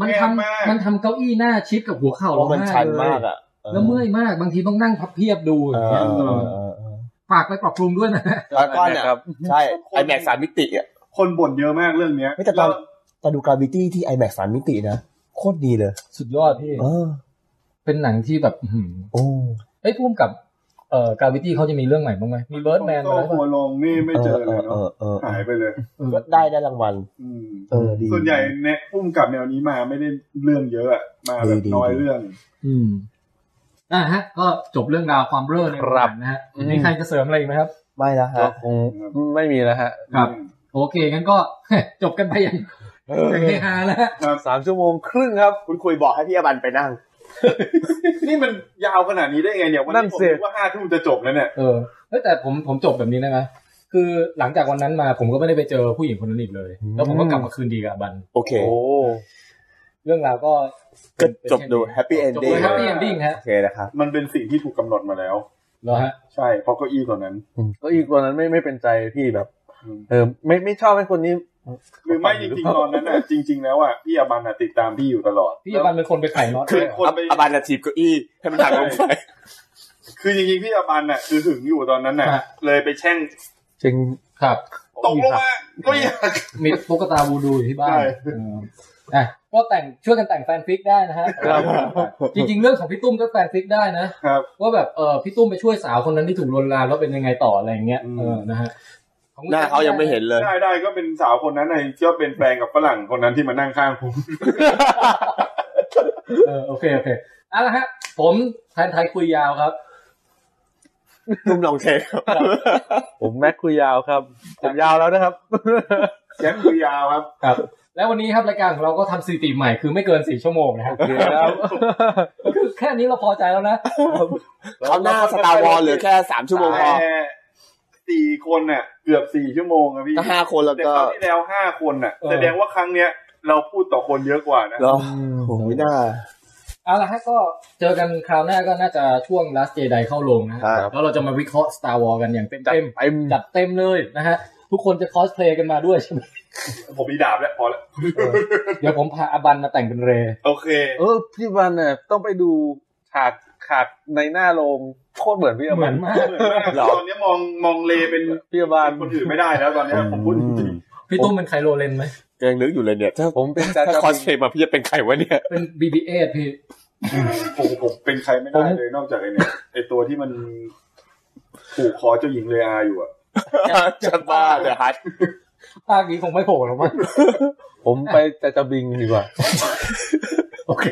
Speaker 1: มัน
Speaker 4: แพงมาก
Speaker 1: ทำมันทำเก้าอี้หน้าชิดกับหัวเข่า
Speaker 6: เพ
Speaker 1: เรา
Speaker 6: ราะมัน
Speaker 1: มาก
Speaker 6: ชัน
Speaker 1: เล
Speaker 6: มาย กอ่ะเออ
Speaker 1: แล้วเมื่อยมากบางทีต้องนั่งพับเพียบดูอ
Speaker 6: เอย่าง อ
Speaker 1: เงี้ย
Speaker 6: เอ
Speaker 1: เออ
Speaker 6: อเออเออ
Speaker 1: ฝากไปปรับปรุงด้วยนะ
Speaker 3: ถอดก้อนเนี่ย
Speaker 6: ครับ
Speaker 3: ใช่ไอแม็กสามมิติอ่ะ
Speaker 4: คนบ่นเยอะมากเรื่องเนี้ย
Speaker 6: ไม่แต่ตอน
Speaker 4: แล้ว
Speaker 6: แต่ดูกราวิตี้ที่ iMac สามมิตินะ โคตรดีเลย
Speaker 1: สุดยอดพี่
Speaker 6: เออ
Speaker 1: เป็นหนังที่แบบอื้อหือ
Speaker 6: โอ้
Speaker 1: เอ้ยพุ่มกับเอ่อกาวิตี้เขาจะมีเรื่องใหม่บ้างไหมมีเบิร์ดแมน
Speaker 4: ก็
Speaker 1: มาแล้ว
Speaker 4: หัว
Speaker 1: ป่ะ
Speaker 4: ลงนี่ไม่เจอเลย
Speaker 6: เออ
Speaker 4: เนาะ
Speaker 6: เออเอ
Speaker 4: หาย
Speaker 6: อ
Speaker 4: ไปเลย
Speaker 1: เออ
Speaker 6: ก็ได้ได้รางวัล
Speaker 4: อืม
Speaker 6: เออดี
Speaker 4: ส่วนใหญ่เนะพุ่มกับแนวนี้มาไม่ได้เรื่องเยอะอะมาแบ
Speaker 6: ดี
Speaker 4: บ
Speaker 6: ดี
Speaker 4: น้อย
Speaker 6: ดี
Speaker 4: เรื่อง
Speaker 1: อืมอ่ะฮะ ก็จบเรื่องราวความเร่อใน
Speaker 2: ครับ
Speaker 1: วันนะฮะมีใครจะเสริมอะไรอีกไหมครับ
Speaker 6: ไม่แล้ว
Speaker 2: ก็
Speaker 6: ฮะ
Speaker 2: คงไม่มีแล้วฮะ
Speaker 1: ครับ โอเคงั้นก็ จบกันไปอย่างอย่างเฮฮาแล้วฮะ
Speaker 6: สามชั่วโมงครึ่งครับ
Speaker 3: คุณคุยบอกให้พี่อบันไปนั่ง
Speaker 4: นี่มันยาวขนาดนี้ได้ไงเนี่ยวัน
Speaker 6: นั่
Speaker 4: นี้
Speaker 6: น
Speaker 4: ผม
Speaker 6: สิ
Speaker 4: คิดว่าห้าทุ่มจะจบแล้วเนี่ย
Speaker 1: เออเฮ้ยแต่ผมผมจบแบบนี้ได้ไหมคือหลังจากวันนั้นมาผมก็ไม่ได้ไปเจอผู้หญิงคนนั้นอีกเลย แล้วผมก็กลับมาคืนดีกับบัน
Speaker 3: โอเค
Speaker 6: โอ้
Speaker 1: เรื่องราวก็
Speaker 3: ก็จบดูแฮปปี้เอน
Speaker 1: จบ
Speaker 3: ดิ้ง
Speaker 1: โดยแฮปปี้เอนดิ้งฮะ
Speaker 3: โอเคนะครับ
Speaker 4: มันเป็นสิ่งที่ถูกกำหนดมาแล้ว
Speaker 1: เหรอฮะ
Speaker 4: ใช่เพราะเก้าอี้ตัวนั้น
Speaker 6: ก็อีกวันนั้นไม่ไม่เป็นใจพี่แบบ
Speaker 4: อืม
Speaker 6: เออไม่ไม่ชอบให้คนนี้
Speaker 4: หรือไม่จริงๆตอนนั้นน่ะจริง ๆ แล้วอ่ะพี่อาบันน่ะติดตามพี่อยู่ตลอด
Speaker 1: พี่บันเป็นคนไปไขน็อต
Speaker 4: คือคนไป
Speaker 3: อบันอาทีบเก้าอี้ให้มันหักลงไป
Speaker 4: คือจริงๆพี่อาบันน่ะคือหึงอยู่ตอนนั้นน่ะ เลยไปแช่ง
Speaker 6: จริง
Speaker 1: ครับ
Speaker 4: ตกลงมาเก็อยาก
Speaker 1: มีตุ๊กตาบูดูอยู่ที่บ้าน
Speaker 4: ใช่
Speaker 1: เอออ่ะก็แต่งช่วยกันแต่งแฟนฟิกได้นะฮะ
Speaker 6: ครับ
Speaker 1: จริง ๆ เรื่องของพี่ตุ้มก็แฟนฟิกได้นะครับ ว่าแบบเออพี่ตุ้มไปช่วยสาวคนนั้นที่ถูกลวนลามแล้วเป็นยังไงต่ออะไรอย่างเงี้ย
Speaker 4: อืม
Speaker 1: เออนะฮะขอคุณ
Speaker 3: หน้าเขายังไม่เห็นเลย
Speaker 4: ได้ได้ก็เป็นสาวคนนั้นน่ะก็เป็นแฟนกับฝรั่งคนนั้นที่มานั่งข้างผม
Speaker 1: เออโอเคโอเคเอาละฮะ ผมแทนไทยคุยยาวครับ
Speaker 6: ตุ้มลองเทคครับ
Speaker 13: ผมแม็กคุยยาวครับ ผมยาวแล้วนะครับ
Speaker 4: แจ็คคุยยาวครับ
Speaker 1: แล้ววันนี้ครับรายการของเราก็ทำสถิติใหม่คือไม่เกินสี่ชั่วโมงนะครับคือแค่นี้เราพอใจแล้วนะ
Speaker 6: เขาวหน้าสตาร์วอลเหลือแค่สามชั่วโมงพอ
Speaker 4: แต่สี่คนน่ะ เกือบสี่ชั่วโมงอะพี่
Speaker 6: ถ้าห้าคนแล้ว
Speaker 4: แต่
Speaker 6: ก็
Speaker 4: คราวที่แล้วห้าคนน่ะ
Speaker 1: เออ
Speaker 4: แสดงว่าครั้งเนี้ย เราพูดต่อคนเยอะกว่านะ
Speaker 6: เหรอโหไม่น่า
Speaker 1: เอาละฮะก็เจอกันคราวหน้าก็น่าจะช่วง last j ไดเข้าลงนะฮะ
Speaker 6: ครับ
Speaker 1: แล้วเราจะมาวิเคราะห์ Star Wars กันอย่างเต็ม
Speaker 6: จัด
Speaker 1: เต็ม
Speaker 6: เต็ม
Speaker 1: จัดเต็มเลยนะฮะ ทุกคนจะคอสเพลย์กันมาด้วยใช่ไหม
Speaker 4: ผมมีดาบแล้วพอแล้ว
Speaker 1: เดี๋ยวผมพาอบันมาแต่งเป็นเรย์
Speaker 4: โอเค
Speaker 13: เออพี่วันเนี่ยต้องไปดูฉากฉากในหน้าโรงโคตรเหมือนพี่อ
Speaker 1: เหมื
Speaker 13: บั
Speaker 1: อน นมาก
Speaker 4: ตอนเนี้ยมองมองเลเป็น
Speaker 13: พี่อบัน
Speaker 4: คนอื่นไม่ได้แล้วตอนเนี้ยผมพูดจริง
Speaker 1: พี่ตุ้มเป็นไคโรเลนไหม
Speaker 6: ยังนึกอยู่เลยเนี่ย ถ้า
Speaker 13: ผมเป็นจา
Speaker 6: ถ้า
Speaker 13: จา
Speaker 6: คอ
Speaker 13: มิ
Speaker 6: สเพลย์มาพี่จะเป็นใครวะเนี่ย
Speaker 1: เป็น BB8 พี่
Speaker 4: ๆผมผมเป็นใครไม่ได้เลยนอกจากไอเนี่ยไอตัวที่มันผูกคอเจ้าหญิงเลอาอยู่อะ
Speaker 6: จัดบ้าเดี๋ยวฮัท
Speaker 1: ภาคนี้คงไม่โผล่หรอกมั้ง
Speaker 13: ผมไปจาจาบิงดีกว่า
Speaker 1: โอเค